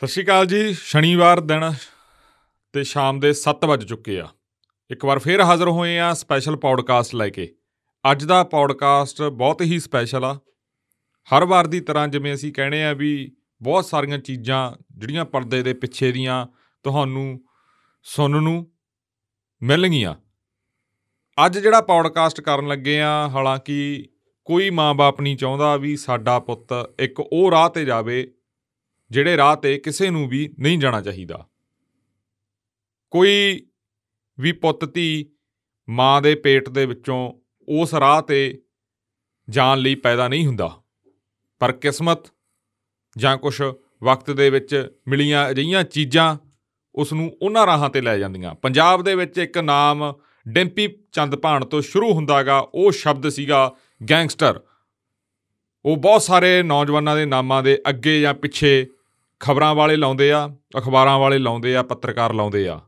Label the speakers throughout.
Speaker 1: ਸਤਿ ਸ਼੍ਰੀ ਅਕਾਲ ਜੀ ਸ਼ਨੀਵਾਰ ਦਿਨ ਤੇ ਸ਼ਾਮ ਦੇ 7 ਵੱਜ ਚੁੱਕੇ ਆ ਇੱਕ ਵਾਰ ਫੇਰ ਹਾਜ਼ਰ ਹੋਏ ਆ ਸਪੈਸ਼ਲ ਪੌਡਕਾਸਟ ਲੈ ਕੇ ਅੱਜ ਦਾ ਪੌਡਕਾਸਟ ਬਹੁਤ ਹੀ ਸਪੈਸ਼ਲ ਆ ਹਰ ਵਾਰ ਦੀ ਤਰ੍ਹਾਂ ਜਿਵੇਂ ਅਸੀਂ ਕਹਿੰਦੇ ਆ ਵੀ ਬਹੁਤ ਸਾਰੀਆਂ ਚੀਜ਼ਾਂ ਜਿਹੜੀਆਂ ਪਰਦੇ ਦੇ ਪਿੱਛੇ ਦੀਆਂ ਤੁਹਾਨੂੰ ਸੁਣਨ ਨੂੰ ਮਿਲਣਗੀਆਂ ਅੱਜ ਜਿਹੜਾ ਪੌਡਕਾਸਟ ਕਰਨ ਲੱਗੇ ਆ ਹਾਲਾਂਕਿ ਕੋਈ ਮਾਂ-ਬਾਪ ਨਹੀਂ ਚਾਹੁੰਦਾ ਵੀ ਸਾਡਾ ਪੁੱਤ ਇੱਕ ਉਹ ਰਾਹ ਤੇ ਜਾਵੇ ਜਿਹੜੇ ਰਾਹ ਤੇ ਕਿਸੇ ਨੂੰ ਵੀ ਨਹੀਂ ਜਾਣਾ ਚਾਹੀਦਾ ਕੋਈ ਵੀ ਪੁੱਤ ਧੀ ਮਾਂ ਦੇ ਪੇਟ ਦੇ ਵਿੱਚੋਂ ਉਸ ਰਾਹ ਤੇ ਜਾਣ ਲਈ ਪੈਦਾ ਨਹੀਂ ਹੁੰਦਾ ਪਰ ਕਿਸਮਤ ਜਾਂ ਕੁਝ ਵਕਤ ਦੇ ਵਿੱਚ ਮਿਲੀਆਂ ਅਜਿਹੀਆਂ ਚੀਜ਼ਾਂ ਉਸ ਨੂੰ ਉਹਨਾਂ ਰਾਹਾਂ ਤੇ ਲੈ ਜਾਂਦੀਆਂ ਪੰਜਾਬ ਦੇ ਵਿੱਚ ਇੱਕ ਨਾਮ ਡਿੰਪੀ ਚੰਦਪਾਣ ਤੋਂ ਸ਼ੁਰੂ ਹੁੰਦਾਗਾ ਉਹ ਸ਼ਬਦ ਸੀਗਾ ਗੈਂਗਸਟਰ ਉਹ ਬਹੁਤ ਸਾਰੇ ਨੌਜਵਾਨਾਂ ਦੇ ਨਾਮਾਂ ਦੇ ਅੱਗੇ ਜਾਂ ਪਿੱਛੇ ਖਬਰਾਂ ਵਾਲੇ ਲਾਉਂਦੇ ਆ ਅਖਬਾਰਾਂ ਵਾਲੇ ਲਾਉਂਦੇ ਆ ਪੱਤਰਕਾਰ ਲਾਉਂਦੇ ਆ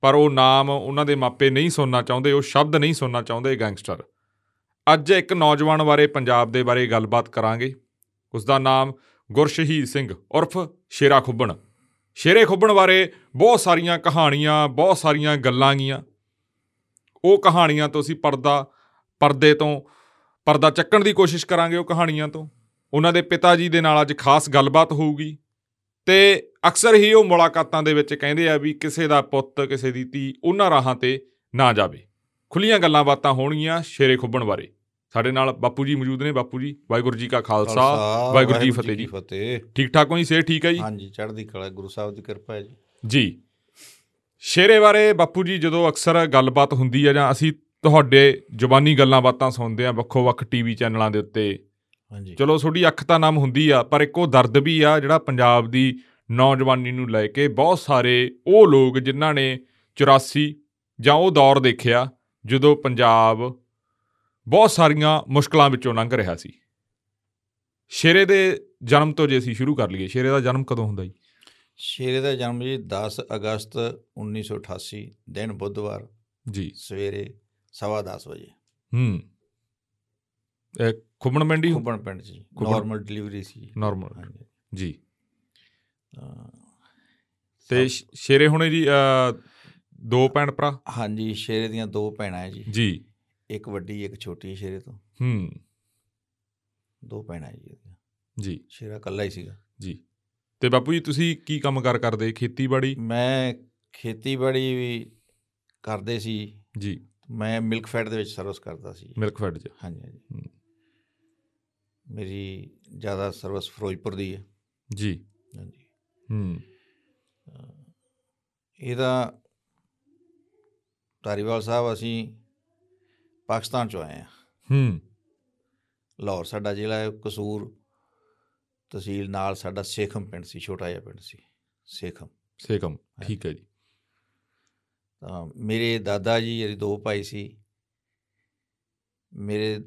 Speaker 1: ਪਰ ਉਹ ਨਾਮ ਉਹਨਾਂ ਦੇ ਮਾਪੇ ਨਹੀਂ ਸੁਣਨਾ ਚਾਹੁੰਦੇ ਉਹ ਸ਼ਬਦ ਨਹੀਂ ਸੁਣਨਾ ਚਾਹੁੰਦੇ ਗੈਂਗਸਟਰ ਅੱਜ ਇੱਕ ਨੌਜਵਾਨ ਬਾਰੇ ਪੰਜਾਬ ਦੇ ਬਾਰੇ ਗੱਲਬਾਤ ਕਰਾਂਗੇ ਉਸ ਦਾ ਨਾਮ ਗੁਰਸ਼ਹੀਦ ਸਿੰਘ ਉਰਫ ਸ਼ੇਰਾ ਖੁੱਬਣ ਸ਼ੇਰੇ ਖੁੱਬਣ ਬਾਰੇ ਬਹੁਤ ਸਾਰੀਆਂ ਕਹਾਣੀਆਂ ਬਹੁਤ ਸਾਰੀਆਂ ਗੱਲਾਂ ਗੀਆਂ ਉਹ ਕਹਾਣੀਆਂ ਤੋਂ ਅਸੀਂ ਪਰਦਾ ਪਰਦੇ ਤੋਂ ਪਰਦਾ ਚੱਕਣ ਦੀ ਕੋਸ਼ਿਸ਼ ਕਰਾਂਗੇ ਉਹ ਕਹਾਣੀਆਂ ਤੋਂ ਉਹਨਾਂ ਦੇ ਪਿਤਾ ਜੀ ਦੇ ਨਾਲ ਅੱਜ ਖਾਸ ਗੱਲਬਾਤ ਹੋਊਗੀ ਤੇ ਅਕਸਰ ਹੀ ਉਹ ਮੁਲਾਕਾਤਾਂ ਦੇ ਵਿੱਚ ਕਹਿੰਦੇ ਆ ਵੀ ਕਿਸੇ ਦਾ ਪੁੱਤ ਕਿਸੇ ਦੀ ਧੀ ਉਹਨਾਂ ਰਾਹਾਂ ਤੇ ਨਾ ਜਾਵੇ ਖੁੱਲੀਆਂ ਗੱਲਾਂ ਬਾਤਾਂ ਹੋਣਗੀਆਂ ਸ਼ੇਰੇ ਖੁੱਬਣ ਬਾਰੇ ਸਾਡੇ ਨਾਲ ਬਾਪੂ ਜੀ ਮੌਜੂਦ ਨੇ ਬਾਪੂ ਜੀ ਵਾਹਿਗੁਰੂ ਜੀ ਕਾ ਖਾਲਸਾ ਵਾਹਿਗੁਰੂ ਜੀ ਫਤਿਹ ਜੀ।
Speaker 2: ਫਤਿਹ
Speaker 1: ਠੀਕ ਠਾਕ ਹੋ ਜੀ ਸੇ ਠੀਕ ਹੈ ਜੀ
Speaker 2: ਹਾਂਜੀ ਚੜ੍ਹਦੀ ਕਲਾ ਗੁਰੂ ਸਾਹਿਬ ਦੀ ਕਿਰਪਾ ਹੈ ਜੀ
Speaker 1: ਜੀ ਸ਼ੇਰੇ ਬਾਰੇ ਬਾਪੂ ਜੀ ਜਦੋਂ ਅਕਸਰ ਗੱਲਬਾਤ ਹੁੰਦੀ ਆ ਜਾਂ ਅਸੀਂ ਤੁਹਾਡੇ ਜ਼ੁਬਾਨੀ ਗੱਲਾਂ ਬਾਤਾਂ ਸੁਣਦੇ ਆ ਵੱਖੋ ਵੱਖ ਟੀਵੀ ਚੈਨਲਾਂ ਦੇ ਉੱਤੇ
Speaker 2: ਹਾਂਜੀ
Speaker 1: ਚਲੋ ਤੁਹਾਡੀ ਅੱਖ ਤਾਂ ਨਮ ਹੁੰਦੀ ਆ ਪਰ ਇੱਕ ਉਹ ਦਰਦ ਵੀ ਆ ਜਿਹੜਾ ਪੰਜਾਬ ਦੀ ਨੌਜਵਾਨੀ ਨੂੰ ਲੈ ਕੇ ਬਹੁਤ ਸਾਰੇ ਉਹ ਲੋਕ ਜਿਨ੍ਹਾਂ ਨੇ 84 ਜਾਂ ਉਹ ਦੌਰ ਦੇਖਿਆ ਜਦੋਂ ਪੰਜਾਬ ਬਹੁਤ ਸਾਰੀਆਂ ਮੁਸ਼ਕਲਾਂ ਵਿੱਚੋਂ ਲੰਘ ਰਿਹਾ ਸੀ ਸ਼ੇਰੇ ਦੇ ਜਨਮ ਤੋਂ ਜੇ ਅਸੀਂ ਸ਼ੁਰੂ ਕਰ ਲਈਏ ਸ਼ੇਰੇ ਦਾ ਜਨਮ ਕਦੋਂ ਹੁੰਦਾ ਜੀ
Speaker 2: ਸ਼ੇਰੇ ਦਾ ਜਨਮ ਜੀ 10 ਅਗਸਤ 1988 ਦਿਨ ਬੁੱਧਵਾਰ
Speaker 1: ਜੀ
Speaker 2: ਸਵੇਰੇ ਸਵਾ 10 ਵਜੇ
Speaker 1: ਹੂੰ ਇਹ ਖੁੰਮਣ ਮੰਡੀ
Speaker 2: ਖੁੱਬਣ ਪਿੰਡ 'ਚ ਜੀ
Speaker 1: ਖੁੱਬਣ।
Speaker 2: ਨਾਰਮਲ ਡਿਲੀਵਰੀ ਸੀ ਜੀ।
Speaker 1: ਨਾਰਮਲ
Speaker 2: ਹਾਂਜੀ
Speaker 1: ਜੀ
Speaker 2: ਤਾਂ
Speaker 1: ਤੇ ਸ਼- ਸ਼ੇਰੇ ਹੁਣੇ ਜੀ ਅ, ਦੋ ਭੈਣ ਭਰਾ
Speaker 2: ਸਭ- ਹਾਂਜੀ ਸ਼ੇਰੇ ਦੀਆਂ ਦੋ ਭੈਣਾਂ ਹੈ ਜੀ
Speaker 1: ਜੀ
Speaker 2: ਇੱਕ ਵੱਡੀ ਇੱਕ ਛੋਟੀ ਸ਼ੇਰੇ ਤੋਂ
Speaker 1: ਹੂੰ
Speaker 2: ਦੋ ਭੈਣਾਂ ਹੈ ਜੀ ਇਹਦੀਆਂ।
Speaker 1: ਜੀ
Speaker 2: ਸ਼ੇਰਾ ਇਕੱਲਾ ਹੀ ਸੀਗਾ
Speaker 1: ਜੀ ਤੇ ਬਾਪੂ ਜੀ ਤੁਸੀਂ ਕੀ ਕੰਮਕਾਰ ਕਰਦੇ ਖੇਤੀਬਾੜੀ
Speaker 2: ਮੈਂ ਖੇਤੀਬਾੜੀ ਵੀ ਕਰਦੇ ਸੀ
Speaker 1: ਜੀ
Speaker 2: ਮੈਂ ਮਿਲਕ ਫੈਡ ਦੇ ਵਿੱਚ ਸਰਵਿਸ ਕਰਦਾ ਸੀ
Speaker 1: ਮਿਲਕ ਫੈਡ ਚ
Speaker 2: ਹਾਂਜੀ ਹਾਂਜੀ
Speaker 1: ਹਮ।
Speaker 2: ਮੇਰੀ ਜ਼ਿਆਦਾ ਸਰਵਿਸ ਫਿਰੋਜ਼ਪੁਰ ਦੀ ਹੈ
Speaker 1: ਜੀ
Speaker 2: ਹਾਂਜੀ
Speaker 1: ਹੂੰ
Speaker 2: ਇਹਦਾ ਧਾਰੀਵਾਲ ਸਾਹਿਬ ਅਸੀਂ ਪਾਕਿਸਤਾਨ ਚੋਂ ਆਏ ਹਾਂ
Speaker 1: ਹੂੰ
Speaker 2: ਲਾਹੌਰ ਸਾਡਾ ਜ਼ਿਲ੍ਹਾ ਹੈ ਕਸੂਰ ਤਹਿਸੀਲ ਨਾਲ ਸਾਡਾ ਸੇਖਮ ਪਿੰਡ ਸੀ ਛੋਟਾ ਜਿਹਾ ਪਿੰਡ ਸੀ ਸੇਖਮ
Speaker 1: ਸੇਕਮ ਠੀਕ ਹੈ ਜੀ
Speaker 2: ਤਾਂ ਮੇਰੇ ਦਾਦਾ ਜੀ ਜਿਹੜੇ ਦੋ ਭਾਈ ਸੀ ਮੇਰੇ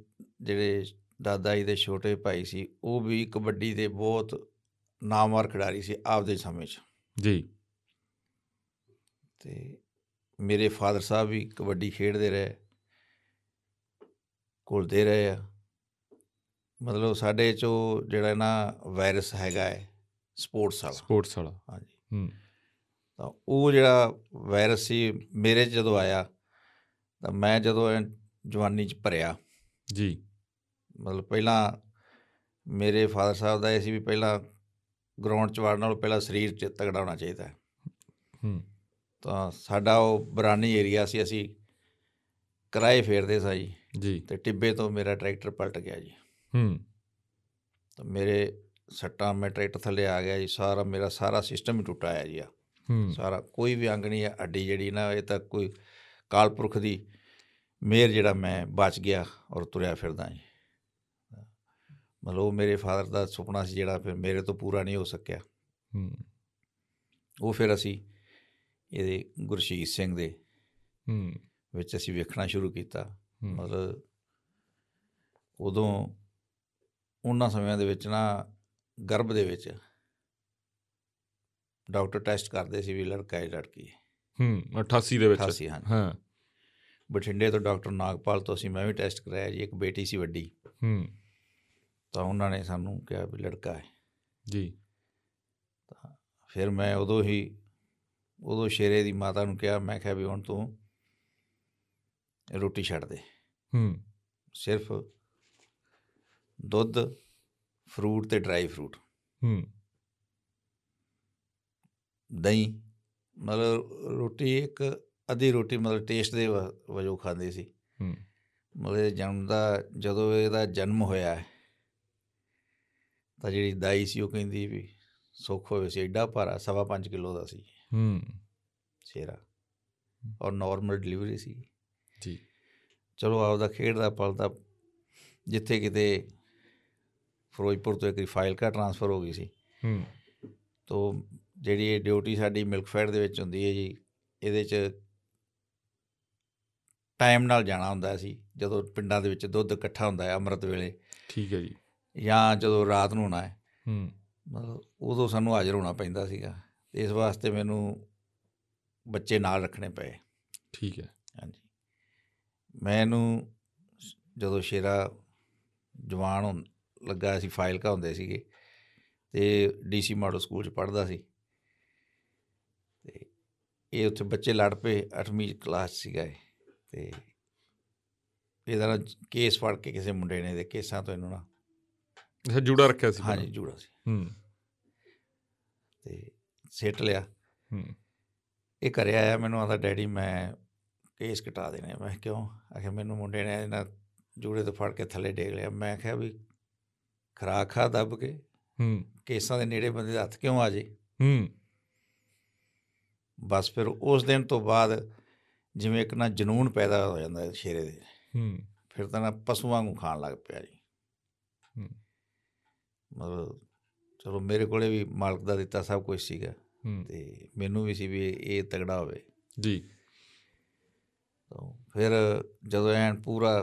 Speaker 2: ਜਿਹੜੇ ਦਾਦਾ ਜੀ ਦੇ ਛੋਟੇ ਭਾਈ ਸੀ ਉਹ ਵੀ ਕਬੱਡੀ ਦੇ ਬਹੁਤ ਨਾਮਵਰ ਖਿਡਾਰੀ ਸੀ ਆਪਦੇ ਸਮੇਂ 'ਚ
Speaker 1: ਜੀ
Speaker 2: ਤੇ ਮੇਰੇ ਫਾਦਰ ਸਾਹਿਬ ਵੀ ਕਬੱਡੀ ਖੇਡਦੇ ਰਹੇ ਘੁਲਦੇ ਰਹੇ ਆ ਮਤਲਬ ਸਾਡੇ ਚੋਂ ਜਿਹੜਾ ਨਾ ਵਾਇਰਸ ਹੈਗਾ ਹੈ ਸਪੋਰਟਸ ਵਾਲਾ
Speaker 1: ਸਪੋਰਟਸ ਵਾਲਾ
Speaker 2: ਹਾਂਜੀ
Speaker 1: ਹੂੰ
Speaker 2: ਤਾਂ ਉਹ ਜਿਹੜਾ ਵਾਇਰਸ ਸੀ ਮੇਰੇ 'ਚ ਜਦੋਂ ਆਇਆ ਤਾਂ ਮੈਂ ਜਦੋਂ ਐਂ ਜਵਾਨੀ 'ਚ ਭਰਿਆ
Speaker 1: ਜੀ
Speaker 2: ਮਤਲਬ ਪਹਿਲਾਂ ਮੇਰੇ ਫਾਦਰ ਸਾਹਿਬ ਦਾ ਇਹ ਸੀ ਵੀ ਪਹਿਲਾਂ ਗਰਾਊਂਡ 'ਚ ਵੜਨ ਨਾਲੋਂ ਪਹਿਲਾਂ ਸਰੀਰ 'ਚ ਤਗੜਾ ਹੋਣਾ ਚਾਹੀਦਾ ਹੈ।
Speaker 1: ਹੂੰ
Speaker 2: ਤਾਂ ਸਾਡਾ ਉਹ ਬਰਾਨੀ ਏਰੀਆ ਸੀ ਅਸੀਂ ਕਿਰਾਏ ਫੇਰਦੇ ਸਾਂ ਜੀ
Speaker 1: ਜੀ
Speaker 2: ਤੇ ਟਿੱਬੇ ਤੋਂ ਮੇਰਾ ਟਰੈਕਟਰ ਪਲਟ ਗਿਆ ਜੀ
Speaker 1: ਹੂੰ
Speaker 2: ਤਾਂ ਮੇਰੇ ਸੱਟਾਂ ਮੈਂ ਟਰੈਕਟਰ ਥੱਲੇ ਆ ਗਿਆ ਜੀ ਸਾਰਾ ਮੇਰਾ ਸਾਰਾ ਸਿਸਟਮ ਹੀ ਟੁੱਟਾ ਆਇਆ ਜੀ ਆ
Speaker 1: ਹੂੰ
Speaker 2: ਸਾਰਾ ਕੋਈ ਵੀ ਅੰਗ ਨਹੀਂ ਹੈ ਅੱਡੀ ਜਿਹੜੀ ਨਾ ਇਹ ਤਾਂ ਕੋਈ ਕਾਲਪੁਰਖ ਦੀ ਮੇਰ ਜਿਹੜਾ ਮੈਂ ਬਚ ਗਿਆ ਔਰ ਤੁਰਿਆ ਫਿਰਦਾ ਜੀ ਮਤਲਬ ਉਹ ਮੇਰੇ ਫਾਦਰ ਦਾ ਸੁਪਨਾ ਸੀ ਜਿਹੜਾ ਫਿਰ ਮੇਰੇ ਤੋਂ ਪੂਰਾ ਨਹੀਂ ਹੋ ਸਕਿਆ
Speaker 1: ਹੂੰ
Speaker 2: ਉਹ ਫਿਰ ਅਸੀਂ ਇਹਦੇ ਗੁਰਸ਼ੀਤ ਸਿੰਘ ਦੇ
Speaker 1: ਹੂੰ
Speaker 2: ਵਿੱਚ ਅਸੀਂ ਵੇਖਣਾ ਸ਼ੁਰੂ ਕੀਤਾ
Speaker 1: ਹੂੰ
Speaker 2: ਮਤਲਬ ਉਦੋਂ ਉਹਨਾਂ ਸਮਿਆਂ ਦੇ ਵਿੱਚ ਨਾ ਗਰਭ ਦੇ ਵਿੱਚ ਡਾਕਟਰ ਟੈਸਟ ਕਰਦੇ ਸੀ ਵੀ ਲੜਕਾ ਹੈ ਲੜਕੀ ਹੈ
Speaker 1: ਹੂੰ 88 ਦੇ ਵਿੱਚ
Speaker 2: 88 ਹਾਂ
Speaker 1: ਹਾਂ
Speaker 2: ਬਠਿੰਡੇ ਤੋਂ ਡਾਕਟਰ ਨਾਗਪਾਲ ਤੋਂ ਅਸੀਂ ਮੈਂ ਵੀ ਟੈਸਟ ਕਰਾਇਆ ਜੀ ਇੱਕ ਬੇਟੀ ਸੀ ਵੱਡੀ
Speaker 1: ਹੂੰ
Speaker 2: ਤਾਂ ਉਹਨਾਂ ਨੇ ਸਾਨੂੰ ਕਿਹਾ ਵੀ ਲੜਕਾ ਹੈ
Speaker 1: ਜੀ
Speaker 2: ਫਿਰ ਮੈਂ ਉਦੋਂ ਹੀ ਉਦੋਂ ਸ਼ੇਰੇ ਦੀ ਮਾਤਾ ਨੂੰ ਕਿਹਾ ਮੈਂ ਕਿਹਾ ਵੀ ਹੁਣ ਤੂੰ ਰੋਟੀ ਛੱਡ ਦੇ
Speaker 1: ਹੂੰ
Speaker 2: ਸਿਰਫ ਦੁੱਧ ਫਰੂਟ ਤੇ ਡਰਾਈ ਫਰੂਟ
Speaker 1: ਹੂੰ
Speaker 2: ਦਹੀਂ ਮਤਲਬ ਰੋਟੀ ਇੱਕ ਅੱਧੀ ਰੋਟੀ ਮਤਲਬ ਟੇਸਟ ਦੇ ਵ- ਵਜੋਂ ਖਾਂਦੇ ਸੀ
Speaker 1: ਹੂੰ
Speaker 2: ਮਤਲਬ ਇਹ ਜਨਮ ਦਾ ਜਦੋਂ ਇਹਦਾ ਜਨਮ ਹੋਇਆ ਹੈ, ਤਾਂ ਜਿਹੜੀ ਦਾਈ ਸੀ ਉਹ ਕਹਿੰਦੀ ਵੀ ਸੁੱਖ ਹੋਵੇ ਸੀ ਐਡਾ ਭਾਰਾ ਸਵਾ ਪੰਜ ਕਿਲੋ ਦਾ ਸੀ
Speaker 1: ਹੂੰ
Speaker 2: ਸ਼ੇਰਾ ਔਰ ਨਾਰਮਲ ਡਿਲੀਵਰੀ ਸੀ
Speaker 1: ਜੀ
Speaker 2: ਚਲੋ ਆਪਦਾ ਖੇਡਦਾ ਪਲਦਾ ਜਿੱਥੇ ਕਿਤੇ ਫਿਰੋਜ਼ਪੁਰ ਤੋਂ ਇੱਕ ਰਿਫਾਈਲ ਕਾ ਟ੍ਰਾਂਸਫਰ ਹੋ ਗਈ ਸੀ
Speaker 1: ਹੂੰ
Speaker 2: ਤੋ ਜਿਹੜੀ ਇਹ ਡਿਊਟੀ ਸਾਡੀ ਮਿਲਕ ਫੈਡ ਦੇ ਵਿੱਚ ਹੁੰਦੀ ਹੈ ਜੀ ਇਹਦੇ 'ਚ ਟਾਈਮ ਨਾਲ ਜਾਣਾ ਹੁੰਦਾ ਸੀ ਜਦੋਂ ਪਿੰਡਾਂ ਦੇ ਵਿੱਚ ਦੁੱਧ ਇਕੱਠਾ ਹੁੰਦਾ ਹੈ ਅੰਮ੍ਰਿਤ ਵੇਲੇ
Speaker 1: ਠੀਕ ਹੈ ਜੀ
Speaker 2: ਜਾਂ ਜਦੋਂ ਰਾਤ ਨੂੰ ਹੋਣਾ ਹੈ
Speaker 1: ਹੂੰ
Speaker 2: ਮਤਲਬ ਉਦੋਂ ਸਾਨੂੰ ਹਾਜ਼ਰ ਹੋਣਾ ਪੈਂਦਾ ਸੀਗਾ ਇਸ ਵਾਸਤੇ ਮੈਨੂੰ ਬੱਚੇ ਨਾਲ ਰੱਖਣੇ ਪਏ
Speaker 1: ਠੀਕ ਹੈ
Speaker 2: ਹਾਂਜੀ ਮੈਨੂੰ ਜਦੋਂ ਸ਼ੇਰਾ ਜਵਾਨ ਹੋਣ ਲੱਗਾ ਸੀ ਫਾਇਲਕਾ ਹੁੰਦੇ ਸੀਗੇ ਤੇ ਡੀਸੀ ਮਾਡਲ ਸਕੂਲ ਚ ਪੜ੍ਹਦਾ ਸੀ ਤੇ ਇਹ ਉੱਥੇ ਬੱਚੇ ਲੜ ਪਏ 8ਵੀਂ ਕਲਾਸ ਸੀਗਾ ਇਹ ਤੇ ਇਹਦਾ ਨਾ ਕੇਸ ਫੜ ਕੇ ਕਿਸੇ ਮੁੰਡੇ ਨੇ ਦੇ ਕੇਸਾਂ ਤੋਂ ਇਹਨੂੰ ਨਾ
Speaker 1: ਅੱਛਾ ਜੂੜਾ ਰੱਖਿਆ ਸੀ ਪਹਿਲਾਂ।
Speaker 2: ਹਾਂਜੀ ਜੁੜਾ ਸੀ
Speaker 1: ਹੂੰ
Speaker 2: ਤੇ ਸਿੱਟ ਲਿਆ
Speaker 1: ਹੂੰ
Speaker 2: ਇਹ ਘਰੇ ਆਇਆ ਮੈਨੂੰ ਆਂਦਾ ਡੈਡੀ ਮੈਂ ਕੇਸ ਕਟਾ ਦੇਣੇ ਆ।" ਮੈਂ ਕਿਹਾ, ਕਿਉਂ ਆਖਿਆ ਮੈਨੂੰ ਮੁੰਡੇ ਨੇ ਇਹਨਾਂ ਜੂੜੇ ਤੋਂ ਫੜ ਕੇ ਥੱਲੇ ਡੇਗ ਲਿਆ ਮੈਂ ਕਿਹਾ ਵੀ ਖਰਾਕ ਖਾ ਦੱਬ ਕੇ
Speaker 1: ਹੂੰ
Speaker 2: ਕੇਸਾਂ ਦੇ ਨੇੜੇ ਬੰਦੇ ਦਾ ਹੱਥ ਕਿਉਂ ਆ ਜੇ
Speaker 1: ਹੂੰ
Speaker 2: ਬਸ ਫਿਰ ਉਸ ਦਿਨ ਤੋਂ ਬਾਅਦ ਜਿਵੇਂ ਇੱਕ ਨਾ ਜਨੂਨ ਪੈਦਾ ਹੋ ਜਾਂਦਾ ਹੈ ਸ਼ੇਰੇ ਦੇ
Speaker 1: ਹੂੰ
Speaker 2: ਫਿਰ ਤਾਂ ਨਾ ਪਸ਼ੂ ਵਾਂਗੂ ਖਾਣ ਲੱਗ ਪਿਆ ਜੀ
Speaker 1: ਹੂੰ।
Speaker 2: ਮਤਲਬ ਚਲੋ ਮੇਰੇ ਕੋਲੇ ਵੀ ਮਾਲਕ ਦਾ ਦਿੱਤਾ ਸਭ ਕੁਝ ਸੀਗਾ
Speaker 1: ਹੂੰ
Speaker 2: ਤੇ ਮੈਨੂੰ ਵੀ ਸੀ ਵੀ ਇਹ ਤਗੜਾ ਹੋਵੇ
Speaker 1: ਜੀ
Speaker 2: ਤਾਂ ਫਿਰ ਜਦੋਂ ਐਨ ਪੂਰਾ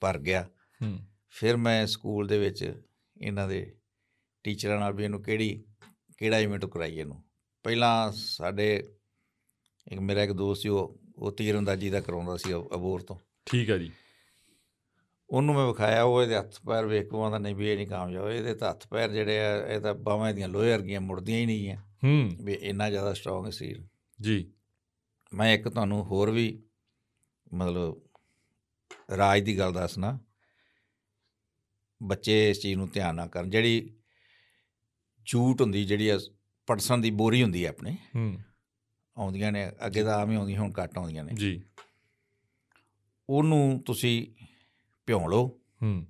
Speaker 2: ਭਰ ਗਿਆ
Speaker 1: ਹੂੰ
Speaker 2: ਫਿਰ ਮੈਂ ਸਕੂਲ ਦੇ ਵਿੱਚ ਇਹਨਾਂ ਦੇ ਟੀਚਰਾਂ ਨਾਲ ਵੀ ਇਹਨੂੰ ਕਿਹੜੀ ਕਿਹੜਾ ਇਵੈਂਟ ਕਰਾਈਏ ਇਹਨੂੰ ਪਹਿਲਾਂ ਸਾਡੇ ਇੱਕ ਮੇਰਾ ਇੱਕ ਦੋਸਤ ਸੀ ਉਹ ਉਹ ਤੀਰਅੰਦਾਜ਼ੀ ਦਾ ਕਰਾਉਂਦਾ ਸੀ ਅਬ- ਅਬੋਹਰ ਤੋਂ
Speaker 1: ਠੀਕ ਹੈ ਜੀ
Speaker 2: ਉਹਨੂੰ ਮੈਂ ਵਿਖਾਇਆ ਉਹ ਇਹਦੇ ਹੱਥ ਪੈਰ ਵੇਖ ਕੇ ਉਹ ਆਂਦਾ ਨਹੀਂ ਵੀ ਇਹ ਨਹੀਂ ਕਾਮਯਾਬ ਇਹਦੇ ਤਾਂ ਹੱਥ ਪੈਰ ਜਿਹੜੇ ਆ ਇਹ ਤਾਂ ਬਾਹਾਂ ਦੀਆਂ ਲੋਹੇ ਵਰਗੀਆਂ ਮੁੜਦੀਆਂ ਹੀ ਨਹੀਂ ਆ
Speaker 1: ਹੂੰ
Speaker 2: ਵੀ ਇੰਨਾ ਜ਼ਿਆਦਾ ਸਟਰੋਂਗ ਸੀ
Speaker 1: ਜੀ
Speaker 2: ਮੈਂ ਇੱਕ ਤੁਹਾਨੂੰ ਹੋਰ ਵੀ ਮਤਲਬ ਰਾਜ ਦੀ ਗੱਲ ਦੱਸਣਾ ਬੱਚੇ ਇਸ ਚੀਜ਼ ਨੂੰ ਧਿਆਨ ਨਾ ਕਰਨ ਜਿਹੜੀ ਝੂਟ ਹੁੰਦੀ ਜਿਹੜੀ ਪਰਸਨ ਦੀ ਬੋਰੀ ਹੁੰਦੀ ਹੈ ਆਪਣੇ
Speaker 1: ਹੂੰ
Speaker 2: ਆਉਂਦੀਆਂ ਨੇ ਅੱਗੇ ਤਾਂ ਆਮ ਹੀ ਆਉਂਦੀਆਂ ਹੁਣ ਘੱਟ ਆਉਂਦੀਆਂ ਨੇ
Speaker 1: ਜੀ
Speaker 2: ਉਹਨੂੰ ਤੁਸੀਂ ਭਿਉਂ ਲਓ
Speaker 1: ਹੂੰ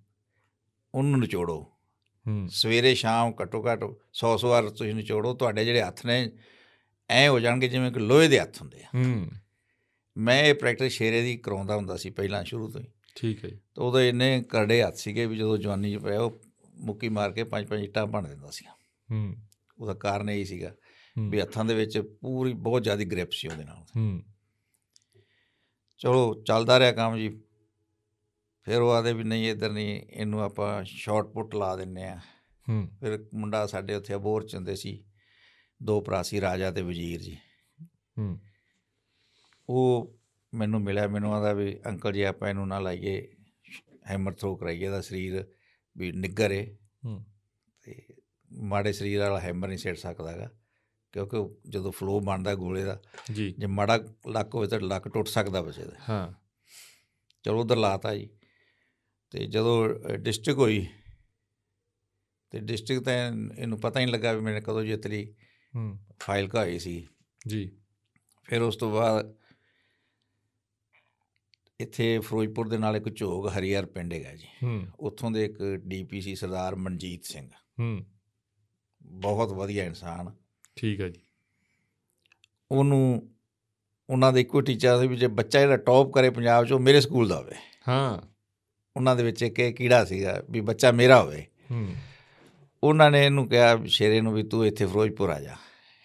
Speaker 2: ਉਹਨੂੰ ਨਿਚੋੜੋ
Speaker 1: ਹੂੰ
Speaker 2: ਸਵੇਰੇ ਸ਼ਾਮ ਘੱਟੋ ਘੱਟ 100 100 ਵਾਰ ਤੁਸੀਂ ਨਿਚੋੜੋ ਤੁਹਾਡੇ ਜਿਹੜੇ ਹੱਥ ਨੇ ਐ ਹੋ ਜਾਣਗੇ ਜਿਵੇਂ ਕਿ ਲੋਹੇ ਦੇ ਹੱਥ ਹੁੰਦੇ ਆ
Speaker 1: ਹੂੰ
Speaker 2: ਮੈਂ ਇਹ ਪ੍ਰੈਕਟਿਸ ਸ਼ੇਰੇ ਦੀ ਕਰਾਉਂਦਾ ਹੁੰਦਾ ਸੀ ਪਹਿਲਾਂ ਸ਼ੁਰੂ ਤੋਂ ਹੀ
Speaker 1: ਠੀਕ ਹੈ ਜੀ
Speaker 2: ਤਾਂ ਉਹਦੇ ਇੰਨੇ ਕਰੜੇ ਹੱਥ ਸੀਗੇ ਵੀ ਜਦੋਂ ਜਵਾਨੀ 'ਚ ਪਿਆ ਉਹ ਮੁੱਕੀ ਮਾਰ ਕੇ ਪੰਜ ਪੰਜ ਇੱਟਾਂ ਭੰਨ ਦਿੰਦਾ ਸੀ
Speaker 1: ਹੂੰ
Speaker 2: ਉਹਦਾ ਕਾਰਨ ਇਹ ਸੀਗਾ
Speaker 1: ਹੂੰ,
Speaker 2: ਵੀ ਹੱਥਾਂ ਦੇ ਵਿੱਚ ਪੂਰੀ ਬਹੁਤ ਜ਼ਿਆਦਾ ਗ੍ਰਿਪ ਸੀ ਉਹਦੇ ਨਾਲ
Speaker 1: ਹੂੰ
Speaker 2: ਚਲੋ ਚੱਲਦਾ ਰਿਹਾ ਕੰਮ ਜੀ ਫਿਰ ਉਹ ਆਦੇ ਵੀ ਨਹੀਂ ਇੱਧਰ ਨਹੀਂ ਇਹਨੂੰ ਆਪਾਂ ਸ਼ਾਰਟ ਪੁੱਟ ਲਾ ਦਿੰਨੇ ਆ
Speaker 1: ਹੂੰ
Speaker 2: ਫਿਰ ਇੱਕ ਮੁੰਡਾ ਸਾਡੇ ਉੱਥੇ ਅਬੋਰ ਚ ਹੁੰਦੇ ਸੀ ਦੋ ਭਰਾ ਸੀ ਰਾਜਾ ਤੇ ਵਜ਼ੀਰ ਜੀ
Speaker 1: ਹੂੰ
Speaker 2: ਉਹ ਮੈਨੂੰ ਮਿਲਿਆ ਮੈਨੂੰ ਆਂਦਾ ਵੀ ਅੰਕਲ ਜੀ ਆਪਾਂ ਇਹਨੂੰ ਨਾ ਲਾਈਏ ਹੈਮਰ ਥਰੋ ਕਰਾਈਏ ਦਾ ਸਰੀਰ ਵੀ ਨਿੱਗਰ ਏ
Speaker 1: ਹੂੰ
Speaker 2: ਤੇ ਮਾੜੇ ਸਰੀਰ ਵਾਲਾ ਹੈਮਰ ਨਹੀਂ ਸਿੱਟ ਸਕਦਾਗਾ ਕਿਉਂਕਿ ਉਹ ਜਦੋਂ ਫਲੋ ਬਣਦਾ ਗੋਲੇ ਦਾ
Speaker 1: ਜੀ
Speaker 2: ਜੇ ਮਾੜਾ ਲੱਕ ਹੋਵੇ ਤਾਂ ਲੱਕ ਟੁੱਟ ਸਕਦਾ ਬੱਚੇ ਦਾ
Speaker 1: ਹਾਂ
Speaker 2: ਚਲੋ ਉਧਰ ਲਾਤਾ ਜੀ ਤੇ ਜਦੋਂ ਡਿਸਟ੍ਰਿਕਟ ਹੋਈ ਤੇ ਡਿਸਟ੍ਰਿਕਟ ਤਾਂ ਇਹਨ- ਇਹਨੂੰ ਪਤਾ ਹੀ ਨਹੀਂ ਲੱਗਾ ਵੀ ਮੈਨੇ ਕਦੋਂ ਜਿੱਤ ਲਈ
Speaker 1: ਹੂੰ
Speaker 2: ਫਾਈਲ ਕਾ ਹੋਈ ਸੀ
Speaker 1: ਜੀ
Speaker 2: ਫਿਰ ਉਸ ਤੋਂ ਬਾਅਦ ਇੱਥੇ ਫਿਰੋਜ਼ਪੁਰ ਦੇ ਨਾਲ ਇੱਕ ਝੋਗ ਹਰੀਹਰ ਪਿੰਡ ਹੈਗਾ ਜੀ
Speaker 1: ਹੂੰ
Speaker 2: ਉੱਥੋਂ ਦੇ ਇੱਕ ਡੀਪੀਸੀ ਸਰਦਾਰ ਮਨਜੀਤ ਸਿੰਘ
Speaker 1: ਹੂੰ
Speaker 2: ਬਹੁਤ ਵਧੀਆ ਇਨਸਾਨ
Speaker 1: ਠੀਕ ਹੈ ਜੀ
Speaker 2: ਉਹਨੂੰ ਉਹਨਾਂ ਦੇ ਇੱਕੋ ਟੀਚਾ ਸੀ ਵੀ ਜੇ ਬੱਚਾ ਜਿਹੜਾ ਟੌਪ ਕਰੇ ਪੰਜਾਬ 'ਚ ਉਹ ਮੇਰੇ ਸਕੂਲ ਦਾ ਹੋਵੇ
Speaker 1: ਹਾਂ
Speaker 2: ਉਹਨਾਂ ਦੇ ਵਿੱਚ ਇੱਕ ਇਹ ਕੀੜਾ ਸੀਗਾ ਵੀ ਬੱਚਾ ਮੇਰਾ ਹੋਵੇ
Speaker 1: ਹੂੰ
Speaker 2: ਉਹਨਾਂ ਨੇ ਇਹਨੂੰ ਕਿਹਾ ਵੀ ਸ਼ੇਰੇ ਨੂੰ ਵੀ ਤੂੰ ਇੱਥੇ ਫਿਰੋਜ਼ਪੁਰ ਆ ਜਾ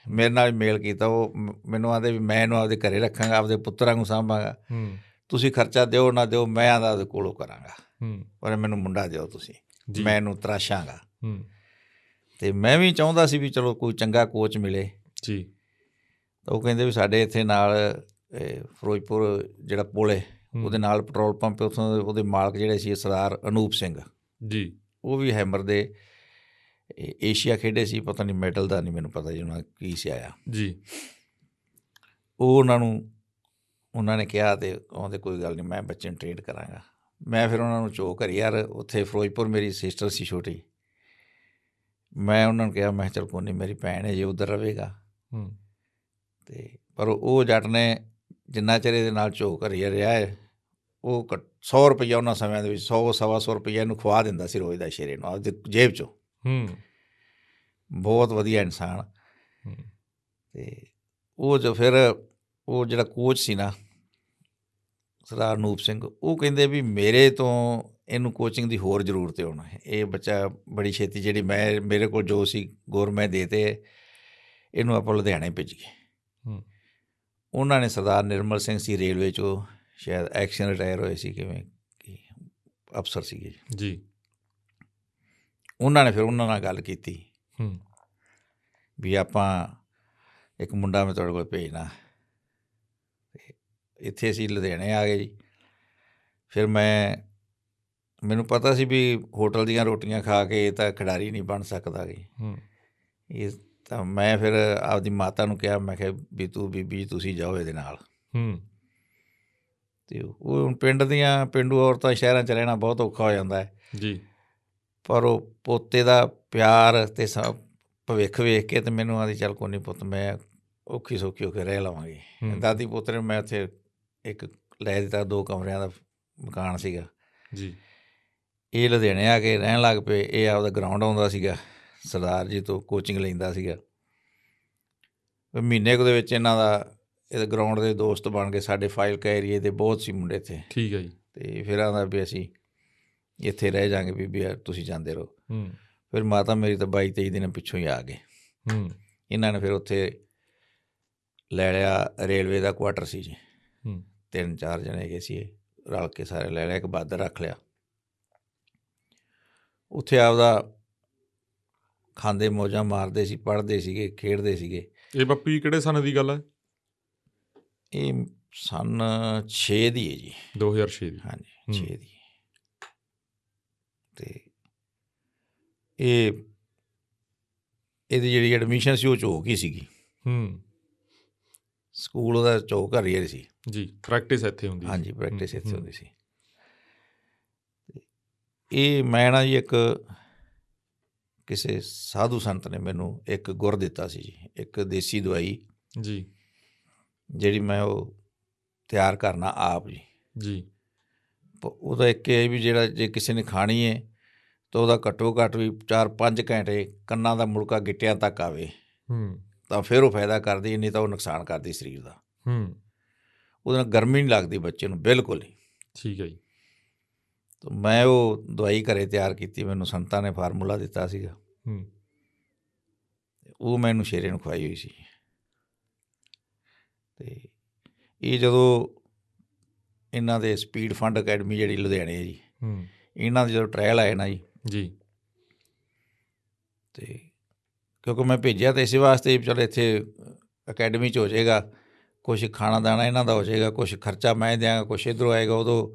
Speaker 2: ਮੇਰੇ ਨਾਲ ਮੇਲ ਕੀਤਾ ਉਹ ਮ- ਮੈਨੂੰ ਆਦੇ ਵੀ ਮੈਂ ਇਹਨੂੰ ਆਪਦੇ ਘਰੇ ਰੱਖਾਂਗਾ ਆਪਦੇ ਪੁੱਤਰਾਂ ਨੂੰ ਸਾਂਭਾਂਗਾ
Speaker 1: ਹੂੰ
Speaker 2: ਤੁਸੀਂ ਖਰਚਾ ਦਿਓ ਨਾ ਦਿਓ ਮੈਂ ਆਂਦਾ ਉਹਦੇ ਕੋਲੋਂ ਕਰਾਂਗਾ
Speaker 1: ਹੂੰ
Speaker 2: ਪਰ ਮੈਨੂੰ ਮੁੰਡਾ ਦਿਓ ਤੁਸੀਂ
Speaker 1: ਜੀ
Speaker 2: ਮੈਂ ਇਹਨੂੰ ਤਰਾਸ਼ਾਂਗਾ
Speaker 1: ਹੂੰ
Speaker 2: ਤੇ ਮੈਂ ਵੀ ਚਾਹੁੰਦਾ ਸੀ ਵੀ ਚਲੋ ਕੋਈ ਚੰਗਾ ਕੋਚ ਮਿਲੇ
Speaker 1: ਜੀ
Speaker 2: ਤਾਂ ਉਹ ਕਹਿੰਦੇ ਵੀ ਸਾਡੇ ਇੱਥੇ ਨਾਲ ਇਹ, ਫਿਰੋਜ਼ਪੁਰ ਜਿਹੜਾ ਪੁਲ ਹੈ
Speaker 1: ਹੂੰ,
Speaker 2: ਉਹਦੇ ਨਾਲ ਪੈਟਰੋਲ ਪੰਪ ਉੱਥੋਂ ਦੇ ਉਹਦੇ ਮਾਲਕ ਜਿਹੜੇ ਸੀ ਸਰਦਾਰ ਅਨੂਪ ਸਿੰਘ
Speaker 1: ਜੀ
Speaker 2: ਉਹ ਵੀ ਹੈਮਰ ਦੇ ਇਹ ਏਸ਼ੀਆ ਖੇਡੇ ਸੀ ਪਤਾ ਨਹੀਂ ਮੈਡਲ ਦਾ ਨਹੀਂ ਮੈਨੂੰ ਪਤਾ ਜੀ ਉਹਨਾਂ ਕੀ ਸਿਆਇਆ
Speaker 1: ਜੀ
Speaker 2: ਉਹ ਉਹਨਾਂ ਨੂੰ ਉਹਨਾਂ ਨੇ ਕਿਹਾ ਤੇ ਕਹਿੰਦੇ ਕੋਈ ਗੱਲ ਨਹੀਂ ਮੈਂ ਬੱਚੇ ਨੂੰ ਟ੍ਰੇਡ ਕਰਾਂਗਾ ਮੈਂ ਫਿਰ ਉਹਨਾਂ ਨੂੰ ਚੋ ਘਰ ਯਾਰ ਉੱਥੇ ਫਿਰੋਜ਼ਪੁਰ ਮੇਰੀ ਸਿਸਟਰ ਸੀ ਛੋਟੀ ਮੈਂ ਉਹਨਾਂ ਨੂੰ ਕਿਹਾ ਮੈਂ ਚਲ ਕੋਈ ਨਹੀਂ ਮੇਰੀ ਭੈਣ ਹੈ ਜੇ ਉਧਰ ਰਹੇਗਾ
Speaker 1: ਹੂੰ
Speaker 2: ਤੇ ਪਰ ਉਹ ਜੱਟ ਨੇ ਜਿੰਨਾ ਚਿਰ ਇਹਦੇ ਨਾਲ ਝੋਕ ਰਿਹਾ ਰਿਹਾ ਹੈ ਉਹ ਘੱਟ- 100 ਰੁਪਈਆ ਉਹਨਾਂ ਸਮਿਆਂ ਦੇ ਵਿੱਚ 100 ਸਵਾ 100 ਰੁਪਈਆ ਇਹਨੂੰ ਖਵਾ ਦਿੰਦਾ ਸੀ ਰੋਜ਼ ਦਾ ਸ਼ੇਰੇ ਨੂੰ ਆਪਦੀ ਜੇਬ ਚੋਂ
Speaker 1: ਹੂੰ
Speaker 2: ਬਹੁਤ ਵਧੀਆ ਇਨਸਾਨ
Speaker 1: ਹੂੰ,
Speaker 2: ਤੇ ਉਹ ਜੋ ਫਿਰ ਉਹ ਜਿਹੜਾ ਕੋਚ ਸੀ ਨਾ ਸਰਦਾਰ ਨੂਪ ਸਿੰਘ ਉਹ ਕਹਿੰਦੇ ਵੀ ਮੇਰੇ ਤੋਂ ਇਹਨੂੰ ਕੋਚਿੰਗ ਦੀ ਹੋਰ ਜ਼ਰੂਰਤ ਹੈ ਹੁਣ ਇਹ ਬੱਚਾ ਬੜੀ ਛੇਤੀ ਜਿਹੜੀ ਮੈਂ ਮੇਰੇ ਕੋਲ ਜੋ ਸੀ ਗੁਰ ਮੈਂ ਦੇਤੇ ਇਹਨੂੰ ਆਪਾਂ ਲੁਧਿਆਣੇ ਭੇਜੀਏ
Speaker 1: ਹੂੰ।
Speaker 2: ਉਹਨਾਂ ਨੇ ਸਰਦਾਰ ਨਿਰਮਲ ਸਿੰਘ ਸੀ ਰੇਲਵੇ ਚੋਂ ਸ਼ਾਇਦ ਐਕਸ਼ਨ ਰਿਟਾਇਰ ਹੋਏ ਸੀ ਕਿਵੇਂ ਕੀ ਅਫਸਰ ਸੀਗੇ
Speaker 1: ਜੀ
Speaker 2: ਉਹਨਾਂ ਨੇ ਫਿਰ ਉਹਨਾਂ ਨਾਲ ਗੱਲ ਕੀਤੀ
Speaker 1: ਹੂੰ
Speaker 2: ਵੀ ਆਪਾਂ ਇੱਕ ਮੁੰਡਾ ਮੈਂ ਤੁਹਾਡੇ ਕੋਲ ਭੇਜਣਾ ਤੇ ਇੱਥੇ ਅਸੀਂ ਲੁਧਿਆਣੇ ਆ ਗਏ ਜੀ ਫਿਰ ਮੈਂ ਮੈਨੂੰ ਪਤਾ ਸੀ ਵੀ ਹੋਟਲ ਦੀਆਂ ਰੋਟੀਆਂ ਖਾ ਕੇ ਇਹ ਤਾਂ ਖਿਡਾਰੀ ਨਹੀਂ ਬਣ ਸਕਦਾ ਜੀ
Speaker 1: ਹੂੰ
Speaker 2: ਇਹ ਤਾਂ ਮੈਂ ਫਿਰ ਆਪਦੀ ਮਾਤਾ ਨੂੰ ਕਿਹਾ ਮੈਂ ਕਿਹਾ ਵੀ ਤੂੰ ਬੀਬੀ ਤੁਸੀਂ ਜਾਓ ਇਹਦੇ ਨਾਲ
Speaker 1: ਹੂੰ
Speaker 2: ਤੇ ਉਹ ਹੁਣ ਪਿੰਡ ਦੀਆਂ ਪਿੰਡੂ ਔਰਤਾਂ ਸ਼ਹਿਰਾਂ 'ਚ ਰਹਿਣਾ ਬਹੁਤ ਔਖਾ ਹੋ ਜਾਂਦਾ ਹੈ
Speaker 1: ਜੀ
Speaker 2: ਪਰ ਉਹ ਪੋਤੇ ਦਾ ਪਿਆਰ ਤੇ ਸਭ ਭਵਿੱਖ ਵੇਖ ਕੇ ਤੇ ਮੈਨੂੰ ਆਦੀ ਚੱਲ ਕੋਈ ਨਹੀਂ ਪੁੱਤ ਮੈਂ ਔਖੀ ਸੌਖੀ ਹੋ ਕੇ ਰਹਿ ਲਵਾਂਗੀ
Speaker 1: ਹੂੰ,
Speaker 2: ਦਾਦੀ ਪੁੱਤ ਨੇ ਮੈਂ ਉੱਥੇ ਇੱਕ ਲੈ ਦਿੱਤਾ ਦੋ ਕਮਰਿਆਂ ਦਾ ਮਕਾਨ ਸੀਗਾ
Speaker 1: ਜੀ
Speaker 2: ਇਹ ਲੁਧਿਆਣੇ ਆ ਕੇ ਰਹਿਣ ਲੱਗ ਪਏ ਇਹ ਆਪਦਾ ਗਰਾਊਂਡ ਆਉਂਦਾ ਸੀਗਾ ਸਰਦਾਰ ਜੀ ਤੋਂ ਕੋਚਿੰਗ ਲੈਂਦਾ ਸੀਗਾ ਉਹ ਮਹੀਨੇ ਕੁ ਦੇ ਵਿੱਚ ਇਹਨਾਂ ਦਾ ਇਹਦੇ ਗਰਾਊਂਡ ਦੇ ਦੋਸਤ ਬਣ ਗਏ ਸਾਡੇ ਫਾਈਲ ਏਰੀਏ ਦੇ ਬਹੁਤ ਸੀ ਮੁੰਡੇ ਇੱਥੇ
Speaker 1: ਠੀਕ ਹੈ ਜੀ
Speaker 2: ਤੇ ਫਿਰ ਆਂਦਾ ਵੀ ਅਸੀਂ ਇੱਥੇ ਰਹਿ ਜਾਾਂਗੇ ਬੀਬੀ ਯਾਰ ਤੁਸੀਂ ਜਾਂਦੇ ਰਹੋ
Speaker 1: ਹੂੰ
Speaker 2: ਫਿਰ ਮਾਤਾ ਮੇਰੀ ਤਾਂ 22 23 ਦਿਨ ਪਿੱਛੋਂ ਹੀ ਆ ਗਏ
Speaker 1: ਹੂੰ
Speaker 2: ਇਹਨਾਂ ਨੇ ਫਿਰ ਉੱਥੇ ਲੈ ਲਿਆ ਰੇਲਵੇ ਦਾ ਕੁਆਟਰ ਸੀ ਜੀ
Speaker 1: ਹੂੰ।
Speaker 2: ਤਿੰਨ ਚਾਰ ਜਣੇ ਗਏ ਸੀ ਇਹ, ਰਲ ਕੇ ਸਾਰੇ ਲੈ ਲਿਆ ਇੱਕ ਬਾਦਰ ਰੱਖ ਲਿਆ ਉੱਥੇ ਆਪਦਾ ਖਾਂਦੇ ਮੌਜਾਂ ਮਾਰਦੇ ਸੀ ਪੜ੍ਹਦੇ ਸੀਗੇ ਖੇਡਦੇ ਸੀਗੇ
Speaker 1: ਇਹ ਬੱਪੀ ਕਿਹੜੇ ਸਨ ਦੀ ਗੱਲ ਹੈ
Speaker 2: ਇਹ ਸਨ 6 ਦੀ ਹੈ ਜੀ
Speaker 1: 2006 ਦੀ
Speaker 2: ਹਾਂਜੀ
Speaker 1: ਹੂੰ।
Speaker 2: 6 ਦੀ ਤੇ ਇਹ ਇਹਦੀ ਜਿਹੜੀ ਐਡਮਿਸ਼ਨ ਸੀ ਉਹ ਚੋਕ ਹੀ ਸੀਗੀ
Speaker 1: ਹੂੰ
Speaker 2: ਸਕੂਲ ਉਹਦਾ ਚੌਕ ਹਰੀਅਰ ਸੀ
Speaker 1: ਜੀ ਪ੍ਰੈਕਟਿਸ ਇੱਥੇ ਹੁੰਦੀ ਸੀ।
Speaker 2: ਹਾਂਜੀ ਪ੍ਰੈਕਟਿਸ
Speaker 1: ਹੂੰ,
Speaker 2: ਇੱਥੇ
Speaker 1: ਹੂੰ।
Speaker 2: ਹੁੰਦੀ ਸੀ ਤੇ ਇਹ ਮੈਂ ਨਾ ਜੀ ਇੱਕ ਕਿਸੇ ਸਾਧੂ ਸੰਤ ਨੇ ਮੈਨੂੰ ਇੱਕ ਗੁਰ ਦਿੱਤਾ ਸੀ ਜੀ ਇੱਕ ਦੇਸੀ ਦਵਾਈ
Speaker 1: ਜੀ
Speaker 2: ਜਿਹੜੀ ਮੈਂ ਉਹ ਤਿਆਰ ਕਰਨਾ ਆਪ ਜੀ
Speaker 1: ਜੀ
Speaker 2: ਪ- ਉਹਦਾ ਇੱਕ ਇਹ ਵੀ ਜਿਹੜਾ ਜੇ ਕਿਸੇ ਨੇ ਖਾਣੀ ਹੈ ਤਾਂ ਉਹਦਾ ਘੱਟੋ ਘੱਟ ਵੀ 4-5 ਘੰਟੇ ਕੰਨਾਂ ਦਾ ਮੁੜਕਾ ਗਿੱਟਿਆਂ ਤੱਕ ਆਵੇ
Speaker 1: ਹੂੰ
Speaker 2: ਤਾਂ ਫਿਰ ਉਹ ਫਾਇਦਾ ਕਰਦੀ ਨਹੀਂ ਤਾਂ ਉਹ ਨੁਕਸਾਨ ਕਰਦੀ ਸਰੀਰ ਦਾ
Speaker 1: ਹੂੰ
Speaker 2: ਉਹਦੇ ਨਾਲ ਗਰਮੀ ਨਹੀਂ ਲੱਗਦੀ ਬੱਚੇ ਨੂੰ ਬਿਲਕੁਲ ਹੀ
Speaker 1: ਠੀਕ ਹੈ ਜੀ
Speaker 2: ਤਾਂ ਮੈਂ ਉਹ ਦਵਾਈ ਘਰੇ ਤਿਆਰ ਕੀਤੀ ਮੈਨੂੰ ਸੰਤਾਂ ਨੇ ਫਾਰਮੂਲਾ ਦਿੱਤਾ ਸੀਗਾ
Speaker 1: ਹੂੰ
Speaker 2: ਉਹ ਮੈਨੂੰ ਸ਼ੇਰੇ ਨੂੰ ਖਵਾਈ ਹੋਈ ਸੀ ਤੇ ਇਹ ਜਦੋਂ ਇਹਨਾਂ ਦੇ ਸਪੀਡ ਫੰਡ ਅਕੈਡਮੀ ਜਿਹੜੀ ਲੁਧਿਆਣੇ ਹੈ ਜੀ
Speaker 1: ਹੂੰ
Speaker 2: ਇਹਨਾਂ ਦੇ ਜਦੋਂ ਟ੍ਰਾਇਲ ਆਏ ਨਾ ਜੀ
Speaker 1: ਜੀ
Speaker 2: ਤੇ ਕਿਉਂਕਿ ਮੈਂ ਭੇਜਿਆ ਤਾਂ ਇਸੇ ਵਾਸਤੇ ਚਲ ਇੱਥੇ ਅਕੈਡਮੀ ਚ ਹੋ ਜਾਏਗਾ ਕੁਝ ਖਾਣਾ ਦਾਣਾ ਇਹਨਾਂ ਦਾ ਹੋ ਜਾਏਗਾ ਕੁਝ ਖਰਚਾ ਮੈਂ ਦਿਆਂਗਾ ਕੁਝ ਇਧਰੋਂ ਆਏਗਾ ਉਦੋਂ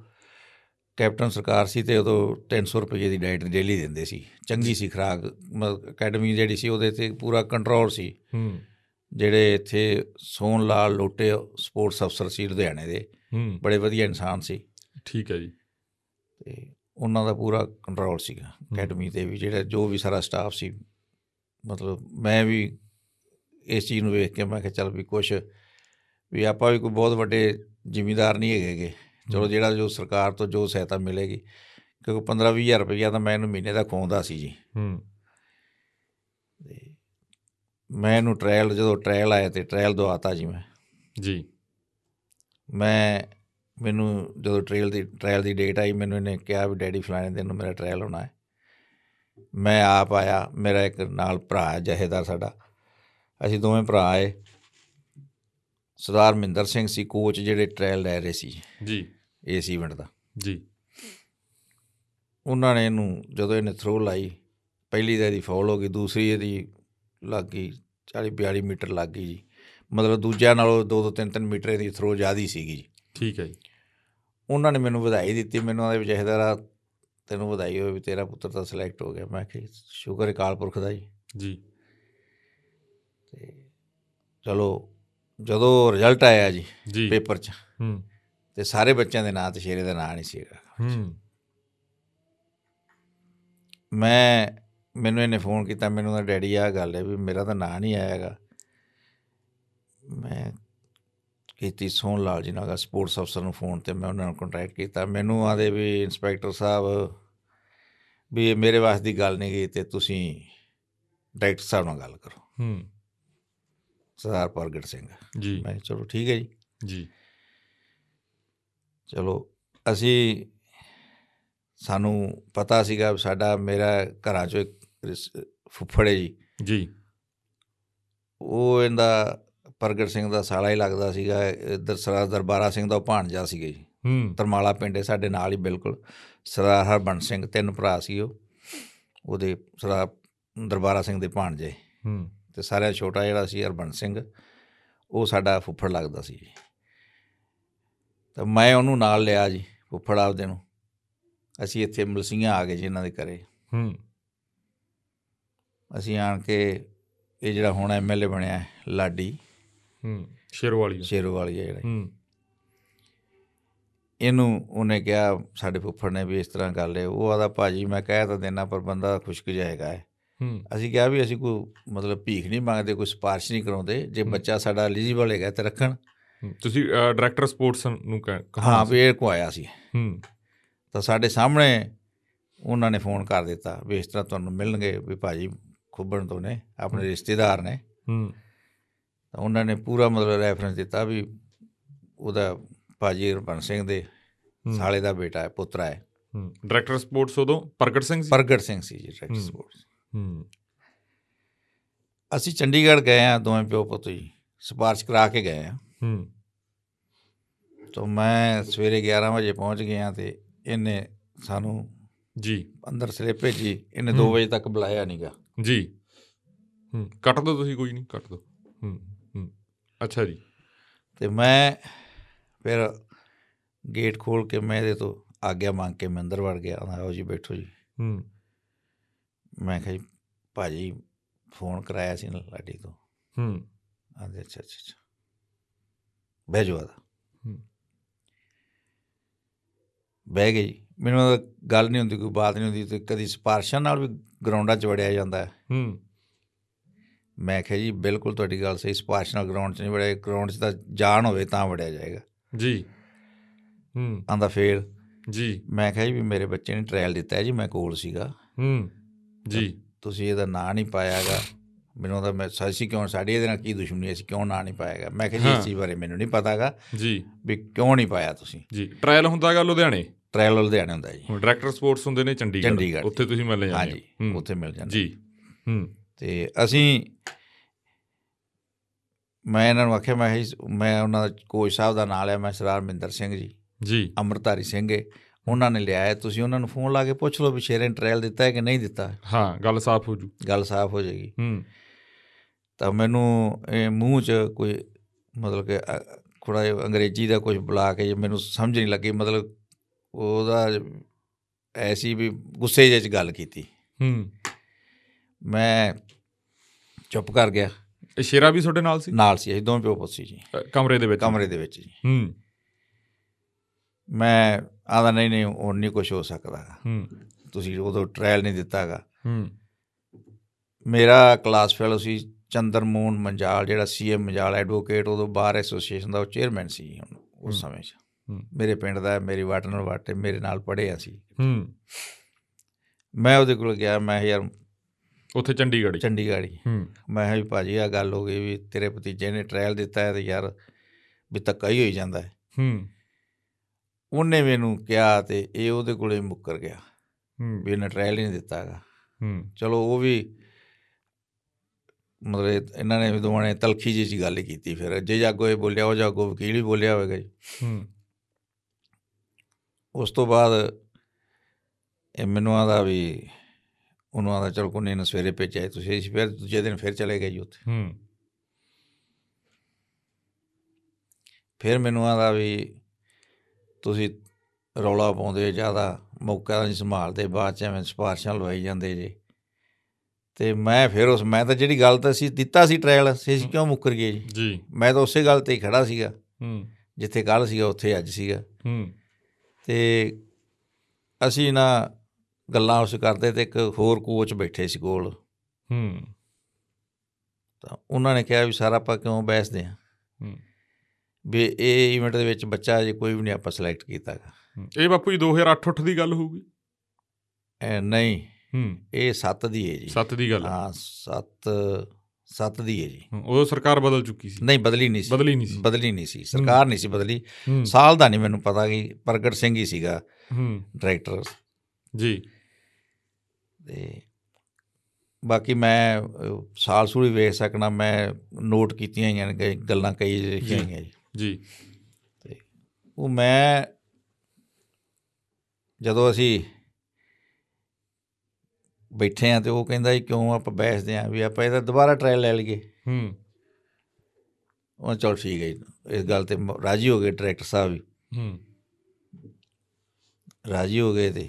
Speaker 2: ਕੈਪਟਨ ਸਰਕਾਰ ਸੀ ਤੇ ਉਦੋਂ 300 ਰੁਪਏ ਦੀ ਡਾਈਟ ਡੇਲੀ ਦਿੰਦੇ ਸੀ ਚੰਗੀ ਸੀ ਖੁਰਾਕ ਮਤਲਬ ਅਕੈਡਮੀ ਜਿਹੜੀ ਸੀ ਉਹਦੇ ਤੇ ਪੂਰਾ ਕੰਟਰੋਲ ਸੀ
Speaker 1: ਹੂੰ
Speaker 2: ਜਿਹੜੇ ਇੱਥੇ ਸੋਨ ਲਾਲ ਲੋਟੇ ਸਪੋਰਟਸ ਅਫਸਰ ਸੀ ਲੁਧਿਆਣੇ ਦੇ
Speaker 1: ਹੂੰ
Speaker 2: ਬੜੇ ਵਧੀਆ ਇਨਸਾਨ ਸੀ
Speaker 1: ਠੀਕ ਹੈ ਜੀ
Speaker 2: ਤੇ ਉਹਨਾਂ ਦਾ ਪੂਰਾ ਕੰਟਰੋਲ ਸੀਗਾ ਅਕੈਡਮੀ ਤੇ ਵੀ ਜਿਹੜਾ ਜੋ ਵੀ ਸਾਰਾ ਸਟਾਫ ਸੀ ਮਤਲਬ ਮੈਂ ਵੀ ਇਸ ਚੀਜ਼ ਨੂੰ ਵੇਖ ਕੇ ਮੈਂ ਕਿਹਾ ਚੱਲ ਵੀ ਕੁਛ ਵੀ ਆਪਾਂ ਵੀ ਕੋਈ ਬਹੁਤ ਵੱਡੇ ਜ਼ਿਮੀਂਦਾਰ ਨਹੀਂ ਹੈਗੇਗੇ ਚਲੋ ਜਿਹੜਾ ਜੋ ਸਰਕਾਰ ਤੋਂ ਜੋ ਸਹਾਇਤਾ ਮਿਲੇਗੀ ਕਿਉਂਕਿ 15 20000 ਰੁਪਈਆ ਤਾਂ ਮੈਂ ਇਹਨੂੰ ਮਹੀਨੇ ਦਾ ਖਵਾਉਂਦਾ ਸੀ ਜੀ
Speaker 1: ਹੂੰ
Speaker 2: ਤੇ ਮੈਂ ਇਹਨੂੰ ਟ੍ਰਾਇਲ ਜਦੋਂ ਟ੍ਰਾਇਲ ਆਇਆ ਤੇ ਟ੍ਰਾਇਲ ਦਵਾਤਾ ਜੀ ਮੈਂ
Speaker 1: ਜੀ
Speaker 2: ਮੈਂ ਮੈਨੂੰ ਜਦੋਂ ਟ੍ਰੇਲ ਦੀ ਟ੍ਰਾਇਲ ਦੀ ਡੇਟ ਆਈ ਮੈਨੂੰ ਇਹਨੇ ਕਿਹਾ ਵੀ ਡੈਡੀ ਫਲਾਣੇ ਦਿਨ ਨੂੰ ਮੇਰਾ ਟ੍ਰਾਇਲ ਹੋਣਾ ਹੈ ਮੈਂ ਆਪ ਆਇਆ ਮੇਰਾ ਇੱਕ ਨਾਲ ਭਰਾ ਹੈ, ਜਹੇਦਾਰ ਸਾਡਾ ਅਸੀਂ ਦੋਵੇਂ ਭਰਾ ਆਏ ਸਰਦਾਰ ਮਹਿੰਦਰ ਸਿੰਘ ਸੀ ਕੋਚ ਜਿਹੜੇ ਟ੍ਰਾਇਲ ਲੈ ਰਹੇ ਸੀ
Speaker 1: ਜੀ
Speaker 2: ਇਸ ਇਵੈਂਟ ਦਾ
Speaker 1: ਜੀ
Speaker 2: ਉਹਨਾਂ ਨੇ ਇਹਨੂੰ ਜਦੋਂ ਇਹਨੇ ਥਰੋ ਲਾਈ ਪਹਿਲੀ ਦਾ ਇਹਦੀ ਫੌਲ ਹੋ ਗਈ ਦੂਸਰੀ ਇਹਦੀ ਲੱਗ ਗਈ 40 42 ਮੀਟਰ ਲੱਗ ਗਈ ਜੀ ਮਤਲਬ ਦੂਜਿਆਂ ਨਾਲੋਂ 2 2 3 3 ਮੀਟਰ ਇਹਦੀ ਥਰੋ ਜ਼ਿਆਦੀ ਸੀਗੀ ਜੀ
Speaker 1: ਠੀਕ ਹੈ ਜੀ
Speaker 2: ਉਹਨਾਂ ਨੇ ਮੈਨੂੰ ਵਧਾਈ ਦਿੱਤੀ ਮੈਨੂੰ ਉਹਦੇ ਜਹੇਦਾਰਾ ਤੈਨੂੰ ਵਧਾਈ ਹੋਵੇ ਵੀ ਤੇਰਾ ਪੁੱਤਰ ਤਾਂ ਸਿਲੈਕਟ ਹੋ ਗਿਆ ਮੈਂ ਕਿਹਾ ਜੀ, ਸ਼ੁਕਰ ਹੈ ਅਕਾਲ ਪੁਰਖ ਦਾ ਜੀ
Speaker 1: ਜੀ
Speaker 2: ਤੇ ਚਲੋ ਜਦੋਂ ਰਿਜ਼ਲਟ ਆਇਆ ਜੀ
Speaker 1: ਜੀ
Speaker 2: ਪੇਪਰ 'ਚ
Speaker 1: ਹੂੰ
Speaker 2: ਤੇ ਸਾਰੇ ਬੱਚਿਆਂ ਦੇ ਨਾਂ ਤੇ ਸ਼ੇਰੇ ਦਾ ਨਾਂ ਨਹੀਂ ਸੀਗਾ
Speaker 1: ਹੂੰ
Speaker 2: ਮੈਂ ਮੈਨੂੰ ਇਹਨੇ ਫੋਨ ਕੀਤਾ ਮੈਨੂੰ ਤਾਂ ਡੈਡੀ ਆਹ ਗੱਲ ਹੈ ਵੀ ਮੇਰਾ ਤਾਂ ਨਾਂ ਨਹੀਂ ਆਇਆਗਾ ਮੈਂ ਕੀਤੀ ਸੋਹਣ ਲਾਲ ਜੀ ਨਾਲ ਗੱਲ, ਸਪੋਰਟਸ ਅਫਸਰ ਨੂੰ ਫੋਨ ਤੇ ਮੈਂ ਉਹਨਾਂ ਨਾਲ ਕੰਟੈਕਟ ਕੀਤਾ ਮੈਨੂੰ ਆਦੇ ਵੀ ਇੰਸਪੈਕਟਰ ਸਾਹਿਬ ਵੀ ਇਹ ਮੇਰੇ ਵਾਸਤੇ ਦੀ ਗੱਲ ਨਹੀਂ ਗਈ ਤੇ ਤੁਸੀਂ ਡਾਇਰੈਕਟਰ ਸਾਹਿਬ ਨਾਲ ਗੱਲ ਕਰੋ
Speaker 1: ਹੂੰ
Speaker 2: ਸਰਦਾਰ ਪ੍ਰਗਟ ਸਿੰਘ
Speaker 1: ਜੀ
Speaker 2: ਮੈਂ ਕਿਹਾ, ਚਲੋ ਠੀਕ ਹੈ ਜੀ
Speaker 1: ਜੀ
Speaker 2: ਚਲੋ ਅਸੀਂ ਸਾਨੂੰ ਪਤਾ ਸੀਗਾ ਵੀ ਸਾਡਾ ਮੇਰਾ ਘਰਾਂ ਚੋਂ ਇੱਕ ਰਿਸ- ਫੁੱਫੜ ਹੈ ਜੀ
Speaker 1: ਜੀ
Speaker 2: ਉਹ ਇਹਦਾ ਪ੍ਰਗਟ ਸਿੰਘ ਦਾ ਸਾਲਾ ਹੀ ਲੱਗਦਾ ਸੀਗਾ ਇੱਧਰ ਸਰਦਾਰ ਦਰਬਾਰਾ ਸਿੰਘ ਦਾ ਉਹ ਭਾਣਜਾ ਸੀਗਾ ਜੀ
Speaker 1: ਹੂੰ
Speaker 2: ਤਰਮਾਲਾ ਪਿੰਡ ਹੈ ਸਾਡੇ ਨਾਲ ਹੀ ਬਿਲਕੁਲ ਸਰਦਾਰ ਹਰਬੰਸ ਸਿੰਘ ਤਿੰਨ ਭਰਾ ਸੀ ਉਹ ਉਹਦੇ ਸਰਦਾਰ ਦਰਬਾਰਾ ਸਿੰਘ ਦੇ ਭਾਣਜੇ
Speaker 1: ਹੂੰ
Speaker 2: ਤੇ ਸਾਰਿਆਂ ਛੋਟਾ ਜਿਹੜਾ ਸੀ ਹਰਬੰਸ ਸਿੰਘ ਉਹ ਸਾਡਾ ਫੁੱਫੜ ਲੱਗਦਾ ਸੀ ਜੀ ਤਾਂ ਮੈਂ ਉਹਨੂੰ ਨਾਲ ਲਿਆ ਜੀ ਫੁੱਫੜ ਆਪਦੇ ਨੂੰ ਅਸੀਂ ਇੱਥੇ ਮਲਸੀਆਂ ਆ ਗਏ ਜੀ ਇਹਨਾਂ ਦੇ ਘਰੇ
Speaker 1: ਹੂੰ
Speaker 2: ਅਸੀਂ ਆਣ ਕੇ ਇਹ ਜਿਹੜਾ ਹੁਣ ਐਮਐਲਏ ਬਣਿਆ ਹੈ, ਲਾਡੀ
Speaker 1: ਹੂੰ ਸ਼ੇਰਵਾਲੀ ਦਾ।
Speaker 2: ਸ਼ੇਰੋ ਵਾਲੀ ਹੈ ਜਿਹੜਾ
Speaker 1: ਹੂੰ
Speaker 2: ਇਹਨੂੰ ਉਹਨੇ ਕਿਹਾ ਸਾਡੇ ਫੁੱਫੜ ਨੇ ਵੀ ਇਸ ਤਰ੍ਹਾਂ ਕਰ ਲਿਆ ਉਹ ਆਦਾ ਭਾਜੀ ਮੈਂ ਕਹਿ ਤਾਂ ਦੇਣਾ ਪਰ ਬੰਦਾ ਖੁਸ਼ਕ ਜਾਏਗਾ ਹੈ
Speaker 1: ਹੂੰ
Speaker 2: ਅਸੀਂ ਕਿਹਾ ਵੀ ਅਸੀਂ ਕੋਈ ਮਤਲਬ ਭੀਖ ਨਹੀਂ ਮੰਗਦੇ ਕੋਈ ਸਿਫਾਰਿਸ਼ ਨਹੀਂ ਕਰਾਉਂਦੇ ਜੇ
Speaker 1: ਹੂੰ।
Speaker 2: ਬੱਚਾ ਸਾਡਾ ਐਲੀਜੀਬਲ ਹੈਗਾ ਤੇ ਰੱਖਣ
Speaker 1: ਹੂੰ। ਤੁਸੀਂ ਅ, ਡਾਇਰੈਕਟਰ ਸਪੋਰਟਸ ਨੂੰ ਕਹਿ- ਕਹਾ
Speaker 2: ਹਾਂ ਵੀ ਇਹ ਕੋ ਆਇਆ ਸੀ
Speaker 1: ਹੂੰ
Speaker 2: ਤਾਂ ਸਾਡੇ ਸਾਹਮਣੇ ਉਹਨਾਂ ਨੇ ਫੋਨ ਕਰ ਦਿੱਤਾ ਵੀ ਇਸ ਤਰ੍ਹਾਂ ਤੁਹਾਨੂੰ ਮਿਲਣਗੇ ਵੀ ਭਾਜੀ ਖੁੱਬਣ ਤੋਂ ਨੇ ਆਪਣੇ ਰਿਸ਼ਤੇਦਾਰ ਨੇ
Speaker 1: ਹੂੰ
Speaker 2: ਤਾਂ ਉਹਨਾਂ ਨੇ ਪੂਰਾ ਮਤਲਬ ਰੈਫਰੈਂਸ ਦਿੱਤਾ ਵੀ ਉਹਦਾ ਭਾਜੀ ਹਰਪਨ ਸਿੰਘ ਦੇ
Speaker 1: ਹੂੰ।
Speaker 2: ਸਾਲੇ ਦਾ ਬੇਟਾ ਹੈ ਪੁੱਤਰਾ ਹੈ
Speaker 1: ਹੂੰ ਡਾਇਰੈਕਟਰ ਸਪੋਰਟਸ ਉਦੋਂ ਪ੍ਰਗਟ ਸਿੰਘ ਸੀ
Speaker 2: ਪ੍ਰਗਟ ਸਿੰਘ ਸੀ ਜੀ ਡਾਇਰੈਕਟਰ
Speaker 1: ਹੂੰ।
Speaker 2: ਸਪੋਰਟਸ
Speaker 1: ਹੂੰ
Speaker 2: ਅਸੀਂ ਚੰਡੀਗੜ੍ਹ ਗਏ ਆ ਦੋਵੇਂ ਪਿਓ ਪੁੱਤ ਜੀ ਸਿਫਾਰਿਸ਼ ਕਰਾ ਕੇ ਗਏ ਆ
Speaker 1: ਹੂੰ
Speaker 2: ਤਾਂ ਮੈਂ ਸਵੇਰੇ 11 ਵਜੇ ਪਹੁੰਚ ਗਿਆ ਤੇ ਇਹਨੇ ਸਾਨੂੰ
Speaker 1: ਜੀ
Speaker 2: ਅੰਦਰ ਸਲੇ ਭੇਜੀ ਇਹਨੇ 2
Speaker 1: ਹੂੰ।
Speaker 2: ਵਜੇ ਤੱਕ ਬੁਲਾਇਆ ਨਹੀਂਗਾ
Speaker 1: ਜੀ ਹੂੰ ਕੱਟ ਦੋ ਤੁਸੀਂ ਕੋਈ ਨਹੀਂ ਕੱਟ ਦੋ ਹੂੰ ਹੂੰ ਅੱਛਾ ਜੀ
Speaker 2: ਤੇ ਮੈਂ ਫਿਰ ਗੇਟ ਖੋਲ ਕੇ ਮੈਂ ਇਹਦੇ ਤੋਂ ਆਗਿਆ ਮੰਗ ਕੇ ਮੈਂ ਅੰਦਰ ਵੜ ਗਿਆ ਆਂਹਦਾ, ਆਓ ਜੀ ਬੈਠੋ ਜੀ
Speaker 1: ਹੂੰ
Speaker 2: ਮੈਂ ਕਿਹਾ ਜੀ ਭਾਜੀ ਫੋਨ ਕਰਾਇਆ ਸੀ ਨਾ ਲਾਡੀ ਤੋਂ
Speaker 1: ਹੂੰ
Speaker 2: ਆਂਦੇ ਅੱਛਾ ਅੱਛਾ ਅੱਛਾ ਬਹਿ ਜਾਓ ਆਦਾ
Speaker 1: ਹੂੰ।
Speaker 2: ਬਹਿ ਗਏ ਜੀ ਮੈਨੂੰ ਉਹਦਾ ਗੱਲ ਨਹੀਂ ਹੁੰਦੀ ਕੋਈ ਬਾਤ ਨਹੀਂ ਹੁੰਦੀ ਤੇ ਕਦੀ ਸਿਫਾਰਸ਼ਾਂ ਨਾਲ ਵੀ ਗਰਾਊਂਡਾਂ 'ਚ ਵੜਿਆ ਜਾਂਦਾ ਹੈ।
Speaker 1: ਹੂੰ
Speaker 2: ਮੈਂ ਕਿਹਾ ਜੀ ਬਿਲਕੁਲ ਤੁਹਾਡੀ ਗੱਲ ਸਹੀ ਸਿਫਾਰਿਸ਼ ਨਾਲ ਗਰਾਊਂਡ 'ਚ ਨਹੀਂ ਵੜਿਆ ਗਰਾਊਂਡ 'ਚ ਤਾਂ ਜਾਣ ਹੋਵੇ ਤਾਂ ਵੜਿਆ ਜਾਏਗਾ
Speaker 1: ਜੀ ਹੂੰ
Speaker 2: ਆਂਦਾ ਫੇਰ
Speaker 1: ਜੀ
Speaker 2: ਮੈਂ ਕਿਹਾ ਜੀ ਵੀ ਮੇਰੇ ਬੱਚੇ ਨੇ ਟ੍ਰਾਇਲ ਦਿੱਤਾ ਹੈ ਜੀ ਮੈਂ ਕੋਲ ਸੀਗਾ
Speaker 1: ਹੂੰ ਜੀ
Speaker 2: ਤੁਸੀਂ ਇਹਦਾ ਨਾਂ ਨਹੀਂ ਪਾਇਆਗਾ ਮੈਨੂੰ ਉਹਦਾ ਮੈਂ ਸਾਸੀ ਕਿਉਂ ਸਾਡੀ ਇਹਦੇ ਨਾਲ ਕੀ ਦੁਸ਼ਮਣੀ ਹੈ, ਅਸੀਂ ਕਿਉਂ ਨਾਂ ਨਹੀਂ ਪਾਇਆਗਾ ਮੈਂ ਕਿਹਾ ਜੀ
Speaker 1: ਹਾਂ।
Speaker 2: ਇਸ ਚੀਜ਼ ਬਾਰੇ ਮੈਨੂੰ ਨਹੀਂ ਪਤਾਗਾ
Speaker 1: ਜੀ
Speaker 2: ਵੀ ਕਿਉਂ ਨਹੀਂ ਪਾਇਆ ਤੁਸੀਂ
Speaker 1: ਜੀ ਟ੍ਰਾਇਲ ਹੁੰਦਾ ਗਾ ਲੁਧਿਆਣੇ
Speaker 2: ਟ੍ਰਾਇਲ ਲੁਧਿਆਣੇ ਹੁੰਦਾ ਜੀ
Speaker 1: ਹੁਣ ਡਾਇਰੈਕਟਰ ਸਪੋਰਟਸ ਹੁੰਦੇ ਨੇ ਚੰਡੀਗੜ੍ਹ
Speaker 2: ਚੰਡੀਗੜ੍ਹ।
Speaker 1: ਉੱਥੇ ਤੁਸੀਂ ਮਿਲ ਜਾਂਦੇ
Speaker 2: ਹਾਂਜੀ
Speaker 1: ਹੋ। ਹੂੰ,
Speaker 2: ਉੱਥੇ ਮਿਲ ਜਾਂਦੇ
Speaker 1: ਜੀ ਹੂੰ
Speaker 2: ਤੇ ਅਸੀਂ ਮੈਂ ਇਹਨਾਂ ਨੂੰ ਆਖਿਆ ਮੈਂ ਕਿਹਾ ਜੀ, ਮੈਂ ਉਹਨਾਂ ਦਾ ਕੋਚ ਸਾਹਿਬ ਦਾ ਨਾਮ ਲਿਆ ਮੈਂ ਸਰਦਾਰ ਮਿੰਦਰ ਸਿੰਘ ਜੀ
Speaker 1: ਜੀ
Speaker 2: ਅੰਮ੍ਰਿਤਧਾਰੀ ਸਿੰਘ ਏ ਉਹਨਾਂ ਨੇ ਲਿਆ ਹੈ ਤੁਸੀਂ ਉਹਨਾਂ ਨੂੰ ਫੋਨ ਲਾ ਕੇ ਪੁੱਛ ਲਓ ਵੀ ਸ਼ੇਰੇ ਨੇ ਟ੍ਰਾਇਲ ਦਿੱਤਾ ਹੈ ਕਿ ਨਹੀਂ ਦਿੱਤਾ
Speaker 1: ਹਾਂ ਗੱਲ ਸਾਫ਼ ਹੋ ਜੂ
Speaker 2: ਗੱਲ ਸਾਫ਼ ਹੋ ਜਾਏਗੀ
Speaker 1: ਹੂੰ
Speaker 2: ਤਾਂ ਮੈਨੂੰ ਇਹ ਮੂੰਹ 'ਚ ਕੋਈ ਮਤਲਬ ਕਿ ਥੋੜਾ ਜਿਹਾ ਅੰਗਰੇਜ਼ੀ ਦਾ ਕੁਝ ਬੁਲਾ ਕੇ ਜੇ ਮੈਨੂੰ ਸਮਝ ਨਹੀਂ ਲੱਗੀ ਮਤਲਬ ਉਹਦਾ ਐਸੀ ਵੀ ਗੁੱਸੇ ਜਿਹੇ 'ਚ ਗੱਲ ਕੀਤੀ
Speaker 1: ਹੂੰ
Speaker 2: ਮੈਂ ਚੁੱਪ ਕਰ ਗਿਆ
Speaker 1: ਇਹ ਸ਼ੇਰਾ ਵੀ ਤੁਹਾਡੇ ਨਾਲ ਸੀ
Speaker 2: ਨਾਲ ਸੀ ਅਸੀਂ ਦੋਵੇਂ ਪਿਓ ਪੁੱਤ ਸੀ ਜੀ
Speaker 1: ਅ, ਕਮਰੇ ਦੇ ਵਿੱਚ
Speaker 2: ਕਮਰੇ ਦੇ ਵਿੱਚ ਜੀ
Speaker 1: ਹੂੰ
Speaker 2: ਮੈਂ ਆਦਾ ਨਹੀਂ ਨਹੀਂ ਹੁਣ ਨਹੀਂ ਕੁਝ ਹੋ ਸਕਦਾ
Speaker 1: ਹੂੰ
Speaker 2: ਤੁਸੀਂ ਉਦੋਂ ਟ੍ਰਾਇਲ ਨਹੀਂ ਦਿੱਤਾਗਾ
Speaker 1: ਹੂੰ
Speaker 2: ਮੇਰਾ ਕਲਾਸ ਫੈਲੋ ਸੀ ਚੰਦਰ ਮੋਹਨ ਮੰਜਾਲ ਜਿਹੜਾ ਸੀਐਮ ਮੰਜਾਲ ਐਡਵੋਕੇਟ ਉਦੋਂ ਬਾਰ ਐਸੋਸੀਏਸ਼ਨ ਦਾ ਉਹ ਚੇਅਰਮੈਨ ਸੀ ਜੀ ਹੁਣ
Speaker 1: ਹੂੰ।
Speaker 2: ਉਸ ਸਮੇਂ 'ਚ
Speaker 1: ਹੂੰ।
Speaker 2: ਮੇਰੇ ਪਿੰਡ ਦਾ ਹੈ, ਮੇਰੀ ਵਾਟ ਨਾਲ ਵਾਟੇ ਮੇਰੇ ਨਾਲ ਪੜ੍ਹੇ ਸੀ
Speaker 1: ਹੂੰ
Speaker 2: ਮੈਂ ਉਹਦੇ ਕੋਲ ਗਿਆ ਮੈਂ ਕਿਹਾ ਯਾਰ
Speaker 1: ਉੱਥੇ ਚੰਡੀਗੜ੍ਹ ਹੀ।
Speaker 2: ਚੰਡੀਗੜ੍ਹ ਹੀ
Speaker 1: ਹੂੰ
Speaker 2: ਮੈਂ ਕਿਹਾ ਵੀ ਭਾਜੀ ਆ ਗੱਲ ਹੋ ਗਈ ਵੀ ਤੇਰੇ ਭਤੀਜੇ ਨੇ ਟ੍ਰਾਇਲ ਦਿੱਤਾ ਹੈ ਤੇ ਯਾਰ ਵੀ ਧੱਕਾ ਹੀ ਹੋਈ ਜਾਂਦਾ ਹੈ
Speaker 1: ਹੂੰ
Speaker 2: ਉਹਨੇ ਮੈਨੂੰ ਕਿਹਾ ਤੇ ਇਹ ਉਹਦੇ ਕੋਲੇ ਮੁੱਕਰ ਗਿਆ
Speaker 1: ਹੂੰ
Speaker 2: ਵੀ ਇਹਨੇ ਟ੍ਰਾਇਲ ਹੀ ਨਹੀਂ ਦਿੱਤਾ ਹੈਗਾ
Speaker 1: ਹੂੰ
Speaker 2: ਚਲੋ ਉਹ ਵੀ ਮਤਲਬ ਇਹ- ਇਹਨਾਂ ਨੇ ਵੀ ਦੋਵਾਂ ਨੇ ਤਲਖੀ ਜਿਹੀ ਗੱਲ ਹੀ ਕੀਤੀ ਫਿਰ ਜੇ ਜਾਗੋ ਇਹ ਬੋਲਿਆ ਉਹ ਜਾਗੋ ਵਕੀਲ ਵੀ ਬੋਲਿਆ ਹੋਵੇਗਾ ਜੀ
Speaker 1: ਹੂੰ
Speaker 2: ਉਸ ਤੋਂ ਬਾਅਦ ਇਹ ਮੈਨੂੰ ਆਦਾ ਵੀ ਉਹਨਾਂ ਦਾ ਚਲ ਕੋਈ ਨੇ ਸਵੇਰੇ ਭੇਜਿਆ ਤੁਸੀਂ ਅਸੀਂ ਫਿਰ ਦੂਜੇ ਦਿਨ ਫਿਰ ਚਲੇ ਗਏ ਜੀ ਉੱਥੇ
Speaker 1: ਹੂੰ
Speaker 2: ਫਿਰ ਮੈਨੂੰ ਆਦਾ ਵੀ ਤੁਸੀਂ ਰੌਲਾ ਪਾਉਂਦੇ ਜ਼ਿਆਦਾ ਮੌਕਾ ਨਹੀਂ ਸੰਭਾਲਦੇ ਬਾਅਦ ਚ ਐਵੇਂ ਸਿਫਾਰਿਸ਼ਾਂ ਲਵਾਈ ਜਾਂਦੇ ਜੇ ਤੇ ਮੈਂ ਫਿਰ ਉਸ ਮੈਂ ਤਾਂ ਜਿਹੜੀ ਗੱਲ ਤਾਂ ਸੀ ਦਿੱਤਾ ਸੀ ਟ੍ਰਾਇਲ ਸੀ ਅਸੀਂ ਕਿਉਂ ਮੁੱਕਰ ਗਏ ਜੀ
Speaker 1: ਜੀ
Speaker 2: ਮੈਂ ਤਾਂ ਉਸੇ ਗੱਲ ਤੇ ਹੀ ਖੜਾ ਸੀਗਾ
Speaker 1: ਹੂੰ
Speaker 2: ਜਿੱਥੇ ਕੱਲ ਸੀਗਾ ਉੱਥੇ ਅੱਜ ਸੀਗਾ
Speaker 1: ਹੂੰ
Speaker 2: ਤੇ ਅਸੀਂ ਨਾ ਗੱਲਾਂ ਉਸ ਕਰਦੇ ਤੇ ਇੱਕ ਹੋਰ ਕੋਚ ਬੈਠੇ ਸੀ ਕੋਲ
Speaker 1: ਹੂੰ
Speaker 2: ਤਾਂ ਉਹਨਾਂ ਨੇ ਕਿਹਾ ਵੀ ਸਾਰਾ ਆਪਾਂ ਕਿਉਂ ਬਹਿਸਦੇ ਆ
Speaker 1: ਹੂੰ।
Speaker 2: ਵੀ ਇਹ ਇਵੈਂਟ ਦੇ ਵਿੱਚ ਬੱਚਾ ਜੇ ਕੋਈ ਵੀ ਨਹੀਂ ਆਪਾਂ ਸਿਲੈਕਟ ਕੀਤਾ ਗਾ।
Speaker 1: ਹੂੰ। ਇਹ ਬਾਪੂ ਜੀ 2008-8 ਦੀ ਗੱਲ ਹੋਊਗੀ
Speaker 2: ਐ ਨਹੀਂ
Speaker 1: ਹੂੰ
Speaker 2: ਇਹ 7 ਦੀ ਹੈ ਜੀ
Speaker 1: 7 ਦੀ ਗੱਲ
Speaker 2: ਹਾਂ 7 7 ਦੀ ਹੈ ਜੀ
Speaker 1: ਹੂੰ, ਉਦੋਂ ਸਰਕਾਰ ਬਦਲ ਚੁੱਕੀ ਸੀ
Speaker 2: ਨਹੀਂ ਬਦਲੀ ਨਹੀਂ ਸੀ
Speaker 1: ਬਦਲੀ ਨਹੀਂ ਸੀ
Speaker 2: ਬਦਲੀ ਨਹੀਂ ਸੀ ਸਰਕਾਰ ਨਹੀਂ ਸੀ ਬਦਲੀ
Speaker 1: ਹੂੰ,
Speaker 2: ਸਾਲ ਦਾ ਨਹੀਂ ਮੈਨੂੰ ਪਤਾ ਕਿ ਪ੍ਰਗਟ ਸਿੰਘ ਹੀ ਸੀਗਾ
Speaker 1: ਹੂੰ
Speaker 2: ਡਾਇਰੈਕਟਰ
Speaker 1: ਜੀ
Speaker 2: ਤੇ ਬਾਕੀ ਮੈਂ ਅਹ, ਸਾਲ ਸੂਲ ਹੀ ਵੇਖ ਸਕਣਾ ਮੈਂ ਨੋਟ ਕੀਤੀਆਂ ਹੋਈਆਂ ਨੇ ਕਈ ਗੱਲਾਂ ਕਈ ਲਿਖੀਆਂ
Speaker 1: ਜੀ।
Speaker 2: ਹੋਈਆਂ ਜੀ
Speaker 1: ਜੀ
Speaker 2: ਉਹ ਮੈਂ ਜਦੋਂ ਅਸੀਂ ਬੈਠੇ ਆ ਤੇ ਉਹ ਕਹਿੰਦਾ ਜੀ ਕਿਉਂ ਆਪਾਂ ਬੈਠਦੇ ਆ ਵੀ ਆਪਾਂ ਇਹਦਾ ਦੁਬਾਰਾ ਟ੍ਰਾਇਲ ਲੈ ਲਈਏ
Speaker 1: ਹੂੰ
Speaker 2: ਉਹ ਚਲ ਠੀਕ ਹੈ ਜੀ ਇਸ ਗੱਲ ਤੇ ਮ- ਰਾਜੀ ਹੋ ਗਏ ਡਾਇਰੈਕਟਰ ਸਾਹਿਬ ਵੀ
Speaker 1: ਹੂੰ
Speaker 2: ਰਾਜੀ ਹੋ ਗਏ ਤੇ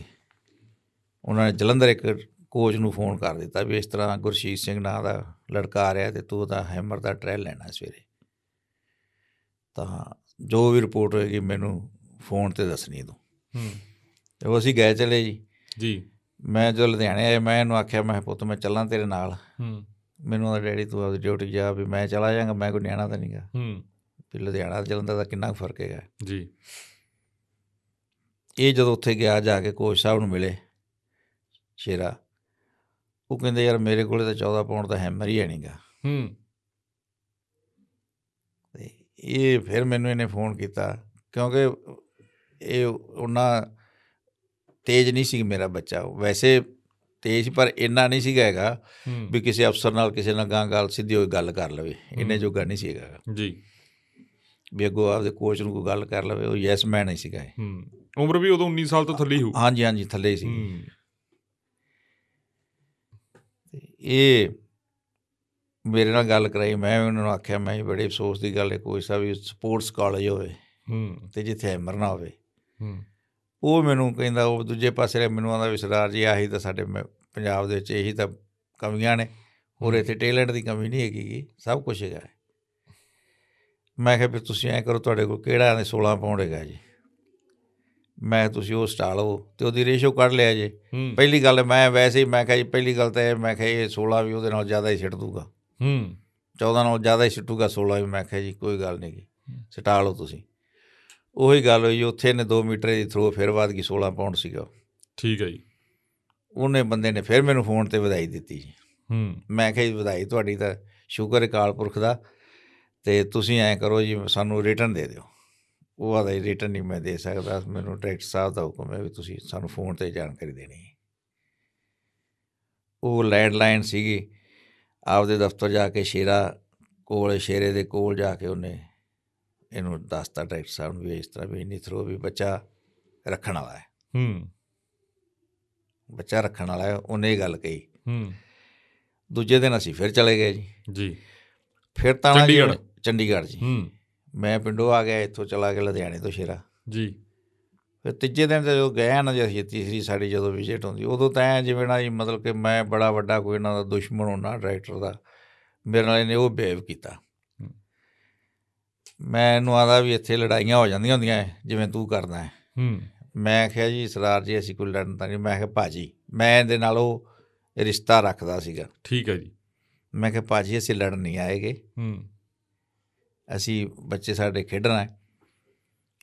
Speaker 2: ਉਹਨਾਂ ਨੇ ਜਲੰਧਰ ਇੱਕ ਕੋਚ ਨੂੰ ਫੋਨ ਕਰ ਦਿੱਤਾ ਵੀ ਇਸ ਤਰ੍ਹਾਂ ਗੁਰਸ਼ੀਤ ਸਿੰਘ ਨਾਂ ਦਾ ਲੜਕਾ ਆ ਰਿਹਾ ਤੇ ਤੂੰ ਉਹਦਾ ਹੈਮਰ ਦਾ ਟ੍ਰਾਇਲ ਲੈਣਾ ਸਵੇਰੇ ਤਾਂ ਜੋ ਵੀ ਰਿਪੋਰਟ ਹੋਏਗੀ ਮੈਨੂੰ ਫੋਨ ਤੇ ਦੱਸਣੀ ਤੂੰ
Speaker 1: ਹੂੰ
Speaker 2: ਤੇ ਉਹ ਅਸੀਂ ਗਏ ਚਲੇ ਜੀ
Speaker 1: ਜੀ
Speaker 2: ਮੈਂ ਜਦੋਂ ਲੁਧਿਆਣੇ ਆਇਆ ਮੈਂ ਇਹਨੂੰ ਆਖਿਆ ਮੈਂ ਕਿਹਾ, ਪੁੱਤ ਮੈਂ ਚੱਲਾਂ ਤੇਰੇ ਨਾਲ
Speaker 1: ਹੂੰ
Speaker 2: ਮੈਨੂੰ ਉਹਦਾ ਡੈਡੀ ਤੂੰ ਆਪਦੀ ਡਿਊਟੀ ਜਾ ਵੀ ਮੈਂ ਚਲਾ ਜਾਵਾਂਗਾ ਮੈਂ ਕੋਈ ਨਿਆਣਾ ਤਾਂ ਨਹੀਂਗਾ
Speaker 1: ਹੂੰ
Speaker 2: ਵੀ ਲੁਧਿਆਣਾ ਤੇ ਜਲੰਧਰ ਦਾ ਕਿੰਨਾ ਕੁ ਫਰਕ ਹੈਗਾ
Speaker 1: ਜੀ
Speaker 2: ਇਹ ਜਦੋਂ ਉੱਥੇ ਗਿਆ ਜਾ ਕੇ ਕੋਚ ਸਾਹਿਬ ਨੂੰ ਮਿਲੇ ਸ਼ੇਰਾ ਉਹ ਕਹਿੰਦੇ ਯਾਰ ਮੇਰੇ ਕੋਲੇ ਤਾਂ 14 ਪਾਉਂਡ ਦਾ ਹੈਮਰ ਹੀ ਹੈ ਨਹੀਂਗਾ
Speaker 1: ਹੂੰ
Speaker 2: ਤੇ ਇਹ ਫਿਰ ਮੈਨੂੰ ਇਹਨੇ ਫੋਨ ਕੀਤਾ ਕਿਉਂਕਿ ਇਹ ਉਹਨਾਂ ਤੇਜ਼ ਨਹੀਂ ਸੀ ਮੇਰਾ ਬੱਚਾ ਵੈਸੇ ਤੇਜ਼ ਪਰ ਇੰਨਾ ਨਹੀਂ ਸੀਗਾ ਹੈਗਾ
Speaker 1: ਹੂੰ
Speaker 2: ਵੀ ਕਿਸੇ ਅਫਸਰ ਨਾਲ ਕਿਸੇ ਨਾਲ ਗਾਂ ਗੱਲ ਸਿੱਧੀ ਹੋਈ ਗੱਲ ਕਰ ਲਵੇ ਇੰਨੇ
Speaker 1: ਹਮ।
Speaker 2: ਜੋਗਾ ਨਹੀਂ ਸੀਗਾ
Speaker 1: ਜੀ
Speaker 2: ਵੀ ਅੱਗੋਂ ਆਪਦੇ ਕੋਚ ਨੂੰ ਕੋਈ ਗੱਲ ਕਰ ਲਵੇ ਉਹ ਯੈਸ ਮੈਨ ਨਹੀਂ ਸੀਗਾ ਇਹ।
Speaker 1: ਹੂੰ ਉਮਰ ਵੀ ਉਦੋਂ 19 ਸਾਲ ਤੋਂ ਥੱਲੇ ਹੀ ਹੋਊ
Speaker 2: ਹਾਂਜੀ ਹਾਂਜੀ ਥੱਲੇ ਹੀ ਸੀ
Speaker 1: ਹੂੰ
Speaker 2: ਇਹ ਮੇਰੇ ਨਾਲ ਗੱਲ ਕਰਾਈ ਮੈਂ ਵੀ ਉਹਨਾਂ ਨੂੰ ਆਖਿਆ ਮੈਂ ਵੀ ਬੜੇ ਅਫਸੋਸ ਦੀ ਗੱਲ ਹੈ ਕੋਚ ਸਾਹਿਬ ਵੀ ਸਪੋਰਟਸ ਕਾਲਜ ਹੋਵੇ
Speaker 1: ਹੂੰ
Speaker 2: ਤੇ ਜਿੱਥੇ ਹੈਮਰ ਨਾ ਹੋਵੇ
Speaker 1: ਹੂੰ
Speaker 2: ਉਹ ਮੈਨੂੰ ਕਹਿੰਦਾ ਉਹ ਦੂਜੇ ਪਾਸੇ ਰਿਹਾ, ਮੈਨੂੰ ਆਂਦਾ ਵੀ ਸਰਦਾਰ ਜੀ ਆਹੀ ਤਾਂ ਸਾਡੇ ਮੈਂ- ਪੰਜਾਬ ਦੇ ਵਿੱਚ ਇਹੀ ਤਾਂ ਕਮੀਆਂ ਨੇ ਹੋਰ ਇੱਥੇ ਟੈਲੈਂਟ ਦੀ ਕਮੀ ਨਹੀਂ ਹੈਗੀ ਗੀ, ਸਭ ਕੁਝ ਹੈਗਾ ਹੈ। ਮੈਂ ਕਿਹਾ ਵੀ ਤੁਸੀਂ ਐਂ ਕਰੋ ਤੁਹਾਡੇ ਕੋਲ ਕਿਹੜਾ ਨੇ 16 ਪਾਉਂਡ ਹੈਗਾ ਜੀ ਮੈਂ ਕਿਹਾ ਤੁਸੀਂ ਉਹ ਸਟਾਲ ਲਓ ਤੇ ਉਹਦੀ ਰੇਸ਼ੋ ਕੱਢ ਲਿਆ ਜੇ
Speaker 1: ਹੂੰ
Speaker 2: ਪਹਿਲੀ ਗੱਲ ਮੈਂ ਵੈਸੇ ਹੀ ਮੈਂ ਕਿਹਾ ਜੀ ਪਹਿਲੀ ਗੱਲ ਤਾਂ ਇਹ ਮੈਂ ਕਿਹਾ ਇਹ 16 ਵੀ ਉਹਦੇ ਨਾਲ ਜ਼ਿਆਦਾ ਹੀ ਸਿੱਟ ਦੂਗਾ
Speaker 1: ਹੂੰ
Speaker 2: 14 ਨਾਲੋਂ ਜ਼ਿਆਦਾ ਹੀ ਸਿੱਟੂਗਾ 16 ਵੀ ਮੈਂ ਕਿਹਾ ਜੀ ਕੋਈ ਗੱਲ ਨਹੀਂ ਗੀ
Speaker 1: ਹੂੰ।
Speaker 2: ਸਟਾ ਲਓ ਤੁਸੀਂ ਉਹੀ ਗੱਲ ਹੋਈ ਉੱਥੇ ਨੇ 2 ਮੀਟਰ ਦੀ ਥਰੋ ਫਿਰ ਵੱਧ ਗਈ 16 ਪਾਉਂਡ ਸੀਗਾ ਉਹ।
Speaker 1: ਠੀਕ ਹੈ ਜੀ
Speaker 2: ਉਹਨੇ ਬੰਦੇ ਨੇ ਫਿਰ ਮੈਨੂੰ ਫੋਨ ਤੇ ਵਧਾਈ ਦਿੱਤੀ ਜੀ
Speaker 1: ਹੂੰ
Speaker 2: ਮੈਂ ਕਿਹਾ ਜੀ ਵਧਾਈ ਤੁਹਾਡੀ ਤਾਂ ਸ਼ੁਕਰ ਹੈ ਅਕਾਲ ਪੁਰਖ ਦਾ ਤੇ ਤੁਸੀਂ ਐਂ ਕਰੋ ਜੀ ਸਾਨੂੰ ਰਿਟਰਨ ਦੇ ਦਿਓ ਉਹ ਆਦਾ ਰਿਟਰਨ ਨਹੀਂ ਮੈਂ ਦੇ ਸਕਦਾ ਮੈਨੂੰ ਡਾਇਰੈਕਟਰ ਸਾਹਿਬ ਦਾ ਹੁਕਮ ਹੈ ਵੀ ਤੁਸੀਂ ਸਾਨੂੰ ਫੋਨ ਤੇ ਜਾਣਕਾਰੀ ਦੇਣੀ ਹੈ ਉਹ ਲੈਂਡਲਾਈਨ ਸੀਗੀ ਆਪਦੇ ਦਫ਼ਤਰ ਜਾ ਕੇ ਸ਼ੇਰਾ ਕੋਲ ਸ਼ੇਰੇ ਦੇ ਕੋਲ ਜਾ ਕੇ ਉਹਨੇ ਇਹਨੂੰ ਦੱਸਤਾ ਡਾਇਰੈਕਟਰ ਸਾਹਿਬ ਨੂੰ ਵੀ ਇਸ ਤਰ੍ਹਾਂ ਵੀ ਇੰਨੀ ਥਰੋ ਵੀ ਬੱਚਾ ਰੱਖਣ ਵਾਲਾ ਹੈ
Speaker 1: ਹੂੰ
Speaker 2: ਬੱਚਾ ਰੱਖਣ ਵਾਲਾ ਹੈ ਉਹਨੇ ਇਹ ਗੱਲ ਕਹੀ
Speaker 1: ਹੂੰ
Speaker 2: ਦੂਜੇ ਦਿਨ ਅਸੀਂ ਫਿਰ ਚਲੇ ਗਏ ਜੀ
Speaker 1: ਜੀ
Speaker 2: ਫਿਰ ਤਾਂ ਨਾ ਜੀ
Speaker 1: ਚੰਡੀਗੜ੍ਹ।
Speaker 2: ਚੰਡੀਗੜ੍ਹ ਜੀ
Speaker 1: ਹੂੰ
Speaker 2: ਮੈਂ ਪਿੰਡੋਂ ਆ ਗਿਆ ਇੱਥੋਂ ਚਲਾ ਕੇ ਲੁਧਿਆਣੇ ਤੋਂ ਸ਼ੇਰਾ
Speaker 1: ਜੀ
Speaker 2: ਫਿਰ ਤੀਜੇ ਦਿਨ ਜਦੋਂ ਗਏ ਨਾ ਜੀ ਅਸੀਂ ਤੀਸਰੀ ਸਾਡੀ ਜਦੋਂ ਵਿਜ਼ਿਟ ਹੁੰਦੀ ਉਦੋਂ ਤਾਂ ਐਂ ਜਿਵੇਂ ਨਾ ਜੀ ਮਤਲਬ ਕਿ ਮੈਂ ਬੜਾ ਵੱਡਾ ਕੋਈ ਇਹਨਾਂ ਦਾ ਦੁਸ਼ਮਣ ਹੋਣਾ ਡਾਇਰੈਕਟਰ ਦਾ ਮੇਰੇ ਨਾਲ ਇਹਨੇ ਉਹ ਬਿਹੇਵ ਕੀਤਾ
Speaker 1: ਹੂੰ।
Speaker 2: ਮੈਂ ਇਹਨੂੰ ਆਦਾ ਵੀ ਇੱਥੇ ਲੜਾਈਆਂ ਹੋ ਜਾਂਦੀਆਂ ਹੁੰਦੀਆਂ ਐ, ਜਿਵੇਂ ਤੂੰ ਕਰਦਾ ਹੈ
Speaker 1: ਹੂੰ
Speaker 2: ਮੈਂ ਕਿਹਾ ਜੀ ਸਰਦਾਰ ਜੀ ਅਸੀਂ ਕੋਈ ਲੜਨ ਤਾਂ ਨਹੀਂ ਮੈਂ ਕਿਹਾ ਭਾਜੀ ਮੈਂ ਇਹਦੇ ਨਾਲ ਉਹ ਰਿਸ਼ਤਾ ਰੱਖਦਾ ਸੀਗਾ
Speaker 1: ਠੀਕ ਹੈ ਜੀ
Speaker 2: ਮੈਂ ਕਿਹਾ ਭਾਜੀ ਅਸੀਂ ਲੜਨ ਨਹੀਂ ਆਏਗੇ
Speaker 1: ਹੂੰ
Speaker 2: ਅਸੀਂ ਬੱਚੇ ਸਾਡੇ ਖੇਡਣਾ ਹੈ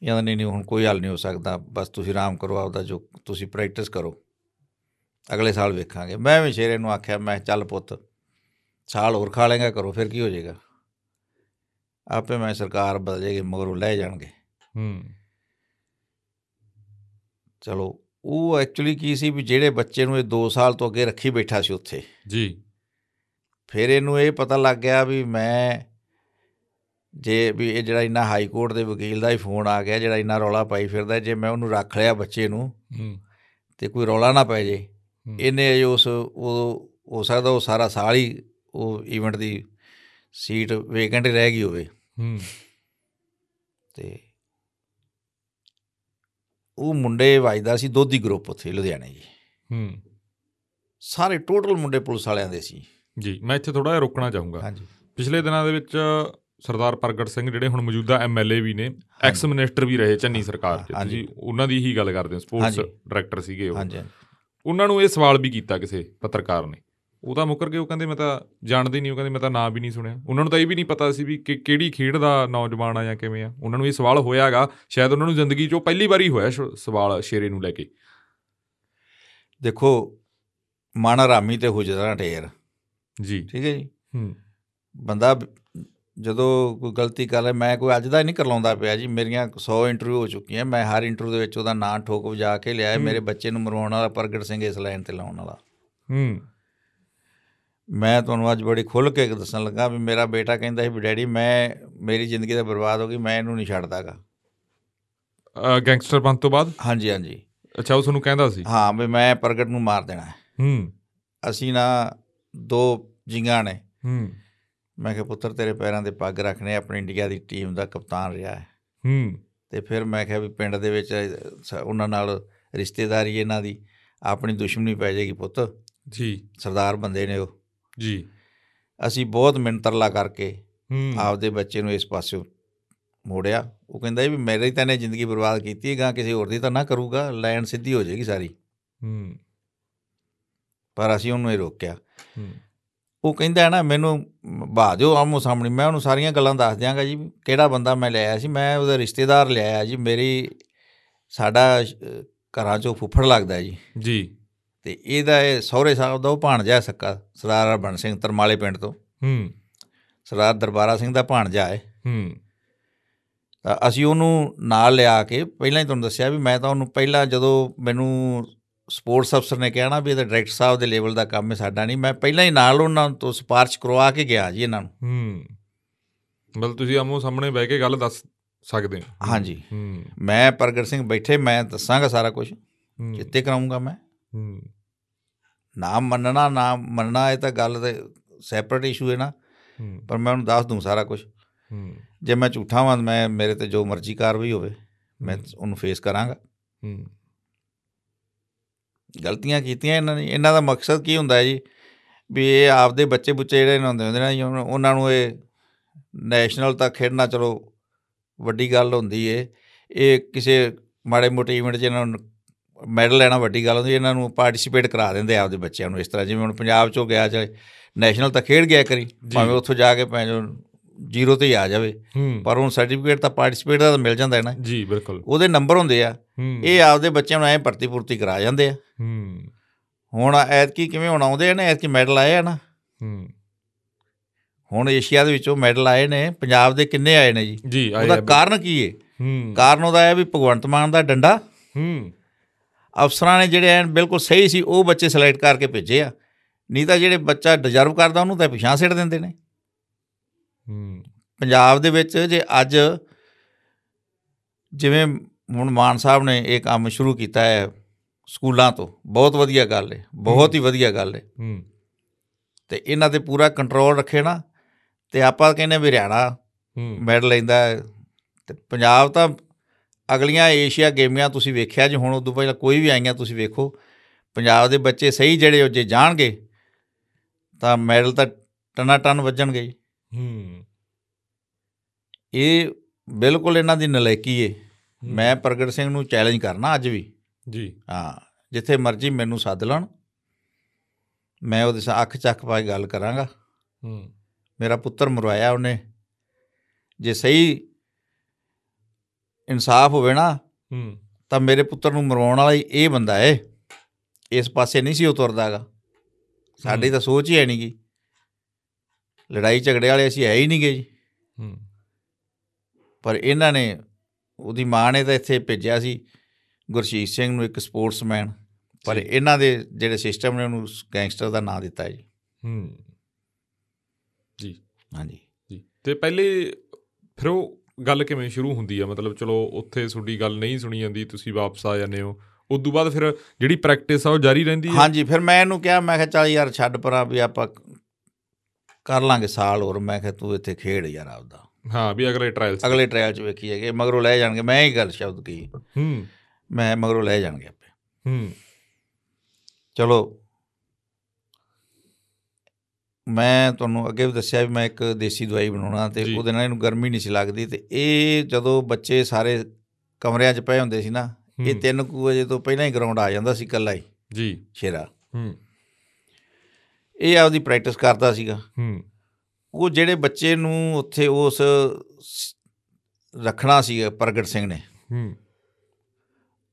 Speaker 2: ਯਾਨੀ ਨਹੀਂ ਨਹੀਂ ਹੁਣ ਕੋਈ ਹੱਲ ਨਹੀਂ ਹੋ ਸਕਦਾ ਬਸ ਤੁਸੀਂ ਆਰਾਮ ਕਰੋ ਆਪਦਾ ਜੋ ਤੁਸੀਂ ਪ੍ਰੈਕਟਿਸ ਕਰੋ ਅਗਲੇ ਸਾਲ ਵੇਖਾਂਗੇ ਮੈਂ ਵੀ ਸ਼ੇਰੇ ਨੂੰ ਆਖਿਆ ਮੈਂ ਕਿਹਾ, ਚੱਲ ਪੁੱਤ ਸਾਲ ਹੋਰ ਖਾ ਲੇਗਾ ਕਰੋ ਫਿਰ ਕੀ ਹੋ ਜਾਏਗਾ ਆਪੇ ਮੈਂ ਸਰਕਾਰ ਬਦਲ ਜਾਏਗੀ ਮਗਰੋਂ ਲੈ ਜਾਣਗੇ
Speaker 1: ਹੂੰ
Speaker 2: ਚਲੋ ਉਹ ਐਕਚੁਅਲੀ ਕੀ ਸੀ ਵੀ ਜਿਹੜੇ ਬੱਚੇ ਨੂੰ ਇਹ 2 ਸਾਲ ਤੋਂ ਅੱਗੇ ਰੱਖੀ ਬੈਠਾ ਸੀ ਉੱਥੇ
Speaker 1: ਜੀ
Speaker 2: ਫਿਰ ਇਹਨੂੰ ਇਹ ਪਤਾ ਲੱਗ ਗਿਆ ਵੀ ਮੈਂ ਜੇ ਵੀ ਇਹ ਜਿਹੜਾ ਇੰਨਾ ਹਾਈ ਕੋਰਟ ਦੇ ਵਕੀਲ ਦਾ ਹੀ ਫੋਨ ਆ ਗਿਆ ਜਿਹੜਾ ਇੰਨਾ ਰੌਲਾ ਪਾਈ ਫਿਰਦਾ ਜੇ ਮੈਂ ਉਹਨੂੰ ਰੱਖ ਲਿਆ ਬੱਚੇ ਨੂੰ
Speaker 1: ਹੂੰ
Speaker 2: ਤੇ ਕੋਈ ਰੌਲਾ ਨਾ ਪੈ ਜੇ
Speaker 1: ਹੂੰ।
Speaker 2: ਇਹਨੇ ਅਜੇ ਉਸ ਉਹ ਹੋ ਸਕਦਾ ਉਹ ਸਾਰਾ ਸਾਲ ਹੀ ਉਹ ਇਵੈਂਟ ਦੀ ਸੀਟ ਵੇਕੈਂਟ ਰਹਿ ਗਈ ਹੋਵੇ
Speaker 1: ਹੂੰ
Speaker 2: ਤੇ ਉਹ ਮੁੰਡੇ ਵਜਦਾ ਸੀ ਦੋਦੀ ਗਰੁੱਪ ਉੱਥੇ ਲੁਧਿਆਣੇ ਜੀ
Speaker 1: ਹੂੰ
Speaker 2: ਸਾਰੇ ਟੋਟਲ ਮੁੰਡੇ ਪੁਲਿਸ ਵਾਲਿਆਂ ਦੇ ਸੀ
Speaker 1: ਜੀ ਮੈਂ ਇੱਥੇ ਥੋੜਾ ਜਿਹਾ ਰੋਕਣਾ ਚਾਹੂੰਗਾ
Speaker 2: ਹਾਂਜੀ
Speaker 1: ਪਿਛਲੇ ਦਿਨਾਂ ਦੇ ਵਿੱਚ ਸਰਦਾਰ ਪ੍ਰਗਟ ਸਿੰਘ ਜਿਹੜੇ ਹੁਣ ਮੌਜੂਦਾ ਐਮਐਲਏ ਵੀ ਨੇ ਐਕਸ ਮਿਨਿਸਟਰ ਵੀ ਰਹੇ ਚੰਨੀ ਸਰਕਾਰ 'ਚ
Speaker 2: ਹਾਂਜੀ।
Speaker 1: ਤੁਸੀਂ ਉਹਨਾਂ ਦੀ ਹੀ ਗੱਲ ਕਰਦੇ ਹੋ ਸਪੋਰਟਸ
Speaker 2: ਹਾਂਜੀ।
Speaker 1: ਡਾਇਰੈਕਟਰ ਸੀਗੇ ਉਹ
Speaker 2: ਹਾਂਜੀ ਹਾਂਜੀ।
Speaker 1: ਉਹਨਾਂ ਨੂੰ ਇਹ ਸਵਾਲ ਵੀ ਕੀਤਾ ਕਿਸੇ ਪੱਤਰਕਾਰ ਨੇ ਉਹ ਤਾਂ ਮੁੱਕਰ ਗਏ ਉਹ ਕਹਿੰਦੇ ਮੈਂ ਤਾਂ ਜਾਣਦੇ ਹੀ ਨਹੀਂ ਉਹ ਕਹਿੰਦੇ ਮੈਂ ਤਾਂ ਨਾਂ ਵੀ ਨਹੀਂ ਸੁਣਿਆ ਉਹਨਾਂ ਨੂੰ ਤਾਂ ਇਹ ਵੀ ਨਹੀਂ ਪਤਾ ਸੀ ਵੀ ਕਿ ਕਿਹੜੀ ਖੇਡ ਦਾ ਨੌਜਵਾਨ ਆ ਜਾਂ ਕਿਵੇਂ ਆ ਉਹਨਾਂ ਨੂੰ ਇਹ ਸਵਾਲ ਹੋਇਆਗਾ ਸ਼ਾਇਦ ਉਹਨਾਂ ਨੂੰ ਜ਼ਿੰਦਗੀ 'ਚੋਂ ਪਹਿਲੀ ਵਾਰੀ ਹੋਇਆ ਸ਼- ਸਵਾਲ ਸ਼ੇਰੇ ਨੂੰ ਲੈ ਕੇ
Speaker 2: ਦੇਖੋ ਮਨ ਆਰਾਮੀ ਤੇ ਹੁਜਰਾ ਢੇਰ
Speaker 1: ਜੀ
Speaker 2: ਠੀਕ ਹੈ ਜੀ
Speaker 1: ਹੂੰ
Speaker 2: ਬੰਦਾ ਬ- ਜਦੋਂ ਕੋਈ ਗਲਤੀ ਕਰ ਲੈ ਮੈਂ ਕੋਈ ਅੱਜ ਦਾ ਨਹੀਂ ਕਰਲਾਉਂਦਾ ਪਿਆ ਜੀ ਮੇਰੀਆਂ 100 ਇੰਟਰਵਿਊ ਹੋ ਚੁੱਕੀਆਂ ਮੈਂ ਹਰ ਇੰਟਰਵਿਊ ਦੇ ਵਿੱਚ ਉਹਦਾ ਨਾਂ ਠੋਕ ਵਜਾ ਕੇ ਲਿਆਇਆ
Speaker 1: ਹੂੰ।
Speaker 2: ਮੇਰੇ ਬੱਚੇ ਨੂੰ ਮਰਵਾਉਣ ਵਾਲਾ ਪ੍ਰਗਟ ਸਿੰਘ ਇਸ ਲਾਈਨ ਤੇ ਲਾਉਣ ਵਾਲਾ
Speaker 1: ਹੂੰ
Speaker 2: ਮੈਂ ਤੁਹਾਨੂੰ ਅੱਜ ਬੜੀ ਖੁੱਲ੍ਹ ਕੇ ਦੱਸਣ ਲੱਗਾ ਵੀ ਮੇਰਾ ਬੇਟਾ ਕਹਿੰਦਾ ਸੀ ਵੀ ਡੈਡੀ ਮੈਂ ਮੇਰੀ ਜ਼ਿੰਦਗੀ ਤਾਂ ਬਰਬਾਦ ਹੋ ਗਈ ਮੈਂ ਇਹਨੂੰ ਨਹੀਂ ਛੱਡਦਾਗਾ
Speaker 1: ਅ, ਗੈਂਗਸਟਰ ਬੰਦ ਤੋਂ ਬਾਅਦ
Speaker 2: ਹਾਂਜੀ ਹਾਂਜੀ
Speaker 1: ਅੱਛਾ ਉਹ ਤੁਹਾਨੂੰ ਕਹਿੰਦਾ ਸੀ
Speaker 2: ਹਾਂ ਵੀ ਮੈਂ ਪ੍ਰਗਟ ਨੂੰ ਮਾਰ ਦੇਣਾ ਹੈ।
Speaker 1: ਹੂੰ
Speaker 2: ਅਸੀਂ ਨਾ ਦੋ ਜਿੰਗਾਂ ਨੇ
Speaker 1: ਹੂੰ
Speaker 2: ਮੈਂ ਕਿਹਾ ਪੁੱਤਰ ਤੇਰੇ ਪੈਰਾਂ ਤੇ ਪੱਗ ਰੱਖਣੇ ਆਪਣੀ ਇੰਡੀਆ ਦੀ ਟੀਮ ਦਾ ਕਪਤਾਨ ਰਿਹਾ ਹੈ
Speaker 1: ਹੂੰ
Speaker 2: ਤੇ ਫਿਰ ਮੈਂ ਕਿਹਾ ਵੀ ਪਿੰਡ ਦੇ ਵਿੱਚ ਸ- ਉਹਨਾਂ ਨਾਲ ਰਿਸ਼ਤੇਦਾਰੀ ਇਹਨਾਂ ਦੀ ਆਪਣੀ ਦੁਸ਼ਮਣੀ ਪੈ ਜਾਏਗੀ ਪੁੱਤ
Speaker 1: ਜੀ
Speaker 2: ਸਰਦਾਰ ਬੰਦੇ ਨੇ ਉਹ
Speaker 1: ਜੀ
Speaker 2: ਅਸੀਂ ਬਹੁਤ ਮਿੰਤਰਲਾ ਕਰਕੇ
Speaker 1: ਹੂੰ
Speaker 2: ਆਪਦੇ ਬੱਚੇ ਨੂੰ ਇਸ ਪਾਸਿਓਂ ਮੋੜਿਆ ਉਹ ਕਹਿੰਦਾ ਵੀ ਮੇਰੀ ਤਾਂ ਨੇ ਜ਼ਿੰਦਗੀ ਬਰਬਾਦ ਕੀਤੀ ਗਾ ਕਿਸੇ ਹੋਰ ਦੀ ਤਾਂ ਨਾ ਕਰੂਗਾ ਲਾਈਨ ਸਿੱਧੀ ਹੋ ਜਾਏਗੀ ਸਾਰੀ
Speaker 1: ਹੂੰ
Speaker 2: ਪਰ ਅਸੀਂ ਉਹਨੂੰ ਇਹ ਰੋਕਿਆ
Speaker 1: ਹੂੰ
Speaker 2: ਉਹ ਕਹਿੰਦਾ ਨਾ ਮੈਨੂੰ ਬਹਾ ਦਿਓ ਆਮੋ ਸਾਹਮਣੇ ਮੈਂ ਉਹਨੂੰ ਸਾਰੀਆਂ ਗੱਲਾਂ ਦੱਸ ਦਿਆਂਗਾ ਜੀ ਕਿਹੜਾ ਬੰਦਾ ਮੈਂ ਲਿਆਇਆ ਸੀ ਮੈਂ ਉਹਦਾ ਰਿਸ਼ਤੇਦਾਰ ਲਿਆਇਆ ਜੀ ਮੇਰੀ ਸਾਡਾ ਅਹ, ਘਰਾਂ ਚੋਂ ਫੁੱਫੜ ਲੱਗਦਾ ਜੀ
Speaker 1: ਜੀ
Speaker 2: ਤੇ ਇਹਦਾ ਇਹ ਸਹੁਰੇ ਸਾਹਿਬ ਦਾ ਉਹ ਭਾਣਜਾ ਸੱਕਾ ਸਰਦਾਰ ਹਰਬੰਸ ਸਿੰਘ ਤਰਮਾਲੇ ਪਿੰਡ ਤੋਂ
Speaker 1: ਹੂੰ
Speaker 2: ਸਰਦਾਰ ਦਰਬਾਰਾ ਸਿੰਘ ਦਾ ਭਾਣਜਾ ਹੈ
Speaker 1: ਹੂੰ
Speaker 2: ਤਾਂ ਅਸੀਂ ਉਹਨੂੰ ਨਾਲ ਲਿਆ ਕੇ ਪਹਿਲਾਂ ਹੀ ਤੁਹਾਨੂੰ ਦੱਸਿਆ ਵੀ ਮੈਂ ਤਾਂ ਉਹਨੂੰ ਪਹਿਲਾਂ ਜਦੋਂ ਮੈਨੂੰ ਸਪੋਰਟਸ ਅਫਸਰ ਨੇ ਕਿਹਾ ਨਾ ਵੀ ਇਹ ਤਾਂ ਡਾਇਰੈਕਟਰ ਸਾਹਿਬ ਦੇ ਲੈਵਲ ਦਾ ਕੰਮ ਹੈ ਸਾਡਾ ਨਹੀਂ ਮੈਂ ਪਹਿਲਾਂ ਹੀ ਨਾਲ ਉਹਨਾਂ ਤੋਂ ਸਿਫਾਰਿਸ਼ ਕਰਵਾ ਕੇ ਗਿਆ ਜੀ ਇਹਨਾਂ ਨੂੰ
Speaker 1: ਹੂੰ ਮਤਲਬ ਤੁਸੀਂ ਆਮੋ ਸਾਹਮਣੇ ਬਹਿ ਕੇ ਗੱਲ ਦੱਸ ਸਕਦੇ ਹੋ
Speaker 2: ਹਾਂਜੀ
Speaker 1: ਹੂੰ
Speaker 2: ਮੈਂ ਪ੍ਰਗਟ ਸਿੰਘ ਬੈਠੇ ਮੈਂ ਦੱਸਾਂਗਾ ਸਾਰਾ ਕੁਝ
Speaker 1: ਹੂੰ,
Speaker 2: ਚਿੱਤੇ ਕਰਾਉਂਗਾ ਮੈਂ
Speaker 1: ਹੂੰ
Speaker 2: ਨਾ ਮੰਨਣਾ ਨਾ ਮੰਨਣਾ ਇਹ ਤਾਂ ਗੱਲ ਤੇ ਸੈਪਰੇਟ ਇਸ਼ੂ ਹੈ ਨਾ
Speaker 1: ਹੂੰ,
Speaker 2: ਪਰ ਮੈਂ ਉਹਨੂੰ ਦੱਸ ਦੂੰ ਸਾਰਾ ਕੁਝ
Speaker 1: ਹੂੰ
Speaker 2: ਜੇ ਮੈਂ ਝੂਠਾ ਹਾਂ ਮੈਂ ਮੇਰੇ ਤੇ ਜੋ ਮਰਜ਼ੀ ਕਾਰਵਾਈ ਹੋਵੇ ਮੈਂ ਉਹਨੂੰ ਫੇਸ ਕਰਾਂਗਾ
Speaker 1: ਹੂੰ
Speaker 2: ਗਲਤੀਆਂ ਕੀਤੀਆਂ ਇਹਨਾਂ ਨੇ ਇਹਨਾਂ ਦਾ ਮਕਸਦ ਕੀ ਹੁੰਦਾ ਹੈ ਜੀ ਵੀ ਇਹ ਆਪਦੇ ਬੱਚੇ ਬੁੱਚੇ ਜਿਹੜੇ ਇਹਨਾਂ ਹੁੰਦੇ ਹੁੰਦੇ ਨੇ ਜੀ, ਉਹਨਾਂ- ਉਹਨਾਂ ਨੂੰ ਇਹ ਨੈਸ਼ਨਲ ਤਾਂ ਖੇਡਣਾ ਚਲੋ ਵੱਡੀ ਗੱਲ ਹੁੰਦੀ ਏ ਇਹ ਕਿਸੇ ਮਾੜੇ ਮੋਟੇ ਇਵੈਂਟ 'ਚ ਇਹਨਾਂ ਨੂੰ ਮੈਡਲ ਲੈਣਾ ਵੱਡੀ ਗੱਲ ਹੁੰਦੀ ਇਹਨਾਂ ਨੂੰ ਪਾਰਟਿਸਿਪੇਟ ਕਰਾ ਦਿੰਦੇ ਆ ਆਪਦੇ ਬੱਚਿਆਂ ਨੂੰ ਇਸ ਤਰ੍ਹਾਂ ਜਿਵੇਂ ਹੁਣ ਪੰਜਾਬ 'ਚੋਂ ਗਿਆ ਚਾਹੇ ਨੈਸ਼ਨਲ ਤਾਂ ਖੇਡ ਗਿਆ ਕਰੀ ਭਾਵੇਂ ਉੱਥੋਂ ਜਾ ਕੇ ਭਾਵੇਂ ਜ਼ੀਰੋ ਤੇ ਹੀ ਆ ਜਾਵੇ
Speaker 1: ਹੂੰ
Speaker 2: ਪਰ ਉਹਨੂੰ ਸਰਟੀਫਿਕੇਟ ਤਾਂ ਪਾਰਟਿਸਿਪੇਟ ਦਾ ਤਾਂ ਮਿਲ ਜਾਂਦਾ ਹੈ ਨਾ
Speaker 1: ਜੀ ਬਿਲਕੁਲ
Speaker 2: ਉਹਦੇ ਨੰਬਰ ਹੁੰਦੇ ਆ
Speaker 1: ਹੂੰ
Speaker 2: ਇਹ ਆਪਦੇ ਬੱਚਿਆਂ ਨੂੰ ਐਂ ਭਰਤੀ ਪੂਰਤੀ ਕਰਾ ਜਾਂਦੇ ਆ
Speaker 1: ਹੂੰ
Speaker 2: ਹੁਣ ਐਤਕੀ ਕਿਵੇਂ ਹੁਣ ਆਉਂਦੇ ਨੇ ਐਤਕੀ ਮੈਡਲ ਆਏ ਆ ਨਾ
Speaker 1: ਹੂੰ
Speaker 2: ਹੁਣ ਏਸ਼ੀਆ ਦੇ ਵਿੱਚੋਂ ਮੈਡਲ ਆਏ ਨੇ ਪੰਜਾਬ ਦੇ ਕਿੰਨੇ ਆਏ ਨੇ ਜੀ
Speaker 1: ਜੀ ਆਏ
Speaker 2: ਉਹਦਾ
Speaker 1: ਆ-
Speaker 2: ਕਾਰਨ ਕੀ ਏ
Speaker 1: ਹੂੰ
Speaker 2: ਕਾਰਨ ਉਹਦਾ ਹੈ ਵੀ ਭਗਵੰਤ ਮਾਨ ਦਾ ਡੰਡਾ
Speaker 1: ਹੂੰ
Speaker 2: ਅਫਸਰਾਂ ਨੇ ਜਿਹੜੇ ਐਨ ਬਿਲਕੁਲ ਸਹੀ ਸੀ ਉਹ ਬੱਚੇ ਸਿਲੈਕਟ ਕਰਕੇ ਭੇਜੇ ਆ ਨਹੀਂ ਤਾਂ ਜਿਹੜੇ ਬੱਚਾ ਡਿਜ਼ਰਵ ਕਰਦਾ ਉਹਨੂੰ ਤਾਂ ਪਿਛਾਂ ਸਿੱਟ ਦਿੰਦੇ ਨੇ
Speaker 1: ਹੂੰ
Speaker 2: ਪੰਜਾਬ ਦੇ ਵਿੱਚ ਜੇ ਅੱਜ ਜਿਵੇਂ ਹੁਣ ਮਾਨ ਸਾਹਿਬ ਨੇ ਇਹ ਕੰਮ ਸ਼ੁਰੂ ਕੀਤਾ ਹੈ ਸਕੂਲਾਂ ਤੋਂ ਬਹੁਤ ਵਧੀਆ ਗੱਲ ਏ ਬਹੁਤ ਹੀ ਵਧੀਆ ਗੱਲ ਏ
Speaker 1: ਹੂੰ
Speaker 2: ਤੇ ਇਹਨਾਂ ਤੇ ਪੂਰਾ ਕੰਟਰੋਲ ਰੱਖੇ ਨਾ ਤੇ ਆਪਾਂ ਕਹਿੰਦੇ ਵੀ ਹਰਿਆਣਾ
Speaker 1: ਹੂੰ
Speaker 2: ਮੈਡਲ ਲੈਂਦਾ ਹੈ ਤੇ ਪੰਜਾਬ ਤਾਂ ਅਗਲੀਆਂ ਏਸ਼ੀਆ ਗੇਮਾਂ ਤੁਸੀਂ ਵੇਖਿਆ ਜੇ ਹੁਣ ਉਦੋਂ ਪਹਿਲਾਂ ਕੋਈ ਵੀ ਆਈਆਂ ਤੁਸੀਂ ਵੇਖੋ ਪੰਜਾਬ ਦੇ ਬੱਚੇ ਸਹੀ ਜਿਹੜੇ ਉਹ ਜੇ ਜਾਣਗੇ ਤਾਂ ਮੈਡਲ ਤਾਂ ਟਨਾ ਟਨ ਵੱਜਣਗੇ ਹੀ।
Speaker 1: ਹੂੰ
Speaker 2: ਇਹ ਬਿਲਕੁਲ ਇਹਨਾਂ ਦੀ ਨਲਾਇਕੀ ਏ
Speaker 1: ਹੂੰ।
Speaker 2: ਮੈਂ ਪ੍ਰਗਟ ਸਿੰਘ ਨੂੰ ਚੈਲੰਜ ਕਰਨਾ ਅੱਜ ਵੀ
Speaker 1: ਜੀ
Speaker 2: ਹਾਂ ਜਿੱਥੇ ਮਰਜ਼ੀ ਮੈਨੂੰ ਸੱਦ ਲੈਣ ਮੈਂ ਉਹਦੇ ਸਾਹ ਅੱਖ ਚੱਕ ਪਾ ਕੇ ਗੱਲ ਕਰਾਂਗਾ
Speaker 1: ਹੂੰ
Speaker 2: ਮੇਰਾ ਪੁੱਤਰ ਮਰਵਾਇਆ ਉਹਨੇ ਜੇ ਸਹੀ ਇਨਸਾਫ ਹੋਵੇ ਨਾ
Speaker 1: ਹੂੰ
Speaker 2: ਤਾਂ ਮੇਰੇ ਪੁੱਤਰ ਨੂੰ ਮਰਵਾਉਣ ਵਾਲਾ ਹੀ ਇਹ ਬੰਦਾ ਏ ਇਸ ਪਾਸੇ ਨਹੀਂ ਸੀ ਉਹ ਤੁਰਦਾਗਾ ਸਾਡੀ ਤਾਂ ਸੋਚ ਹੀ ਹੈ ਨਹੀਂ ਗੀ ਲੜਾਈ ਝਗੜੇ ਵਾਲੇ ਅਸੀਂ ਹੈ ਹੀ ਨਹੀਂ ਗੇ ਜੀ
Speaker 1: ਹੂੰ
Speaker 2: ਪਰ ਇਹਨਾਂ ਨੇ ਉਹਦੀ ਮਾਂ ਨੇ ਤਾਂ ਇੱਥੇ ਭੇਜਿਆ ਸੀ ਗੁਰਸ਼ੀਸ਼ ਸਿੰਘ ਨੂੰ ਇੱਕ ਸਪੋਰਟਸਮੈਨ ਪਰ
Speaker 1: ਜੀ।
Speaker 2: ਇਹਨਾਂ ਦੇ ਜਿਹੜੇ ਸਿਸਟਮ ਨੇ ਉਹਨੂੰ ਗੈਂਗਸਟਰ ਦਾ ਨਾਂ ਦਿੱਤਾ ਹੈ ਜੀ
Speaker 1: ਹੂੰ
Speaker 2: ਹਾਂਜੀ
Speaker 1: ਜੀ ਤੇ ਪਹਿਲੇ ਫਿਰ ਉਹ ਗੱਲ ਕਿਵੇਂ ਸ਼ੁਰੂ ਹੁੰਦੀ ਆ ਮਤਲਬ ਚਲੋ ਉੱਥੇ ਤੁਹਾਡੀ ਗੱਲ ਨਹੀਂ ਸੁਣੀ ਜਾਂਦੀ ਤੁਸੀਂ ਵਾਪਸ ਆ ਜਾਂਦੇ ਹੋ ਉਸ ਤੋਂ ਬਾਅਦ ਫਿਰ ਜਿਹੜੀ ਪ੍ਰੈਕਟਿਸ ਆ ਉਹ ਜਾਰੀ ਰਹਿੰਦੀ ਹੈ
Speaker 2: ਹਾਂਜੀ ਫਿਰ ਮੈਂ ਇਹਨੂੰ ਕਿਹਾ ਮੈਂ ਕਿਹਾ ਚੱਲ ਯਾਰ ਛੱਡ ਪਰਾਂ ਵੀ ਆਪਾਂ ਕਰ ਲਾਂਗੇ ਸਾਲ ਹੋਰ ਮੈਂ ਕਿਹਾ ਤੂੰ ਇੱਥੇ ਖੇਡ ਯਾਰ ਆਪਦਾ
Speaker 1: ਹਾਂ ਵੀ ਅਗਲੇ ਟ੍ਰਾਇਲ
Speaker 2: ਅਗਲੇ ਟ੍ਰਾਇਲ 'ਚ ਵੇਖੀ ਜਾਗੇ ਮਗਰੋਂ ਲੈ ਜਾਣਗੇ ਮੈਂ ਇਹ ਗੱਲ ਸ਼ਬਦ ਕੀ
Speaker 1: ਹੂੰ
Speaker 2: ਮੈਂ ਮਗਰੋਂ ਲੈ ਜਾਣਗੇ ਆਪੇ
Speaker 1: ਹੂੰ
Speaker 2: ਚਲੋ ਮੈਂ ਤੁਹਾਨੂੰ ਅੱਗੇ ਵੀ ਦੱਸਿਆ ਵੀ ਮੈਂ ਇੱਕ ਦੇਸੀ ਦਵਾਈ ਬਣਾਉਣਾ ਤੇ
Speaker 1: ਜੀ।
Speaker 2: ਉਹਦੇ ਨਾਲ ਇਹਨੂੰ ਗਰਮੀ ਨਹੀਂ ਸੀ ਲੱਗਦੀ ਤੇ ਇਹ ਜਦੋਂ ਬੱਚੇ ਸਾਰੇ ਕਮਰਿਆਂ 'ਚ ਪਏ ਹੁੰਦੇ ਸੀ ਨਾ ਇਹ
Speaker 1: ਹੂੰ,
Speaker 2: 3 ਕੁ ਵਜੇ ਤੋਂ ਪਹਿਲਾਂ ਹੀ ਗਰਾਊਂਡ ਆ ਜਾਂਦਾ ਸੀ ਇਕੱਲਾ ਹੀ
Speaker 1: ਜੀ
Speaker 2: ਸ਼ੇਰਾ
Speaker 1: ਹੂੰ
Speaker 2: ਇਹ ਆਪਦੀ ਪ੍ਰੈਕਟਿਸ ਕਰਦਾ ਸੀਗਾ
Speaker 1: ਹੂੰ
Speaker 2: ਉਹ ਜਿਹੜੇ ਬੱਚੇ ਨੂੰ ਉੱਥੇ ਉਸ ਸ- ਰੱਖਣਾ ਸੀਗਾ ਪ੍ਰਗਟ ਸਿੰਘ ਨੇ
Speaker 1: ਹੂੰ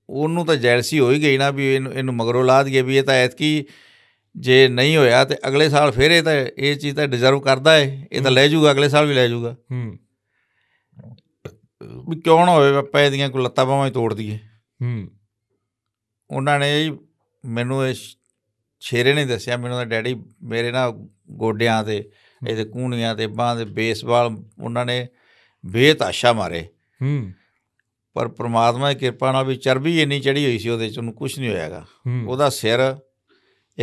Speaker 2: ਉਹਨੂੰ ਤਾਂ ਜੈਲਸੀ ਹੋ ਹੀ ਗਈ ਨਾ ਵੀ ਇਹਨੂੰ ਇਹਨੂੰ ਮਗਰੋਂ ਲਾ ਦਈਏ ਵੀ ਇਹ ਤਾਂ ਐਤਕੀ ਜੇ ਨਹੀਂ ਹੋਇਆ ਤੇ ਅਗਲੇ ਸਾਲ ਫਿਰ ਇਹ ਤਾਂ ਇਹ ਚੀਜ਼ ਤਾਂ ਡਿਜ਼ਰਵ ਕਰਦਾ ਏ ਇਹ ਤਾਂ ਲੈ ਜਾਊਗਾ ਅਗਲੇ ਸਾਲ ਵੀ ਲੈ ਜਾਊਗਾ
Speaker 1: ਹੂੰ
Speaker 2: ਵੀ ਕਿਉਂ ਨਾ ਹੋਵੇ ਆਪਾਂ ਇਹਦੀਆਂ ਕੋਈ ਲੱਤਾਂ ਬਾਹਾਂ ਹੀ ਤੋੜ ਦਈਏ
Speaker 1: ਹੂੰ
Speaker 2: ਉਹਨਾਂ ਨੇ ਜੀ ਮੈਨੂੰ ਇਹ ਸ਼- ਸ਼ੇਰੇ ਨੇ ਦੱਸਿਆ ਮੈਨੂੰ ਤਾਂ ਡੈਡੀ ਮੇਰੇ ਨਾ ਗੋਡਿਆਂ ਤੇ ਇਹਦੇ ਕੂਹਣੀਆਂ ਤੇ ਬਾਹਾਂ ਦੇ ਬੇਸਬਾਲ ਉਹਨਾਂ ਨੇ ਬੇਤਾਸ਼ਾ ਮਾਰੇ
Speaker 1: ਹੂੰ
Speaker 2: ਪਰ ਪ੍ਰਮਾਤਮਾ ਦੀ ਕਿਰਪਾ ਨਾਲ ਵੀ ਚਰਬੀ ਇੰਨੀ ਚੜੀ ਹੋਈ ਸੀ ਉਹਦੇ ਚ ਉਹਨੂੰ ਕੁਝ ਨਹੀਂ ਹੋਇਆਗਾ
Speaker 1: ਹੂੰ
Speaker 2: ਉਹਦਾ ਸਿਰ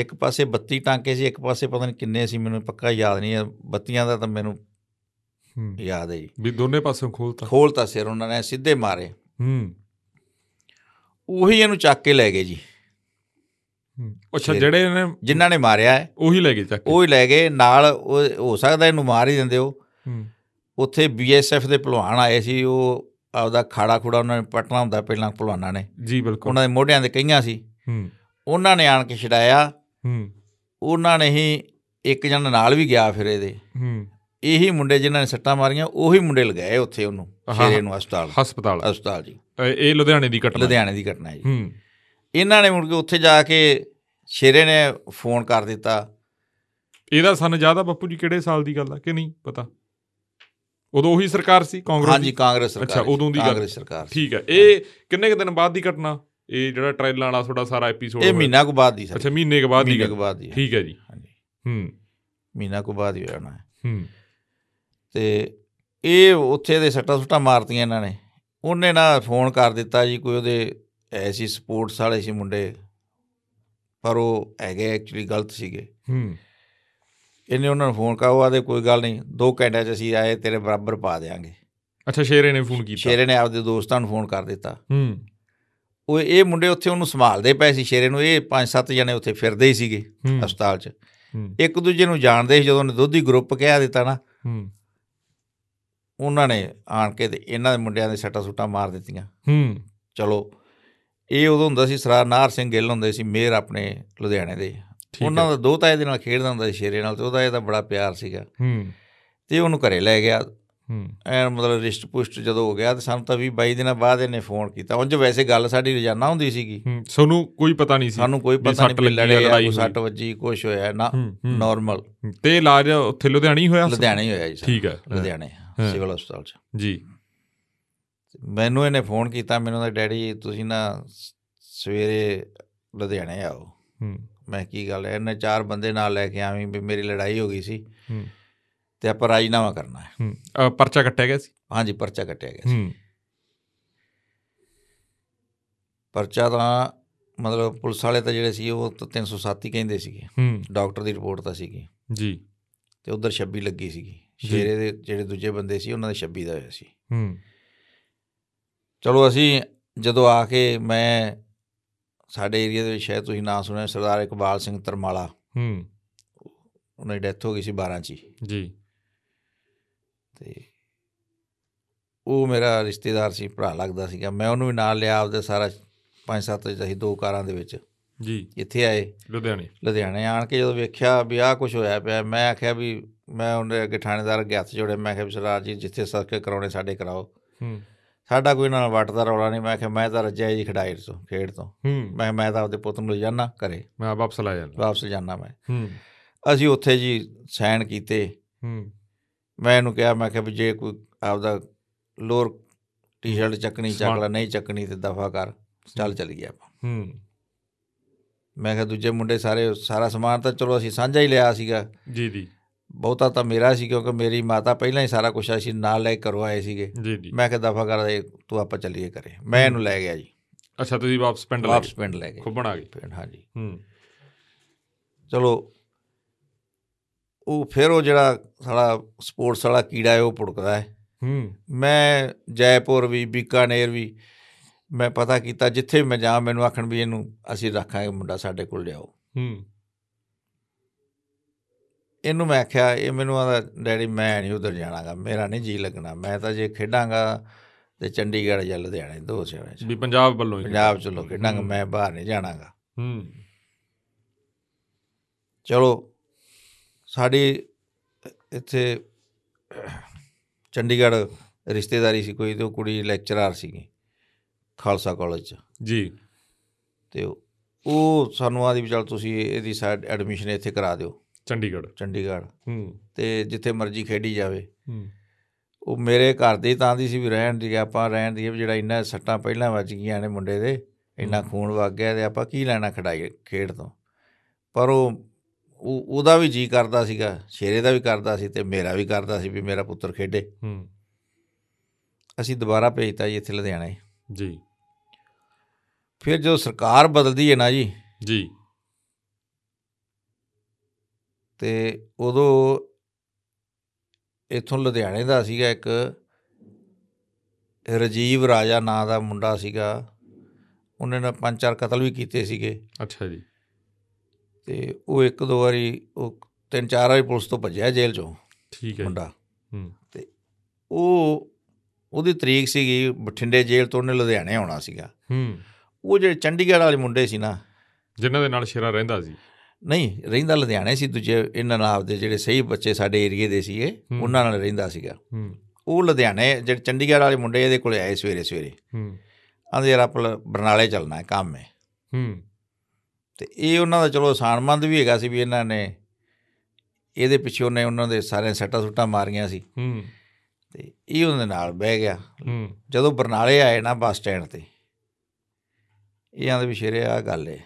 Speaker 2: ਇੱਕ ਪਾਸੇ 32 ਟਾਂਕੇ ਸੀ ਇੱਕ ਪਾਸੇ ਪਤਾ ਨਹੀਂ ਕਿੰਨੇ ਸੀ ਮੈਨੂੰ ਪੱਕਾ ਯਾਦ ਨਹੀਂ ਹੈ ਬੱਤੀਆਂ ਦਾ ਤਾਂ ਮੈਨੂੰ
Speaker 1: ਹੂੰ।
Speaker 2: ਯਾਦ ਹੈ ਜੀ
Speaker 1: ਵੀ ਦੋਨੇ ਪਾਸੋਂ ਖੋਲਤਾ
Speaker 2: ਖੋਲਤਾ ਸਿਰ ਉਹਨਾਂ ਨੇ ਸਿੱਧੇ ਮਾਰੇ
Speaker 1: ਹੂੰ
Speaker 2: ਉਹੀ ਇਹਨੂੰ ਚੱਕ ਕੇ ਲੈ ਗਏ ਜੀ
Speaker 1: ਹੂੰ। ਅੱਛਾ
Speaker 2: ਫਿਰ-
Speaker 1: ਜਿਹੜੇ ਨੇ
Speaker 2: ਜਿਨ੍ਹਾਂ ਨੇ ਮਾਰਿਆ ਹੈ,
Speaker 1: ਉਹੀ ਲੈ ਗਏ ਚੱਕ ਕੇ।
Speaker 2: ਉਹ ਹੀ ਲੈ ਗਏ ਨਾਲ ਉਹ- ਹੋ ਸਕਦਾ ਇਹਨੂੰ ਮਾਰ ਹੀ ਦਿੰਦੇ ਹੋ
Speaker 1: ਹੂੰ
Speaker 2: ਉੱਥੇ ਬੀਐਸਐਫ ਦੇ ਪਹਿਲਵਾਨ ਆਏ ਸੀ ਉਹ ਆਪਦਾ ਖਾੜਾ ਖੂੜਾ ਉਹਨਾਂ ਨੇ ਪਟਣਾ ਹੁੰਦਾ ਪਹਿਲਾਂ ਪਹਿਲਵਾਨਾਂ ਨੇ
Speaker 1: ਜੀ ਬਿਲਕੁਲ
Speaker 2: ਉਹਨਾਂ ਦੇ ਮੋਢਿਆਂ ਦੇ ਕਈਆਂ ਸੀ
Speaker 1: ਹੂੰ
Speaker 2: ਉਹਨਾਂ ਨੇ ਆਣ ਕੇ ਛਡਾਇਆ
Speaker 1: ਹੂੰ
Speaker 2: ਉਹਨਾਂ ਨੇ ਹੀ ਇੱਕ ਜਣ ਨਾਲ ਵੀ ਗਿਆ ਫਿਰ ਇਹਦੇ
Speaker 1: ਹੂੰ
Speaker 2: ਇਹੀ ਮੁੰਡੇ ਜਿਨ੍ਹਾਂ ਨੇ ਸੱਟਾਂ ਮਾਰੀਆਂ ਉਹੀ ਮੁੰਡੇ ਲਗਾਏ ਉੱਥੇ ਉਹਨੂੰ
Speaker 1: ਹਾਂ।
Speaker 2: ਸ਼ੇਰੇ ਨੂੰ ਹਸਪਤਾਲ
Speaker 1: ਹਸਪਤਾਲ
Speaker 2: ਹਸਪਤਾਲ ਜੀ
Speaker 1: ਇਹ- ਇਹ ਲੁਧਿਆਣੇ ਦੀ ਘਟਨਾ
Speaker 2: ਲੁਧਿਆਣੇ ਦੀ ਘਟਨਾ ਹੈ ਜੀ
Speaker 1: ਹੂੰ
Speaker 2: ਇਹਨਾਂ ਨੇ ਮੁੜ ਕੇ ਉੱਥੇ ਜਾ ਕੇ ਸ਼ੇਰੇ ਨੇ ਫੋਨ ਕਰ ਦਿੱਤਾ
Speaker 1: ਇਹਦਾ ਸਾਨੂੰ ਜ਼ਿਆਦਾ ਬੱਪੂ ਜੀ ਕਿਹੜੇ ਸਾਲ ਦੀ ਗੱਲ ਆ ਕਿ ਨਹੀਂ ਪਤਾ ਉਦੋਂ ਉਹੀ ਸਰਕਾਰ ਸੀ ਕਾਂਗਰਸ
Speaker 2: ਹਾਂਜੀ
Speaker 1: ਦੀ?
Speaker 2: ਕਾਂਗਰਸ ਸਰਕਾਰ
Speaker 1: ਅੱਛਾ,
Speaker 2: ਸੀ,
Speaker 1: ਉਦੋਂ ਦੀ ਗੱਲ।
Speaker 2: ਕਾਂਗਰਸ ਸਰਕਾਰ ਸੀ।
Speaker 1: ਠੀਕ ਹੈ ਇਹ ਕਿੰਨੇ ਕੁ ਦਿਨ ਬਾਅਦ ਦੀ ਘਟਨਾ ਇਹ ਜਿਹੜਾ ਟ੍ਰੇਲਾਂ ਵਾਲਾ ਤੁਹਾਡਾ ਸਾਰਾ ਐਪੀਸੋਡ
Speaker 2: ਇਹ ਮਹੀਨਾ ਕੁ ਬਾਅਦ ਦੀ
Speaker 1: ਅੱਛਾ ਮਹੀਨੇ ਕੁ ਬਾਅਦ ਦੀ
Speaker 2: ਮਹੀਨਾ ਕੁ
Speaker 1: ਗੱਲ
Speaker 2: ਬਾਅਦ ਦੀ ਹੈ।
Speaker 1: ਠੀਕ ਹੈ ਜੀ
Speaker 2: ਹਾਂਜੀ
Speaker 1: ਹੂੰ
Speaker 2: ਮਹੀਨਾ ਕੁ ਬਾਅਦ ਹੀ ਹੋਣਾ ਹੈ
Speaker 1: ਹੂੰ
Speaker 2: ਤੇ ਇਹ ਉੱਥੇ ਦੇ ਸੱਟਾਂ ਸੁੱਟਾਂ ਮਾਰਤੀਆਂ ਇਹਨਾਂ ਨੇ ਉਹਨੇ ਨਾ ਫੋਨ ਕਰ ਦਿੱਤਾ ਜੀ ਕੋਈ ਉਹਦੇ ਐਸੀ ਸਪੋਰਟਸ ਵਾਲੇ ਸੀ ਮੁੰਡੇ ਪਰ ਉਹ ਹੈਗੇ ਐਕਚੁਅਲੀ ਗਲਤ ਸੀਗੇ
Speaker 1: ਹੂੰ
Speaker 2: ਇਹਨੇ ਉਹਨਾਂ ਨੂੰ ਫੋਨ ਕਰਾਉ ਆਦੇ ਕੋਈ ਗੱਲ ਨਹੀਂ 2 ਘੰਟਿਆਂ 'ਚ ਅਸੀਂ ਆਏ ਤੇਰੇ ਬਰਾਬਰ ਪਾ ਦੇਾਂਗੇ
Speaker 1: ਅੱਛਾ ਸ਼ੇਰੇ ਨੇ ਫੋਨ ਕੀਤਾ
Speaker 2: ਸ਼ੇਰੇ ਨੇ ਆਪਦੇ ਦੋਸਤਾਂ ਨੂੰ ਫੋਨ ਕਰ ਦਿੱਤਾ
Speaker 1: ਹੂੰ
Speaker 2: ਉਹ ਇਹ ਮੁੰਡੇ ਉੱਥੇ ਉਹਨੂੰ ਸੰਭਾਲਦੇ ਪਏ ਸੀ ਸ਼ੇਰੇ ਨੂੰ ਇਹ 5-7 ਜਣੇ ਉੱਥੇ ਫਿਰਦੇ ਹੀ ਸੀਗੇ
Speaker 1: ਹੂੰ
Speaker 2: ਹਸਪਤਾਲ 'ਚ
Speaker 1: ਹੂੰ,
Speaker 2: ਇੱਕ ਦੂਜੇ ਨੂੰ ਜਾਣਦੇ ਸੀ ਜਦੋਂ ਉਹਨੇ ਦੋਧੀ ਗਰੁੱਪ ਕਹਿ ਦਿੱਤਾ ਨਾ
Speaker 1: ਹੂੰ
Speaker 2: ਉਹਨਾਂ ਨੇ ਆਣ ਕੇ ਤੇ ਇਹਨਾਂ ਦੇ ਮੁੰਡਿਆਂ ਦੇ ਸੱਟਾਂ ਸੁੱਟਾਂ ਮਾਰ ਦਿੱਤੀਆਂ
Speaker 1: ਹੂੰ
Speaker 2: ਚਲੋ ਇਹ ਉਦੋਂ ਹੁੰਦਾ ਸੀ ਸਰਦਾਰ ਨਾਹਰ ਸਿੰਘ ਗਿੱਲ ਹੁੰਦੇ ਸੀ ਮੇਅਰ ਆਪਣੇ ਲੁਧਿਆਣੇ ਦੇ
Speaker 1: ਠੀਕ ਹੈ।
Speaker 2: ਉਹਨਾਂ ਦਾ ਦੋਤਾ ਇਹਦੇ ਨਾਲ ਖੇਡਦਾ ਹੁੰਦਾ ਸੀ ਸ਼ੇਰੇ ਨਾਲ ਤੇ ਉਹਦਾ ਇਹਦਾ ਬੜਾ ਪਿਆਰ ਸੀਗਾ
Speaker 1: ਹੂੰ
Speaker 2: ਤੇ ਉਹਨੂੰ ਘਰੇ ਲੈ ਗਿਆ
Speaker 1: ਹੂੰ
Speaker 2: ਐਨ ਮਤਲਬ ਰਿਸ਼ਟ ਪੁਸ਼ਟ ਜਦੋਂ ਹੋ ਗਿਆ ਤੇ ਸਾਨੂੰ ਤਾਂ ਵੀਹ 22 ਦਿਨਾਂ ਬਾਅਦ ਇਹਨੇ ਫੋਨ ਕੀਤਾ ਉਂਝ ਵੈਸੇ ਗੱਲ ਸਾਡੀ ਰੋਜ਼ਾਨਾ ਹੁੰਦੀ ਸੀਗੀ
Speaker 1: ਹੂੰ ਸਾਨੂੰ ਕੋਈ ਪਤਾ ਨਹੀਂ ਸੀ
Speaker 2: ਸਾਨੂੰ ਕੋਈ
Speaker 1: ਵੀ
Speaker 2: ਪਤਾ
Speaker 1: ਸੱਟ
Speaker 2: ਨਹੀਂ
Speaker 1: ਲੱਗੀ ਆ,
Speaker 2: ਲੜਿਆ
Speaker 1: ਲੜਾਈ ਹੋਈ।
Speaker 2: ਕੋਈ ਸੱਟ ਵੱਜੀ ਕੁਝ ਹੋਇਆ ਨਾ
Speaker 1: ਹੂੰ, ਹੂੰ।
Speaker 2: ਨਾਰਮਲ
Speaker 1: ਤੇ ਇਲਾਜ ਉੱਥੇ ਲੁਧਿਆਣੇ ਹੀ ਹੋਇਆ
Speaker 2: ਲੁਧਿਆਣੇ ਹੀ ਹੋਇਆ ਜੀ ਸਾਡਾ,
Speaker 1: ਠੀਕ ਹੈ ਹਾਂ,
Speaker 2: ਲੁਧਿਆਣੇ
Speaker 1: ਹਾਂ।
Speaker 2: ਸਿਵਲ ਹਸਪਤਾਲ ਚ
Speaker 1: ਜੀ
Speaker 2: ਮੈਨੂੰ ਇਹਨੇ ਫੋਨ ਕੀਤਾ ਮੈਨੂੰ ਦਾ ਡੈਡੀ ਤੁਸੀਂ ਨਾ ਸ- ਸਵੇਰੇ ਲੁਧਿਆਣੇ ਆਓ
Speaker 1: ਹੂੰ
Speaker 2: ਮੈਂ ਕੀ ਗੱਲ ਹੈ ਇਹਨੇ ਚਾਰ ਬੰਦੇ ਨਾਲ ਲੈ ਕੇ ਆਵੀਂ ਵੀ ਮੇਰੀ ਲੜਾਈ ਹੋ ਗਈ ਸੀ
Speaker 1: ਹੂੰ,
Speaker 2: ਤੇ ਆਪਾਂ ਰਾਜੀਨਾਮਾ ਕਰਨਾ ਹੈ
Speaker 1: ਹੂੰ ਅ, ਪਰਚਾ ਕੱਟਿਆ ਗਿਆ ਸੀ
Speaker 2: ਹਾਂਜੀ ਪਰਚਾ ਕੱਟਿਆ ਗਿਆ ਸੀ
Speaker 1: ਹੂੰ
Speaker 2: ਪਰਚਾ ਤਾਂ ਮਤਲਬ ਪੁਲਿਸ ਵਾਲੇ ਤਾਂ ਜਿਹੜੇ ਸੀ ਉਹ ਤਾਂ 307 ਹੀ ਕਹਿੰਦੇ ਸੀਗੇ
Speaker 1: ਹੂੰ
Speaker 2: ਡਾਕਟਰ ਦੀ ਰਿਪੋਰਟ ਤਾਂ ਸੀਗੀ
Speaker 1: ਜੀ
Speaker 2: ਤੇ ਉਧਰ 26 ਲੱਗੀ ਸੀਗੀ
Speaker 1: ਜੀ।
Speaker 2: ਸ਼ੇਰੇ ਦੇ ਜਿਹੜੇ ਦੂਜੇ ਬੰਦੇ ਸੀ ਉਹਨਾਂ ਦੇ 26 ਦਾ ਹੋਇਆ ਸੀ
Speaker 1: ਹੂੰ
Speaker 2: ਚਲੋ ਅਸੀਂ ਜਦੋਂ ਆ ਕੇ ਮੈਂ ਸਾਡੇ ਏਰੀਆ ਦੇ ਵਿੱਚ ਸ਼ਾਇਦ ਤੁਸੀਂ ਨਾਂ ਸੁਣਿਆ ਸਰਦਾਰ ਇਕਬਾਲ ਸਿੰਘ ਤਰਮਾਲਾ
Speaker 1: ਹੂੰ
Speaker 2: ਉਹਨਾਂ ਦੀ ਡੈਥ ਹੋ ਗਈ ਸੀ 12 ਚ ਹੀ
Speaker 1: ਜੀ
Speaker 2: ਤੇ ਉਹ ਮੇਰਾ ਰਿਸ਼ਤੇਦਾਰ ਸੀ ਭਰਾ ਲੱਗਦਾ ਸੀਗਾ ਮੈਂ ਉਹਨੂੰ ਵੀ ਨਾਲ ਲਿਆ ਆਪਦੇ ਸਾਰਾ ਪੰਜ ਸੱਤ ਅਸੀਂ ਦੋ ਕਾਰਾਂ ਦੇ ਵਿੱਚ
Speaker 1: ਜੀ
Speaker 2: ਇੱਥੇ ਆਏ
Speaker 1: ਲੁਧਿਆਣੇ
Speaker 2: ਲੁਧਿਆਣੇ ਆਣ ਕੇ ਜਦੋਂ ਵੇਖਿਆ ਵੀ ਆਹ ਕੁਝ ਹੋਇਆ ਪਿਆ ਮੈਂ ਆਖਿਆ ਵੀ ਮੈਂ ਉਹਨੇ ਅੱਗੇ ਥਾਣੇਦਾਰ ਅੱਗੇ ਹੱਥ ਜੋੜੇ ਮੈਂ ਆਖਿਆ ਵੀ ਸਰਦਾਰ ਜੀ ਜਿੱਥੇ ਸਦਕੇ ਕਰਾਉਣੇ ਸਾਡੇ ਕਰਾਓ
Speaker 1: ਹੂੰ
Speaker 2: ਸਾਡਾ ਕੋਈ ਨਾਲ ਵੱਟਦਾ ਰੌਲਾ ਨਹੀਂ ਮੈਂ ਕਿਹਾ ਮੈਂ ਤਾਂ ਰੱਜਿਆ ਜੀ ਖਿਡਾਈ ਤੋਂ ਖੇਡ ਤੋਂ
Speaker 1: ਹੂੰ
Speaker 2: ਮੈਂ ਕਿਹਾ ਮੈਂ ਤਾਂ ਆਪਦੇ ਪੁੱਤ ਨੂੰ ਲਿਜਾਣਾ ਘਰੇ
Speaker 1: ਮੈਂ ਵਾਪਸ ਲੈ ਜਾਂਦਾ
Speaker 2: ਵਾਪਸ ਜਾਣਾ ਮੈਂ
Speaker 1: ਹੂੰ
Speaker 2: ਅਸੀਂ ਉੱਥੇ ਜੀ ਸਾਈਨ ਕੀਤੇ
Speaker 1: ਹੂੰ
Speaker 2: ਮੈਂ ਇਹਨੂੰ ਕਿਹਾ ਮੈਂ ਕਿਹਾ ਵੀ ਜੇ ਕੋਈ ਆਪਦਾ ਲੋਰ ਟੀ-ਸ਼ਰਟ ਚੱਕਣੀ ਚੱਕ
Speaker 1: ਸਮਾਨ-
Speaker 2: ਲੈ ਨਹੀਂ ਚੱਕਣੀ ਤੇ ਦਫਾ ਕਰ ਚੱਲ ਚੱਲ ਗਿਆ ਆਪਾਂ
Speaker 1: ਹੂੰ
Speaker 2: ਮੈਂ ਕਿਹਾ ਦੂਜੇ ਮੁੰਡੇ ਸਾਰੇ ਸਾਰਾ ਸਮਾਨ ਤਾਂ ਚਲੋ ਅਸੀਂ ਸਾਂਝਾ ਹੀ ਲਿਆ ਸੀਗਾ
Speaker 1: ਜੀ ਜੀ
Speaker 2: ਬਹੁਤਾ ਤਾਂ ਮੇਰਾ ਸੀ ਕਿਉਂਕਿ ਮੇਰੀ ਮਾਤਾ ਪਹਿਲਾਂ ਹੀ ਸਾਰਾ ਕੁਝ ਅਸੀਂ ਨਾਲ ਲੈ ਕੇ ਘਰੋਂ ਆਏ ਸੀਗੇ
Speaker 1: ਜੀ ਜੀ
Speaker 2: ਮੈਂ ਕਿਹਾ ਦਫਾ ਕਰ ਦੇ ਤੂੰ ਆਪਾਂ ਚੱਲੀਏ ਘਰੇ ਮੈਂ ਇਹਨੂੰ ਲੈ ਗਿਆ ਜੀ
Speaker 1: ਅੱਛਾ ਤੁਸੀਂ ਵਾਪਸ ਪਿੰਡ ਲੈ
Speaker 2: ਵਾਪਸ ਪਿੰਡ ਲੈ ਗਏ
Speaker 1: ਖੁੱਬਣ ਆ ਗਏ
Speaker 2: ਪਿੰਡ ਹਾਂਜੀ
Speaker 1: ਹੂੰ
Speaker 2: ਚਲੋ ਉਹ ਫਿਰ ਉਹ ਜਿਹੜਾ ਸਾਡਾ ਸਪੋਰਟਸ ਵਾਲਾ ਕੀੜਾ ਹੈ ਉਹ ਪੁੜਕਦਾ ਹੈ
Speaker 1: ਹੂੰ
Speaker 2: ਮੈਂ ਜੈਪੁਰ ਵੀ ਬੀਕਾਨੇਰ ਵੀ ਮੈਂ ਪਤਾ ਕੀਤਾ ਜਿੱਥੇ ਵੀ ਮੈਂ ਜਾ ਮੈਨੂੰ ਆਖਣ ਵੀ ਇਹਨੂੰ ਅਸੀਂ ਰੱਖਾਂਗੇ ਮੁੰਡਾ ਸਾਡੇ ਕੋਲ ਲਿਆਓ
Speaker 1: ਹੂੰ
Speaker 2: ਇਹਨੂੰ ਮੈਂ ਆਖਿਆ ਇਹ ਮੈਨੂੰ ਆਦਾ ਡੈਡੀ ਮੈਂ ਨਹੀਂ ਉਧਰ ਜਾਣਾਗਾ ਮੇਰਾ ਨਹੀਂ ਜੀ ਲੱਗਣਾ ਮੈਂ ਤਾਂ ਜੇ ਖੇਡਾਂਗਾ ਤੇ ਚੰਡੀਗੜ੍ਹ ਜਾਂ ਲੁਧਿਆਣੇ ਦੋ ਸ਼ਹਿਰਾਂ 'ਚ
Speaker 1: ਵੀ ਪੰਜਾਬ ਵੱਲੋਂ ਹੀ
Speaker 2: ਪੰਜਾਬ 'ਚ ਲੋਕ ਖੇਡਾਂਗਾ
Speaker 1: ਹੂੰ।
Speaker 2: ਮੈਂ ਬਾਹਰ ਨਹੀਂ ਜਾਣਾਗਾ
Speaker 1: ਹੂੰ
Speaker 2: ਚਲੋ ਸਾਡੀ ਇੱਥੇ ਚੰਡੀਗੜ੍ਹ ਰਿਸ਼ਤੇਦਾਰੀ ਸੀ ਕੋਈ ਤੇ ਉਹ ਕੁੜੀ ਲੈਕਚਰਰ ਸੀਗੀ ਖਾਲਸਾ ਕਾਲਜ 'ਚ
Speaker 1: ਜੀ
Speaker 2: ਤੇ ਉਹ ਸਾਨੂੰ ਆਦੀ ਵੀ ਚੱਲ ਤੁਸੀਂ ਇਹਦੀ ਸਾਡ ਐਡਮਿਸ਼ਨ ਇੱਥੇ ਕਰਾ ਦਿਓ
Speaker 1: ਚੰਡੀਗੜ੍ਹ
Speaker 2: ਚੰਡੀਗੜ੍ਹ
Speaker 1: ਹੂੰ
Speaker 2: ਤੇ ਜਿੱਥੇ ਮਰਜ਼ੀ ਖੇਡੀ ਜਾਵੇ
Speaker 1: ਹੂੰ
Speaker 2: ਉਹ ਮੇਰੇ ਘਰ ਦੇ ਤਾਂ ਦੀ ਸੀ ਵੀ ਰਹਿਣ ਦੀ ਆਪਾਂ ਰਹਿਣ ਦੀ ਵੀ ਜਿਹੜਾ ਇੰਨਾ ਸੱਟਾਂ ਪਹਿਲਾਂ ਵੱਜ ਗਈਆਂ ਨੇ ਮੁੰਡੇ ਦੇ ਇੰਨਾ
Speaker 1: ਹਮ।
Speaker 2: ਖੂਨ ਵਗ ਗਿਆ ਤੇ ਆਪਾਂ ਕੀ ਲੈਣਾ ਖੜਾਈ ਖੇਡ ਤੋਂ ਪਰ ਉਹ ਉਹ- ਉਹਦਾ ਵੀ ਜੀ ਕਰਦਾ ਸੀਗਾ ਸ਼ੇਰੇ ਦਾ ਵੀ ਕਰਦਾ ਸੀ ਤੇ ਮੇਰਾ ਵੀ ਕਰਦਾ ਸੀ ਵੀ ਮੇਰਾ ਪੁੱਤਰ ਖੇਡੇ
Speaker 1: ਹੂੰ
Speaker 2: ਅਸੀਂ ਦੁਬਾਰਾ ਭੇਜਤਾ ਜੀ ਇੱਥੇ ਲੁਧਿਆਣੇ
Speaker 1: ਜੀ
Speaker 2: ਫਿਰ ਜਦੋਂ ਸਰਕਾਰ ਬਦਲਦੀ ਹੈ ਨਾ ਜੀ
Speaker 1: ਜੀ
Speaker 2: ਤੇ ਉਦੋਂ ਇਥੋਂ ਲੁਧਿਆਣੇ ਦਾ ਸੀਗਾ ਇੱਕ ਰਜੀਵ ਰਾਜਾ ਨਾਂ ਦਾ ਮੁੰਡਾ ਸੀਗਾ ਉਹਨੇ ਨਾ ਪੰਜ ਚਾਰ ਕਤਲ ਵੀ ਕੀਤੇ ਸੀਗੇ
Speaker 1: ਅੱਛਾ ਜੀ
Speaker 2: ਤੇ ਉਹ ਇੱਕ ਦੋ ਵਾਰੀ ਉਹ ਤਿੰਨ ਚਾਰ ਵਾਰੀ ਪੁਲਿਸ ਤੋਂ ਭੱਜਿਆ ਜੇਲ੍ਹ ਚੋਂ
Speaker 1: ਠੀਕ ਹੈ ਜੀ।
Speaker 2: ਮੁੰਡਾ
Speaker 1: ਹੂੰ
Speaker 2: ਉਹ ਉਹਦੀ ਤਰੀਕ ਸੀਗੀ ਬਠਿੰਡੇ ਜੇਲ੍ਹ ਤੋਂ ਉਹਨੇ ਲੁਧਿਆਣੇ ਆਉਣਾ ਸੀਗਾ
Speaker 1: ਹੂੰ
Speaker 2: ਉਹ ਜਿਹੜੇ ਚੰਡੀਗੜ੍ਹ ਵਾਲੇ ਮੁੰਡੇ ਸੀ ਨਾ
Speaker 1: ਜਿਨ੍ਹਾਂ ਦੇ ਨਾਲ ਸ਼ੇਰਾ ਰਹਿੰਦਾ ਸੀ
Speaker 2: ਨਹੀਂ ਰਹਿੰਦਾ ਲੁਧਿਆਣੇ ਸੀ ਦੂਜੇ ਇਹਨਾਂ ਨਾਲ ਆਪਦੇ ਜਿਹੜੇ ਸਹੀ ਬੱਚੇ ਸਾਡੇ ਏਰੀਏ ਦੇ ਸੀਗੇ
Speaker 1: ਹੂੰ।
Speaker 2: ਉਹਨਾਂ ਨਾਲ ਰਹਿੰਦਾ ਸੀਗਾ
Speaker 1: ਹੂੰ
Speaker 2: ਉਹ ਲੁਧਿਆਣੇ ਜਿਹੜੇ ਚੰਡੀਗੜ੍ਹ ਵਾਲੇ ਮੁੰਡੇ ਇਹਦੇ ਕੋਲੇ ਆਏ ਸਵੇਰੇ ਸਵੇਰੇ
Speaker 1: ਹੂੰ
Speaker 2: ਕਹਿੰਦੇ ਯਾਰ ਆਪਾਂ ਲ- ਬਰਨਾਲੇ ਚੱਲਣਾ ਹੈ ਕੰਮ ਹੈ
Speaker 1: ਹੂੰ
Speaker 2: ਤੇ ਇਹ ਉਹਨਾਂ ਦਾ ਚਲੋ ਆਸਾਨਮੰਦ ਵੀ ਹੈਗਾ ਸੀ ਵੀ ਇਹਨਾਂ ਨੇ ਇਹਦੇ ਪਿੱਛੇ ਉਹਨੇ ਉਹਨਾਂ ਦੇ ਸਾਰੇ ਸੱਟਾਂ ਸੁੱਟਾਂ ਮਾਰੀਆਂ ਸੀ
Speaker 1: ਹੂੰ
Speaker 2: ਤੇ ਇਹ ਉਹਦੇ ਨਾਲ ਬਹਿ ਗਿਆ
Speaker 1: ਹੂੰ
Speaker 2: ਜਦੋਂ ਬਰਨਾਲੇ ਆਏ ਨਾ ਬੱਸ ਸਟੈਂਡ ਤੇ ਇਹ ਆਂਦੇ ਵੀ ਸ਼ੇਰੇ ਆ ਗੱਲ ਏ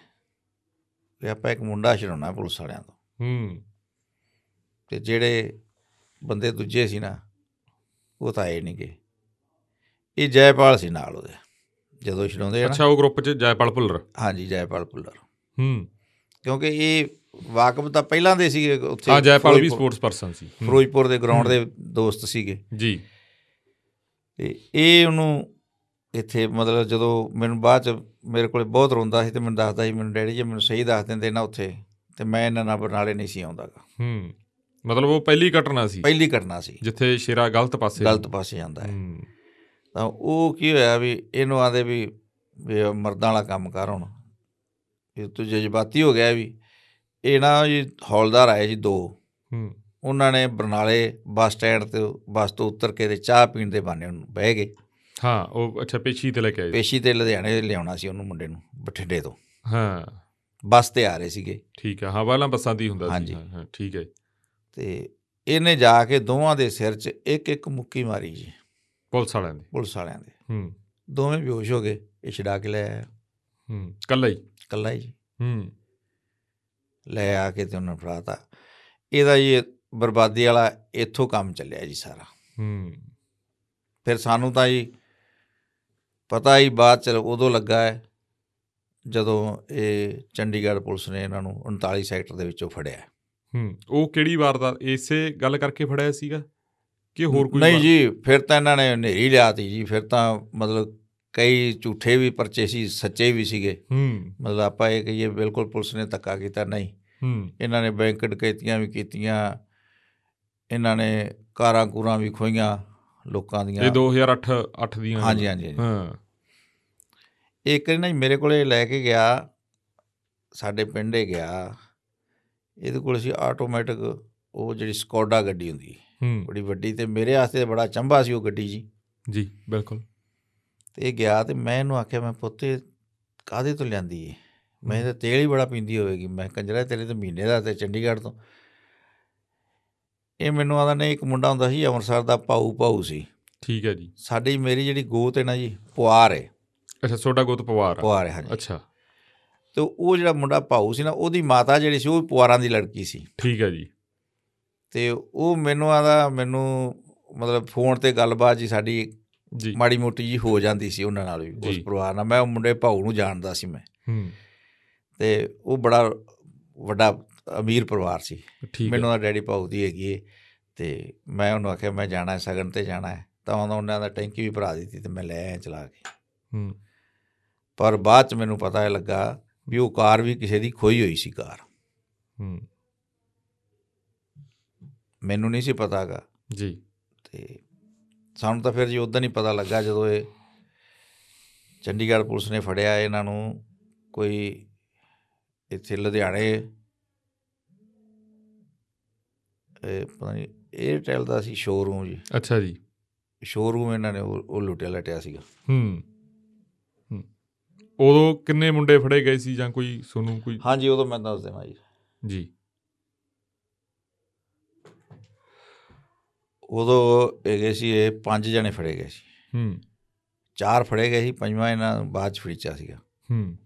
Speaker 2: ਵੀ ਆਪਾਂ ਇੱਕ ਮੁੰਡਾ ਛਡਾਉਣਾ ਪੁਲਿਸ ਵਾਲਿਆਂ ਤੋਂ
Speaker 1: ਹੂੰ
Speaker 2: ਤੇ ਜਿਹੜੇ ਬੰਦੇ ਦੂਜੇ ਸੀ ਨਾ ਉਹ ਤਾਂ ਆਏ ਨਹੀਂਗੇ ਇਹ ਜੈਪਾਲ ਸੀ ਨਾਲ ਉਹਦੇ ਜਦੋਂ ਛਡਾਉਂਦੇ ਆ ਨਾ
Speaker 1: ਅੱਛਾ ਉਹ ਗਰੁੱਪ ਚ ਜੈਪਾਲ ਭੁੱਲਰ
Speaker 2: ਹਾਂਜੀ ਜੈਪਾਲ ਪੁੱਲਰ
Speaker 1: ਹੂਮ
Speaker 2: ਕਿਉਂਕਿ ਇਹ ਵਾਕਬ ਤਾਂ ਪਹਿਲਾਂ ਦੇ ਸੀਗੇ ਉੱਥੇ
Speaker 1: ਹਾਂ ਜੈਪਾਲ ਵੀ
Speaker 2: ਫਿਰੋਜ਼ਪੁਰ-
Speaker 1: ਸਪੋਰਟਸ ਪਰਸਨ ਸੀ ਹੂੰ,
Speaker 2: ਫਿਰੋਜ਼ਪੁਰ ਦੇ ਗਰਾਊਂਡ ਦੇ ਦੋਸਤ ਸੀਗੇ
Speaker 1: ਜੀ
Speaker 2: ਤੇ ਇਹ ਉਹਨੂੰ ਇੱਥੇ ਮਤਲਬ ਜਦੋਂ ਮੈਨੂੰ ਬਾਅਦ ਚ ਮੇਰੇ ਕੋਲੇ ਬਹੁਤ ਰੋਂਦਾ ਸੀ ਤੇ ਮੈਨੂੰ ਦੱਸਦਾ ਸੀ ਮੈਨੂੰ ਡੈਡੀ ਜੀ ਮੈਨੂੰ ਸਹੀ ਦੱਸ ਦਿੰਦੇ ਨਾ ਉੱਥੇ ਤੇ ਮੈਂ ਇਹਨਾਂ ਨਾਲ ਬਰਨਾਲੇ ਨਹੀਂ ਸੀ ਆਉਂਦਾ ਗਾ।
Speaker 1: ਹੂੰ ਮਤਲਬ ਉਹ ਪਹਿਲੀ ਘਟਨਾ ਸੀ
Speaker 2: ਪਹਿਲੀ ਘਟਨਾ ਸੀ
Speaker 1: ਜਿੱਥੇ ਸ਼ੇਰਾ ਗਲਤ ਪਾਸੇ
Speaker 2: ਗਲਤ ਪਾਸੇ ਜਾਂਦਾ ਹੈ
Speaker 1: ਹੂੰ
Speaker 2: ਤਾਂ ਉਹ ਕੀ ਹੋਇਆ ਵੀ ਇਹਨੂੰ ਆਦੇ ਵੀ ਵੀ ਇਹ ਮਰਦਾਂ ਵਾਲਾ ਕੰਮ ਕਰ ਹੁਣ ਇਹ ਤੂੰ ਜਜ਼ਬਾਤੀ ਹੋ ਗਿਆ ਵੀ ਇਹ ਨਾ ਜੀ ਹੌਲਦਾਰ ਆਏ ਜੀ ਦੋ
Speaker 1: ਹੂੰ
Speaker 2: ਉਹਨਾਂ ਨੇ ਬਰਨਾਲੇ ਬੱਸ ਸਟੈਂਡ ਤੇ ਬੱਸ ਤੋਂ ਉਤਰ ਕੇ ਤੇ ਚਾਹ ਪੀਣ ਦੇ ਬਹਾਨੇ ਉਹਨੂੰ ਬਹਿ ਗਏ
Speaker 1: ਹਾਂ ਉਹ ਅੱਛਾ ਪੇਸ਼ੀ ਤੇ ਲੈ ਕੇ ਆਏ
Speaker 2: ਪੇਸ਼ੀ ਤੇ ਲੁਧਿਆਣੇ ਲਿਆਉਣਾ ਸੀ ਉਹਨੂੰ ਮੁੰਡੇ ਨੂੰ ਬਠਿੰਡੇ ਤੋਂ
Speaker 1: ਹਾਂ
Speaker 2: ਬੱਸ ਤੇ ਆ ਰਹੇ ਸੀਗੇ
Speaker 1: ਠੀਕ ਹੈ ਹਾਂ ਪਹਿਲਾਂ ਬੱਸਾਂ ਦੀ ਹੁੰਦਾ ਸੀ
Speaker 2: ਹਾਂਜੀ।
Speaker 1: ਹਾਂ ਹਾਂ, ਠੀਕ ਹੈ
Speaker 2: ਤੇ ਇਹਨੇ ਜਾ ਕੇ ਦੋਵਾਂ ਦੇ ਸਿਰ 'ਚ ਇੱਕ ਇੱਕ ਮੁੱਕੀ ਮਾਰੀ ਜੀ
Speaker 1: ਪੁਲਿਸ ਵਾਲਿਆਂ ਦੀ
Speaker 2: ਪੁਲਿਸ ਵਾਲਿਆਂ ਦੇ
Speaker 1: ਹੂੰ
Speaker 2: ਦੋਵੇਂ ਬੇਹੋਸ਼ ਹੋ ਗਏ ਇਹ ਛਡਾ ਕੇ ਲੈ ਆਇਆ
Speaker 1: ਹੂੰ ਕੱਲਾ ਹੀ
Speaker 2: ਇਕੱਲਾ ਹੀ ਜੀ
Speaker 1: ਹੂੰ
Speaker 2: ਲੈ ਆ ਕੇ ਤੇ ਉਹਨਾਂ ਫੜਾਤਾ ਇਹਦਾ ਜੀ ਬਰਬਾਦੀ ਵਾਲਾ ਇੱਥੋਂ ਕੰਮ ਚੱਲਿਆ ਜੀ ਸਾਰਾ
Speaker 1: ਹੂੰ
Speaker 2: ਫਿਰ ਸਾਨੂੰ ਤਾਂ ਜੀ ਪਤਾ ਹੀ ਬਾਅਦ ਚ ਉਦੋਂ ਲੱਗਾ ਹੈ ਜਦੋਂ ਇਹ ਚੰਡੀਗੜ੍ਹ ਪੁਲਿਸ ਨੇ ਇਹਨਾਂ ਨੂੰ 39 ਸੈਕਟਰ ਦੇ ਵਿੱਚੋਂ ਫੜਿਆ
Speaker 1: ਹੂੰ ਉਹ ਕਿਹੜੀ ਵਾਰ ਦਾ ਇਸੇ ਗੱਲ ਕਰਕੇ ਫੜਿਆ ਸੀਗਾ ਕਿ ਹੋਰ ਕੋਈ
Speaker 2: ਨਹੀਂ
Speaker 1: ਵਾਰ-
Speaker 2: ਜੀ ਫਿਰ ਤਾਂ ਇਹਨਾਂ ਨੇ ਹਨੇਰੀ ਲਿਆਤੀ ਜੀ ਫਿਰ ਤਾਂ ਮਤਲਬ ਕਈ ਝੂਠੇ ਵੀ ਪਰਚੇ ਸੀ ਸੱਚੇ ਵੀ ਸੀਗੇ
Speaker 1: ਹੂੰ
Speaker 2: ਮਤਲਬ ਆਪਾਂ ਇਹ ਕਹੀਏ ਬਿਲਕੁਲ ਪੁਲਿਸ ਨੇ ਧੱਕਾ ਕੀਤਾ ਨਹੀਂ
Speaker 1: ਹੂੰ
Speaker 2: ਇਹਨਾਂ ਨੇ ਬੈਂਕ ਡਕੈਤੀਆਂ ਵੀ ਕੀਤੀਆਂ ਇਹਨਾਂ ਨੇ ਕਾਰਾਂ ਕੂਰਾਂ ਵੀ ਖੋਈਆਂ ਲੋਕਾਂ
Speaker 1: ਇਹ
Speaker 2: ਦੀਆਂ
Speaker 1: 2008 8 ਦੀਆਂ
Speaker 2: ਹਾਂਜੀ ਹਾਂਜੀ
Speaker 1: ਹਾਂ
Speaker 2: ਇੱਕ ਵਾਰੀ ਨਾ ਜੀ ਮੇਰੇ ਕੋਲੇ ਲੈ ਕੇ ਗਿਆ ਸਾਡੇ ਪਿੰਡੇ ਗਿਆ ਇਹਦੇ ਕੋਲ ਸੀ ਆਟੋਮੈਟਿਕ ਉਹ ਜਿਹੜੀ ਸਕੋਡਾ ਗੱਡੀ ਹੁੰਦੀ ਹੈ,
Speaker 1: ਹੂੰ
Speaker 2: ਬੜੀ ਵੱਡੀ ਤੇ ਮੇਰੇ ਵਾਸਤੇ ਬੜਾ ਚੰਬਾ ਸੀ ਉਹ ਗੱਡੀ ਜੀ
Speaker 1: ਜੀ ਬਿਲਕੁਲ
Speaker 2: ਤੇ ਇਹ ਗਿਆ ਤੇ ਮੈਂ ਇਹਨੂੰ ਆਖਿਆ ਮੈਂ ਪੁੱਤੇ ਕਾਹਦੇ ਤੋਂ ਲਿਆਂਦੀ ਏ ਮੈਂ ਤਾਂ ਤੇਲ ਹੀ ਬੜਾ ਪੀਂਦੀ ਹੋਵੇਗੀ ਮੈਂ ਕਿਹਾ, ਕੰਜਰਾ ਤੇਰੇ ਤਾਂ ਮਹੀਨੇ ਦਾ ਤੇ ਚੰਡੀਗੜ੍ਹ ਤੋਂ ਇਹ ਮੈਨੂੰ ਆਦਾ ਨਹੀਂ ਇੱਕ ਮੁੰਡਾ ਹੁੰਦਾ ਸੀ ਅੰਮ੍ਰਿਤਸਰ ਦਾ ਪਾਉ ਪਾਉ ਸੀ
Speaker 1: ਠੀਕ ਹੈ ਜੀ
Speaker 2: ਸਾਡੀ ਮੇਰੀ ਜਿਹੜੀ ਗੋਤ ਹੈ ਨਾ ਜੀ ਪੁਆਰ ਹੈ
Speaker 1: ਅੱਛਾ ਛੋਟਾ ਗੋਤ ਪਵਾਰ ਆ
Speaker 2: ਪੁਆਰ ਹੈ ਹਾਂਜੀ
Speaker 1: ਅੱਛਾ
Speaker 2: ਤੇ ਉਹ ਜਿਹੜਾ ਮੁੰਡਾ ਭਾਊ ਸੀ ਨਾ ਉਹਦੀ ਮਾਤਾ ਜਿਹੜੀ ਸੀ ਉਹ ਵੀ ਪੁਆਰਾਂ ਦੀ ਲੜਕੀ ਸੀ
Speaker 1: ਠੀਕ ਹੈ ਜੀ
Speaker 2: ਤੇ ਉਹ ਮੈਨੂੰ ਆਦਾ ਮੈਨੂੰ ਮਤਲਬ ਫੋਨ ਤੇ ਗੱਲਬਾਤ ਜੀ ਸਾਡੀ
Speaker 1: ਜੀ
Speaker 2: ਮਾੜੀ ਮੋਟੀ ਜੀ ਹੋ ਜਾਂਦੀ ਸੀ ਉਹਨਾਂ ਨਾਲ ਵੀ ਉਸ
Speaker 1: ਜੀ।
Speaker 2: ਪਰਿਵਾਰ ਨਾਲ ਮੈਂ ਉਹ ਮੁੰਡੇ ਭਾਊ ਨੂੰ ਜਾਣਦਾ ਸੀ ਮੈਂ
Speaker 1: ਹੂੰ
Speaker 2: ਤੇ ਉਹ ਬੜਾ ਵੱਡਾ ਅਮੀਰ ਪਰਿਵਾਰ ਸੀ
Speaker 1: ਠੀਕ ਹੈ
Speaker 2: ਮੈਨੂੰ ਦਾ ਡੈਡੀ ਭਾਊ ਦੀ ਹੈਗੀ ਏ ਤੇ ਮੈਂ ਉਹਨੂੰ ਆਖਿਆ ਮੈਂ ਜਾਣਾ ਹੈ ਸਗਨ ਤੇ ਜਾਣਾ ਹੈ ਤਾਂ ਉਹਨਾਂ ਉਹਨਾਂ ਦਾ ਟੈਂਕੀ ਵੀ ਭਰਾ ਦਿੱਤੀ ਤੇ ਮੈਂ ਲੈ ਆਇਆ ਚਲਾ ਕੇ
Speaker 1: ਹੂੰ
Speaker 2: ਪਰ ਬਾਅਦ ਚ ਮੈਨੂੰ ਪਤਾ ਇਹ ਲੱਗਾ ਵੀ ਉਹ ਕਾਰ ਵੀ ਕਿਸੇ ਦੀ ਖੋਈ ਹੋਈ ਸੀ ਕਾਰ
Speaker 1: ਹੂੰ
Speaker 2: ਮੈਨੂੰ ਨਹੀਂ ਸੀ ਪਤਾਗਾ
Speaker 1: ਜੀ
Speaker 2: ਤੇ ਸਾਨੂੰ ਤਾਂ ਫਿਰ ਜੀ ਉਦੋਂ ਹੀ ਪਤਾ ਲੱਗਾ ਜਦੋਂ ਇਹ ਚੰਡੀਗੜ੍ਹ ਪੁਲਿਸ ਨੇ ਫੜਿਆ ਇਹਨਾਂ ਨੂੰ ਕੋਈ ਇੱਥੇ ਲੁਧਿਆਣੇ ਇਹ ਪਤਾ ਨਹੀਂ 에ਅਰਟੈਲ ਦਾ ਸੀ ਸ਼ੋਰੂਮ ਜੀ
Speaker 1: ਅੱਛਾ ਜੀ
Speaker 2: ਸ਼ੋਰੂਮ ਇਹਨਾਂ ਨੇ ਉਹ ਉਹ ਲੁੱਟਿਆ ਲਟਿਆ ਸੀਗਾ
Speaker 1: ਹੂੰ ਹੂੰ। ਉਦੋਂ ਕਿੰਨੇ ਮੁੰਡੇ ਫੜੇ ਗਏ ਸੀ ਜਾਂ ਕੋਈ ਸੋਨੂੰ ਕੋਈ
Speaker 2: ਹਾਂਜੀ ਉਦੋਂ ਮੈਂ ਦੱਸ ਦੇਵਾਂ ਜੀ
Speaker 1: ਜੀ
Speaker 2: ਉਦੋਂ ਹੈਗੇ ਸੀ ਇਹ ਪੰਜ ਜਣੇ ਫੜੇ ਗਏ ਸੀ
Speaker 1: ਹੂੰ
Speaker 2: ਚਾਰ ਫੜੇ ਗਏ ਸੀ ਪੰਜਵਾਂ ਇਹਨਾਂ ਨੂੰ ਬਾਅਦ ਚ ਫੜੀਚਾ ਸੀਗਾ
Speaker 1: ਹੂੰ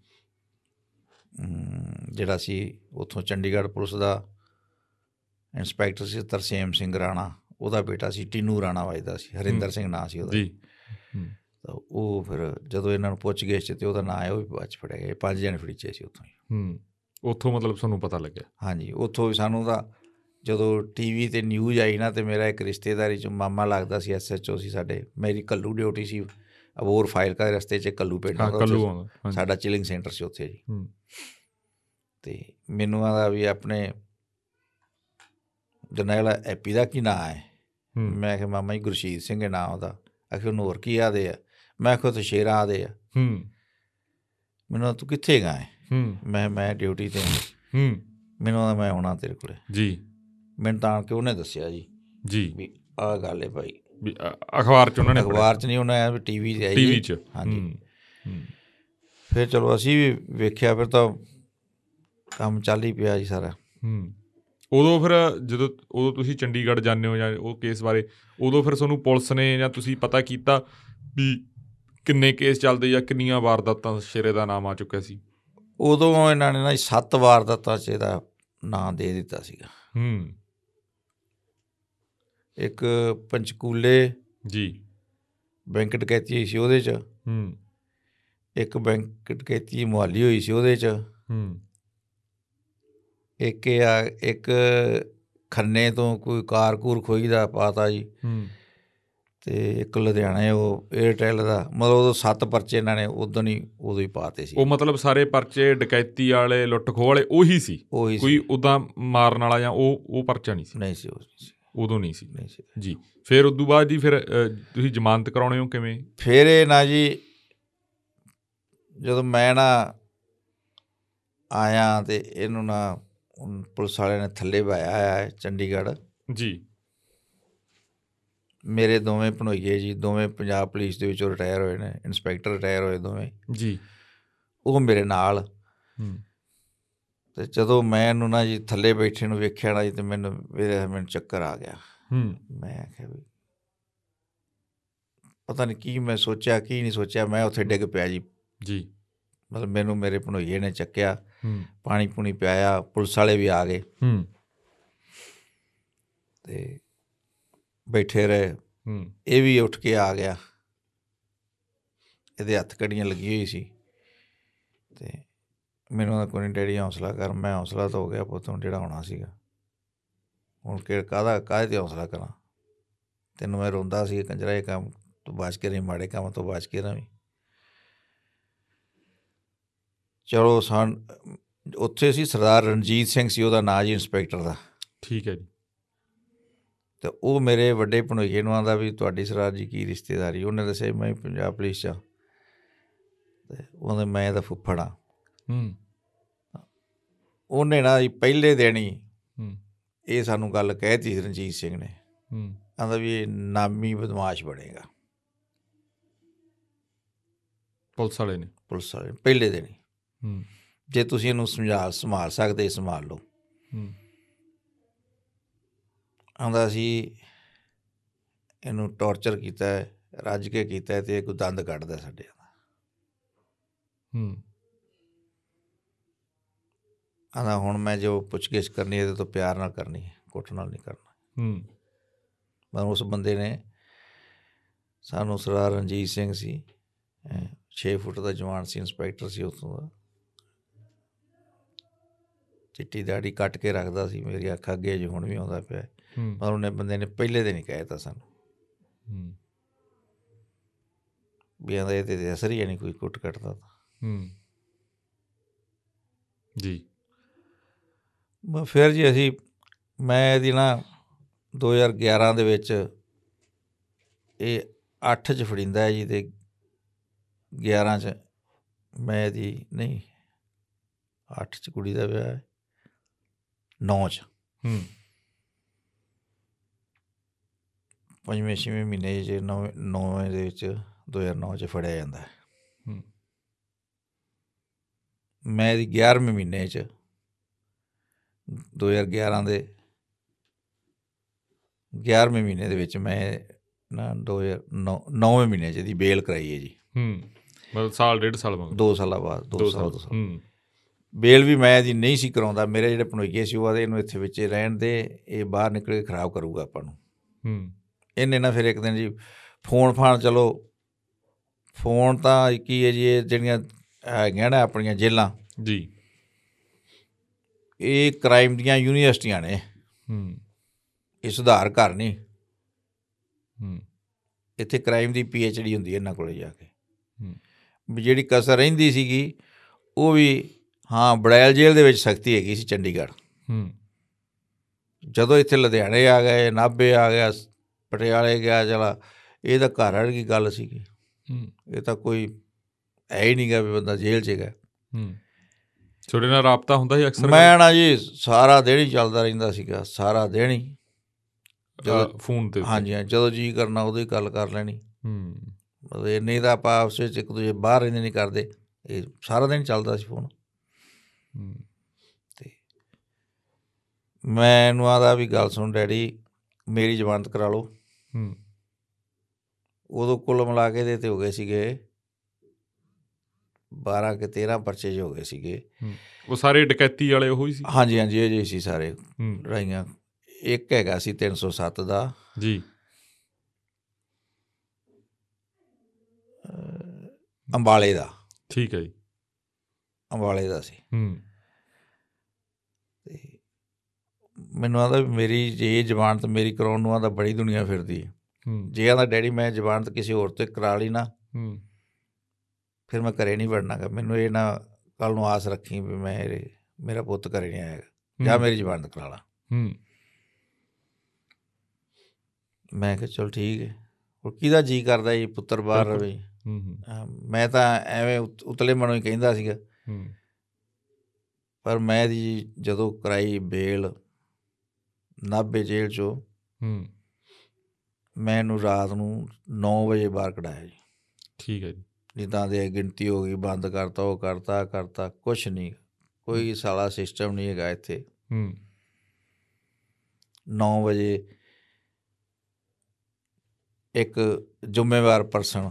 Speaker 2: ਅਮ, ਜਿਹੜਾ ਸੀ ਉੱਥੋਂ ਚੰਡੀਗੜ੍ਹ ਪੁਲਿਸ ਦਾ ਇੰਸਪੈਕਟਰ ਸੀ ਤਰਸੇਮ ਸਿੰਘ ਰਾਣਾ ਉਹਦਾ ਬੇਟਾ ਸੀ ਟੀਨੂ ਰਾਣਾ ਵਜਦਾ ਸੀ ਹਰਿੰਦਰ
Speaker 1: ਹੂੰ।
Speaker 2: ਸਿੰਘ ਨਾਂ ਸੀ ਉਹਦਾ
Speaker 1: ਜੀ ਹੂੰ।
Speaker 2: ਤਾਂ ਉਹ ਫਿਰ ਜਦੋਂ ਇਹਨਾਂ ਨੂੰ ਪੁੱਛ ਗਏ ਤੇ ਉਹਦਾ ਨਾਂ ਆਇਆ ਉਹ ਵੀ ਬਾਅਦ ਚ ਫੜਿਆ ਗਿਆ ਇਹ ਪੰਜ ਜਣੇ ਫੜੀਚੇ ਸੀ ਉੱਥੋਂ ਹੀ
Speaker 1: ਹੂੰ ਉੱਥੋਂ ਮਤਲਬ ਤੁਹਾਨੂੰ ਪਤਾ ਲੱਗਿਆ
Speaker 2: ਹਾਂਜੀ ਉੱਥੋਂ ਵੀ ਸਾਨੂੰ ਤਾਂ ਜਦੋਂ ਟੀਵੀ ਤੇ ਨਿਊਜ਼ ਆਈ ਨਾ ਤੇ ਮੇਰਾ ਇੱਕ ਰਿਸ਼ਤੇਦਾਰੀ ਚ ਮਾਮਾ ਲੱਗਦਾ ਸੀ ਐਸਐਚਓ ਸੀ ਸਾਡੇ ਮੇਰੀ ਕੱਲੂ ਡਿਊਟੀ ਸੀ ਅਬੋਰ ਫਾਇਲ ਕਾ ਰਸਤੇ ਚ ਕੱਲੂ ਪਿੰਡ
Speaker 1: ਹਾਂ
Speaker 2: ਆਉਂਦਾ ਉੱਥੇ
Speaker 1: ਕੱਲੂ ਆਉਂਦਾ ਹਾਂਜੀ।
Speaker 2: ਸਾਡਾ ਚਿਲਿੰਗ ਸੈਂਟਰ ਸੀ ਉੱਥੇ ਜੀ
Speaker 1: ਹੂੰ।
Speaker 2: ਤੇ ਮੈਨੂੰ ਆਦਾ ਵੀ ਆਪਣੇ ਜਰਨੈਲ ਐਪੀ ਦਾ ਕੀ ਨਾਂ ਹੈ
Speaker 1: ਹੂੰ
Speaker 2: ਮੈਂ ਕਿਹਾ ਮਾਮਾ ਜੀ ਗੁਰਸ਼ੀਤ ਸਿੰਘ ਹੈ ਨਾਂ ਉਹਦਾ ਆਖੇ ਉਹਨੂੰ ਹੋਰ ਕੀ ਆਦੇ ਆ ਮੈਂ ਕਿਹਾ ਉਹ ਤਾਂ ਸ਼ੇਰਾਂ ਆਦੇ ਆ
Speaker 1: ਹੂੰ
Speaker 2: ਮੈਨੂੰ ਕਹਿੰਦਾ, ਤੂੰ ਕਿੱਥੇ ਗਿਆ ਹੈ
Speaker 1: ਹੂੰ
Speaker 2: ਮੈਂ ਮੈਂ ਡਿਊਟੀ ਤੇ ਹਾਂ।
Speaker 1: ਹੂੰ
Speaker 2: ਮੈਨੂੰ ਆਦਾ ਮੈਂ ਆਉਣਾ ਤੇਰੇ ਕੋਲੇ
Speaker 1: ਜੀ
Speaker 2: ਮੈਨੂੰ ਤਾਂ ਆਣ ਕੇ ਉਹਨੇ ਦੱਸਿਆ ਜੀ
Speaker 1: ਜੀ
Speaker 2: ਵੀ ਆਹ ਗੱਲ ਹੈ ਭਾਈ
Speaker 1: ਵੀ ਅ- ਅਖਬਾਰ ਚ ਉਹਨਾਂ ਨੇ
Speaker 2: ਅਖਬਾਰ 'ਚ ਨਹੀਂ ਉਹਨਾਂ ਆਇਆ ਵੀ ਟੀਵੀ 'ਤੇ ਆਈ
Speaker 1: ਟੀਵੀ
Speaker 2: ਹੈ।
Speaker 1: ਚ
Speaker 2: ਹਾਂਜੀ।
Speaker 1: ਹੂੰ, ਹੂੰ।
Speaker 2: ਫਿਰ ਚਲੋ ਅਸੀਂ ਵੀ ਵੇਖਿਆ ਫਿਰ ਤਾਂ ਕੰਮ ਚੱਲ ਹੀ ਪਿਆ ਜੀ ਸਾਰਾ
Speaker 1: ਹੂੰ ਉਦੋਂ ਫਿਰ ਜਦੋਂ ਉਦੋਂ ਤੁਸੀਂ ਚੰਡੀਗੜ੍ਹ ਜਾਂਦੇ ਹੋ ਜਾਂ ਉਹ ਕੇਸ ਬਾਰੇ ਉਦੋਂ ਫਿਰ ਤੁਹਾਨੂੰ ਪੁਲਿਸ ਨੇ ਜਾਂ ਤੁਸੀਂ ਪਤਾ ਕੀਤਾ ਵੀ ਕਿੰਨੇ ਕੇਸ ਚੱਲਦੇ ਜਾਂ ਕਿੰਨੀਆਂ ਵਾਰਦਾਤਾਂ ਸ਼ੇਰੇ ਦਾ ਨਾਮ ਆ ਚੁੱਕਿਆ ਸੀ
Speaker 2: ਉਦੋਂ ਇਹਨਾਂ ਨੇ ਨਾ ਸੱਤ ਵਾਰ ਦਾ ਤਾਂ ਇਹਦਾ ਨਾਂ ਦੇ ਦਿੱਤਾ ਸੀਗਾ
Speaker 1: ਹੂੰ
Speaker 2: ਇੱਕ ਪੰਚਕੂਲੇ
Speaker 1: ਜੀ
Speaker 2: ਬੈਂਕਟ ਕੈਤੀ ਹੋਈ ਸੀ ਉਹਦੇ 'ਚ
Speaker 1: ਹੂੰ
Speaker 2: ਇੱਕ ਬੈਂਕਟ ਕੈਤੀ ਮੁਹਾਲੀ ਹੋਈ ਸੀ ਉਹਦੇ 'ਚ
Speaker 1: ਹੂੰ
Speaker 2: ਇੱਕ ਇਹ ਆ ਇੱਕ ਖੰਨੇ ਤੋਂ ਕੋਈ ਕਾਰਕੂਰ ਖੋਈ ਦਾ ਪਾਤਾ ਜੀ
Speaker 1: ਹੂੰ
Speaker 2: ਤੇ ਇੱਕ ਲੁਧਿਆਣੇ ਉਹ 에ਅਰਟੈਲ ਦਾ ਮਤਲਬ ਉਦੋਂ ਸੱਤ ਪਰਚੇ ਇਹਨਾਂ ਨੇ ਉਦੋਂ ਹੀ ਉਦੋਂ ਹੀ ਪਾਤੇ ਸੀ
Speaker 1: ਉਹ ਮਤਲਬ ਸਾਰੇ ਪਰਚੇ ਡਕੈਤੀ ਵਾਲੇ ਲੁੱਟ ਖੋਹ ਵਾਲੇ ਉਹੀ ਸੀ
Speaker 2: ਉਹੀ
Speaker 1: ਕੋਈ
Speaker 2: ਸੀ
Speaker 1: ਉਦਾਂ ਮਾਰਨ ਵਾਲਾ ਜਾਂ ਉਹ ਉਹ ਪਰਚਾ ਨਹੀਂ ਸੀ
Speaker 2: ਨਹੀਂ ਸੀ ਉਹ ਸੀ,
Speaker 1: ਉਦੋਂ ਨਹੀਂ ਸੀ
Speaker 2: ਨਹੀਂ ਸੀ
Speaker 1: ਜੀ ਫਿਰ ਉਦੋਂ ਬਾਅਦ ਜੀ ਫਿਰ ਅ, ਤੁਸੀਂ ਜ਼ਮਾਨਤ ਕਰਾਉਣੇ ਹੋ ਕਿਵੇਂ
Speaker 2: ਫਿਰ ਇਹ ਨਾ ਜੀ ਜਦੋਂ ਮੈਂ ਨਾ ਆਇਆ ਤੇ ਇਹਨੂੰ ਨਾ ਉਨ- ਪੁਲਿਸ ਵਾਲਿਆਂ ਨੇ ਥੱਲੇ ਵਾਇਆ ਆ ਚੰਡੀਗੜ੍ਹ
Speaker 1: ਜੀ
Speaker 2: ਮੇਰੇ ਦੋਵੇਂ ਭਣੋਈਏ ਜੀ ਦੋਵੇਂ ਪੰਜਾਬ ਪੁਲਿਸ ਦੇ ਵਿੱਚੋਂ ਰਿਟਾਇਰ ਹੋਏ ਨੇ ਇਨਸਪੈਕਟਰ ਰਿਟਾਇਰ ਹੋਏ ਦੋਵੇਂ
Speaker 1: ਜੀ
Speaker 2: ਉਹ ਮੇਰੇ ਨਾਲ
Speaker 1: ਹੂੰ
Speaker 2: ਤੇ ਜਦੋਂ ਮੈਂ ਇਹਨੂੰ ਨਾ ਜੀ ਥੱਲੇ ਬੈਠੇ ਨੂੰ ਵੇਖਿਆ ਨਾ ਜੀ ਤੇ ਮੈਨੂੰ ਮੇਰੇ ਮੈਨੂੰ ਚੱਕਰ ਆ ਗਿਆ
Speaker 1: ਹੂੰ
Speaker 2: ਮੈਂ ਆਖਿਆ ਵੀ ਪਤਾ ਨਹੀਂ ਕੀ ਮੈਂ ਸੋਚਿਆ ਕੀ ਨਹੀਂ ਸੋਚਿਆ ਮੈਂ ਉੱਥੇ ਡਿੱਗ ਪਿਆ ਜੀ
Speaker 1: ਜੀ
Speaker 2: ਮਤਲਬ ਮੈਨੂੰ ਮੇਰੇ ਭਣੋਈਏ ਨੇ ਚੱਕਿਆ
Speaker 1: ਹੂੰ
Speaker 2: ਪਾਣੀ ਪੂਣੀ ਪਿਆਇਆ ਪੁਲਿਸ ਵਾਲੇ ਵੀ ਆ ਗਏ
Speaker 1: ਹੂੰ
Speaker 2: ਤੇ ਬੈਠੇ ਰਹੇ
Speaker 1: ਹੂੰ
Speaker 2: ਇਹ ਵੀ ਉੱਠ ਕੇ ਆ ਗਿਆ ਇਹਦੇ ਹੱਥ ਕੜੀਆਂ ਲੱਗੀ ਹੋਈ ਸੀ ਤੇ ਮੈਨੂੰ ਤਾਂ ਕੋਈ ਨਹੀਂ ਡੈਡੀ ਹੌਸਲਾ ਕਰ ਮੈਂ ਹੌਸਲਾ ਤਾਂ ਹੋ ਗਿਆ ਪੁੱਤ ਹੁਣ ਜਿਹੜਾ ਹੋਣਾ ਸੀਗਾ ਹੁਣ ਕਿ ਕਾਹਦਾ ਕਾਹਦੇ ਤੇ ਹੌਸਲਾ ਕਰਾਂ ਤੈਨੂੰ ਮੈਂ ਰੋਂਦਾ ਸੀ ਕੰਜਰਾ ਇਹ ਕੰਮ ਤੂੰ ਬਚ ਕੇ ਰਹੀ ਮਾੜੇ ਕੰਮ ਤੋਂ ਬਚ ਕੇ ਰਹੀਂ ਚਲੋ ਸਾਨ ਉੱਥੇ ਸੀ ਸਰਦਾਰ ਰਣਜੀਤ ਸਿੰਘ ਸੀ ਉਹਦਾ ਨਾਂ ਜੀ ਇੰਸਪੈਕਟਰ ਦਾ
Speaker 1: ਠੀਕ ਹੈ ਜੀ
Speaker 2: ਤੇ ਉਹ ਮੇਰੇ ਵੱਡੇ ਭਣੋਈਏ ਨੂੰ ਆਂਦਾ ਵੀ ਤੁਹਾਡੀ ਸਰਦਾਰ ਜੀ ਕੀ ਰਿਸ਼ਤੇਦਾਰੀ ਉਹਨੇ ਦੱਸਿਆ ਵੀ ਮੈਂ ਵੀ ਪੰਜਾਬ ਪੁਲਿਸ 'ਚ ਆ। ਤੇ ਉਹਨੇ ਮੈਂ ਇਹਦਾ ਫੁੱਫੜ ਆ
Speaker 1: ਹੂੰ
Speaker 2: ਉਹਨੇ ਨਾ ਜੀ ਪਹਿਲੇ ਦੇਣੀ
Speaker 1: ਹੂੰ
Speaker 2: ਇਹ ਸਾਨੂੰ ਗੱਲ ਕਹਿਤੀ ਸੀ ਰਣਜੀਤ ਸਿੰਘ ਨੇ
Speaker 1: ਹੂੰ
Speaker 2: ਆਂਦਾ ਵੀ ਇਹ ਨਾਮੀ ਬਦਮਾਸ਼ ਬਣੇਗਾ
Speaker 1: ਪੁਲਿਸ ਵਾਲੇ ਨੇ
Speaker 2: ਪੁਲਿਸ ਵਾਲੇ ਨੇ, ਪਹਿਲੇ ਦੇਣੀ
Speaker 1: ਹੂੰ
Speaker 2: ਜੇ ਤੁਸੀਂ ਇਹਨੂੰ ਸਮਝਾ ਸੰਭਾਲ ਸਕਦੇ ਸੰਭਾਲ ਲਓ
Speaker 1: ਹੂੰ
Speaker 2: ਆਂਦਾ ਸੀ ਇਹਨੂੰ ਟੌਰਚਰ ਕੀਤਾ ਹੈ ਰੱਜ ਕੇ ਕੀਤਾ ਹੈ ਤੇ ਇਹ ਕੋਈ ਦੰਦ ਕੱਢਦਾ ਸਾਡੇ
Speaker 1: ਹੂੰ
Speaker 2: ਆਂਦਾ ਹੁਣ ਮੈਂ ਜੋ ਪੁੱਛਗਿੱਛ ਕਰਨੀ ਹੈ ਇਹਦੇ ਤੋਂ ਪਿਆਰ ਨਾਲ ਕਰਨੀ ਹੈ ਕੁੱਟ ਨਾਲ ਨਹੀਂ ਕਰਨਾ
Speaker 1: ਹੂੰ
Speaker 2: ਮਤਲਬ ਉਸ ਬੰਦੇ ਨੇ ਸਾਨੂੰ ਸਰਦਾਰ ਰਣਜੀਤ ਸਿੰਘ ਸੀ 6 ਫੁੱਟ ਦਾ ਜਵਾਨ ਸੀ ਇੰਸਪੈਕਟਰ ਸੀ ਉੱਥੋਂ ਦਾ ਚਿੱਟੀ ਦਾੜੀ ਕੱਟ ਕੇ ਰੱਖਦਾ ਸੀ ਮੇਰੀ ਅੱਖ ਅੱਗੇ ਅਜੇ ਹੁਣ ਵੀ ਆਉਂਦਾ ਪਿਆ ਹੈ।
Speaker 1: ਹੂੰ
Speaker 2: ਪਰ ਉਹਨੇ ਬੰਦੇ ਨੇ ਪਹਿਲੇ ਦਿਨ ਹੀ ਕਹਿ ਦਿੱਤਾ ਸਾਨੂੰ
Speaker 1: ਹੂੰ
Speaker 2: ਵੀ ਆਂਦਾ ਇਹ ਤੇ ਅਸਰ ਹੀ ਹੈ ਨਹੀਂ ਕੋਈ ਕੁੱਟ ਕੱਟਦਾ ਤਾਂ।
Speaker 1: ਹੂੰ ਜੀ
Speaker 2: ਮੈਂ ਫਿਰ ਜੀ ਅਸੀਂ ਮੈਂ ਇਹਦੀ ਨਾ 2011 ਦੇ ਵਿੱਚ ਇਹ 8 ਚ ਫੜਿੰਦਾ ਹੈ ਜੀ ਤੇ 11 ਚ ਮੈਂ ਇਹਦੀ ਨਹੀਂ 8 ਚ ਕੁੜੀ ਦਾ ਵਿਆਹ ਹੈ 9 ਚ
Speaker 1: ਹੂੰ
Speaker 2: ਪੰਜਵੇਂ ਛੇਵੇਂ ਮਹੀਨੇ ਚ ਨੌਵੇਂ ਨੌਵੇਂ ਦੇ ਵਿੱਚ 2009 ਚ ਫੜਿਆ ਜਾਂਦਾ ਹੈ
Speaker 1: ਹੂੰ।
Speaker 2: ਮੈਂ ਇਹਦੀ 11ਵੇਂ ਮਹੀਨੇ ਚ 2011 ਦੇ 11ਵੇਂ ਮਹੀਨੇ ਦੇ ਵਿੱਚ ਮੈਂ ਨਾ 2009 ਨੌਵੇਂ ਮਹੀਨੇ ਚ ਇਹਦੀ ਬੇਲ ਕਰਾਈ ਹੈ ਜੀ
Speaker 1: ਹੂੰ ਮਤਲਬ ਸਾਲ ਡੇਢ ਸਾਲ ਮਗਰ
Speaker 2: 2 ਸਾਲਾਂ ਬਾਅਦ 2
Speaker 1: ਦੋ
Speaker 2: ਸਾਲ ਦੋ ਸਾਲ
Speaker 1: ਹੂੰ
Speaker 2: ਬੇਲ ਵੀ ਮੈਂ ਇਹਦੀ ਨਹੀਂ ਸੀ ਕਰਾਉਂਦਾ ਮੇਰੇ ਜਿਹੜੇ ਪਣੋਈਏ ਸੀ ਉਹ ਆਦੇ ਇਹਨੂੰ ਇੱਥੇ ਵਿੱਚ ਹੀ ਰਹਿਣ ਦੇ ਇਹ ਬਾਹਰ ਨਿਕਲ ਕੇ ਖਰਾਬ ਕਰੂਗਾ ਆਪਾਂ ਨੂੰ
Speaker 1: ਹੂੰ
Speaker 2: ਇਹਨੇ ਨਾ ਫਿਰ ਇੱਕ ਦਿਨ ਜੀ ਫੋਨ ਫਾਨ ਚਲੋ ਫੋਨ ਤਾਂ ਕੀ ਹੈ ਜੀ ਇਹ ਜਿਹੜੀਆਂ ਹੈਗੀਆਂ ਨਾ ਆਪਣੀਆਂ ਜੇਲਾਂ
Speaker 1: ਜੀ
Speaker 2: ਇਹ ਕ੍ਰਾਈਮ ਦੀਆਂ ਯੂਨੀਵਰਸਿਟੀਆਂ ਨੇ
Speaker 1: ਹੂੰ
Speaker 2: ਇਹ ਸੁਧਾਰ ਘਰ ਨਹੀਂ
Speaker 1: ਹੂੰ
Speaker 2: ਇੱਥੇ ਕ੍ਰਾਈਮ ਦੀ ਡੀ ਹੁੰਦੀ ਹੈ ਇਹਨਾਂ ਕੋਲੇ ਜਾ ਕੇ
Speaker 1: ਹੂੰ।
Speaker 2: ਵੀ ਜਿਹੜੀ ਕਸਰ ਰਹਿੰਦੀ ਸੀਗੀ ਉਹ ਵੀ ਹਾਂ ਬੜੈਲ ਜੇਲ੍ਹ ਦੇ ਵਿੱਚ ਸਖਤੀ ਹੈਗੀ ਸੀ ਚੰਡੀਗੜ੍ਹ
Speaker 1: ਹੂੰ
Speaker 2: ਜਦੋਂ ਇੱਥੇ ਲੁਧਿਆਣੇ ਆ ਗਏ ਨਾਭੇ ਆ ਗਿਆ ਸ- ਪਟਿਆਲੇ ਗਿਆ ਚਲਾ ਇਹ ਤਾਂ ਘਰ ਵਾਲੀ ਕੀ ਗੱਲ ਸੀਗੀ
Speaker 1: ਹੂੰ
Speaker 2: ਇਹ ਤਾਂ ਕੋਈ ਹੈ ਹੀ ਨਹੀਂਗਾ ਵੀ ਬੰਦਾ ਜੇਲ੍ਹ 'ਚ ਹੈਗਾ
Speaker 1: ਹੂੰ ਤੁਹਾਡੇ ਨਾਲ ਰਾਬਤਾ ਹੁੰਦਾ ਸੀ ਅਕਸਰ
Speaker 2: ਮੈਂ ਨਾ ਜੀ ਸਾਰਾ ਦਿਨ ਹੀ ਚੱਲਦਾ ਰਹਿੰਦਾ ਸੀਗਾ ਸਾਰਾ ਦਿਨ ਹੀ
Speaker 1: ਅ, ਫੋਨ ਤੇ ਉੱਤੇ।
Speaker 2: ਹਾਂਜੀ ਹਾਂ, ਜਦੋਂ ਜੀ ਕਰਨਾ ਉਦੋਂ ਹੀ ਗੱਲ ਕਰ ਲੈਣੀ
Speaker 1: ਹੂੰ
Speaker 2: ਮਤਲਬ ਇੰਨੀ ਤਾਂ ਆਪਾਂ ਆਪਸ ਵਿੱਚ ਇੱਕ ਦੂਜੇ ਬਾਹਰ ਰਹਿੰਦੇ ਨਹੀਂ ਕਰਦੇ ਇਹ ਸਾਰਾ ਦਿਨ ਚੱਲਦਾ ਸੀ ਫੋਨ
Speaker 1: ਹੂੰ
Speaker 2: ਮੈਂ ਇਹਨੂੰ ਆਦਾ ਵੀ ਗੱਲ ਸੁਣ ਡੈਡੀ ਮੇਰੀ ਜ਼ਮਾਨਤ ਕਰਾ ਲਓ
Speaker 1: ਹੂੰ
Speaker 2: ਉਦੋਂ ਕੁੱਲ ਮਿਲਾ ਕੇ ਦੇ ਤੇ ਹੋ ਗਏ ਸੀਗੇ 12 ਕਿ 13 ਪਰਚੇ ਜਿਹੇ ਹੋ ਗਏ ਸੀਗੇ
Speaker 1: ਉਹ ਸਾਰੇ ਡਕੈਤੀ ਵਾਲੇ ਉਹੀ ਸੀ
Speaker 2: ਹਾਂਜੀ ਹਾਂਜੀ ਇਹ ਜਿਹੇ ਸੀ ਸਾਰੇ
Speaker 1: ਹੂੰ
Speaker 2: ਰਾਈਆਂ ਇੱਕ ਹੈਗਾ ਸੀ 307 ਦਾ
Speaker 1: ਜੀ
Speaker 2: ਅਹ, ਅੰਬਾਲੇ ਦਾ
Speaker 1: ਠੀਕ ਹੈ ਜੀ
Speaker 2: ਅੰਬਾਲੇ ਦਾ ਸੀ
Speaker 1: ਹੂੰ
Speaker 2: ਤੇ ਮੈਨੂੰ ਆਦਾ ਮੇਰੀ ਜੇ ਜ਼ਮਾਨਤ ਮੇਰੀ ਕਰਾਉਣ ਨੂੰ ਆਦਾ ਬੜੀ ਦੁਨੀਆ ਫਿਰਦੀ ਹੈ
Speaker 1: ਹੂੰ
Speaker 2: ਜੇ ਆਦਾ ਡੈਡੀ ਮੈਂ ਜ਼ਮਾਨਤ ਕਿਸੇ ਹੋਰ ਤੇ ਕਰਾ ਲਈ ਨਾ
Speaker 1: ਹੂੰ
Speaker 2: ਫਿਰ ਮੈਂ ਘਰੇ ਨਹੀਂ ਵੜਨਾਗਾ ਮੈਨੂੰ ਇਹ ਨਾ ਕੱਲ ਨੂੰ ਆਸ ਰੱਖੀ ਵੀ ਮੈਂ ਇਹ- ਮੇਰਾ ਪੁੱਤ ਘਰੇ ਨਹੀਂ ਆਏਗਾ ਜਾਂ ਮੇਰੀ ਜ਼ਮਾਨਤ ਕਰਾ ਲਾ
Speaker 1: ਹੂੰ
Speaker 2: ਮੈਂ ਕਿਹਾ ਚਲ ਠੀਕ ਹੈ ਹੋਰ ਕਿਹਦਾ ਜੀ ਕਰਦਾ ਜੀ ਪੁੱਤਰ ਬਾਹਰ
Speaker 1: ਬਿਲਕੁਲ।
Speaker 2: ਰਵੇ
Speaker 1: ਹੂੰ ਹੂੰ,
Speaker 2: ਹਾਂ, ਮੈਂ ਤਾਂ ਐਵੇਂ ਉਤ- ਉਤਲੇ ਮਨੋਂ ਹੀ ਕਹਿੰਦਾ ਸੀਗਾ
Speaker 1: ਹੂੰ
Speaker 2: ਪਰ ਮੈਂ ਦੀ ਜਦੋਂ ਕਰਾਈ ਬੇਲ ਨਾਭੇ ਜੇਲ੍ਹ ਚੋਂ
Speaker 1: ਹੂੰ
Speaker 2: ਮੈਂ ਇਹਨੂੰ ਰਾਤ ਨੂੰ 9 ਵਜੇ ਬਾਹਰ ਕਢਾਇਆ ਜੀ
Speaker 1: ਠੀਕ ਹੈ ਜੀ
Speaker 2: ਜਿੱਦਾਂ ਦੇ ਗਿਣਤੀ ਹੋ ਗਈ ਬੰਦ ਕਰਤਾ ਉਹ ਕਰਤਾ ਕਰਤਾ ਕੁਛ ਨਹੀਂ ਕੋਈ ਸਾਲਾ ਸਿਸਟਮ ਨਹੀਂ ਹੈਗਾ ਇੱਥੇ
Speaker 1: ਹੂੰ
Speaker 2: 9 ਵਜੇ ਇੱਕ ਜ਼ਿੰਮੇਵਾਰ ਪਰਸਨ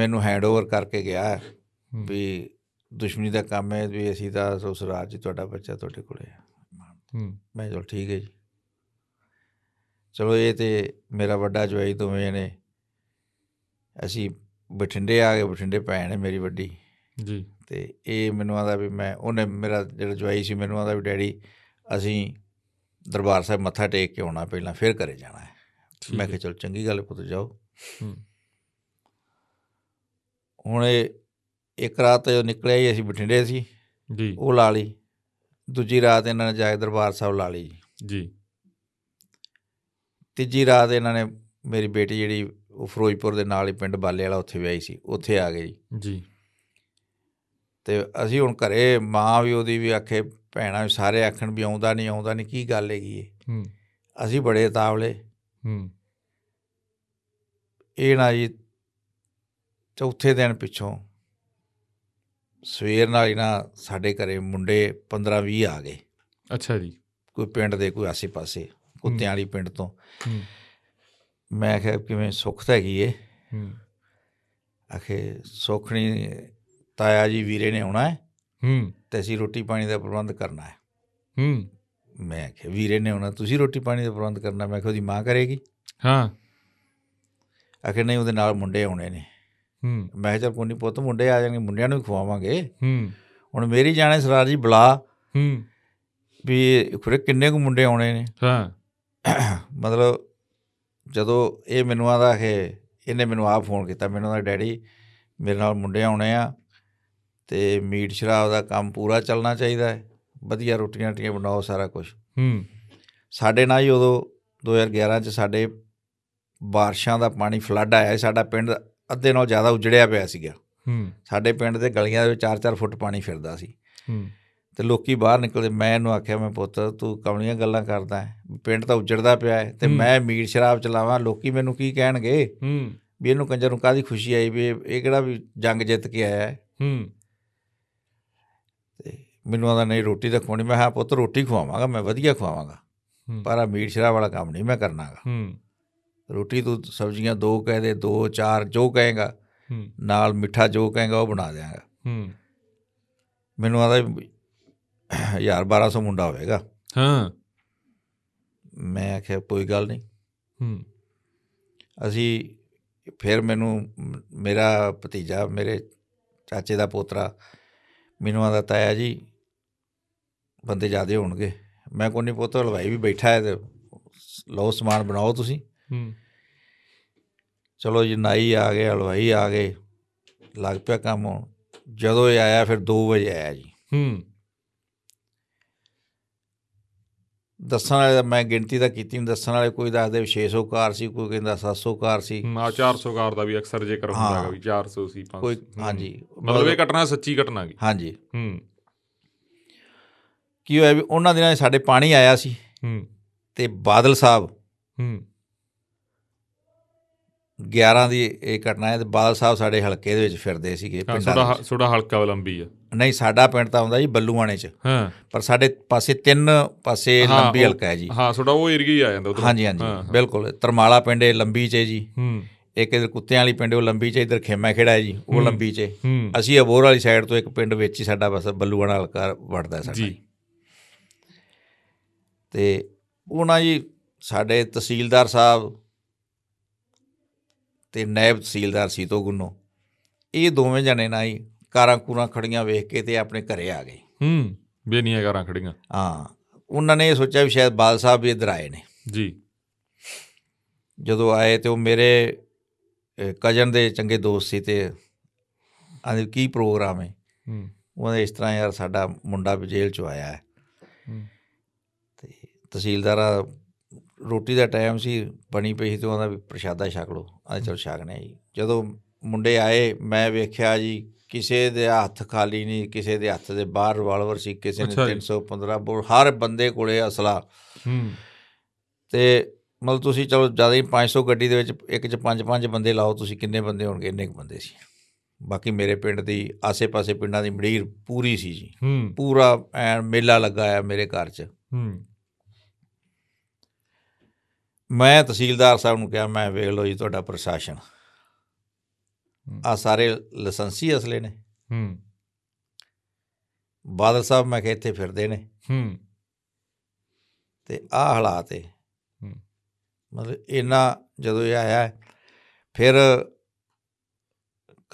Speaker 2: ਮੈਨੂੰ ਹੈਂਡਓਵਰ ਕਰਕੇ ਗਿਆ ਹੈ
Speaker 1: ਹੂੰ,
Speaker 2: ਵੀ ਦੁਸ਼ਮਣੀ ਦਾ ਕੰਮ ਹੈ ਵੀ ਅਸੀਂ ਤਾਂ ਸਸੁਰਾਲ 'ਚ ਤੁਹਾਡਾ ਬੱਚਾ ਤੁਹਾਡੇ ਕੋਲੇ ਹੈ
Speaker 1: ਹੂੰ
Speaker 2: ਮੈਂ ਕਿਹਾ ਚਲੋ ਠੀਕ ਹੈ ਜੀ ਚਲੋ ਇਹ ਤੇ ਮੇਰਾ ਵੱਡਾ ਜਵਾਈ ਦੋਵੇਂ ਨੇ ਅਸੀਂ ਬਠਿੰਡੇ ਆ ਗਏ ਬਠਿੰਡੇ ਭੈਣ ਹੈ ਮੇਰੀ ਵੱਡੀ
Speaker 1: ਜੀ
Speaker 2: ਤੇ ਇਹ ਮੈਨੂੰ ਆਦਾ ਵੀ ਮੈਂ ਉਹਨੇ ਮੇਰਾ ਜਿਹੜਾ ਜਵਾਈ ਸੀ ਮੈਨੂੰ ਆਦਾ ਵੀ ਡੈਡੀ ਅਸੀਂ ਦਰਬਾਰ ਸਾਹਿਬ ਮੱਥਾ ਟੇਕ ਕੇ ਆਉਣਾ ਪਹਿਲਾਂ ਫਿਰ ਘਰੇ ਜਾਣਾ ਹੈ
Speaker 1: ਠੀਕ
Speaker 2: ਮੈਂ
Speaker 1: ਹੈ।
Speaker 2: ਕਿਹਾ ਚਲ ਚੰਗੀ ਗੱਲ ਹੈ ਪੁੱਤ ਜਾਓ
Speaker 1: ਹੂੰ
Speaker 2: ਹੁਣ ਇਹ ਇੱਕ ਰਾਤ ਜਦੋਂ ਨਿਕਲਿਆ ਹੀ ਅਸੀਂ ਬਠਿੰਡੇ ਸੀ
Speaker 1: ਜੀ
Speaker 2: ਉਹ ਲਾ ਲਈ ਦੂਜੀ ਰਾਤ ਇਹਨਾਂ ਨੇ ਜਾ ਕੇ ਦਰਬਾਰ ਸਾਹਿਬ ਲਾ ਲਈ ਜੀ।
Speaker 1: ਜੀ
Speaker 2: ਤੀਜੀ ਰਾਤ ਇਹਨਾਂ ਨੇ ਮੇਰੀ ਬੇਟੀ ਜਿਹੜੀ ਉਹ ਫਿਰੋਜ਼ਪੁਰ ਦੇ ਨਾਲ ਹੀ ਪਿੰਡ ਬਾਲੇ ਵਾਲਾ ਉੱਥੇ ਵਿਆਹੀ ਸੀ ਉੱਥੇ ਆ ਗਏ ਜੀ
Speaker 1: ਜੀ
Speaker 2: ਤੇ ਅਸੀਂ ਹੁਣ ਘਰੇ ਮਾਂ ਵੀ ਉਹਦੀ ਵੀ ਆਖੇ ਭੈਣਾਂ ਵੀ ਸਾਰੇ ਆਖਣ ਵੀ ਆਉਂਦਾ ਨਹੀਂ ਆਉਂਦਾ ਨਹੀਂ ਕੀ ਗੱਲ ਹੈਗੀ ਏ
Speaker 1: ਹੂੰ
Speaker 2: ਅਸੀਂ ਬੜੇ ਤਾਵਲੇ
Speaker 1: ਹੂੰ
Speaker 2: ਇਹ ਨਾ ਜੀ ਚੌਥੇ ਦਿਨ ਪਿੱਛੋਂ ਸਵੇਰ ਨਾਲ ਹੀ ਨਾ ਸਾਡੇ ਘਰੇ ਮੁੰਡੇ 15 20 ਆ ਗਏ
Speaker 1: ਅੱਛਾ ਜੀ
Speaker 2: ਕੋਈ ਪਿੰਡ ਦੇ ਕੋਈ ਆਸੇ-ਪਾਸੇ ਕੁੱਤਿਆਂ ਵਾਲੀ ਪਿੰਡ ਤੋਂ
Speaker 1: ਹੂੰ
Speaker 2: ਮੈਂ ਕਿਹਾ ਕਿਵੇਂ ਸੁੱਖ ਤਾਂ ਹੈਗੀ ਏ
Speaker 1: ਹੂੰ
Speaker 2: ਆਖੇ ਸੋਖਣੀ ਤਾਇਆ ਜੀ ਵੀਰੇ ਨੇ ਆਉਣਾ ਹੈ
Speaker 1: ਹੂੰ
Speaker 2: ਤੇ ਅਸੀਂ ਰੋਟੀ ਪਾਣੀ ਦਾ ਪ੍ਰਬੰਧ ਕਰਨਾ ਹੈ
Speaker 1: ਹੂੰ
Speaker 2: ਮੈਂ ਕਿਹਾ ਵੀਰੇ ਨੇ ਆਉਣਾ ਤੁਸੀਂ ਰੋਟੀ ਪਾਣੀ ਦਾ ਪ੍ਰਬੰਧ ਕਰਨਾ ਮੈਂ ਕਿਹਾ ਉਹਦੀ ਮਾਂ ਕਰੇਗੀ
Speaker 1: ਹਾਂ
Speaker 2: ਆਖੇ ਨਹੀਂ ਉਹਦੇ ਨਾਲ ਮੁੰਡੇ ਆਉਣੇ ਨੇ
Speaker 1: ਹੂੰ
Speaker 2: ਮੈਂ ਕਿਹਾ ਚੱਲ ਕੋਈ ਨਹੀਂ ਪੁੱਤ ਮੁੰਡੇ ਆ ਜਾਣਗੇ ਮੁੰਡਿਆਂ ਨੂੰ ਵੀ ਖਵਾਵਾਂਗੇ
Speaker 1: ਹੂੰ
Speaker 2: ਹੁਣ ਮੇਰੀ ਜਾਣੇ ਸਰਾਰ ਜੀ ਬੁਲਾ
Speaker 1: ਹੂੰ
Speaker 2: ਵੀ ਖੁਰੇ ਕਿੰਨੇ ਕੁ ਮੁੰਡੇ ਆਉਣੇ ਨੇ
Speaker 1: ਹਾਂ
Speaker 2: ਮਤਲਬ ਜਦੋਂ ਇਹ ਮੈਨੂੰ ਆਦਾ ਕਿ ਇਹਨੇ ਮੈਨੂੰ ਆਪ ਫੋਨ ਕੀਤਾ ਮੈਨੂੰ ਦਾ ਡੈਡੀ ਮੇਰੇ ਨਾਲ ਮੁੰਡੇ ਆਉਣੇ ਆ ਤੇ ਮੀਟ ਸ਼ਰਾਬ ਦਾ ਕੰਮ ਪੂਰਾ ਚੱਲਣਾ ਚਾਹੀਦਾ ਹੈ ਵਧੀਆ ਰੋਟੀਆਂ ਟੀਆਂ ਬਣਾਓ ਸਾਰਾ ਕੁਝ
Speaker 1: ਹੂੰ
Speaker 2: ਸਾਡੇ ਨਾਲ ਹੀ ਉਦੋਂ 2011 ਚ ਸਾਡੇ ਬਾਰਿਸ਼ਾਂ ਦਾ ਪਾਣੀ ਫਲੱਡ ਆਇਆ ਸੀ। ਸਾਡਾ ਪਿੰਡ ਅੱਧੇ ਨਾਲੋਂ ਜ਼ਿਆਦਾ ਉਜੜਿਆ ਪਿਆ ਸੀਗਾ
Speaker 1: ਹੂੰ
Speaker 2: ਸਾਡੇ ਪਿੰਡ ਦੇ ਗਲੀਆਂ ਦੇ ਵਿੱਚ 4-4 ਫੁੱਟ ਪਾਣੀ ਫਿਰਦਾ ਸੀ
Speaker 1: ਹੂੰ
Speaker 2: ਤੇ ਲੋਕੀ ਬਾਹਰ ਨਿਕਲਦੇ ਮੈਂ ਇਹਨੂੰ ਆਖਿਆ ਮੈਂ ਪੁੱਤ ਤੂੰ ਕਮਲੀਆਂ ਗੱਲਾਂ ਕਰਦਾ ਹੈ ਵੀ ਪਿੰਡ ਤਾਂ ਉਜੜਦਾ ਪਿਆ ਹੈ ਤੇ
Speaker 1: ਹੂੰ।
Speaker 2: ਮੈਂ ਮੀਟ ਸ਼ਰਾਬ ਚਲਾਵਾਂ ਲੋਕੀ ਮੈਨੂੰ ਕੀ ਕਹਿਣਗੇ
Speaker 1: ਹੂੰ
Speaker 2: ਵੀ ਇਹਨੂੰ ਕੰਜਰ ਨੂੰ ਕਾਦੀ ਖੁਸ਼ੀ ਆਈ ਵੀ ਇਹ ਇਹ ਕਿਹੜਾ ਵੀ ਜੰਗ ਜਿੱਤ ਕੇ ਆਇਆ ਹੈ
Speaker 1: ਹੂੰ
Speaker 2: ਤੇ ਮੈਨੂੰ ਆਦਾ ਨਹੀਂ ਰੋਟੀ ਤਾਂ ਖਵਾਉਣੀ ਮੈਂ ਹਾਂ ਪੁੱਤ ਰੋਟੀ ਖਵਾਵਾਂਗਾ ਮੈਂ ਵਧੀਆ ਖਵਾਵਾਂਗਾ
Speaker 1: ਹੂੰ
Speaker 2: ਪਰ ਆ ਮੀਟ ਸ਼ਰਾਬ ਵਾਲਾ ਕੰਮ ਨਹੀਂ ਮੈਂ ਕਰਨਾਗਾ
Speaker 1: ਹੂੰ
Speaker 2: ਰੋਟੀ ਤੂੰ ਸਬਜ਼ੀਆਂ ਦੋ ਕਹਿ ਦੇ ਦੋ ਚਾਰ ਜੋ ਕਹੇਗਾ
Speaker 1: ਹੂੰ
Speaker 2: ਨਾਲ ਮਿੱਠਾ ਜੋ ਕਹੇਗਾ ਉਹ ਬਣਾ ਦਿਆਂਗਾ
Speaker 1: ਹੂੰ
Speaker 2: ਮੈਨੂੰ ਆਦਾ ਯਾਰ 1200 ਮੁੰਡਾ ਹੋਵੇਗਾ
Speaker 1: ਹਾਂ
Speaker 2: ਮੈਂ ਆਖਿਆ ਕੋਈ ਗੱਲ ਨਹੀਂ
Speaker 1: ਹੂੰ
Speaker 2: ਅਸੀਂ ਫਿਰ ਮੈਨੂੰ ਮ- ਮੇਰਾ ਭਤੀਜਾ ਮੇਰੇ ਚਾਚੇ ਦਾ ਪੋਤਰਾ ਮੈਨੂੰ ਆਂਦਾ ਤਾਇਆ ਜੀ ਬੰਦੇ ਜ਼ਿਆਦੇ ਹੋਣਗੇ ਮੈਂ ਕੋਈ ਨਹੀਂ ਪੁੱਤ ਹਲਵਾਈ ਵੀ ਬੈਠਾ ਹੈ ਤੇ ਲਓ ਸਮਾਨ ਬਣਾਓ ਤੁਸੀਂ
Speaker 1: ਹੂੰ
Speaker 2: ਚਲੋ ਜੀ ਨਾਈ ਆ ਗਏ ਹਲਵਾਈ ਆ ਗਏ ਲੱਗ ਪਿਆ ਕੰਮ ਹੁਣ ਜਦੋਂ ਇਹ ਆਇਆ ਫਿਰ 2 ਵਜੇ ਆਇਆ ਜੀ
Speaker 1: ਹੂੰ
Speaker 2: ਦੱਸਣ ਵਾਲੇ ਦਾ ਮੈਂ ਗਿਣਤੀ ਤਾਂ ਕੀਤੀ ਨਹੀਂ ਦੱਸਣ ਵਾਲੇ ਕੋਈ ਦੱਸਦੇ 600 ਕਾਰ ਸੀ ਕੋਈ ਕਹਿੰਦਾ 700 ਕਾਰ ਸੀ
Speaker 1: ਆ 400 ਕਾਰ ਦਾ ਵੀ ਅਕਸਰ ਜ਼ਿਕਰ ਹੁੰਦਾ ਹੈਗਾ ਵੀ 400 ਸੀ 500
Speaker 2: ਕੋਈ ਹਾਂਜੀ
Speaker 1: ਮਤਲਬ ਇਹ ਘਟਨਾ ਸੱਚੀ ਘਟਨਾ ਗਈ
Speaker 2: ਹਾਂਜੀ
Speaker 1: ਹੂੰ
Speaker 2: ਕੀ ਹੋਇਆ ਵੀ ਉਹਨਾਂ ਦਿਨਾਂ 'ਚ ਸਾਡੇ ਪਾਣੀ ਆਇਆ ਸੀ
Speaker 1: ਹੂੰ
Speaker 2: ਤੇ ਬਾਦਲ ਸਾਹਿਬ
Speaker 1: ਹੂੰ
Speaker 2: 11 ਦੀ ਇਹ ਘਟਨਾ ਹੈ ਤੇ ਬਾਦਲ ਸਾਹਿਬ ਸਾਡੇ ਹਲਕੇ ਦੇ ਵਿੱਚ ਫਿਰਦੇ ਸੀਗੇ
Speaker 1: ਹਾਂ,
Speaker 2: ਪਿੰਡਾਂ ਦੇ
Speaker 1: ਥੋੜਾ ਥੋੜਾ ਹਲਕਾ ਲੰਬੀ ਆ
Speaker 2: ਵਿੱਚ। ਨਹੀਂ ਸਾਡਾ ਪਿੰਡ ਤਾਂ ਆਉਂਦਾ ਜੀ ਬੱਲੂਆਣੇ 'ਚ
Speaker 1: ਹਾਂ
Speaker 2: ਪਰ ਸਾਡੇ ਪਾਸੇ ਤਿੰਨ ਪਾਸੇ
Speaker 1: ਹਾਂ,
Speaker 2: ਲੰਬੀ
Speaker 1: ਉਹ-
Speaker 2: ਹਲਕਾ ਹੈ ਜੀ
Speaker 1: ਹਾਂ ਥੋੜਾ ਉਹ ਏਰੀਆ ਹੀ ਆ ਜਾਂਦਾ ਉਧਰ
Speaker 2: ਹਾਂਜੀ ਹਾਂਜੀ
Speaker 1: ਹਾਂ।
Speaker 2: ਬਿਲਕੁਲ ਤਰਮਾਲਾ ਪਿੰਡ ਇਹ ਲੰਬੀ 'ਚ ਹੈ ਜੀ
Speaker 1: ਹੂੰ
Speaker 2: ਇੱਕ ਇਧਰ ਕੁੱਤਿਆਂ ਵਾਲੀ ਪਿੰਡ ਉਹ ਲੰਬੀ 'ਚ ਇਧਰ ਖੇਮਾ ਖੇੜਾ ਹੈ ਜੀ ਉਹ
Speaker 1: ਹੂੰ।
Speaker 2: ਲੰਬੀ 'ਚ ਹੈ।
Speaker 1: ਹੂੰ
Speaker 2: ਅਸੀਂ ਅਬੋਰ ਵਾਲੀ ਸਾਈਡ ਤੋਂ ਇੱਕ ਪਿੰਡ ਵਿੱਚ ਹੀ ਸਾਡਾ ਬਸ ਬੱਲੂਆਣਾ ਹਲਕਾ ਵੜਦਾ ਹੈ ਸਾਡਾ
Speaker 1: ਜੀ
Speaker 2: ਤੇ ਉਹ ਨਾ ਜੀ ਸਾਡੇ ਤਹਿਸੀਲਦਾਰ ਸਾਹਿਬ ਤੇ ਨਾਇਬ ਤਹਿਸੀਲਦਾਰ ਸੀਤੋ ਗੁੰਨੋ ਇਹ ਦੋਵੇਂ ਜਣੇ ਨਾ ਜੀ ਕਾਰਾਂ ਕੂਰਾਂ ਖੜੀਆਂ ਵੇਖ ਕੇ ਤੇ ਆਪਣੇ ਘਰੇ ਆ ਗਏ
Speaker 1: ਹੂੰ ਬੇਨੀਆਂ ਕਾਰਾਂ ਖੜੀਆਂ
Speaker 2: ਹਾਂ ਉਹਨਾਂ ਨੇ ਇਹ ਸੋਚਿਆ ਵੀ ਸ਼ਾਇਦ ਬਾਲ ਸਾਹਿਬ ਵੀ ਇੱਧਰ ਆਏ ਨੇ
Speaker 1: ਜੀ
Speaker 2: ਜਦੋਂ ਆਏ ਤੇ ਉਹ ਮੇਰੇ ਕਜਨ ਦੇ ਚੰਗੇ ਦੋਸਤ ਸੀ ਤੇ ਆਂਦੇ ਕੀ ਪ੍ਰੋਗਰਾਮ ਹੈ
Speaker 1: ਹੂੰ
Speaker 2: ਉਹਨਾਂ ਦੇ ਇਸ ਤਰ੍ਹਾਂ ਯਾਰ ਸਾਡਾ ਮੁੰਡਾ ਵੀ ਜੇਲ੍ਹ ਚੋਂ ਆਇਆ ਹੈ
Speaker 1: ਹੂੰ
Speaker 2: ਤੇ ਤਹਿਸੀਲਦਾਰਾ ਰੋਟੀ ਦਾ ਟਾਈਮ ਸੀ ਬਣੀ ਪਈ ਸੀ ਤੇ ਉਹਨਾਂ ਵੀ ਪ੍ਰਸ਼ਾਦਾ ਛਕ ਲਓ ਆ ਚਲ ਛਕਨੇ ਜੀ ਜਦੋਂ ਮੁੰਡੇ ਆਏ ਮੈਂ ਵੇਖਿਆ ਜੀ ਕਿਸੇ ਦੇ ਹੱਥ ਖਾਲੀ ਨਹੀਂ ਕਿਸੇ ਦੇ ਹੱਥ ਦੇ ਬਾਹਰ ਰਿਵਾਲਵਰ ਸੀ ਕਿਸੇ ਨੇ
Speaker 1: ਅੱਛਾ ਜੀ।
Speaker 2: 315 ਬੋਲ ਹਰ ਬੰਦੇ ਕੋਲੇ ਅਸਲਾ
Speaker 1: ਹੂੰ
Speaker 2: ਤੇ ਮਤਲਬ ਤੁਸੀਂ ਚਲੋ ਜਿਆਦਾ ਹੀ 500 ਗੱਡੀ ਦੇ ਵਿੱਚ ਇੱਕ ਚ ਪੰਜ ਪੰਜ ਬੰਦੇ ਲਾਓ ਤੁਸੀਂ ਕਿੰਨੇ ਬੰਦੇ ਹੋਣਗੇ ਇੰਨੇ ਕੁ ਬੰਦੇ ਸੀ ਬਾਕੀ ਮੇਰੇ ਪਿੰਡ ਦੀ ਆਸੇ-ਪਾਸੇ ਪਿੰਡਾਂ ਦੀ ਮੰਡੀਰ ਪੂਰੀ ਸੀ ਜੀ
Speaker 1: ਹੂੰ
Speaker 2: ਪੂਰਾ ਐਨ ਮੇਲਾ ਲੱਗਾ ਆ ਮੇਰੇ ਘਰ 'ਚ
Speaker 1: ਹੂੰ
Speaker 2: ਮੈਂ ਤਹਿਸੀਲਦਾਰ ਸਾਹਿਬ ਨੂੰ ਕਿਹਾ ਮੈਂ ਵੇਖ ਲਓ ਜੀ ਤੁਹਾਡਾ ਪ੍ਰਸ਼ਾਸਨ
Speaker 1: ਹੂੰ।
Speaker 2: ਆ ਸਾਰੇ ਲਾਇਸੈਂਸੀ ਅਸਲੇ ਨੇ
Speaker 1: ਹੂੰ
Speaker 2: ਬਾਦਲ ਸਾਹਿਬ ਮੈਂ ਕਿਹਾ ਇੱਥੇ ਫਿਰਦੇ ਨੇ
Speaker 1: ਹੂੰ
Speaker 2: ਤੇ ਆ ਹਾਲਾਤ ਏ
Speaker 1: ਹੂੰ।
Speaker 2: ਮਤਲਬ ਇਹਨਾਂ ਜਦੋਂ ਇਹ ਆਇਆ ਫਿਰ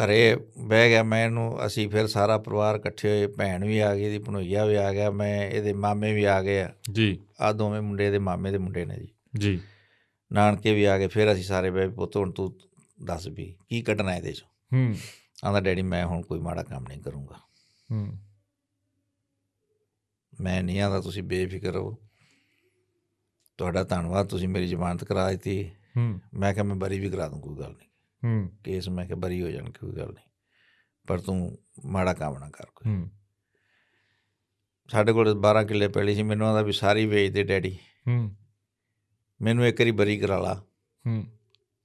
Speaker 2: ਘਰੇ ਬਹਿ ਗਿਆ ਮੈਂ ਇਹਨੂੰ ਅਸੀਂ ਫਿਰ ਸਾਰਾ ਪਰਿਵਾਰ ਇਕੱਠੇ ਹੋਏ ਭੈਣ ਵੀ ਆ ਗਈ ਇਹਦੀ ਭਣੋਈਆ ਵੀ ਆ ਗਿਆ ਮੈਂ ਇਹਦੇ ਮਾਮੇ ਵੀ ਆ ਗਏ ਆ
Speaker 1: ਜੀ
Speaker 2: ਆਹ ਦੋਵੇਂ ਮੁੰਡੇ ਦੇ ਮਾਮੇ ਦੇ ਮੁੰਡੇ ਨੇ ਜੀ
Speaker 1: ਜੀ
Speaker 2: ਨਾਨਕੇ ਵੀ ਆ ਗਏ ਫਿਰ ਅਸੀਂ ਸਾਰੇ ਬਹਿ ਪੁੱਤ ਹੁਣ ਤੂੰ ਦੱਸ ਵੀ ਕੀ ਕੱਢਣਾ ਇਹਦੇ 'ਚ
Speaker 1: ਹੂੰ
Speaker 2: ਆਂਦਾ ਡੈਡੀ ਮੈਂ ਹੁਣ ਕੋਈ ਮਾੜਾ ਕੰਮ ਨਹੀਂ ਕਰੂੰਗਾ
Speaker 1: ਹੂੰ
Speaker 2: ਮੈਂ ਨਹੀਂ ਆਂਦਾ ਤੁਸੀਂ ਬੇਫਿਕਰ ਰਹੋ ਤੁਹਾਡਾ ਧੰਨਵਾਦ ਤੁਸੀਂ ਮੇਰੀ ਜ਼ਮਾਨਤ ਕਰਾ ਦਿੱਤੀ
Speaker 1: ਹੂੰ
Speaker 2: ਮੈਂ ਕਿਹਾ ਮੈਂ ਬਰੀ ਵੀ ਕਰਾ ਦੂੰ ਕੋਈ ਗੱਲ ਨਹੀਂ
Speaker 1: ਹੂੰ
Speaker 2: ਕੇਸ ਮੈਂ ਕਿਹਾ ਬਰੀ ਹੋ ਜਾਣ ਕੋਈ ਗੱਲ ਨਹੀਂ ਪਰ ਤੂੰ ਮਾੜਾ ਕੰਮ ਨਾ ਕਰ ਕੋਈ
Speaker 1: ਹੂੰ
Speaker 2: ਸਾਡੇ ਕੋਲ 12 ਕਿੱਲੇ ਪੈਲੀ ਸੀ ਮੈਨੂੰ ਆਂਦਾ ਵੀ ਸਾਰੀ ਵੇਚ ਦੇ ਡੈਡੀ
Speaker 1: ਹੂੰ
Speaker 2: ਮੈਨੂੰ ਇੱਕ ਵਾਰੀ ਬਰੀ ਕਰਾ ਲਾ
Speaker 1: ਹੂੰ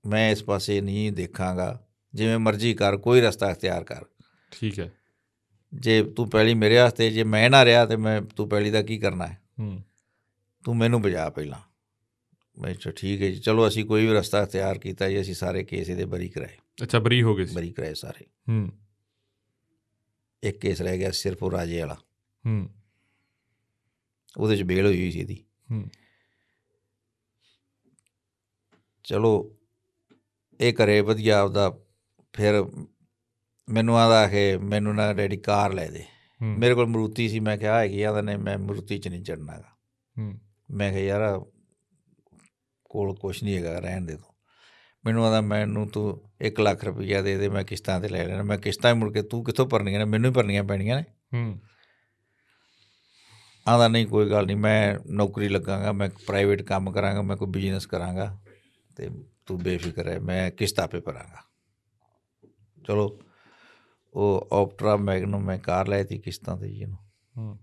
Speaker 2: ਮੈਂ ਇਸ ਪਾਸੇ ਨਹੀਂ ਦੇਖਾਂਗਾ ਜਿਵੇਂ ਮਰਜ਼ੀ ਕਰ ਕੋਈ ਰਸਤਾ ਇਖਤਿਆਰ ਕਰ
Speaker 1: ਠੀਕ ਹੈ
Speaker 2: ਜੇ ਤੂੰ ਪਹਿਲੀ ਮੇਰੇ ਵਾਸਤੇ ਜੇ ਮੈਂ ਨਾ ਰਿਹਾ ਤੇ ਮੈਂ ਤੂੰ ਪਹਿਲੀ ਦਾ ਕੀ ਕਰਨਾ ਹੈ
Speaker 1: ਹੂੰ
Speaker 2: ਤੂੰ ਮੈਨੂੰ ਬਜਾ ਪਹਿਲਾਂ ਮੈਂ ਚਾ ਠੀਕ ਹੈ ਜੀ ਚਲੋ ਅਸੀਂ ਕੋਈ ਵੀ ਰਸਤਾ ਤਿਆਰ ਕੀਤਾ ਜੀ ਅਸੀਂ ਸਾਰੇ ਕੇਸ ਇਹਦੇ ਬਰੀ ਕਰਾਏ
Speaker 1: ਅੱਛਾ ਬਰੀ ਹੋ ਗਏ ਸੀ
Speaker 2: ਬਰੀ ਕਰਾਏ ਸਾਰੇ
Speaker 1: ਹੂੰ
Speaker 2: ਇੱਕ ਕੇਸ ਰਹਿ ਗਿਆ ਸਿਰਫ ਉਹ ਰਾਜੇ ਵਾਲਾ
Speaker 1: ਹੂੰ
Speaker 2: ਉਹਦੇ ਚ ਬੇਲ ਹੋਈ ਹੋਈ ਸੀ ਇਹਦੀ
Speaker 1: ਹੂੰ
Speaker 2: ਚਲੋ ਇਹ ਕਰੇ ਵਧੀਆ ਆਪਦਾ ਫਿਰ ਮੈਨੂੰ ਆਦਾ ਕਿ ਮੈਨੂੰ ਨਾ ਡੈਡੀ ਕਾਰ ਲੈ ਦੇ
Speaker 1: ਹੂੰ
Speaker 2: ਮੇਰੇ ਕੋਲ ਮਰੂਤੀ ਸੀ ਮੈਂ ਕਿਹਾ ਹੈਗੀ ਆਦਾ ਨਹੀਂ ਮੈਂ ਮਰੂਤੀ ਚ ਨਹੀਂ ਚੜਨਾ ਗਾ
Speaker 1: ਹੂੰ
Speaker 2: ਮੈਂ ਕਿਹਾ ਯਾਰ ਆਹ ਕੋਲ ਕੁਛ ਨਹੀਂ ਹੈਗਾ ਰਹਿਣ ਦੇ ਤੂੰ ਮੈਨੂੰ ਆਦਾ ਮੈਨੂੰ ਤੂੰ 1 ਲੱਖ ਰੁਪਈਆ ਦੇ ਦੇ ਮੈਂ ਕਿਸ਼ਤਾਂ ਤੇ ਲੈ ਲੈਣਾ ਮੈਂ ਕਿਸ਼ਤਾਂ ਹੀ ਮੁੜ ਕੇ ਤੂੰ ਕਿੱਥੋਂ ਭਰਨੀਆਂ ਨੇ ਮੈਨੂੰ ਹੀ ਭਰਨੀਆਂ ਪੈਣੀਆਂ ਨੇ
Speaker 1: ਹੂੰ
Speaker 2: ਆਂਦਾ ਨਹੀਂ ਕੋਈ ਗੱਲ ਨਹੀਂ ਮੈਂ ਨੌਕਰੀ ਲੱਗਾਂਗਾ ਮੈਂ ਪ੍ਰਾਈਵੇਟ ਕੰਮ ਕਰਾਂਗਾ ਮੈਂ ਕੋਈ ਬਿਜ਼ਨਸ ਕਰਾਂਗਾ ਤੇ ਤੂੰ ਬੇਫਿਕਰ ਹੈ ਮੈਂ ਕਿਸ਼ਤਾਂ ਪੇ ਭਰਾਂਗਾ ਚਲੋ ਉਹ ਆਪਟਰਾ ਮੈਗਨਮ ਮੈਂ ਕਾਰ ਲਈ ਤੀ ਕਿਸ਼ਤਾਂ ਤੇ ਜੀ ਇਹਨੂੰ
Speaker 1: ਹੂੰ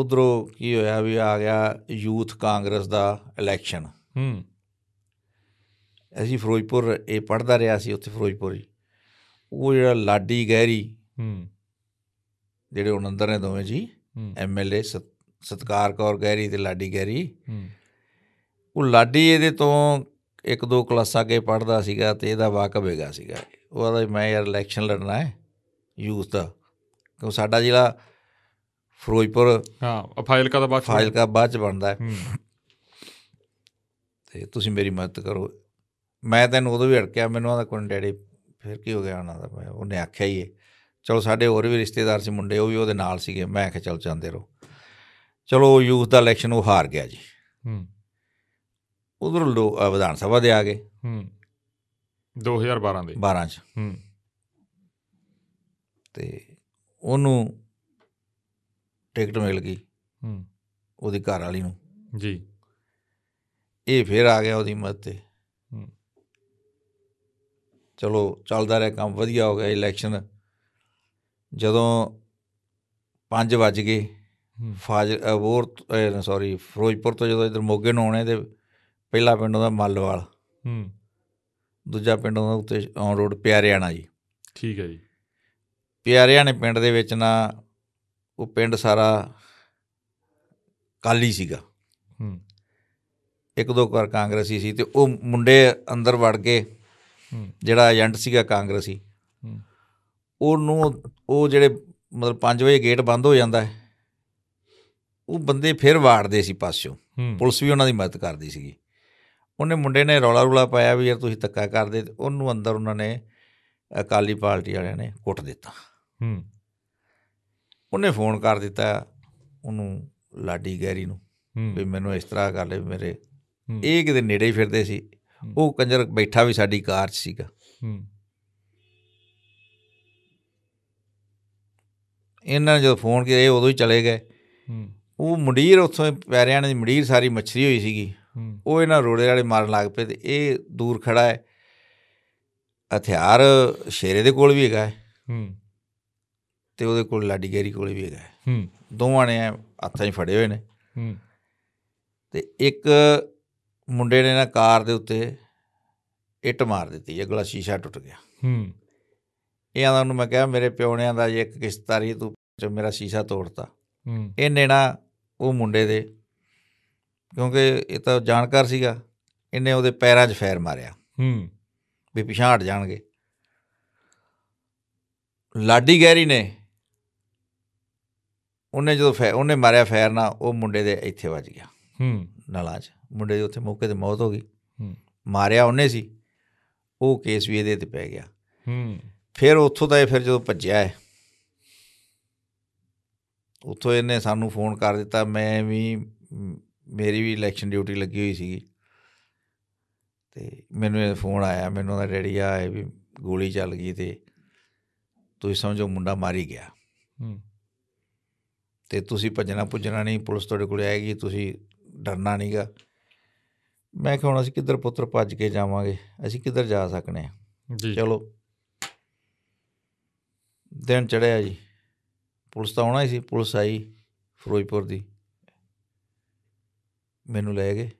Speaker 2: ਉਧਰੋਂ ਕੀ ਹੋਇਆ ਵੀ ਆ ਗਿਆ ਯੂਥ ਕਾਂਗਰਸ ਦਾ ਇਲੈਕਸ਼ਨ
Speaker 1: ਹੂੰ
Speaker 2: ਅਸੀਂ ਫਿਰੋਜ਼ਪੁਰ ਇਹ ਪੜਦਾ ਰਿਹਾ ਸੀ ਉੱਥੇ ਫਿਰੋਜ਼ਪੁਰ ਜੀ ਉਹ ਜਿਹੜਾ ਲਾਡੀ ਗਹਿਰੀ
Speaker 1: ਹੂੰ
Speaker 2: ਜਿਹੜੇ ਹੁਣ ਅੰਦਰ ਨੇ ਦੋਵੇਂ ਜੀ
Speaker 1: ਹੂੰ
Speaker 2: ਐਮਐਲਏ ਸਤਕਾਰ ਕੌਰ ਗਹਿਰੀ ਤੇ ਲਾਡੀ ਗਹਿਰੀ
Speaker 1: ਹੂੰ
Speaker 2: ਉਹ ਲਾਡੀ ਇਹਦੇ ਤੋਂ ਇੱਕ ਦੋ ਕਲਾਸਾਂ ਅੱਗੇ ਪੜਦਾ ਸੀਗਾ ਤੇ ਇਹਦਾ ਵਾਕਬ ਹੈਗਾ ਸੀਗਾ ਉਹ ਆਦਾ ਮੈਂ ਯਾਰ ਇਲੈਕਸ਼ਨ ਲੜਨਾ ਹੈ ਯੂਥ ਦਾ ਕਿਉਂ ਸਾਡਾ ਜ਼ਿਲ੍ਹਾ ਫਿਰੋਜ਼ਪੁਰ
Speaker 1: ਹਾਂ ਫਾਈਲ ਦਾ ਬਾਅਦ ਚ-
Speaker 2: ਫਾਜ਼ਿਲਕਾ ਬਾਅਦ ਚ ਬਣਦਾ ਹੈ
Speaker 1: ਹੂੰ
Speaker 2: ਤੇ ਤੁਸੀਂ ਮੇਰੀ ਮਦਦ ਕਰੋ ਮੈਂ ਤੈਨੂੰ ਉਦੋਂ ਵੀ ਅੜਕਿਆ ਮੈਨੂੰ ਆਦਾ ਕੋਈ ਡੈਡੀ ਫਿਰ ਕੀ ਹੋ ਗਿਆ ਉਹਨਾਂ ਦਾ ਮੈਂ ਉਹਨੇ ਆਖਿਆ ਹੀ ਹੈ ਚਲੋ ਸਾਡੇ ਹੋਰ ਵੀ ਰਿਸ਼ਤੇਦਾਰ ਸੀ ਮੁੰਡੇ ਉਹ ਵੀ ਉਹਦੇ ਨਾਲ ਸੀਗੇ ਮੈਂ ਆਖਿਆ ਚਲ ਜਾਂਦੇ ਰਹੋ ਚਲੋ ਯੂਥ ਦਾ ਇਲੈਕਸ਼ਨ ਉਹ ਹਾਰ ਗਿਆ ਜੀ
Speaker 1: ਹੂੰ
Speaker 2: ਉਧਰ ਲੋ ਅ, ਵਿਧਾਨ ਸਭਾ ਦੇ ਆ ਗਏ
Speaker 1: ਹੂੰ 2012 ਦੇ
Speaker 2: 12 ਚ
Speaker 1: ਹੂੰ
Speaker 2: ਤੇ ਉਹਨੂੰ ਟਿਕਟ ਮਿਲ ਗਈ
Speaker 1: ਹੂੰ
Speaker 2: ਉਹਦੀ ਘਰ ਵਾਲੀ ਨੂੰ
Speaker 1: ਜੀ
Speaker 2: ਇਹ ਫੇਰ ਆ ਗਿਆ ਉਹਦੀ ਮਦਦ ਤੇ
Speaker 1: ਹੂੰ।
Speaker 2: ਚਲੋ ਚੱਲਦਾ ਰਿਹਾ ਕੰਮ ਵਧੀਆ ਹੋ ਗਿਆ ਇਲੈਕਸ਼ਨ ਜਦੋਂ 5 ਵਜ ਗਏ
Speaker 1: ਹੂੰ
Speaker 2: ਫਾਜ ਅਬੋਰ ਸੌਰੀ ਫਿਰੋਜ਼ਪੁਰ ਤੋਂ ਜਦੋਂ ਇੱਧਰ ਮੋਗੇ ਨੂੰ ਆਉਣੇ ਤੇ ਪਹਿਲਾ ਪਿੰਡ ਉਹਦਾ ਮੱਲਵਾਲ
Speaker 1: ਹੂੰ
Speaker 2: ਦੂਜਾ ਪਿੰਡ ਉਹਦਾ ਉੱਤੇ ਔਨ ਰੋਡ ਪਿਆਰਿਆਣਾ ਜੀ
Speaker 1: ਠੀਕ ਹੈ ਜੀ
Speaker 2: ਪਿਆਰਿਆਣੇ ਪਿੰਡ ਦੇ ਵਿੱਚ ਨਾ ਉਹ ਪਿੰਡ ਸਾਰਾ ਕਾਲੀ ਸੀਗਾ
Speaker 1: ਹੂੰ
Speaker 2: ਇੱਕ ਦੋ ਘਰ ਕਾਂਗਰਸੀ ਸੀ ਤੇ ਉਹ ਮੁੰਡੇ ਅੰਦਰ ਵੜ ਗਏ
Speaker 1: ਹੂੰ
Speaker 2: ਜਿਹੜਾ ਏਜੰਟ ਸੀਗਾ ਕਾਂਗਰਸੀ
Speaker 1: ਹੂੰ
Speaker 2: ਉਹਨੂੰ ਉਹ ਜਿਹੜੇ ਮਤਲਬ 5 ਵਜੇ ਗੇਟ ਬੰਦ ਹੋ ਜਾਂਦਾ ਹੈ ਉਹ ਬੰਦੇ ਫਿਰ ਵਾੜਦੇ ਸੀ ਪਾਸਿਓਂ
Speaker 1: ਹੂੰ
Speaker 2: ਪੁਲਿਸ ਵੀ ਉਹਨਾਂ ਦੀ ਮਦਦ ਕਰਦੀ ਸੀਗੀ ਉਹਨੇ ਮੁੰਡੇ ਨੇ ਰੌਲਾ ਰੂਲਾ ਪਾਇਆ ਵੀ ਯਾਰ ਤੁਸੀਂ ਧੱਕਾ ਕਰਦੇ ਤੇ ਉਹਨੂੰ ਅੰਦਰ ਉਹਨਾਂ ਨੇ ਅਕਾਲੀ ਪਾਰਟੀ ਵਾਲਿਆਂ ਨੇ ਕੁੱਟ ਦਿੱਤਾ
Speaker 1: ਹੂੰ
Speaker 2: ਉਹਨੇ ਫੋਨ ਕਰ ਦਿੱਤਾ ਉਹਨੂੰ ਲਾਡੀ ਗਹਿਰੀ ਨੂੰ ਵੀ
Speaker 1: ਹੂੰ
Speaker 2: ਮੈਨੂੰ ਇਸ ਤਰ੍ਹਾਂ ਕਰ ਲੈ ਵੀ ਮੇਰੇ
Speaker 1: ਹੂੰ।
Speaker 2: ਇਹ ਕਿਤੇ ਨੇੜੇ ਹੀ ਫਿਰਦੇ ਸੀ
Speaker 1: ਹੂੰ।
Speaker 2: ਉਹ ਕੰਜਰ ਬੈਠਾ ਵੀ ਸਾਡੀ ਕਾਰ 'ਚ ਸੀਗਾ
Speaker 1: ਹੂੰ
Speaker 2: ਇਹਨਾਂ ਨੇ ਜਦੋਂ ਫੋਨ ਕੀਤਾ ਇਹ ਉਦੋਂ ਹੀ ਚਲੇ ਗਏ
Speaker 1: ਹੂੰ
Speaker 2: ਉਹ ਮੰਡੀਰ ਉੱਥੋਂ ਪੈਰਿਆਂ ਦੀ ਮੰਡੀਰ ਸਾਰੀ ਮੱਛਰੀ ਹੋਈ ਸੀਗੀ
Speaker 1: ਹੂੰ
Speaker 2: ਉਹ ਇਹਨਾਂ ਰੋੜੇ ਵਾਲੇ ਮਾਰਨ ਲੱਗ ਪਏ ਤੇ ਇਹ ਦੂਰ ਖੜਾ ਹੈ ਹਥਿਆਰ ਸ਼ੇਰੇ ਦੇ ਕੋਲ ਵੀ ਹੈਗਾ ਹੈ
Speaker 1: ਹੂੰ
Speaker 2: ਤੇ ਉਹਦੇ ਕੋਲ ਲਾਡੀ ਗਹਿਰੀ ਕੋਲ ਵੀ ਹੈਗਾ ਹੈ।
Speaker 1: ਹੂੰ
Speaker 2: ਦੋਵਾਂ ਨੇ ਐਂ ਹੱਥਾਂ 'ਚ ਫੜੇ ਹੋਏ ਨੇ
Speaker 1: ਹੂੰ
Speaker 2: ਤੇ ਇੱਕ ਮੁੰਡੇ ਨੇ ਨਾ ਕਾਰ ਦੇ ਉੱਤੇ ਇੱਟ ਮਾਰ ਦਿੱਤੀ ਅਗਲਾ ਸ਼ੀਸ਼ਾ ਟੁੱਟ ਗਿਆ
Speaker 1: ਹੂੰ
Speaker 2: ਇਹ ਆਂਦਾ ਉਹਨੂੰ ਮੈਂ ਕਿਹਾ ਮੇਰੇ ਪਿਓਣਿਆਂ ਦਾ ਜੇ ਇੱਕ ਕਿਸ਼ਤਾਰੀ ਤੂੰ ਚ ਮੇਰਾ ਸ਼ੀਸ਼ਾ ਤੋੜਤਾ
Speaker 1: ਹੂੰ
Speaker 2: ਇਹਨੇ ਨਾ ਉਹ ਮੁੰਡੇ ਦੇ ਕਿਉਂਕਿ ਇਹ ਤਾਂ ਜਾਣਕਾਰ ਸੀਗਾ ਇਹਨੇ ਉਹਦੇ ਪੈਰਾਂ 'ਚ ਫੈਰ ਮਾਰਿਆ
Speaker 1: ਹੂੰ
Speaker 2: ਵੀ ਪਿਛਾਂ ਹਟ ਜਾਣਗੇ ਲਾਡੀ ਗਹਿਰੀ ਨੇ ਉਹਨੇ ਜਦੋਂ ਫੈ ਉਹਨੇ ਮਾਰਿਆ ਫੈਰ ਨਾ ਉਹ ਮੁੰਡੇ ਦੇ ਇੱਥੇ ਵੱਜ ਗਿਆ
Speaker 1: ਹੂੰ
Speaker 2: ਨਲਾਂ 'ਚ ਮੁੰਡੇ ਦੀ ਉੱਥੇ ਮੌਕੇ ਤੇ ਮੌਤ ਹੋ ਗਈ
Speaker 1: ਹੂੰ।
Speaker 2: ਮਾਰਿਆ ਉਹਨੇ ਸੀ ਉਹ ਕੇਸ ਵੀ ਇਹਦੇ ਤੇ ਪੈ ਗਿਆ
Speaker 1: ਹੂੰ
Speaker 2: ਫਿਰ ਉੱਥੋਂ ਦਾ ਇਹ ਫਿਰ ਜਦੋਂ ਭੱਜਿਆ ਹੈ ਉੱਥੋਂ ਇਹਨੇ ਸਾਨੂੰ ਫੋਨ ਕਰ ਦਿੱਤਾ ਮੈਂ ਵੀ ਮ- ਮੇਰੀ ਵੀ ਇਲੈਕਸ਼ਨ ਡਿਊਟੀ ਲੱਗੀ ਹੋਈ ਸੀਗੀ ਤੇ ਮੈਨੂੰ ਇਹ ਫੋਨ ਆਇਆ ਮੈਨੂੰ ਉਹਦਾ ਡੈਡੀ ਆ ਇਹ ਵੀ ਗੋਲੀ ਚੱਲ ਗਈ ਤੇ ਤੁਸੀਂ ਸਮਝੋ ਮੁੰਡਾ ਮਾਰੀ ਗਿਆ
Speaker 1: ਹੂੰ
Speaker 2: ਤੇ ਤੁਸੀਂ ਭੱਜਣਾ ਭੁੱਜਣਾ ਨਹੀਂ ਪੁਲਿਸ ਤੁਹਾਡੇ ਕੋਲ ਆਏਗੀ ਤੁਸੀਂ ਡਰਨਾ ਨਹੀਂਗਾ ਮੈਂ ਕਿਹਾ ਹੁਣ ਅਸੀਂ ਕਿੱਧਰ ਪੁੱਤਰ ਭੱਜ ਕੇ ਜਾਵਾਂਗੇ ਅਸੀਂ ਕਿੱਧਰ ਜਾ ਸਕਨੇ ਹਾਂ
Speaker 1: ਜੀ
Speaker 2: ਚਲੋ ਦਿਨ ਚੜਿਆ ਜੀ ਪੁਲਿਸ ਤਾਂ ਆਉਣਾ ਹੀ ਸੀ ਪੁਲਿਸ ਆਈ ਫਿਰੋਜ਼ਪੁਰ ਦੀ ਮੈਨੂੰ ਲੈ ਗਏ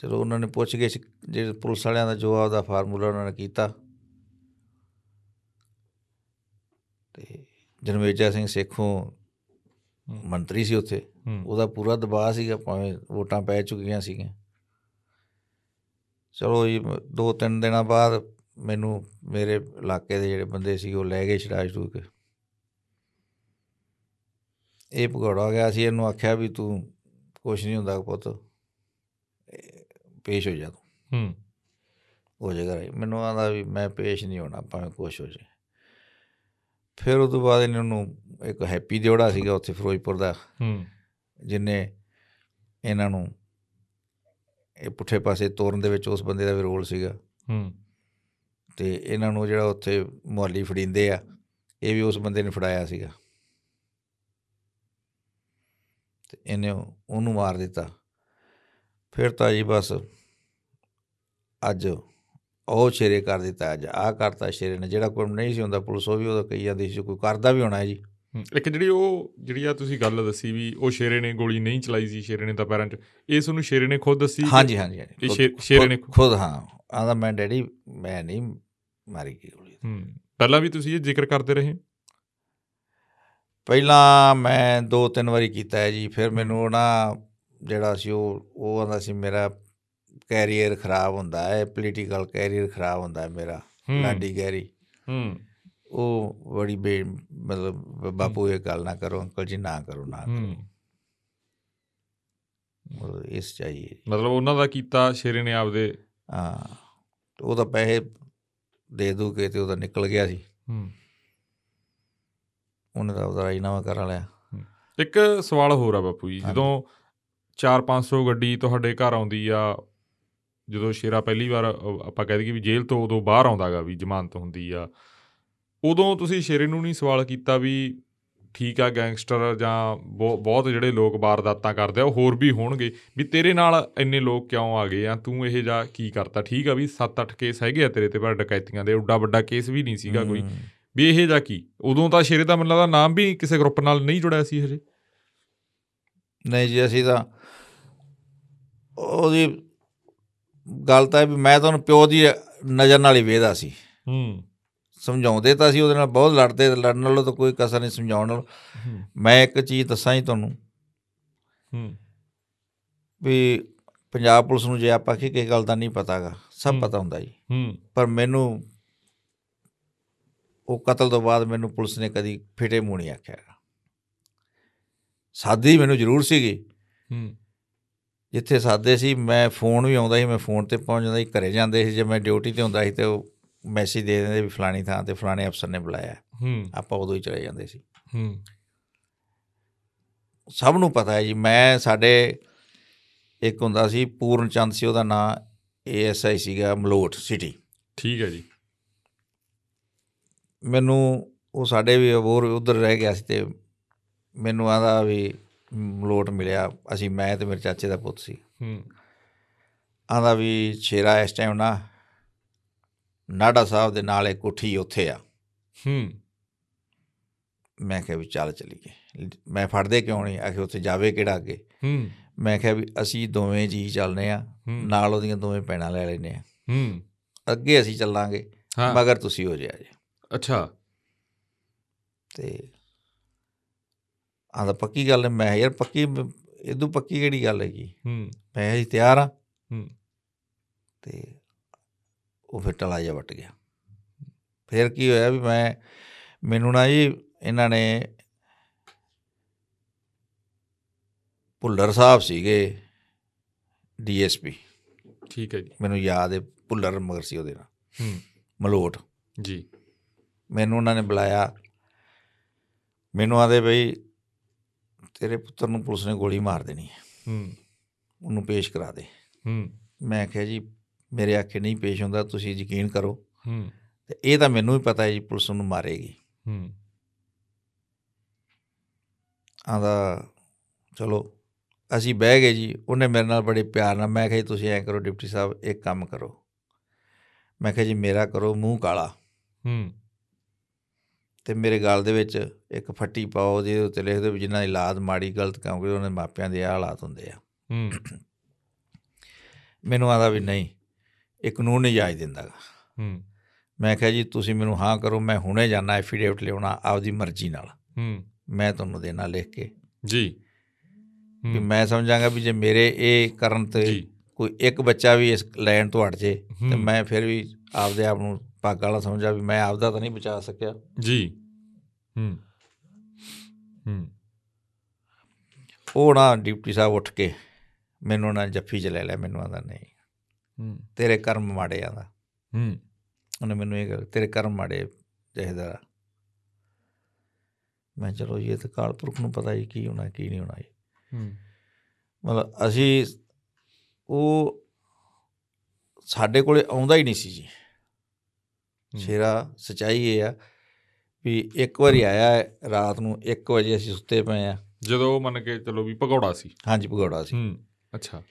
Speaker 2: ਚਲੋ ਉਹਨਾਂ ਨੇ ਪੁੱਛ ਗਏ ਜਿਹੜੇ ਪੁਲਿਸ ਵਾਲਿਆਂ ਦਾ ਜੋ ਆਪਦਾ ਫਾਰਮੂਲਾ ਉਹਨਾਂ ਨੇ ਕੀਤਾ ਤੇ ਜਨਮੇਜਾ ਸਿੰਘ ਸੇਖੋਂ ਮੰਤਰੀ ਸੀ ਉੱਥੇ
Speaker 1: ਹੂੰ
Speaker 2: ਉਹਦਾ ਪੂਰਾ ਦਬਾਅ ਸੀਗਾ ਭਾਵੇਂ ਵੋਟਾਂ ਪੈ ਚੁੱਕੀਆਂ ਸੀਗੀਆਂ ਚਲੋ ਜੀ ਮ- ਦੋ ਤਿੰਨ ਦਿਨਾਂ ਬਾਅਦ ਮੈਨੂੰ ਮੇਰੇ ਇਲਾਕੇ ਦੇ ਜਿਹੜੇ ਬੰਦੇ ਸੀ ਉਹ ਲੈ ਗਏ ਛੜਾ ਛੜੂ ਕੇ ਇਹ ਭਗੌੜਾ ਗਿਆ ਸੀ ਇਹਨੂੰ ਆਖਿਆ ਵੀ ਤੂੰ ਕੁਛ ਨਹੀਂ ਹੁੰਦਾ ਪੁੱਤ ਇਹ ਪੇਸ਼ ਹੋ ਜਾ ਤੂੰ
Speaker 1: ਹੂੰ
Speaker 2: ਹੋ ਜਾਏਗਾ ਰਾਈ ਮੈਨੂੰ ਆਂਦਾ ਵੀ ਮੈਂ ਪੇਸ਼ ਨਹੀਂ ਹੋਣਾ ਭਾਵੇਂ ਕੁਛ ਹੋ ਜਾਏ ਫਿਰ ਉਹ ਤੋਂ ਬਾਅਦ ਇਹਨਾਂ ਨੂੰ ਇੱਕ ਹੈਪੀ ਦਿਉੜਾ ਸੀਗਾ ਉੱਥੇ ਫਿਰੋਜ਼ਪੁਰ ਦਾ
Speaker 1: ਹੂੰ
Speaker 2: ਜਿਨੇ ਇਹਨਾਂ ਨੂੰ ਇਹ ਪੁੱਠੇ ਪਾਸੇ ਤੋਰਨ ਦੇ ਵਿੱਚ ਉਸ ਬੰਦੇ ਦਾ ਵੀ ਰੋਲ ਸੀਗਾ
Speaker 1: ਹੂੰ
Speaker 2: ਤੇ ਇਹਨਾਂ ਨੂੰ ਜਿਹੜਾ ਉੱਥੇ ਮੁਹੱਲੀ ਫੜੀਂਦੇ ਆ ਇਹ ਵੀ ਉਸ ਬੰਦੇ ਨੇ ਫੜਾਇਆ ਸੀਗਾ ਤੇ ਇਹਨੇ ਉਹ- ਉਹਨੂੰ ਮਾਰ ਦਿੱਤਾ ਫਿਰ ਤਾਂ ਜੀ ਬਸ ਅੱਜ ਉਹ ਸ਼ੇਰੇ ਕਰ ਦਿੱਤਾ ਅੱਜ ਆਹ ਕਰਤਾ ਸ਼ੇਰੇ ਨੇ ਜਿਹੜਾ ਕੋਈ ਨਹੀਂ ਸੀ ਹੁੰਦਾ ਪੁਲਿਸ ਉਹ ਵੀ ਉਹਦਾ ਕਈ ਜਾਂਦੀ ਸੀ ਕੋਈ ਕਰਦਾ ਵੀ ਹੋਣਾ ਹੈ ਜੀ
Speaker 1: ਹਮ, ਇੱਕ ਜਿਹੜੀ ਉਹ ਜਿਹੜੀ ਆ ਤੁਸੀਂ ਗੱਲ ਦੱਸੀ ਵੀ ਉਹ ਸ਼ੇਰੇ ਨੇ ਗੋਲੀ ਨਹੀਂ ਚਲਾਈ ਸੀ ਸ਼ੇਰੇ ਨੇ ਤਾਂ ਪੈਰਾਂ 'ਚ ਇਹ ਤੁਹਾਨੂੰ ਸ਼ੇਰੇ ਨੇ ਖੁਦ ਦੱਸੀ ਕਿ-
Speaker 2: ਹਾਂਜੀ ਹਾਂਜੀ
Speaker 1: ਇਹ
Speaker 2: ਹਾਂਜੀ
Speaker 1: ਸ਼ੇ-
Speaker 2: ਖੁਦ-
Speaker 1: ਸ਼ੇਰੇ ਨੇ-
Speaker 2: ਖੁਦ- ਖੁਦ ਹਾਂ ਆਂਦਾ ਮੈਂ ਡੈਡੀ ਮੈਂ ਨਹੀਂ ਮਾਰੀ ਗਈ ਗੋਲੀ
Speaker 1: ਹਮ, ਪਹਿਲਾਂ ਵੀ ਤੁਸੀਂ ਇਹ ਜ਼ਿਕਰ ਕਰਦੇ ਰਹੇ
Speaker 2: ਪਹਿਲਾਂ ਮੈਂ ਦੋ ਤਿੰਨ ਵਾਰੀ ਕੀਤਾ ਹੈ ਜੀ ਫਿਰ ਮੈਨੂੰ ਨਾ ਜਿਹੜਾ ਸੀ ਉਹ ਉਹ ਆਂਦਾ ਸੀ ਮੇਰਾ ਕੈਰੀਅਰ ਖਰਾਬ ਹੁੰਦਾ ਹੈ ਪੋਲੀਟੀਕਲ ਕੈਰੀਅਰ ਖਰਾਬ ਹੁੰਦਾ ਹੈ ਮੇਰਾ
Speaker 1: ਹਮ,
Speaker 2: ਲਾਡੀ ਗੈਰੀ
Speaker 1: ਹਮ,
Speaker 2: ਉਹ ਬੜੀ ਬੇ ਮਤਲਬ ਬ- ਬਾਪੂ ਇਹ ਗੱਲ ਨਾ ਕਰੋ ਅੰਕਲ ਜੀ ਨਾ ਕਰੋ ਨਾ
Speaker 1: ਹਮ,
Speaker 2: ਕਰੋ। ਇਸ ਚਾਹੀਏ ਜੀ।
Speaker 1: ਮਤਲਬ ਉਹਨਾਂ ਦਾ ਕੀਤਾ ਸ਼ੇਰੇ ਨੇ ਆਪਦੇ
Speaker 2: ਹਾਂ ਤੇ ਉਹਦਾ ਪੈਸੇ ਦੇ ਦੂ ਕੇ ਤੇ ਉਹਦਾ ਨਿਕਲ ਗਿਆ ਸੀ
Speaker 1: ਹਮ,
Speaker 2: ਉਹਨੇ ਤਾਂ ਉਹਦਾ ਰਾਜੀਨਾਮਾ ਕਰਾ ਲਿਆ
Speaker 1: ਇੱਕ ਸਵਾਲ ਹੋਰ ਆ ਬਾਪੂ ਜੀ
Speaker 2: ਹਾਂਜੀ।
Speaker 1: ਜਦੋਂ 4-500 ਗੱਡੀ ਤੁਹਾਡੇ ਘਰ ਆਉਂਦੀ ਆ ਜਦੋਂ ਸ਼ੇਰਾ ਪਹਿਲੀ ਵਾਰ ਅ, ਆਪਾਂ ਕਹਿ ਦਈਏ ਵੀ ਜੇਲ੍ਹ ਤੋਂ ਉਦੋਂ ਬਾਹਰ ਆਉਂਦਾਗਾ ਵੀ ਜ਼ਮਾਨਤ ਹੁੰਦੀ ਆ ਉਦੋਂ ਤੁਸੀਂ ਸ਼ੇਰੇ ਨੂੰ ਨਹੀਂ ਸਵਾਲ ਕੀਤਾ ਵੀ ਠੀਕ ਆ ਗੈਂਗਸਟਰ ਜਾਂ ਬਹੁ- ਬਹੁਤ ਜਿਹੜੇ ਲੋਕ ਵਾਰਦਾਤਾਂ ਕਰਦੇ ਆ ਉਹ ਹੋਰ ਵੀ ਹੋਣਗੇ ਵੀ ਤੇਰੇ ਨਾਲ ਇੰਨੇ ਲੋਕ ਕਿਉਂ ਆ ਗਏ ਆ ਤੂੰ ਇਹ ਜਾ ਕੀ ਕਰਤਾ ਠੀਕ ਆ ਵੀ 7-8 ਕੇਸ ਹੈਗੇ ਆ ਤੇਰੇ ਤੇ ਪਰ ਡਕੈਤੀਆਂ ਦੇ ਉੱਡਾ ਵੱਡਾ ਕੇਸ ਵੀ ਨਹੀਂ ਸੀਗਾ ਕੋਈ
Speaker 2: ਹਮ।
Speaker 1: ਵੀ ਇਹ ਜਾ ਕੀ ਉਦੋਂ ਤਾਂ ਸ਼ੇਰੇ ਦਾ ਮੈਨੂੰ ਲੱਗਦਾ ਨਾਮ ਵੀ ਕਿਸੇ ਗਰੁੱਪ ਨਾਲ ਨਹੀਂ ਜੁੜਿਆ ਸੀ ਹਜੇ
Speaker 2: ਨਹੀਂ ਜੀ ਅਸੀਂ ਤਾਂ ਉਹਦੀ ਗੱਲ ਤਾਂ ਇਹ ਵੀ ਮੈਂ ਤਾਂ ਉਹਨੂੰ ਪਿਓ ਦੀ ਨਜ਼ਰ ਨਾਲ ਹੀ ਵੇਖਦਾ ਸੀ
Speaker 1: ਹੂੰ
Speaker 2: ਸਮਝਾਉਂਦੇ ਤਾਂ ਸੀ ਉਹਦੇ ਨਾਲ ਬਹੁਤ ਲੜਦੇ ਲੜਨ ਨਾਲੋਂ ਤਾਂ ਕੋਈ ਕਸਰ ਨਹੀਂ ਸਮਝਾਉਣ ਨਾਲ
Speaker 1: ਹੂੰ,
Speaker 2: ਮੈਂ ਇੱਕ ਚੀਜ਼ ਦੱਸਾਂ ਹੀ ਤੁਹਾਨੂੰ
Speaker 1: ਹੂੰ
Speaker 2: ਵੀ ਪੰਜਾਬ ਪੁਲਿਸ ਨੂੰ ਜੇ ਆਪਾਂ ਕੀ ਕਿਸੇ ਗੱਲ ਦਾ ਨਹੀਂ ਪਤਾਗਾ ਸਭ
Speaker 1: ਹੂੰ।
Speaker 2: ਪਤਾ ਹੁੰਦਾ ਜੀ
Speaker 1: ਹੂੰ
Speaker 2: ਪਰ ਮੈਨੂੰ ਉਹ ਕਤਲ ਤੋਂ ਬਾਅਦ ਮੈਨੂੰ ਪੁਲਿਸ ਨੇ ਕਦੀ ਫਿਟੇ ਮੂੰਹ ਨਹੀਂ ਆਖਿਆ ਹੈਗਾ। ਸਾਦੀ ਮੈਨੂੰ ਜ਼ਰੂਰ ਸੀਗੀ
Speaker 1: ਹੂੰ
Speaker 2: ਜਿੱਥੇ ਸਾਦੇ ਸੀ ਮੈਂ ਫੋਨ ਵੀ ਆਉਂਦਾ ਸੀ ਮੈਂ ਫੋਨ ਤੇ ਪਹੁੰਚ ਜਾਂਦਾ ਸੀ ਘਰੇ ਜਾਂਦੇ ਸੀ ਜੇ ਮੈਂ ਡਿਊਟੀ ਤੇ ਹੁੰਦਾ ਸੀ ਤੇ ਉਹ ਮੈਸੇਜ ਦੇ ਦਿੰਦੇ ਵੀ ਫਲਾਣੀ ਥਾਂ ਤੇ ਫਲਾਣੇ ਅਫਸਰ ਨੇ ਬੁਲਾਇਆ ਹੈ।
Speaker 1: ਹੂੰ
Speaker 2: ਆਪਾਂ ਉਦੋਂ ਹੀ ਚਲੇ ਜਾਂਦੇ ਸੀ
Speaker 1: ਹੂੰ
Speaker 2: ਸਭ ਨੂੰ ਪਤਾ ਹੈ ਜੀ ਮੈਂ ਸਾਡੇ ਇੱਕ ਹੁੰਦਾ ਸੀ ਪੂਰਨ ਚੰਦ ਸੀ ਉਹਦਾ ਨਾਂ ਏਐਸਆਈ ਸੀਗਾ ਮਲੋਟ ਸਿਟੀ
Speaker 1: ਠੀਕ ਹੈ ਜੀ
Speaker 2: ਮੈਨੂੰ ਉਹ ਸਾਡੇ ਵੀ ਹੋਰ ਉਧਰ ਰਹਿ ਗਿਆ ਸੀ ਤੇ ਮੈਨੂੰ ਆਂਦਾ ਵੀ ਮਲੋਟ ਮਿਲਿਆ ਅਸੀਂ ਮੈਂ ਤੇ ਮੇਰੇ ਚਾਚੇ ਦਾ ਪੁੱਤ ਸੀ
Speaker 1: ਹੂੰ
Speaker 2: ਆਂਦਾ ਵੀ ਸ਼ੇਰਾ ਇਸ ਟਾਈਮ ਨਾ ਨਾਡਾ ਸਾਹਿਬ ਦੇ ਨਾਲ ਇਹ ਕੋਠੀ ਉੱਥੇ ਆ
Speaker 1: ਹੂੰ
Speaker 2: ਮੈਂ ਕਿਹਾ ਵੀ ਚੱਲ ਚਲੀਏ ਮੈਂ ਫੜਦੇ ਕਿਉਂ ਨਹੀਂ ਆਖੇ ਉੱਥੇ ਜਾਵੇ ਕਿਹੜਾ ਅੱਗੇ
Speaker 1: ਹੂੰ
Speaker 2: ਮੈਂ ਕਿਹਾ ਵੀ ਅਸੀਂ ਦੋਵੇਂ ਜੀ ਚੱਲਨੇ ਆ
Speaker 1: ਹੂੰ,
Speaker 2: ਨਾਲ ਉਹਦੀਆਂ ਦੋਵੇਂ ਪੈਣਾ ਲੈ ਲੈਨੇ ਆ
Speaker 1: ਹੂੰ
Speaker 2: ਅੱਗੇ ਅਸੀਂ ਚੱਲਾਂਗੇ
Speaker 1: ਹਾਂ
Speaker 2: ਮਗਰ ਤੁਸੀਂ ਹੋ ਜਿਆ ਜੇ
Speaker 1: ਅੱਛਾ
Speaker 2: ਤੇ ਆਂਦਾ ਪੱਕੀ ਗੱਲ ਹੈ ਮੈਂ ਕਿਹਾ, ਯਾਰ ਪੱਕੀ ਇਦੋਂ ਪੱਕੀ ਕਿਹੜੀ ਗੱਲ ਹੈਗੀ
Speaker 1: ਹੂੰ
Speaker 2: ਮੈਂ ਕਿਹਾ ਜੀ ਤਿਆਰ ਆ
Speaker 1: ਹੂੰ।
Speaker 2: ਤੇ ਉਹ ਫਿਰ ਟਲਾ ਜਾ ਵਟ ਗਿਆ ਫਿਰ ਕੀ ਹੋਇਆ ਵੀ ਮੈਂ ਮੈਨੂੰ ਨਾ ਜੀ ਇਹਨਾਂ ਨੇ ਭੁੱਲਰ ਸਾਹਿਬ ਸੀਗੇ ਡੀਐਸਪੀ
Speaker 1: ਠੀਕ ਹੈ ਜੀ
Speaker 2: ਮੈਨੂੰ ਯਾਦ ਹੈ ਭੁੱਲਰ ਮਗਰ ਸੀ ਉਹਦੇ ਨਾਲ
Speaker 1: ਹੂੰ
Speaker 2: ਮਲੋਟ
Speaker 1: ਜੀ
Speaker 2: ਮੈਨੂੰ ਉਹਨਾਂ ਨੇ ਬੁਲਾਇਆ ਮੈਨੂੰ ਆਦੇ ਬਈ ਤੇਰੇ ਪੁੱਤਰ ਨੂੰ ਪੁਲਿਸ ਨੇ ਗੋਲੀ ਮਾਰ ਦੇਣੀ ਹੈ
Speaker 1: ਹੂੰ
Speaker 2: ਉਹਨੂੰ ਪੇਸ਼ ਕਰਾ ਦੇ
Speaker 1: ਹੂੰ
Speaker 2: ਮੈਂ ਕਿਹਾ ਜੀ ਮੇਰੇ ਆਖੇ ਨਹੀਂ ਪੇਸ਼ ਹੁੰਦਾ ਤੁਸੀਂ ਯਕੀਨ ਕਰੋ
Speaker 1: ਹੂੰ
Speaker 2: ਤੇ ਇਹ ਤਾਂ ਮੈਨੂੰ ਵੀ ਪਤਾ ਹੈ ਜੀ ਪੁਲਿਸ ਨੂੰ ਮਾਰੇਗੀ
Speaker 1: ਹੂੰ
Speaker 2: ਆਂਦਾ ਚਲੋ ਅਸੀਂ ਬਹਿ ਗਏ ਜੀ ਉਹਨੇ ਮੇਰੇ ਨਾਲ ਬੜੇ ਪਿਆਰ ਨਾਲ ਮੈਂ ਕਿਹਾ ਜੀ ਤੁਸੀਂ ਐਂ ਕਰੋ ਡਿਪਟੀ ਸਾਹਿਬ ਇੱਕ ਕੰਮ ਕਰੋ ਮੈਂ ਕਿਹਾ ਜੀ ਮੇਰਾ ਕਰੋ ਮੂੰਹ ਕਾਲਾ
Speaker 1: ਹੂੰ
Speaker 2: ਤੇ ਮੇਰੇ ਗਲ ਦੇ ਵਿੱਚ ਇੱਕ ਫੱਟੀ ਪਾਓ ਜਿਹਦੇ ਉੱਤੇ ਲਿਖ ਦਿਓ ਵੀ ਜਿਨ੍ਹਾਂ ਦੀ ਔਲਾਦ ਮਾੜੀ ਗਲਤ ਕਿਉਂਕਿ ਉਹਨਾਂ ਦੇ ਮਾਪਿਆਂ ਦੇ ਆਹ ਹਾਲਾਤ ਹੁੰਦੇ ਆ
Speaker 1: ਹੂੰ
Speaker 2: ਮੈਨੂੰ ਆਂਦਾ ਵੀ ਨਹੀਂ ਇਹ ਕਾਨੂੰਨ ਨਹੀਂ ਜਾਇਜ਼ ਦਿੰਦਾ ਗਾ।
Speaker 1: ਹੂੰ
Speaker 2: ਮੈਂ ਕਿਹਾ ਜੀ ਤੁਸੀਂ ਮੈਨੂੰ ਹਾਂ ਕਰੋ ਮੈਂ ਹੁਣੇ ਜਾਣਾ ਐਫੀਡੇਵਿਟ ਲਿਆਉਣਾ ਆਪਦੀ ਮਰਜ਼ੀ ਨਾਲ
Speaker 1: ਹੂੰ
Speaker 2: ਮੈਂ ਤੁਹਾਨੂੰ ਦੇਣਾ ਲਿਖ ਕੇ
Speaker 1: ਜੀ
Speaker 2: ਵੀ
Speaker 1: ਹੂੰ,
Speaker 2: ਮੈਂ ਸਮਝਾਂਗਾ ਵੀ ਜੇ ਮੇਰੇ ਇਹ ਕਰਨ ਤੇ
Speaker 1: ਜੀ
Speaker 2: ਕੋਈ ਇੱਕ ਬੱਚਾ ਵੀ ਇਸ ਲਾਈਨ ਤੋਂ ਹਟ ਜੇ ਤੇ
Speaker 1: ਹੂੰ।
Speaker 2: ਮੈਂ ਫਿਰ ਵੀ ਆਪਦੇ ਆਪ ਨੂੰ ਭਾਗਾਂ ਵਾਲਾ ਸਮਝਾ ਵੀ ਮੈਂ ਆਪਦਾ ਤਾਂ ਨਹੀਂ ਬਚਾ ਸਕਿਆ
Speaker 1: ਜੀ ਹੂੰ ਹੂੰ
Speaker 2: ਉਹ ਨਾ ਡਿਪਟੀ ਸਾਹਿਬ ਉੱਠ ਕੇ ਮੈਨੂੰ ਨਾ ਜੱਫੀ ਚ ਲੈ ਲਿਆ ਮੈਨੂੰ ਆਂਦਾ ਨਹੀਂ
Speaker 1: ਹੂੰ
Speaker 2: ਤੇਰੇ ਕਰਮ ਮਾੜੇ ਆਂਦਾ
Speaker 1: ਹੂੰ
Speaker 2: ਉਹਨੇ ਮੈਨੂੰ ਇਹ ਗੱਲ ਤੇਰੇ ਕਰਮ ਮਾੜੇ ਜਹੇਦਾਰਾ ਮੈਂ ਚਲੋ ਜੀ ਇਹ ਤਾਂ ਕਾਲਪੁਰਖ ਨੂੰ ਪਤਾ ਹੀ ਕੀ ਹੋਣਾ ਕੀ ਨਹੀਂ ਹੋਣਾ ਜੀ
Speaker 1: ਹੂੰ
Speaker 2: ਮਤਲਬ ਅਸੀਂ ਉਹ ਸਾਡੇ ਕੋਲੇ ਆਉਂਦਾ ਹੀ ਨਹੀਂ ਸੀ ਜੀ
Speaker 1: ਹੂੰ।
Speaker 2: ਸ਼ੇਰਾ ਸਚਾਈ ਇਹ ਆ ਵੀ ਇੱਕ ਵਾਰੀ ਆਇਆ ਹੈ, ਰਾਤ ਨੂੰ 1 ਵਜੇ ਅਸੀਂ ਸੁੱਤੇ ਪਏ ਆ
Speaker 1: ਜਦੋਂ ਮੰਨ ਕੇ ਚਲੋ ਵੀ ਭਗੌੜਾ ਸੀ
Speaker 2: ਹਾਂਜੀ ਭਗੌੜਾ ਸੀ
Speaker 1: ਹੂੰ ਅੱਛਾ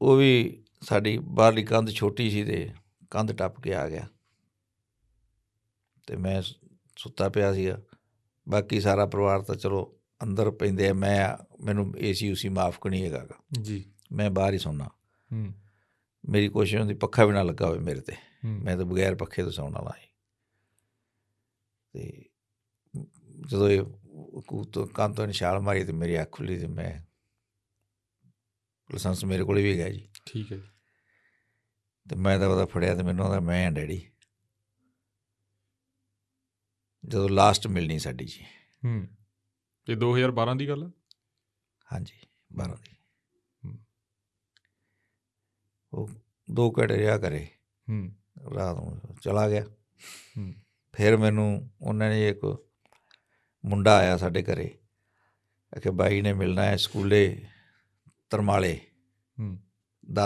Speaker 2: ਉਹ ਵੀ ਸਾਡੀ ਬਾਹਰਲੀ ਕੰਧ ਛੋਟੀ ਸੀ ਤੇ ਕੰਧ ਟੱਪ ਕੇ ਆ ਗਿਆ ਤੇ ਮੈਂ ਸੁ- ਸੁੱਤਾ ਪਿਆ ਸੀਗਾ ਬਾਕੀ ਸਾਰਾ ਪਰਿਵਾਰ ਤਾਂ ਚਲੋ ਅੰਦਰ ਪੈਂਦੇ ਆ ਮੈਂ ਮੈਨੂੰ ਏਸੀ ਉਸੀ ਮਾਫ ਨਹੀਂ ਹੈਗਾ ਗਾ।
Speaker 1: ਜੀ
Speaker 2: ਮੈਂ ਬਾਹਰ ਹੀ ਸੌਣਾ
Speaker 1: ਹੂੰ
Speaker 2: ਮੇਰੀ ਕੋਸ਼ਿਸ਼ ਹੁੰਦੀ ਪੱਖਾ ਵੀ ਨਾ ਲੱਗਾ ਹੋਵੇ ਮੇਰੇ ਤੇ
Speaker 1: ਹੂੰ
Speaker 2: ਮੈਂ ਤਾਂ ਬਗੈਰ ਪੱਖੇ ਤੋਂ ਸੌਣ ਵਾਲਾ ਸੀ ਤੇ ਜਦੋਂ ਇਹ ਕੂ- ਤੋਂ ਕੰਧ ਤੋਂ ਨਿਸ਼ਾਨ ਮਾਰੀ ਤੇ ਮੇਰੀ ਅੱਖ ਖੁੱਲੀ ਤੇ ਮੈਂ ਲਾਇਸੈਂਸ ਮੇਰੇ ਕੋਲ ਵੀ ਹੈਗਾ ਜੀ
Speaker 1: ਠੀਕ ਹੈ ਜੀ
Speaker 2: ਤੇ ਮੈਂ ਤਾਂ ਉਹਦਾ ਫੜਿਆ ਤੇ ਮੈਨੂੰ ਉਹਦਾ ਮੈਂ ਹਾਂ ਡੈਡੀ ਜਦੋਂ ਲਾਸਟ ਮਿਲਣੀ ਸਾਡੀ ਜੀ
Speaker 1: ਹੂੰ ਇਹ 2012 ਦੀ ਗੱਲ ਹੈ
Speaker 2: ਹਾਂਜੀ 12 ਦੀ
Speaker 1: ਹੂੰ।
Speaker 2: ਉਹ ਦੋ ਘੰਟੇ ਰਿਹਾ ਕਰੇ
Speaker 1: ਹੂੰ
Speaker 2: ਰਾਤ ਨੂੰ ਚਲਾ ਗਿਆ
Speaker 1: ਹੂੰ।
Speaker 2: ਫਿਰ ਮੈਨੂੰ ਉਹਨਾਂ ਨੇ ਇੱਕ ਮੁੰਡਾ ਆਇਆ ਸਾਡੇ ਘਰੇ ਕਿ ਬਾਈ ਨੇ ਮਿਲਣਾ ਹੈ ਸਕੂਲੇ ਤਰਮਾਲੇ
Speaker 1: ਹੂੰ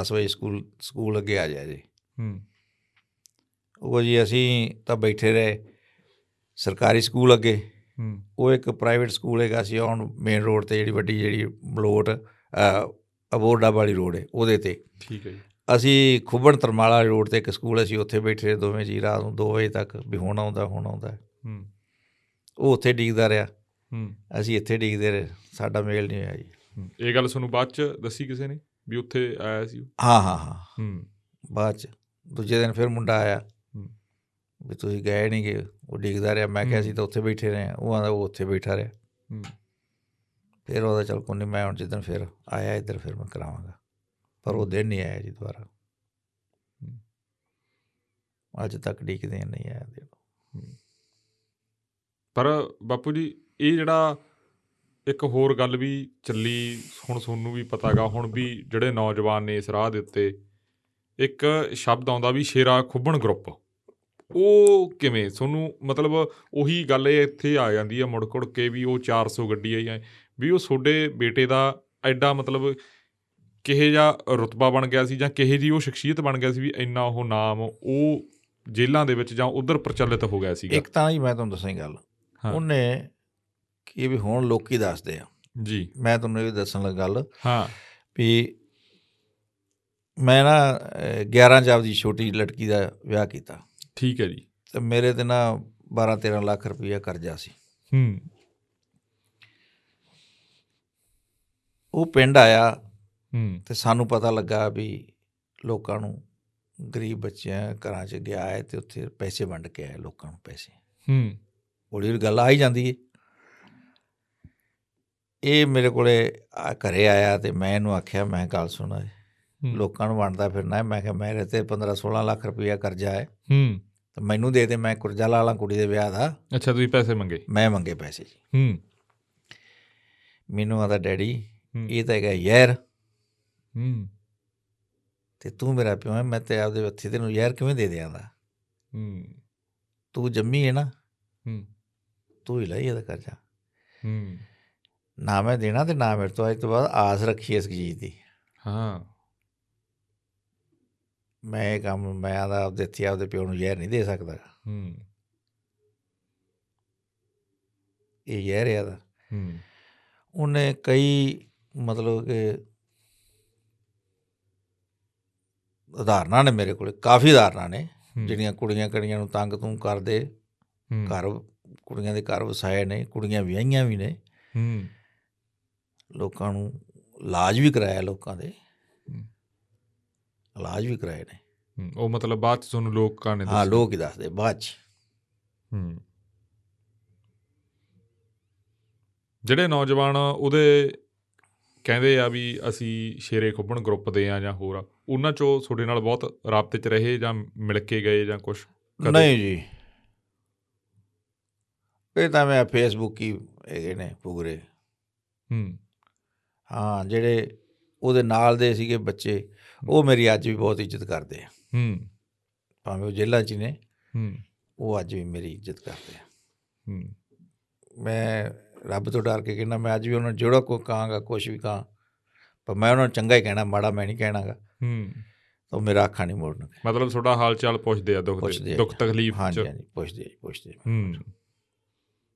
Speaker 2: 10 ਵਜੇ ਸਕੂਲ ਸਕੂਲ ਅੱਗੇ ਆ ਜਾਏ ਜੀ
Speaker 1: ਹੂੰ
Speaker 2: ਉਹ ਜੀ ਅਸੀਂ ਤਾਂ ਬੈਠੇ ਰਹੇ ਸਰਕਾਰੀ ਸਕੂਲ ਅੱਗੇ
Speaker 1: ਹੂੰ
Speaker 2: ਉਹ ਇੱਕ ਪ੍ਰਾਈਵੇਟ ਸਕੂਲ ਹੈਗਾ ਸੀ ਹੁਣ ਮੇਨ ਰੋਡ ਤੇ ਜਿਹੜੀ ਵੱਡੀ ਜਿਹੜੀ ਬਲੋਟ ਅਬੋਰਡਾ ਵਾਲੀ ਰੋਡ ਹੈ ਉਹਦੇ ਤੇ
Speaker 1: ਠੀਕ ਹੈ ਜੀ
Speaker 2: ਅਸੀਂ ਖੁੱਬਣ ਤਰਮਾਲਾ ਰੋਡ ਤੇ ਇੱਕ ਸਕੂਲ ਹੈ, ਅਸੀਂ ਉੱਥੇ ਬੈਠੇ ਰਹੇ ਦੋਵੇਂ ਜੀ ਰਾਤ ਨੂੰ 2 ਵਜੇ ਤੱਕ ਵੀ ਹੁਣ ਆਉਂਦਾ ਹੁਣ ਆਉਂਦਾ
Speaker 1: ਹੂੰ
Speaker 2: ਉਹ ਉੱਥੇ ਡੀਕਦਾ ਰਿਹਾ
Speaker 1: ਹੂੰ
Speaker 2: ਅਸੀਂ ਇੱਥੇ ਡੀਕਦੇ ਰਹੇ ਸਾਡਾ ਮੇਲ ਨਹੀਂ ਹੋਇਆ ਜੀ
Speaker 1: ਹੂੰ। ਇਹ ਗੱਲ ਤੁਹਾਨੂੰ ਬਾਅਦ ਚ ਦੱਸੀ ਕਿਸੇ ਨੇ ਵੀ ਉੱਥੇ ਆਇਆ ਸੀ ਉਹ?
Speaker 2: ਹਾਂ ਹਾਂ ਹਾਂ
Speaker 1: ਹੂੰ
Speaker 2: ਬਾਅਦ ਚ ਦੂਜੇ ਦਿਨ ਫਿਰ ਮੁੰਡਾ ਆਇਆ
Speaker 1: ਹੂੰ।
Speaker 2: ਵੀ ਤੁਸੀਂ ਗਏ ਨਹੀਂ ਗੇ ਉਹ ਡੀਕਦਾ ਰਿਹਾ ਮੈਂ ਕਿਹਾ
Speaker 1: ਹੂੰ।
Speaker 2: ਅਸੀਂ ਤਾਂ ਉੱਥੇ ਬੈਠੇ ਰਹੇ ਹਾਂ। ਉਹ ਆਂਦਾ ਉਹ ਉੱਥੇ ਬੈਠਾ ਰਿਹਾ
Speaker 1: ਹੂੰ
Speaker 2: ਫਿਰ ਉਹਦਾ ਚੱਲ ਕੋਈ ਨਹੀਂ ਮੈਂ ਹੁਣ ਜਿੱਦਣ ਫਿਰ ਆਇਆ ਇੱਧਰ ਫਿਰ ਮੈਂ ਕਰਾਵਾਂਗਾ ਪਰ ਉਹ ਦਿਨ ਨਹੀਂ ਆਇਆ ਜੀ ਦੁਬਾਰਾ ਅੱਜ ਤੱਕ ਡੀਕਦੇ ਨਹੀਂ ਆਇਆ ਦਿਨ।
Speaker 1: ਪਰ ਬਾਪੂ ਜੀ ਇਹ ਜਿਹੜਾ ਇੱਕ ਹੋਰ ਗੱਲ ਵੀ ਚੱਲੀ ਹੁਣ ਤੁਹਾਨੂੰ ਵੀ ਪਤਾਗਾ ਹੁਣ ਵੀ ਜਿਹੜੇ ਨੌਜਵਾਨ ਨੇ ਇਸ ਰਾਹ ਦੇ ਉੱਤੇ ਇੱਕ ਸ਼ਬਦ ਆਉਂਦਾ ਵੀ ਸ਼ੇਰਾ ਖੁੱਬਣ ਗਰੁੱਪ ਉਹ ਕਿਵੇਂ ਤੁਹਾਨੂੰ ਮਤਲਬ ਉਹੀ ਗੱਲ ਇਹ ਇੱਥੇ ਆ ਜਾਂਦੀ ਹੈ ਮੁੜ ਕੁੜ ਕੇ ਵੀ ਉਹ 400 ਗੱਡੀ ਆਈ ਹੈ ਵੀ ਉਹ ਤੁਹਾਡੇ ਬੇਟੇ ਦਾ ਐਡਾ ਮਤਲਬ ਕਿਹੇ ਜਾ ਰੁਤਬਾ ਬਣ ਗਿਆ ਸੀ ਜਾਂ ਕਿਹੇ ਜੀ ਉਹ ਸ਼ਖਸੀਅਤ ਬਣ ਗਿਆ ਸੀ ਵੀ ਇੰਨਾ ਉਹ ਨਾਮ ਉਹ ਜੇਲ੍ਹਾਂ ਦੇ ਵਿੱਚ ਜਾਂ ਉਧਰ ਪ੍ਰਚਲਿਤ ਹੋ ਗਿਆ ਸੀਗਾ
Speaker 2: ਇੱਕ ਤਾਂ ਜੀ ਮੈਂ ਤੁਹਾਨੂੰ ਦੱਸਾਂ ਹੀ ਗੱਲ
Speaker 1: ਹਾਂ।
Speaker 2: ਉਹਨੇ ਕੀ ਵੀ ਹੁਣ ਲੋਕੀ ਦੱਸਦੇ ਆ
Speaker 1: ਜੀ
Speaker 2: ਮੈਂ ਤੁਹਾਨੂੰ ਇਹ ਵੀ ਦੱਸਣ ਲੱਗਾ ਗੱਲ
Speaker 1: ਹਾਂ
Speaker 2: ਵੀ ਮੈਂ ਨਾ ਅਹ, 11 ਚ ਆਪਦੀ ਛੋਟੀ ਲੜਕੀ ਦਾ ਵਿਆਹ ਕੀਤਾ
Speaker 1: ਠੀਕ ਹੈ ਜੀ
Speaker 2: ਤੇ ਮੇਰੇ ਤੇ ਨਾ 12 13 ਲੱਖ ਰੁਪਈਆ ਕਰਜ਼ਾ ਸੀ
Speaker 1: ਹੂੰ
Speaker 2: ਉਹ ਪਿੰਡ ਆਇਆ
Speaker 1: ਹੂੰ
Speaker 2: ਤੇ ਸਾਨੂੰ ਪਤਾ ਲੱਗਾ ਵੀ ਲੋਕਾਂ ਨੂੰ ਗਰੀਬ ਬੱਚਿਆਂ ਘਰਾਂ 'ਚ ਗਿਆ ਹੈ ਤੇ ਉੱਥੇ ਪੈਸੇ ਵੰਡ ਕੇ ਆਇਆ ਲੋਕਾਂ ਨੂੰ ਪੈਸੇ
Speaker 1: ਹੂੰ
Speaker 2: ਹੌਲੀ ਹੌਲੀ ਗੱਲ ਆ ਹੀ ਜਾਂਦੀ ਹੈ ਇਹ ਮੇਰੇ ਕੋਲੇ ਆ- ਘਰੇ ਆਇਆ ਤੇ ਮੈਂ ਇਹਨੂੰ ਆਖਿਆ ਮੈਂ ਗੱਲ ਸੁਣਾ
Speaker 1: ਹੂੰ,
Speaker 2: ਲੋਕਾਂ ਨੂੰ ਵੰਡਦਾ ਫਿਰਨਾ ਹੈ। ਮੈਂ ਕਿਹਾ ਮੇਰੇ ਤੇ 15 16 ਲੱਖ ਰੁਪਇਆ ਕਰਜ਼ਾ ਹੈ
Speaker 1: ਹੂੰ
Speaker 2: ਤੇ ਮੈਨੂੰ ਦੇ ਦੇ ਮੈਂ ਕੁਰਜਾਲਾ ਵਾਲਾ ਕੁੜੀ ਦੇ ਵਿਆਹ ਦਾ
Speaker 1: ਅੱਛਾ ਤੁਸੀਂ ਪੈਸੇ ਮੰਗੇ
Speaker 2: ਮੈਂ ਮੰਗੇ ਪੈਸੇ ਜੀ
Speaker 1: ਹੂੰ
Speaker 2: ਮੈਨੂੰ ਆਦਾ ਡੈਡੀ
Speaker 1: ਹੂੰ,
Speaker 2: ਇਹ ਤਾਂ ਹੈਗਾ ਯਾਰ
Speaker 1: ਹੂੰ
Speaker 2: ਤੇ ਤੂੰ ਮੇਰਾ ਪਿਓ ਹੈ ਮੈਂ ਤੇ ਆਪਦੇ ਹੱਥੀ ਤੈਨੂੰ ਯਾਰ ਕਿਵੇਂ ਦੇ ਦਿਆਂਦਾ
Speaker 1: ਹੂੰ
Speaker 2: ਤੂੰ ਜੰਮੀ ਹੈ ਨਾ
Speaker 1: ਹੂੰ,
Speaker 2: ਤੂੰ ਹੀ ਲਈ ਇਹਦਾ ਕਰਜ਼ਾ
Speaker 1: ਹੂੰ
Speaker 2: ਨਾ ਮੈਂ ਦੇਣਾ ਤੇ ਨਾ ਮੇਰੇ ਤੋਂ ਅੱਜ ਤੋਂ ਬਾਅਦ ਆਸ ਰੱਖੀ ਇਸ ਚੀਜ਼ ਦੀ
Speaker 1: ਹਾਂ
Speaker 2: ਮੈਂ ਇਹ ਕੰਮ ਮੈਂ ਆਦਾ ਆਪਦੇ ਹੱਥੀ ਆਪਦੇ ਪਿਓ ਨੂੰ ਯਾਰ ਨਹੀਂ ਦੇ ਸਕਦਾ
Speaker 1: ਹੂੰ
Speaker 2: ਇਹ ਯਾਰ ਹੈ ਦਾ
Speaker 1: ਹੂੰ
Speaker 2: ਉਹਨੇ ਕਈ ਮਤਲਬ ਕਿ ਉਦਾਹਰਨਾਂ ਨੇ ਮੇਰੇ ਕੋਲੇ ਕਾਫੀ ਉਦਾਹਰਨਾਂ ਨੇ
Speaker 1: ਹੂੰ,
Speaker 2: ਜਿਹੜੀਆਂ ਕੁੜੀਆਂ ਕੜੀਆਂ ਨੂੰ ਤੰਗ ਤੂੰ ਕਰਦੇ
Speaker 1: ਹੂੰ,
Speaker 2: ਘਰ ਕੁੜੀਆਂ ਦੇ ਘਰ ਵਸਾਏ ਨੇ ਕੁੜੀਆਂ ਵਿਆਹੀਆਂ ਵੀ ਨੇ
Speaker 1: ਹੂੰ
Speaker 2: ਲੋਕਾਂ ਨੂੰ ਇਲਾਜ ਵੀ ਕਰਾਇਆ ਲੋਕਾਂ ਦੇ
Speaker 1: ਹੂੰ।
Speaker 2: ਇਲਾਜ ਵੀ ਕਰਾਏ ਨੇ
Speaker 1: ਹੂੰ, ਉਹ ਮਤਲਬ ਬਾਅਦ ਚ ਤੁਹਾਨੂੰ ਲੋਕਾਂ ਨੇ
Speaker 2: ਹਾਂ
Speaker 1: ਦੱਸਿਆ।
Speaker 2: ਲੋਕ ਹੀ ਦੱਸਦੇ ਬਾਅਦ ਚ
Speaker 1: ਹੂੰ ਜਿਹੜੇ ਨੌਜਵਾਨ ਉਹਦੇ ਕਹਿੰਦੇ ਆ ਵੀ ਅਸੀਂ ਸ਼ੇਰੇ ਖੁੱਬਣ ਗਰੁੱਪ ਦੇ ਆ ਜਾਂ ਹੋਰ ਆ ਉਹਨਾਂ ਚੋਂ ਤੁਹਾਡੇ ਨਾਲ ਬਹੁਤ ਰਾਬਤੇ ਚ ਰਹੇ ਜਾਂ ਮਿਲ ਕੇ ਗਏ ਜਾਂ ਕੁਝ ਕਦੇ-
Speaker 2: ਨਹੀਂ ਜੀ ਇਹ ਤਾਂ ਮੈਂ ਫੇਸਬੁੱਕ ਹੀ ਹੈਗੇ ਨੇ ਪੁਗਰੇ
Speaker 1: ਹੂੰ
Speaker 2: ਹਾਂ ਜਿਹੜੇ ਉਹਦੇ ਨਾਲ ਦੇ ਸੀਗੇ ਬੱਚੇ ਉਹ ਮੇਰੀ ਅੱਜ ਵੀ ਬਹੁਤ ਇੱਜ਼ਤ ਕਰਦੇ ਆ
Speaker 1: ਹੂੰ
Speaker 2: ਭਾਵੇਂ ਉਹ ਜੇਲ੍ਹਾਂ 'ਚ ਹੀ ਨੇ
Speaker 1: ਹੂੰ
Speaker 2: ਉਹ ਅੱਜ ਵੀ ਮੇਰੀ ਇੱਜ਼ਤ ਕਰਦੇ ਆ
Speaker 1: ਹੂੰ
Speaker 2: ਮੈਂ ਰੱਬ ਤੋਂ ਡਰ ਕੇ ਕਹਿੰਦਾ ਮੈਂ ਅੱਜ ਵੀ ਉਹਨਾਂ ਨੂੰ ਜਿਹੜਾ ਕੋਈ ਕਹਾਂਗਾ ਕੁਝ ਵੀ ਕਹਾਂ ਪਰ ਮੈਂ ਉਹਨਾਂ ਨੂੰ ਚੰਗਾ ਹੀ ਕਹਿਣਾ ਮਾੜਾ ਮੈਂ ਨਹੀਂ ਕਹਿਣਾਗਾ
Speaker 1: ਹੂੰ
Speaker 2: ਤਾਂ ਉਹ ਮੇਰਾ ਅੱਖਾਂ ਨਹੀਂ ਮੋੜਨਗੇ
Speaker 1: ਮਤਲਬ ਤੁਹਾਡਾ ਹਾਲ ਚਾਲ ਪੁੱਛਦੇ ਆ ਦੁੱਖ
Speaker 2: ਪੁੱਛਦੇ
Speaker 1: ਦੇ
Speaker 2: ਆ।
Speaker 1: ਦੁੱਖ ਤਕਲੀਫ
Speaker 2: ਹਾਂਜੀ
Speaker 1: ਚ
Speaker 2: ਹਾਂਜੀ ਪੁੱਛਦੇ ਆ ਜੀ, ਪੁੱਛਦੇ ਆ।
Speaker 1: ਹੂੰ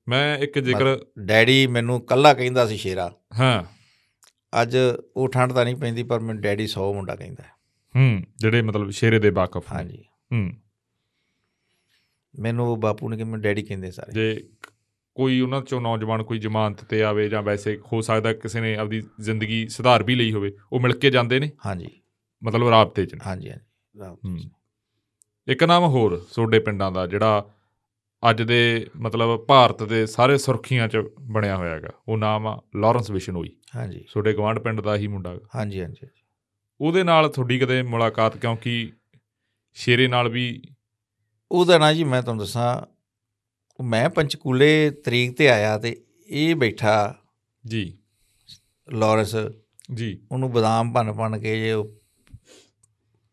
Speaker 1: ਮੈਂ ਇੱਕ ਜ਼ਿਕਰ
Speaker 2: ਡੈਡੀ ਮੈਨੂੰ ਕੱਲਾ ਕਹਿੰਦਾ ਸੀ ਸ਼ੇਰਾ
Speaker 1: ਹਾਂ
Speaker 2: ਅੱਜ ਉਹ ਠੰਡ ਤਾਂ ਨਹੀਂ ਪੈਂਦੀ ਪਰ ਮੈਨੂੰ ਡੈਡੀ 100 ਮੁੰਡਾ ਕਹਿੰਦਾ ਹੈ।
Speaker 1: ਹੂੰ ਜਿਹੜੇ ਮਤਲਬ ਸ਼ੇਰੇ ਦੇ ਵਾਕਫ
Speaker 2: ਹਾਂਜੀ
Speaker 1: ਹੂੰ
Speaker 2: ਮੈਨੂੰ ਉਹ ਬਾਪੂ ਨੇ ਕਿ ਮੈਨੂੰ ਡੈਡੀ ਕਹਿੰਦੇ ਸਾਰੇ
Speaker 1: ਜੇ ਕ- ਕੋਈ ਉਹਨਾਂ ਚੋਂ ਨੌਜਵਾਨ ਕੋਈ ਜ਼ਮਾਨਤ ਤੇ ਆਵੇ ਜਾਂ ਵੈਸੇ ਹੋ ਸਕਦਾ ਕਿਸੇ ਨੇ ਆਪਦੀ ਜ਼ਿੰਦਗੀ ਸੁਧਾਰ ਵੀ ਲਈ ਹੋਵੇ ਉਹ ਮਿਲ ਕੇ ਜਾਂਦੇ ਨੇ
Speaker 2: ਹਾਂਜੀ
Speaker 1: ਮਤਲਬ ਰਾਬਤੇ ਚ ਨੇ।
Speaker 2: ਹਾਂਜੀ ਹਾਂਜੀ ਰਾਮ
Speaker 1: ਹੂੰ।
Speaker 2: ਜੀ।
Speaker 1: ਇੱਕ ਨਾਮ ਹੋਰ ਤੁਹਾਡੇ ਪਿੰਡਾਂ ਦਾ ਜਿਹੜਾ ਅੱਜ ਦੇ ਮਤਲਬ ਭਾਰਤ ਦੇ ਸਾਰੇ ਸੁਰਖੀਆਂ ਚ ਬਣਿਆ ਹੋਇਆ ਹੈਗਾ ਉਹ ਨਾਮ ਆ ਲਾਰੈਂਸ ਬਿਸ਼ਨੋਈ
Speaker 2: ਹਾਂਜੀ
Speaker 1: ਤੁਹਾਡੇ ਗਵਾਂਢ ਪਿੰਡ ਦਾ ਹੀ ਮੁੰਡਾ ਹੈਗਾ।
Speaker 2: ਹਾਂਜੀ ਹਾਂਜੀ
Speaker 1: ਉਹਦੇ ਨਾਲ ਤੁਹਾਡੀ ਕਦੇ ਮੁਲਾਕਾਤ ਕਿਉਂਕਿ ਸ਼ੇਰੇ ਨਾਲ ਵੀ
Speaker 2: ਉਹਦਾ ਨਾ ਜੀ ਮੈਂ ਤੁਹਾਨੂੰ ਦੱਸਾਂ ਉਹ ਮੈਂ ਪੰਚਕੂਲੇ ਤਰੀਕ ਤੇ ਆਇਆ ਤੇ ਇਹ ਬੈਠਾ
Speaker 1: ਜੀ
Speaker 2: ਲਾਰੈਂਸ
Speaker 1: ਜੀ
Speaker 2: ਉਹਨੂੰ ਬਦਾਮ ਭੰਨ ਭੰਨ ਕੇ ਜੇ ਉਹ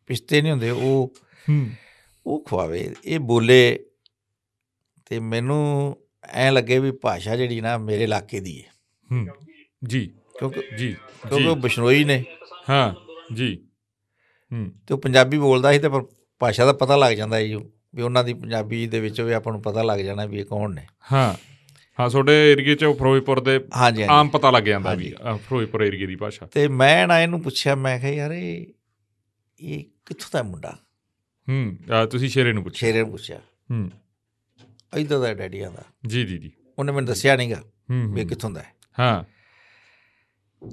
Speaker 2: ਪਿਸਤੇ ਨਹੀਂ ਹੁੰਦੇ ਉਹ
Speaker 1: ਹੂੰ
Speaker 2: ਉਹ ਖਵਾਵੇ ਇਹ ਬੋਲੇ ਤੇ ਮੈਨੂੰ ਐ ਲੱਗੇ ਵੀ ਭਾਸ਼ਾ ਜਿਹੜੀ ਨਾ ਮੇਰੇ ਇਲਾਕੇ ਦੀ ਹੈ
Speaker 1: ਹੂੰ ਜੀ
Speaker 2: ਕਿਉਂਕਿ
Speaker 1: ਜੀ
Speaker 2: ਕਿਉਂਕਿ ਉਹ
Speaker 1: ਜੀ
Speaker 2: ਬਿਸ਼ਨੋਈ ਨੇ
Speaker 1: ਹਾਂ ਜੀ ਹੂੰ
Speaker 2: ਤੇ ਉਹ ਪੰਜਾਬੀ ਬੋਲਦਾ ਸੀ ਤੇ ਪਰ ਭਾਸ਼ਾ ਦਾ ਪਤਾ ਲੱਗ ਜਾਂਦਾ ਜੀ ਵੀ ਉਹਨਾਂ ਦੀ ਪੰਜਾਬੀ ਦੇ ਵਿੱਚ ਵੀ ਆਪਾਂ ਨੂੰ ਪਤਾ ਲੱਗ ਜਾਣਾ ਵੀ ਇਹ ਕੌਣ ਨੇ
Speaker 1: ਹਾਂ ਹਾਂ ਤੁਹਾਡੇ ਏਰੀਏ ਚ ਫਿਰੋਜ਼ਪੁਰ ਦੇ
Speaker 2: ਹਾਂਜੀ ਹਾਂਜੀ
Speaker 1: ਆਮ ਪਤਾ ਲੱਗ ਜਾਂਦਾ ਵੀ ਅ, ਫਿਰੋਜ਼ਪੁਰ ਏਰੀਏ ਦੀ ਭਾਸ਼ਾ
Speaker 2: ਤੇ ਮੈਂ ਨਾ ਇਹਨੂੰ ਪੁੱਛਿਆ ਮੈਂ ਕਿਹਾ ਯਾਰ ਇਹ ਇਹ ਕਿੱਥੋਂ ਦਾ ਮੁੰਡਾ
Speaker 1: ਹੂੰ ਅ, ਤੁਸੀਂ ਸ਼ੇਰੇ ਨੂੰ ਪੁੱਛੋ
Speaker 2: ਸ਼ੇਰੇ ਨੂੰ ਪੁੱਛਿਆ
Speaker 1: ਹੂੰ
Speaker 2: ਇਦਾਂ ਦਾ ਡੈਡੀ ਆਂਦਾ
Speaker 1: ਜੀ ਜੀ ਜੀ
Speaker 2: ਉਹਨੇ ਮੈਨੂੰ ਦੱਸਿਆ ਨਹੀਂਗਾ
Speaker 1: ਹੂੰ
Speaker 2: ਵੀ ਇਹ
Speaker 1: ਹੂੰ,
Speaker 2: ਕਿੱਥੋਂ ਦਾ ਹੈ
Speaker 1: ਹਾਂ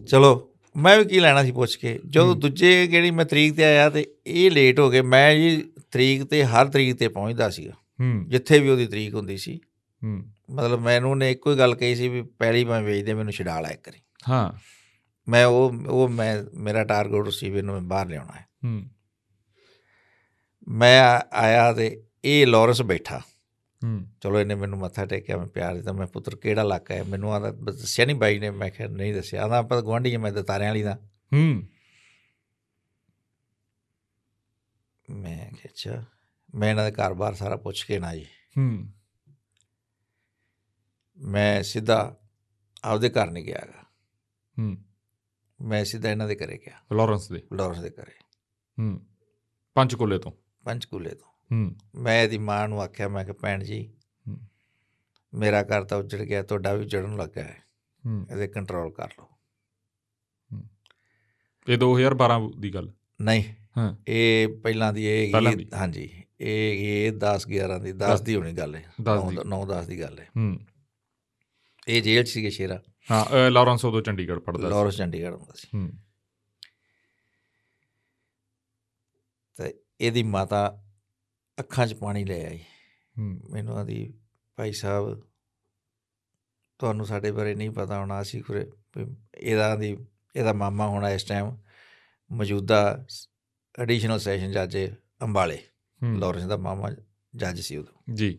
Speaker 2: ਚਲੋ ਮੈਂ ਵੀ ਕੀ ਲੈਣਾ ਸੀ ਪੁੱਛ ਕੇ ਜਦੋਂ ਦੂਜੇ ਜਿਹੜੀ ਮੈਂ ਤਰੀਕ ਤੇ ਆਇਆ ਤੇ ਇਹ ਲੇਟ ਹੋ ਗਏ ਮੈਂ ਜੀ ਤਰੀਕ ਤੇ ਹਰ ਤਰੀਕ ਤੇ ਪਹੁੰਚਦਾ ਸੀਗਾ
Speaker 1: ਹੂੰ
Speaker 2: ਜਿੱਥੇ ਵੀ ਉਹਦੀ ਤਰੀਕ ਹੁੰਦੀ ਸੀ
Speaker 1: ਹੂੰ
Speaker 2: ਮਤਲਬ ਮੈਨੂੰ ਨੇ ਇੱਕੋ ਹੀ ਗੱਲ ਕਹੀ ਸੀ ਵੀ ਪਹਿਲੀ ਮੈਂ ਵੇਚਦੇ ਮੈਨੂੰ ਛਡਾ ਲਾ ਇੱਕ ਕਰੀ
Speaker 1: ਹਾਂ
Speaker 2: ਮੈਂ ਉਹ ਉਹ ਮੈਂ ਮੇਰਾ ਟਾਰਗੇਟ ਸੀ ਵੀ ਇਹਨੂੰ ਮੈਂ ਬਾਹਰ ਲਿਆਉਣਾ ਹੈ
Speaker 1: ਹੂੰ
Speaker 2: ਮੈਂ ਆ- ਆਇਆ ਤੇ ਇਹ ਲਾਰੈਂਸ ਬੈਠਾ
Speaker 1: ਹੂੰ
Speaker 2: ਚਲੋ ਇਹਨੇ ਮੈਨੂੰ ਮੱਥਾ ਟੇਕਿਆ ਮੈਂ ਪਿਆਰ ਦਿੱਤਾ ਮੈਂ ਪੁੱਤਰ ਕਿਹੜਾ ਇਲਾਕਾ ਹੈ ਮੈਨੂੰ ਆਦਾ ਦੱਸਿਆ ਨਹੀਂ ਬਾਈ ਨੇ ਮੈਂ ਕਿਹਾ ਨਹੀਂ ਦੱਸਿਆ ਆਦਾ ਆਪਾਂ ਗਵਾਂਢੀ ਹਾਂ ਮੈਂ ਦਤਾਰਿਆਂ ਵਾਲੀ ਦਾ
Speaker 1: ਹੂੰ
Speaker 2: ਮੈਂ ਕਿਹਾ ਅੱਛਾ ਮੈਂ ਇਹਨਾਂ ਦਾ ਘਰ-ਬਾਰ ਸਾਰਾ ਪੁੱਛ ਕੇ ਨਾ ਜੀ
Speaker 1: ਹੂੰ
Speaker 2: ਮੈਂ ਸਿੱਧਾ ਆਪਦੇ ਘਰ ਨਹੀਂ ਗਿਆ ਗਾ।
Speaker 1: ਹੂੰ
Speaker 2: ਮੈਂ ਸਿੱਧਾ ਇਹਨਾਂ ਦੇ ਘਰੇ ਗਿਆ
Speaker 1: ਲਾਰੈਂਸ ਦੇ
Speaker 2: ਲਾਰੈਂਸ ਦੇ ਘਰੇ
Speaker 1: ਹੂੰ ਪੰਚਕੂਲੇ ਤੋਂ
Speaker 2: ਪੰਚਕੂਲੇ ਤੋਂ
Speaker 1: ਹੂੰ
Speaker 2: ਮੈਂ ਇਹਦੀ ਮਾਂ ਨੂੰ ਆਖਿਆ ਮੈਂ ਕਿ ਭੈਣ ਜੀ
Speaker 1: ਹੂੰ।
Speaker 2: ਮੇਰਾ ਘਰ ਤਾਂ ਉੱਜੜ ਗਿਆ ਤੁਹਾਡਾ ਵੀ ਚੜਨ ਲੱਗਾ ਹੈ
Speaker 1: ਹੂੰ
Speaker 2: ਇਹਦੇ ਕੰਟਰੋਲ ਕਰ ਲਓ
Speaker 1: ਇਹ 2012 ਦੀ ਗੱਲ
Speaker 2: ਨਹੀਂ
Speaker 1: ਹਾਂ।
Speaker 2: ਇਹ ਪਹਿਲਾਂ ਦੀ ਇਹ
Speaker 1: ਪਹਿਲਾਂ
Speaker 2: ਹੈਗੀ
Speaker 1: ਦੀ।
Speaker 2: ਹਾਂਜੀ ਇਹ ਇਹ 10 11 ਦੀ 10 ਦੀ ਹੋਣੀ ਗੱਲ ਹੈ
Speaker 1: 10 ਦੀ
Speaker 2: 9 10 ਦੀ ਗੱਲ ਹੈ
Speaker 1: ਹੂੰ
Speaker 2: ਇਹ ਜੇਲ੍ਹ 'ਚ ਸੀਗੇ ਸ਼ੇਰਾ
Speaker 1: ਹਾਂ ਅ, ਲਾਰੈਂਸ ਉਦੋਂ ਚੰਡੀਗੜ੍ਹ ਪੜਦਾ ਸੀ
Speaker 2: ਲਾਰੈਂਸ ਚੰਡੀਗੜ੍ਹ ਹੁੰਦਾ ਸੀ
Speaker 1: ਹੂੰ
Speaker 2: ਇਹਦੀ ਮਾਤਾ ਅੱਖਾਂ 'ਚ ਪਾਣੀ ਲੈ ਆਈ
Speaker 1: ਹੂੰ
Speaker 2: ਮੈਨੂੰ ਆਦੀ ਭਾਈ ਸਾਹਿਬ ਤੁਹਾਨੂੰ ਸਾਡੇ ਬਾਰੇ ਨਹੀਂ ਪਤਾ ਹੋਣਾ ਅਸੀਂ ਕੁਰੇ ਇਹਦਾ ਦੀ ਇਹਦਾ ਮਾਮਾ ਹੋਣਾ ਇਸ ਟਾਈਮ ਮੌਜੂਦਾ ਐਡੀਸ਼ਨਲ ਸੈਸ਼ਨ ਜੱਜ ਹੈ ਅੰਬਾਲੇ
Speaker 1: ਹੂੰ,
Speaker 2: ਲਾਰੈਂਸ ਦਾ ਮਾਮਾ ਜੱਜ ਸੀ ਉਦੋਂ
Speaker 1: ਜੀ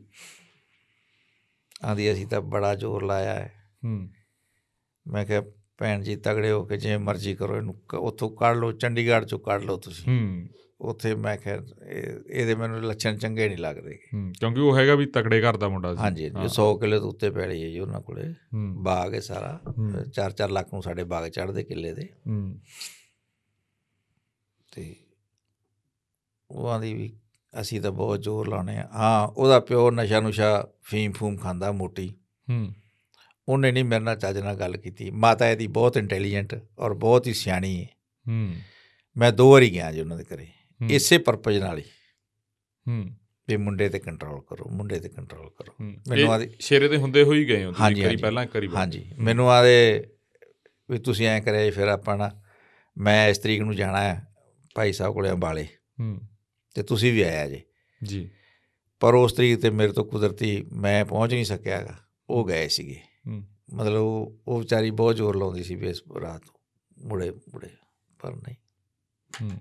Speaker 2: ਆਂਦੀ ਅਸੀਂ ਤਾਂ ਬੜਾ ਜ਼ੋਰ ਲਾਇਆ ਹੈ
Speaker 1: ਹੂੰ
Speaker 2: ਮੈਂ ਕਿਹਾ ਭੈਣ ਜੀ ਤਗੜੇ ਹੋ ਕੇ ਜਿਵੇਂ ਮਰਜ਼ੀ ਕਰੋ ਇਹਨੂੰ ਕ- ਉੱਥੋਂ ਕੱਢ ਲਓ ਚੰਡੀਗੜ੍ਹ ਚੋਂ ਕੱਢ ਲਓ ਤੁਸੀਂ
Speaker 1: ਹੂੰ
Speaker 2: ਉੱਥੇ ਮੈਂ ਕਿਹਾ ਇਹ- ਇਹਦੇ ਮੈਨੂੰ ਲੱਛਣ ਚੰਗੇ ਨਹੀਂ ਲੱਗਦੇ
Speaker 1: ਹੂੰ, ਕਿਉਂਕਿ ਉਹ ਹੈਗਾ ਵੀ ਤਕੜੇ ਘਰ ਦਾ ਮੁੰਡਾ ਸੀ
Speaker 2: ਹਾਂਜੀ
Speaker 1: ਹਾਂ,
Speaker 2: 100 ਕਿੱਲੇ ਤੋਂ ਉੱਤੇ ਪੈਲੀ ਹੈ ਜੀ ਉਹਨਾਂ ਕੋਲੇ
Speaker 1: ਹੂੰ
Speaker 2: ਬਾਗ ਹੈ ਸਾਰਾ
Speaker 1: ਹੂੰ।
Speaker 2: 4-4 ਲੱਖ ਨੂੰ ਸਾਡੇ ਬਾਗ ਚੜਦੇ ਕਿੱਲੇ ਦੇ
Speaker 1: ਹੂੰ
Speaker 2: ਤੇ ਉਹ ਆਂਦੀ ਵੀ ਅਸੀਂ ਤਾਂ ਬਹੁਤ ਜ਼ੋਰ ਲਾਉਣੇ ਆ ਹਾਂ ਉਹਦਾ ਪਿਓ ਨਸ਼ਾ ਨੁਸ਼ਾ ਫੀਮ ਫੂਮ ਖਾਂਦਾ ਮੋਟੀ
Speaker 1: ਹੂੰ
Speaker 2: ਉਹਨੇ ਨਹੀਂ ਮੇਰੇ ਨਾਲ ਚੱਜ ਨਾਲ ਗੱਲ ਕੀਤੀ ਮਾਤਾ ਇਹਦੀ ਬਹੁਤ ਇੰਟੈਲੀਜੈਂਟ ਔਰ ਬਹੁਤ ਹੀ ਸਿਆਣੀ ਹੈ
Speaker 1: ਹੂੰ
Speaker 2: ਮੈਂ ਦੋ ਵਾਰੀ ਗਿਆ ਜੀ ਉਹਨਾਂ ਦੇ ਘਰੇ
Speaker 1: ਹੂੰ,
Speaker 2: ਇਸੇ ਪਰਪਸ ਨਾਲ ਹੀ
Speaker 1: ਹੂੰ
Speaker 2: ਵੀ ਮੁੰਡੇ ਤੇ ਕੰਟਰੋਲ ਕਰੋ ਮੁੰਡੇ ਤੇ ਕੰਟਰੋਲ ਕਰੋ
Speaker 1: ਹੂੰ।
Speaker 2: ਮੈਨੂੰ
Speaker 1: ਇਹ
Speaker 2: ਆਦੀ-
Speaker 1: ਸ਼ੇਰੇ ਦੇ ਹੁੰਦੇ ਹੋਈ ਗਏ ਹੋ ਤੁਸੀਂ
Speaker 2: ਹਾਂਜੀ,
Speaker 1: ਇੱਕ ਵਾਰੀ
Speaker 2: ਹਾਂਜੀ।
Speaker 1: ਪਹਿਲਾਂ ਇੱਕ ਵਾਰੀ ਬਾਅਦ।
Speaker 2: ਹਾਂਜੀ ਮੈਨੂੰ ਆਦੇ ਵੀ ਤੁਸੀਂ ਐਂ ਕਰਿਆ ਜੀ, ਫਿਰ ਆਪਾਂ ਨਾ ਮੈਂ ਇਸ ਤਰੀਕ ਨੂੰ ਜਾਣਾ ਹੈ ਭਾਈ ਸਾਹਿਬ ਕੋਲੇ ਅੰਬਾਲੇ
Speaker 1: ਹੂੰ
Speaker 2: ਤੇ ਤੁਸੀਂ ਵੀ ਆਇਆ ਜੇ
Speaker 1: ਜੀ
Speaker 2: ਪਰ ਉਸ ਤਰੀਕ ਤੇ ਮੇਰੇ ਤੋਂ ਕੁਦਰਤੀ ਮੈਂ ਪਹੁੰਚ ਨਹੀਂ ਸਕਿਆ ਹੈਗਾ ਉਹ ਗਏ ਸੀਗੇ
Speaker 1: ਹੂੰ
Speaker 2: ਮਤਲਬ ਉਹ ਉਹ ਵਿਚਾਰੀ ਬਹੁਤ ਜ਼ੋਰ ਲਾਉਂਦੀ ਸੀ ਵੀ ਇਸ ਰਾਤ ਨੂੰ ਮੁੜੇ ਮੁੜੇ ਪਰ ਨਹੀਂ
Speaker 1: ਹੂੰ।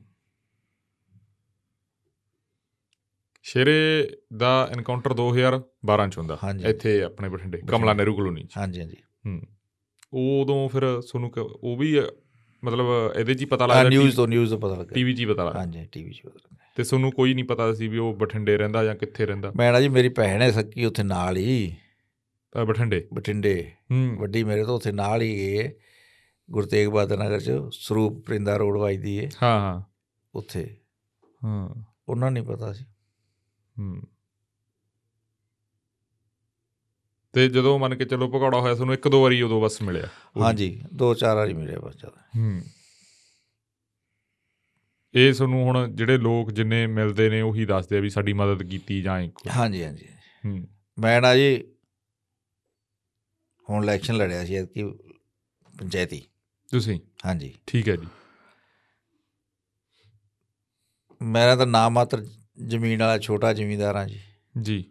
Speaker 1: ਸ਼ੇਰੇ ਦਾ ਐਨਕਾਊਂਟਰ 2012 ਚ ਹੁੰਦਾ
Speaker 2: ਹਾਂਜੀ।
Speaker 1: ਇੱਥੇ ਆਪਣੇ ਬਠਿੰਡੇ ਕਮਲਾ ਨਹਿਰੂ ਕਲੋਨੀ ਚ
Speaker 2: ਹਾਂਜੀ ਹਾਂਜੀ
Speaker 1: ਹੂੰ ਉਹ ਉਦੋਂ ਫਿਰ ਤੁਹਾਨੂੰ ਕ- ਉਹ ਵੀ ਅ, ਮਤਲਬ ਇਹਦੇ ਚ ਹੀ ਪਤਾ
Speaker 2: ਆ
Speaker 1: ਲੱਗਦਾ
Speaker 2: ਨਿਊਜ਼ ਤੋਂ ਨਿਊਜ਼ ਤੋਂ ਪਤਾ ਲੱਗਾ
Speaker 1: ਟੀਵੀ ਚ ਹੀ ਪਤਾ ਲੱਗਦਾ
Speaker 2: ਹਾਂਜੀ ਟੀਵੀ 'ਚ ਪਤਾ ਲੱਗਾ
Speaker 1: ਤੇ ਤੁਹਾਨੂੰ ਕੋਈ ਨਹੀਂ ਪਤਾ ਸੀ ਵੀ ਉਹ ਬਠਿੰਡੇ ਰਹਿੰਦਾ ਜਾਂ ਕਿੱਥੇ ਰਹਿੰਦਾ
Speaker 2: ਮੈਂ ਨਾ ਜੀ ਮੇਰੀ ਭੈਣ ਹੈ ਸੱਕੀ ਉੱਥੇ ਨਾਲ ਹੀ
Speaker 1: ਅ, ਬਠਿੰਡੇ
Speaker 2: ਬਠਿੰਡੇ
Speaker 1: ਹੂੰ
Speaker 2: ਵੱਡੀ ਮੇਰੇ ਤੋਂ ਉੱਥੇ ਨਾਲ ਹੀ ਗਏ ਗੁਰੂ ਤੇਗ ਬਹਾਦਰ ਨਗਰ ਚ ਸਰੂਪ ਪ੍ਰਿੰਦਾ ਰੋਡ ਵੱਜਦੀ ਏ
Speaker 1: ਹਾਂ ਹਾਂ
Speaker 2: ਉੱਥੇ
Speaker 1: ਹਾਂ
Speaker 2: ਉਹਨਾਂ ਨੂੰ ਨਹੀਂ ਪਤਾ ਸੀ
Speaker 1: ਹੂੰ ਤੇ ਜਦੋਂ ਮੰਨ ਕੇ ਚਲੋ ਭਗੌੜਾ ਹੋਇਆ ਤੁਹਾਨੂੰ ਇੱਕ ਦੋ ਵਾਰੀ ਉਦੋਂ ਬਸ ਮਿਲਿਆ
Speaker 2: ਹਾਂਜੀ ਦੋ ਚਾਰ ਵਾਰੀ ਮਿਲਿਆ ਬਸ ਜ਼ਿਆਦਾ
Speaker 1: ਹੂੰ ਇਹ ਤੁਹਾਨੂੰ ਹੁਣ ਜਿਹੜੇ ਲੋਕ ਜਿੰਨੇ ਮਿਲਦੇ ਨੇ ਉਹੀ ਦੱਸਦੇ ਆ ਵੀ ਸਾਡੀ ਮਦਦ ਕੀਤੀ ਜਾਂ ਇੱਕ
Speaker 2: ਹਾਂਜੀ ਹਾਂਜੀ
Speaker 1: ਹੂੰ
Speaker 2: ਮੈਂ ਨਾ ਜੀ ਹੁਣ ਇਲੈਕਸ਼ਨ ਲੜਿਆ ਸੀ ਐਤਕੀ ਪੰਚਾਇਤੀ
Speaker 1: ਤੁਸੀਂ
Speaker 2: ਹਾਂਜੀ
Speaker 1: ਠੀਕ ਹੈ ਜੀ
Speaker 2: ਮੇਰਾ ਤਾਂ ਨਾਮ ਮਾਤਰ ਜ਼ਮੀਨ ਵਾਲਾ ਛੋਟਾ ਜ਼ਮੀਂਦਾਰ ਹਾਂ ਜੀ
Speaker 1: ਜੀ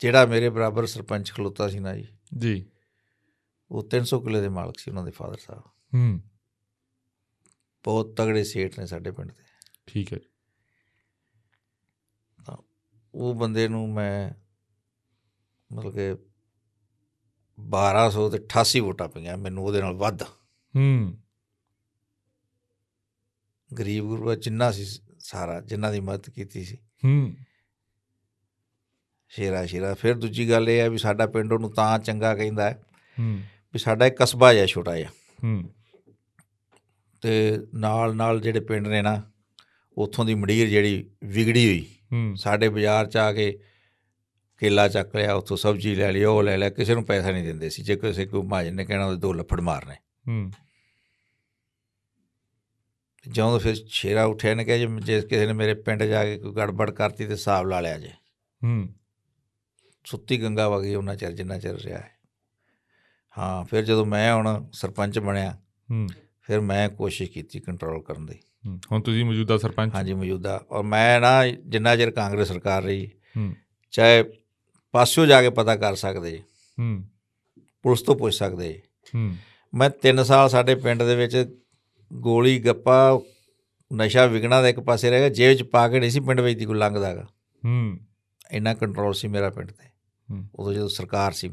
Speaker 2: ਜਿਹੜਾ ਮੇਰੇ ਬਰਾਬਰ ਸਰਪੰਚ ਖਲੋਤਾ ਸੀ ਨਾ ਜੀ
Speaker 1: ਜੀ
Speaker 2: ਉਹ 300 ਕਿੱਲੇ ਦੇ ਮਾਲਕ ਸੀ ਉਹਨਾਂ ਦੇ ਫਾਦਰ ਸਾਹਿਬ
Speaker 1: ਹੂੰ
Speaker 2: ਬਹੁਤ ਤਗੜੇ ਸੇਠ ਨੇ ਸਾਡੇ ਪਿੰਡ ਦੇ
Speaker 1: ਠੀਕ ਹੈ
Speaker 2: ਉਹ ਬੰਦੇ ਨੂੰ ਮੈਂ ਮਤਲਬ ਕਿ 1200 ਤੇ 88 ਵੋਟਾਂ ਪਈਆਂ ਮੈਨੂੰ ਉਹਦੇ ਨਾਲ ਵੱਧ
Speaker 1: ਹੂੰ
Speaker 2: ਗਰੀਬ ਗੁਰਬਾ ਜਿੰਨਾ ਸੀ ਸਾਰਾ ਜਿੰਨਾ ਦੀ ਮਦਦ ਕੀਤੀ ਸੀ
Speaker 1: ਹੂੰ
Speaker 2: ਸ਼ੇਰਾ ਸ਼ੇਰਾ ਫਿਰ ਦੂਜੀ ਗੱਲ ਇਹ ਹੈ ਵੀ ਸਾਡਾ ਪਿੰਡ ਉਹਨੂੰ ਤਾਂ ਚੰਗਾ ਕਹਿੰਦਾ ਹੈ
Speaker 1: ਹੂੰ
Speaker 2: ਵੀ ਸਾਡਾ ਇੱਕ ਕਸਬਾ ਜਿਹਾ ਛੋਟਾ ਜਿਹਾ
Speaker 1: ਹੂੰ
Speaker 2: ਤੇ ਨਾਲ ਨਾਲ ਜਿਹੜੇ ਪਿੰਡ ਨੇ ਨਾ ਉੱਥੋਂ ਦੀ ਮੰਡੀਰ ਜਿਹੜੀ ਵਿਗੜੀ ਹੋਈ
Speaker 1: ਹੂੰ
Speaker 2: ਸਾਡੇ ਬਾਜ਼ਾਰ ਚ ਆ ਕੇ ਕੇਲਾ ਚੱਕ ਲਿਆ ਉੱਥੋਂ ਸਬਜ਼ੀ ਲੈ ਲਈ ਉਹ ਲੈ ਲਿਆ ਕਿਸੇ ਨੂੰ ਪੈਸਾ ਨਹੀਂ ਦਿੰਦੇ ਸੀ ਜੇ ਕਿਸੇ ਕੋਈ ਮਹਾਜਨ ਨੇ ਕਹਿਣਾ ਉਹਦੇ ਦੋ ਲੱਫੜ ਮਾਰਨੇ
Speaker 1: ਹੂੰ
Speaker 2: ਜਦੋਂ ਫਿਰ ਸ਼ੇਰਾ ਉੱਠਿਆ ਨੇ ਕਿਹਾ ਜੇ ਜੇ ਕਿਸੇ ਨੇ ਮੇਰੇ ਪਿੰਡ ਜਾ ਕੇ ਕੋਈ ਗੜਬੜ ਕਰਤੀ ਤੇ ਹਿਸਾਬ ਲਾ ਲਿਆ ਜੇ
Speaker 1: ਹੂੰ
Speaker 2: ਸੁੱਤੀ ਗੰਗਾ ਵਗੀ ਉਹਨਾਂ ਚਿਰ ਜਿੰਨਾ ਚਿਰ ਰਿਹਾ ਹੈ ਹਾਂ ਫਿਰ ਜਦੋਂ ਮੈਂ ਹੁਣ ਸਰਪੰਚ ਬਣਿਆ
Speaker 1: ਹੂੰ
Speaker 2: ਫਿਰ ਮੈਂ ਕੋਸ਼ਿਸ਼ ਕੀਤੀ ਕੰਟਰੋਲ ਕਰਨ ਦੀ
Speaker 1: ਹੂੰ। ਹੁਣ ਤੁਸੀਂ ਮੌਜੂਦਾ ਸਰਪੰਚ
Speaker 2: ਹਾਂਜੀ ਮੌਜੂਦਾ ਔਰ ਮੈਂ ਨਾ ਜਿੰਨਾ ਚਿਰ ਕਾਂਗਰਸ ਸਰਕਾਰ ਰਹੀ
Speaker 1: ਹੂੰ
Speaker 2: ਚਾਹੇ ਪਾਸਿਓ ਜਾ ਕੇ ਪਤਾ ਕਰ ਸਕਦੇ ਜੀ,
Speaker 1: ਹੂੰ
Speaker 2: ਪੁਲਿਸ ਤੋਂ ਪੁੱਛ ਸਕਦੇ ਜੀ।
Speaker 1: ਹੂੰ
Speaker 2: ਮੈਂ 3 ਸਾਲ ਸਾਡੇ ਪਿੰਡ ਦੇ ਵਿੱਚ ਗੋਲੀ ਗੱਪਾ ਨਸ਼ਾ ਵਿਗਣਾ ਦਾ ਇੱਕ ਪਾਸੇ ਰਹਿ ਗਿਆ ਜੇਬ 'ਚ ਪਾ ਕੇ ਨਹੀਂ ਸੀ ਪਿੰਡ ਵਿੱਚ ਦੀ ਕੋਈ ਲੰਘਦਾ ਗਾ
Speaker 1: ਹੂੰ
Speaker 2: ਇੰਨਾ ਕੰਟਰੋਲ ਸੀ ਮੇਰਾ ਪਿੰਡ ਤੇ
Speaker 1: ਹੂੰ।
Speaker 2: ਉਦੋਂ ਜਦੋਂ ਸਰਕਾਰ ਸੀ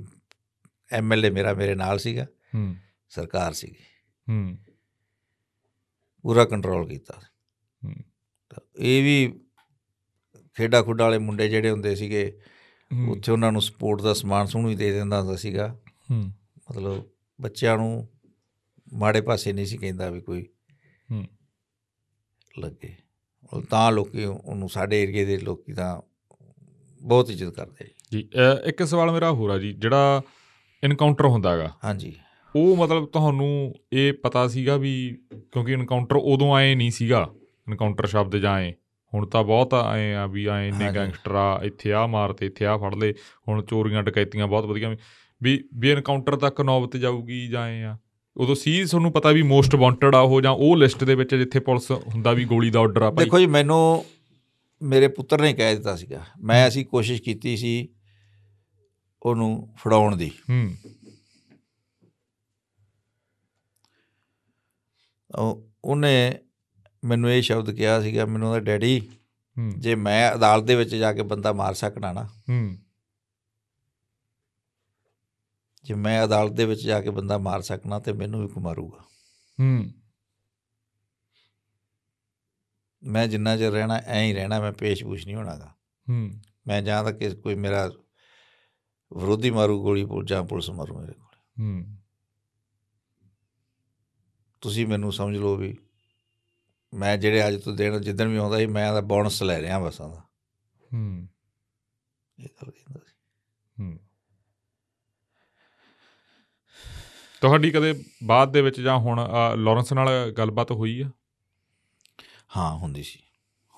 Speaker 2: ਐਮਐਲਏ ਮੇਰਾ ਮੇਰੇ ਨਾਲ ਸੀਗਾ
Speaker 1: ਹੂੰ
Speaker 2: ਸਰਕਾਰ ਸੀਗੀ
Speaker 1: ਹੂੰ
Speaker 2: ਪੂਰਾ ਕੰਟਰੋਲ ਕੀਤਾ
Speaker 1: ਹੂੰ।
Speaker 2: ਤਾਂ ਇਹ ਵੀ ਖੇਡਾ ਖੁੱਡਾ ਵਾਲੇ ਮੁੰਡੇ ਜਿਹੜੇ ਹੁੰਦੇ ਸੀਗੇ
Speaker 1: ਹੂੰ।
Speaker 2: ਉੱਥੇ ਉਹਨਾਂ ਨੂੰ ਸਪੋਰਟ ਦਾ ਸਮਾਨ ਸਮੂਨ ਵੀ ਦੇ ਦਿੰਦਾ ਹੁੰਦਾ ਸੀਗਾ
Speaker 1: ਹੂੰ
Speaker 2: ਮਤਲਬ ਬੱਚਿਆਂ ਨੂੰ ਮਾੜੇ ਪਾਸੇ ਨਹੀਂ ਸੀ ਕਹਿੰਦਾ ਵੀ ਕੋਈ
Speaker 1: ਹੂੰ।
Speaker 2: ਲੱਗੇ ਉਹ ਤਾਂ ਲੋਕੀ ਉਹਨੂੰ ਸਾਡੇ ਏਰੀਏ ਦੇ ਲੋਕੀ ਤਾਂ ਬਹੁਤ ਇੱਜ਼ਤ ਕਰਦੇ ਆ ਜੀ।
Speaker 1: ਜੀ ਅ, ਇੱਕ ਸਵਾਲ ਮੇਰਾ ਹੋਰ ਆ ਜੀ ਜਿਹੜਾ ਇਨਕਾਊਂਟਰ ਹੁੰਦਾਗਾ
Speaker 2: ਹਾਂਜੀ
Speaker 1: ਉਹ ਮਤਲਬ ਤੁਹਾਨੂੰ ਇਹ ਪਤਾ ਸੀਗਾ ਵੀ ਕਿਉਂਕਿ ਇਨਕਾਊਂਟਰ ਉਦੋਂ ਆਏ ਨਹੀਂ ਸੀਗਾ ਇਨਕਾਊਂਟਰ ਸ਼ਬਦ ਜਾਂ ਐਂ ਹੁਣ ਤਾਂ ਬਹੁਤ ਆਏ ਆ ਵੀ ਆਏ ਨੇ
Speaker 2: ਹਾਂਜੀ।
Speaker 1: ਗੈਂਗਸਟਰ ਆ ਇੱਥੇ ਆ ਮਾਰ ਤੇ ਇੱਥੇ ਆ ਫੜ ਲੈ ਹੁਣ ਚੋਰੀਆਂ ਡਕੈਤੀਆਂ ਬਹੁਤ ਵਧੀਆ ਵੀ- ਵੀ ਵੀ ਇਨਕਾਊਂਟਰ ਤੱਕ ਨੌਬਤ ਜਾਊਗੀ ਜਾਂ ਐਂ ਆ ਉਦੋਂ ਸੀ ਤੁਹਾਨੂੰ ਪਤਾ ਵੀ ਮੋਸਟ ਵਾਂਟਡ ਆ ਉਹ ਜਾਂ ਉਹ ਲਿਸਟ ਦੇ ਵਿੱਚ ਜਿੱਥੇ ਪੁਲਿਸ ਹੁੰਦਾ ਵੀ ਗੋਲੀ ਦਾ ਆਰਡਰ ਆ ਭਾਈ
Speaker 2: ਦੇਖੋ ਜੀ ਮੈਨੂੰ ਮੇਰੇ ਪੁੱਤਰ ਨੇ ਕਹਿ ਦਿੱਤਾ ਸੀਗਾ ਮੈਂ ਅਸੀਂ ਕੋਸ਼ਿਸ਼ ਕੀਤੀ ਸੀ ਉਹਨੂੰ ਫੜਾਉਣ ਦੀ
Speaker 1: ਹੂੰ
Speaker 2: ਉਹ- ਉਹਨੇ ਮੈਨੂੰ ਇਹ ਸ਼ਬਦ ਕਿਹਾ ਸੀਗਾ ਮੈਨੂੰ ਉਹਦਾ ਡੈਡੀ
Speaker 1: ਹੂੰ
Speaker 2: ਜੇ ਮੈਂ ਅਦਾਲਤ ਦੇ ਵਿੱਚ ਜਾ ਕੇ ਬੰਦਾ ਮਾਰ ਸਕਣਾ ਨਾ
Speaker 1: ਹੂੰ
Speaker 2: ਜੇ ਮੈਂ ਅਦਾਲਤ ਦੇ ਵਿੱਚ ਜਾ ਕੇ ਬੰਦਾ ਮਾਰ ਸਕਣਾ ਤੇ ਮੈਨੂੰ ਵੀ ਕੋਈ ਮਾਰੂਗਾ
Speaker 1: ਹੂੰ
Speaker 2: ਮੈਂ ਜਿੰਨਾ ਚਿਰ ਰਹਿਣਾ ਐਂ ਹੀ ਰਹਿਣਾ ਮੈਂ ਪੇਸ਼ਪੂਸ਼ ਨਹੀਂ ਹੋਣਾਗਾ
Speaker 1: ਹੂੰ
Speaker 2: ਮੈਂ ਜਾਂ ਤਾਂ ਕਿ ਕੋਈ ਮੇਰਾ ਵਿਰੋਧੀ ਮਾਰੂ ਗੋਲੀ ਪੁਲ- ਜਾਂ ਪੁਲਿਸ ਮਾਰੂ ਮੇਰੇ ਕੋਲ
Speaker 1: ਹੂੰ
Speaker 2: ਤੁਸੀਂ ਮੈਨੂੰ ਸਮਝ ਲਓ ਵੀ ਮੈਂ ਜਿਹੜੇ ਅੱਜ ਤੋਂ ਦੇਣ ਜਿੱਦਣ ਵੀ ਆਉਂਦਾ ਸੀ ਮੈਂ ਤਾਂ ਬੋਨਸ ਲੈ ਰਿਹਾ ਬਸਾਂ ਦਾ
Speaker 1: ਹੂੰ
Speaker 2: ਇਹ ਗੱਲ ਕਹਿੰਦਾ ਸੀ
Speaker 1: ਹੂੰ ਤੁਹਾਡੀ ਕਦੇ ਬਾਅਦ ਦੇ ਵਿੱਚ ਜਾਂ ਹੁਣ ਅ, ਲਾਰੈਂਸ ਨਾਲ ਗੱਲਬਾਤ ਹੋਈ ਆ
Speaker 2: ਹਾਂ ਹੁੰਦੀ ਸੀ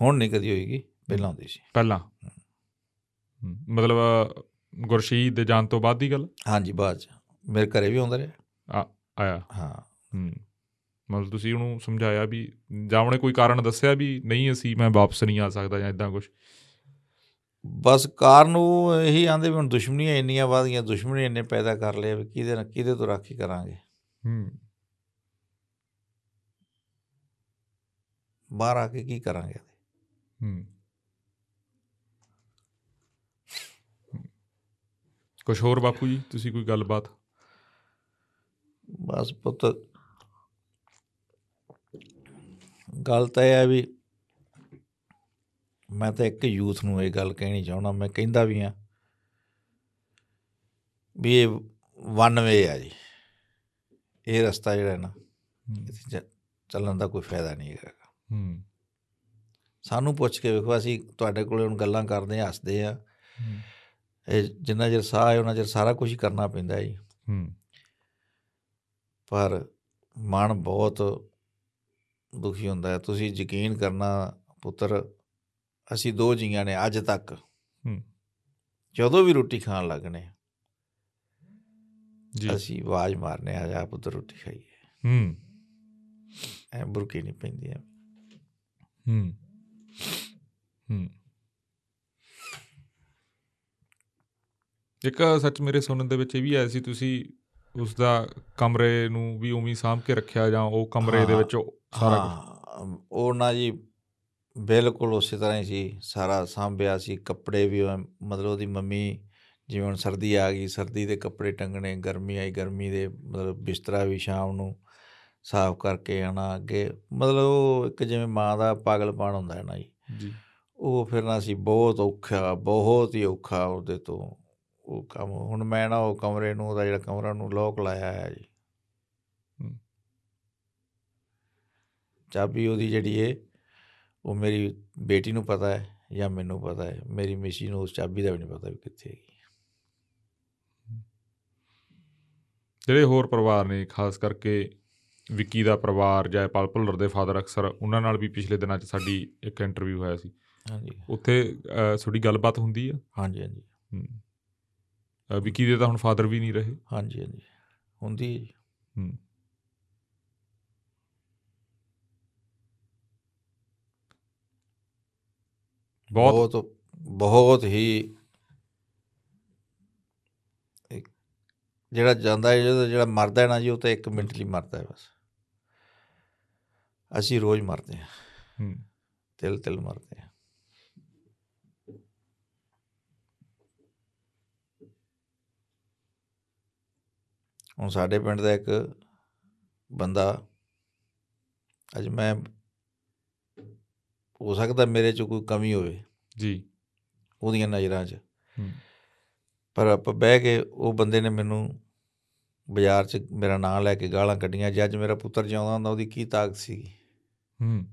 Speaker 2: ਹੁਣ ਨਹੀਂ ਕਦੀ ਹੋਏਗੀ ਪਹਿਲਾਂ ਹੁੰਦੀ ਸੀ
Speaker 1: ਪਹਿਲਾਂ ਹੂੰ, ਮਤਲਬ ਅ, ਗੁਰਸ਼ੀਦ ਦੇ ਜਾਣ ਤੋਂ ਬਾਅਦ ਦੀ ਗੱਲ
Speaker 2: ਹਾਂਜੀ ਬਾਅਦ ਚ ਮੇਰੇ ਘਰੇ ਵੀ ਆਉਂਦਾ ਰਿਹਾ
Speaker 1: ਆਇਆ
Speaker 2: ਹਾਂ
Speaker 1: ਹੂੰ ਮਤਲਬ ਤੁਸੀਂ ਉਹਨੂੰ ਸਮਝਾਇਆ ਵੀ ਜਾਂ ਉਹਨੇ ਕੋਈ ਕਾਰਨ ਦੱਸਿਆ ਵੀ ਨਹੀਂ ਅਸੀਂ ਮੈਂ ਵਾਪਸ ਨਹੀਂ ਆ ਸਕਦਾ ਜਾਂ ਇਦਾਂ ਕੁਝ
Speaker 2: ਬਸ ਕਾਰਨ ਉਹ ਇਹੀ ਆਂਦੇ ਵੀ ਹੁਣ ਦੁਸ਼ਮਣੀਆਂ ਇੰਨੀਆਂ ਵੱਧ ਗਈਆਂ ਦੁਸ਼ਮਣੀ ਇੰਨੇ ਪੈਦਾ ਕਰ ਲਏ ਵੀ ਕਿਹਦੇ ਨਾਲ ਕਿਹਦੇ ਤੋਂ ਰਾਖੀ ਕਰਾਂਗੇ
Speaker 1: ਹੂੰ
Speaker 2: ਬਾਹਰ ਆ ਕੇ ਕੀ ਕਰਾਂਗੇ
Speaker 1: ਹੂੰ ਕੁਝ ਹੋਰ ਬਾਪੂ ਜੀ ਤੁਸੀਂ ਕੋਈ ਗੱਲਬਾਤ
Speaker 2: ਬਸ ਪੁੱਤ ਗੱਲ ਤਾਂ ਇਹ ਹੈ ਵੀ ਮੈਂ ਤਾਂ ਇੱਕ ਯੂਥ ਨੂੰ ਇਹ ਗੱਲ ਕਹਿਣੀ ਚਾਹੁੰਦਾ ਮੈਂ ਕਹਿੰਦਾ ਵੀ ਆ ਵੀ ਇਹ ਵਨ ਵੇ ਆ ਜੀ ਇਹ ਰਸਤਾ ਜਿਹੜਾ ਹੈ ਨਾ
Speaker 1: ਹੂੰ
Speaker 2: ਇਹ 'ਤੇ ਚ- ਚੱਲਣ ਦਾ ਕੋਈ ਫਾਇਦਾ ਨਹੀਂ ਹੈਗਾ
Speaker 1: ਹੂੰ
Speaker 2: ਸਾਨੂੰ ਪੁੱਛ ਕੇ ਵੇਖੋ ਅਸੀਂ ਤੁਹਾਡੇ ਕੋਲੇ ਹੁਣ ਗੱਲਾਂ ਕਰਦੇ ਹਾਂ ਹੱਸਦੇ ਆ ਇਹ ਜਿੰਨਾ ਚਿਰ ਸਾਹ ਹੈ ਉਹਨਾਂ ਚਿਰ ਸਾਰਾ ਕੁਝ ਹੀ ਕਰਨਾ ਪੈਂਦਾ ਜੀ
Speaker 1: ਹੂੰ
Speaker 2: ਪਰ ਮਨ ਬਹੁਤ ਦੁਖੀ ਹੁੰਦਾ ਹੈ ਤੁਸੀਂ ਯਕੀਨ ਕਰਨਾ ਪੁੱਤਰ ਅਸੀਂ ਦੋ ਜੀਆਂ ਨੇ ਅੱਜ ਤੱਕ
Speaker 1: ਹੂੰ।
Speaker 2: ਜਦੋਂ ਵੀ ਰੋਟੀ ਖਾਣ ਲੱਗਨੇ
Speaker 1: ਜੀ
Speaker 2: ਅਸੀਂ ਆਵਾਜ਼ ਮਾਰਨੇ ਆ ਜਾ ਪੁੱਤਰ ਰੋਟੀ ਖਾਈਏ
Speaker 1: ਹੂੰ
Speaker 2: ਐ ਬੁਰਕੀ ਨਹੀਂ ਪੈਂਦੀ ਐ Hmm.
Speaker 1: ਹੂੰ ਹੂੰ ਇੱਕ ਸੱਚ ਮੇਰੇ ਸੁਣਨ ਦੇ ਵਿੱਚ ਇਹ ਵੀ ਆਇਆ ਸੀ ਤੁਸੀਂ ਉਸ ਦਾ ਕਮਰੇ ਨੂੰ ਵੀ ਉਵੇਂ ਹੀ ਸਾਂਭ ਕੇ ਰੱਖਿਆ ਜਾਂ ਉਹ ਕਮਰੇ ਦੇ
Speaker 2: ਹਾਂ,
Speaker 1: ਵਿੱਚ ਉਹ ਸਾਰਾ ਕੁਝ
Speaker 2: ਹਾਂ, ਉਹ ਨਾ ਜੀ ਬਿਲਕੁਲ ਉਸੇ ਤਰ੍ਹਾਂ ਹੀ ਸੀ ਸਾਰਾ ਸਾਂਭਿਆ ਸੀ ਕੱਪੜੇ ਵੀ ਉਵੇਂ, ਮਤਲਬ ਉਹਦੀ ਮੰਮੀ ਜਿਵੇਂ ਹੁਣ ਸਰਦੀ ਆ ਗਈ ਸਰਦੀ ਦੇ ਕੱਪੜੇ ਟੰਗਣੇ ਗਰਮੀ ਆਈ ਗਰਮੀ ਦੇ ਮਤਲਬ ਬਿਸਤਰਾ ਵੀ ਸ਼ਾਮ ਨੂੰ ਸਾਫ਼ ਕਰਕੇ ਆਣਾ ਅੱਗੇ ਮਤਲਬ ਉਹ ਇੱਕ ਜਿਵੇਂ ਮਾਂ ਦਾ ਪਾਗਲਪਣ ਹੁੰਦਾ ਹੈ ਨਾ ਜੀ
Speaker 1: ਜੀ
Speaker 2: ਉਹ ਫਿਰ ਨਾ ਸੀ ਬਹੁਤ ਔਖਾ ਬਹੁਤ ਹੀ ਔਖਾ ਉਹਦੇ ਤੋਂ ਉਹ ਕੰਮ ਹੁਣ ਮੈਂ ਨਾ ਉਹ ਕਮਰੇ ਨੂੰ ਉਹਦਾ ਜਿਹੜਾ ਕਮਰਾ ਨੂੰ ਲੋਕ ਲਾਇਆ ਹੈ ਜੀ
Speaker 1: ਹੂੰ।
Speaker 2: ਚਾਬੀ ਉਹਦੀ ਜਿਹੜੀ ਏ ਉਹ ਮੇਰੀ ਬੇਟੀ ਨੂੰ ਪਤਾ ਹੈ ਜਾਂ ਮੈਨੂੰ ਪਤਾ ਹੈ ਮੇਰੀ ਮਿਸ਼ੀ ਨੂੰ ਉਸ ਚਾਬੀ ਦਾ ਵੀ ਨਹੀਂ ਪਤਾ ਵੀ ਕਿੱਥੇ ਹੈਗੀ
Speaker 1: ਜਿਹੜੇ ਹੋਰ ਪਰਿਵਾਰ ਨੇ ਖਾਸ ਕਰਕੇ ਵਿੱਕੀ ਦਾ ਪਰਿਵਾਰ ਜਾਂ ਪਲ ਭੁੱਲਰ ਦੇ ਫਾਦਰ ਅਕਸਰ ਉਹਨਾਂ ਨਾਲ ਵੀ ਪਿਛਲੇ ਦਿਨਾਂ 'ਚ ਸਾਡੀ ਇੱਕ ਇੰਟਰਵਿਊ ਹੋਇਆ ਸੀ
Speaker 2: ਹਾਂਜੀ
Speaker 1: ਉੱਥੇ ਅਹ, ਤੁਹਾਡੀ ਗੱਲਬਾਤ ਹੁੰਦੀ ਆ
Speaker 2: ਹਾਂਜੀ ਹਾਂਜੀ
Speaker 1: ਹੂੰ। ਅਹ, ਵਿੱਕੀ ਦੇ ਤਾਂ ਹੁਣ ਫਾਦਰ ਵੀ ਨਹੀਂ ਰਹੇ
Speaker 2: ਹਾਂਜੀ ਹਾਂਜੀ ਹੁੰਦੀ ਹੈ ਜੀ।
Speaker 1: ਹੂੰ। ਬਹੁਤ
Speaker 2: ਬਹੁਤ ਬਹੁਤ ਹੀ ਇੱਕ ਜਿਹੜਾ ਜਾਂਦਾ ਹੈ ਜਿਹੜਾ ਜਿਹੜਾ ਮਰਦਾ ਹੈ ਨਾ ਜੀ ਉਹ ਤਾਂ 1 ਮਿੰਟ ਲਈ ਮਰਦਾ ਹੈ ਬਸ ਅਸੀਂ ਰੋਜ਼ ਮਰਦੇ ਹਾਂ
Speaker 1: ਹੂੰ।
Speaker 2: ਤਿਲ ਤਿਲ ਮਰਦੇ ਹਾਂ ਹੁਣ ਸਾਡੇ ਪਿੰਡ ਦਾ ਇੱਕ ਬੰਦਾ ਅੱਜ ਮੈਂ ਹੋ ਸਕਦਾ ਮੇਰੇ ਚ ਕੋਈ ਕਮੀ ਹੋਵੇ
Speaker 1: ਜੀ
Speaker 2: ਉਹਦੀਆਂ ਨਜ਼ਰਾਂ 'ਚ
Speaker 1: ਹੂੰ।
Speaker 2: ਪਰ ਆਪਾਂ ਬਹਿ ਕੇ ਉਹ ਬੰਦੇ ਨੇ ਮੈਨੂੰ ਬਾਜ਼ਾਰ 'ਚ ਮੇਰਾ ਨਾਂ ਲੈ ਕੇ ਗਾਲਾਂ ਕੱਢੀਆਂ ਜੇ ਅੱਜ ਮੇਰਾ ਪੁੱਤਰ ਜਿਉਂਦਾ ਹੁੰਦਾ ਉਹਦੀ ਕੀ ਤਾਕਤ ਸੀ
Speaker 1: ਹੂੰ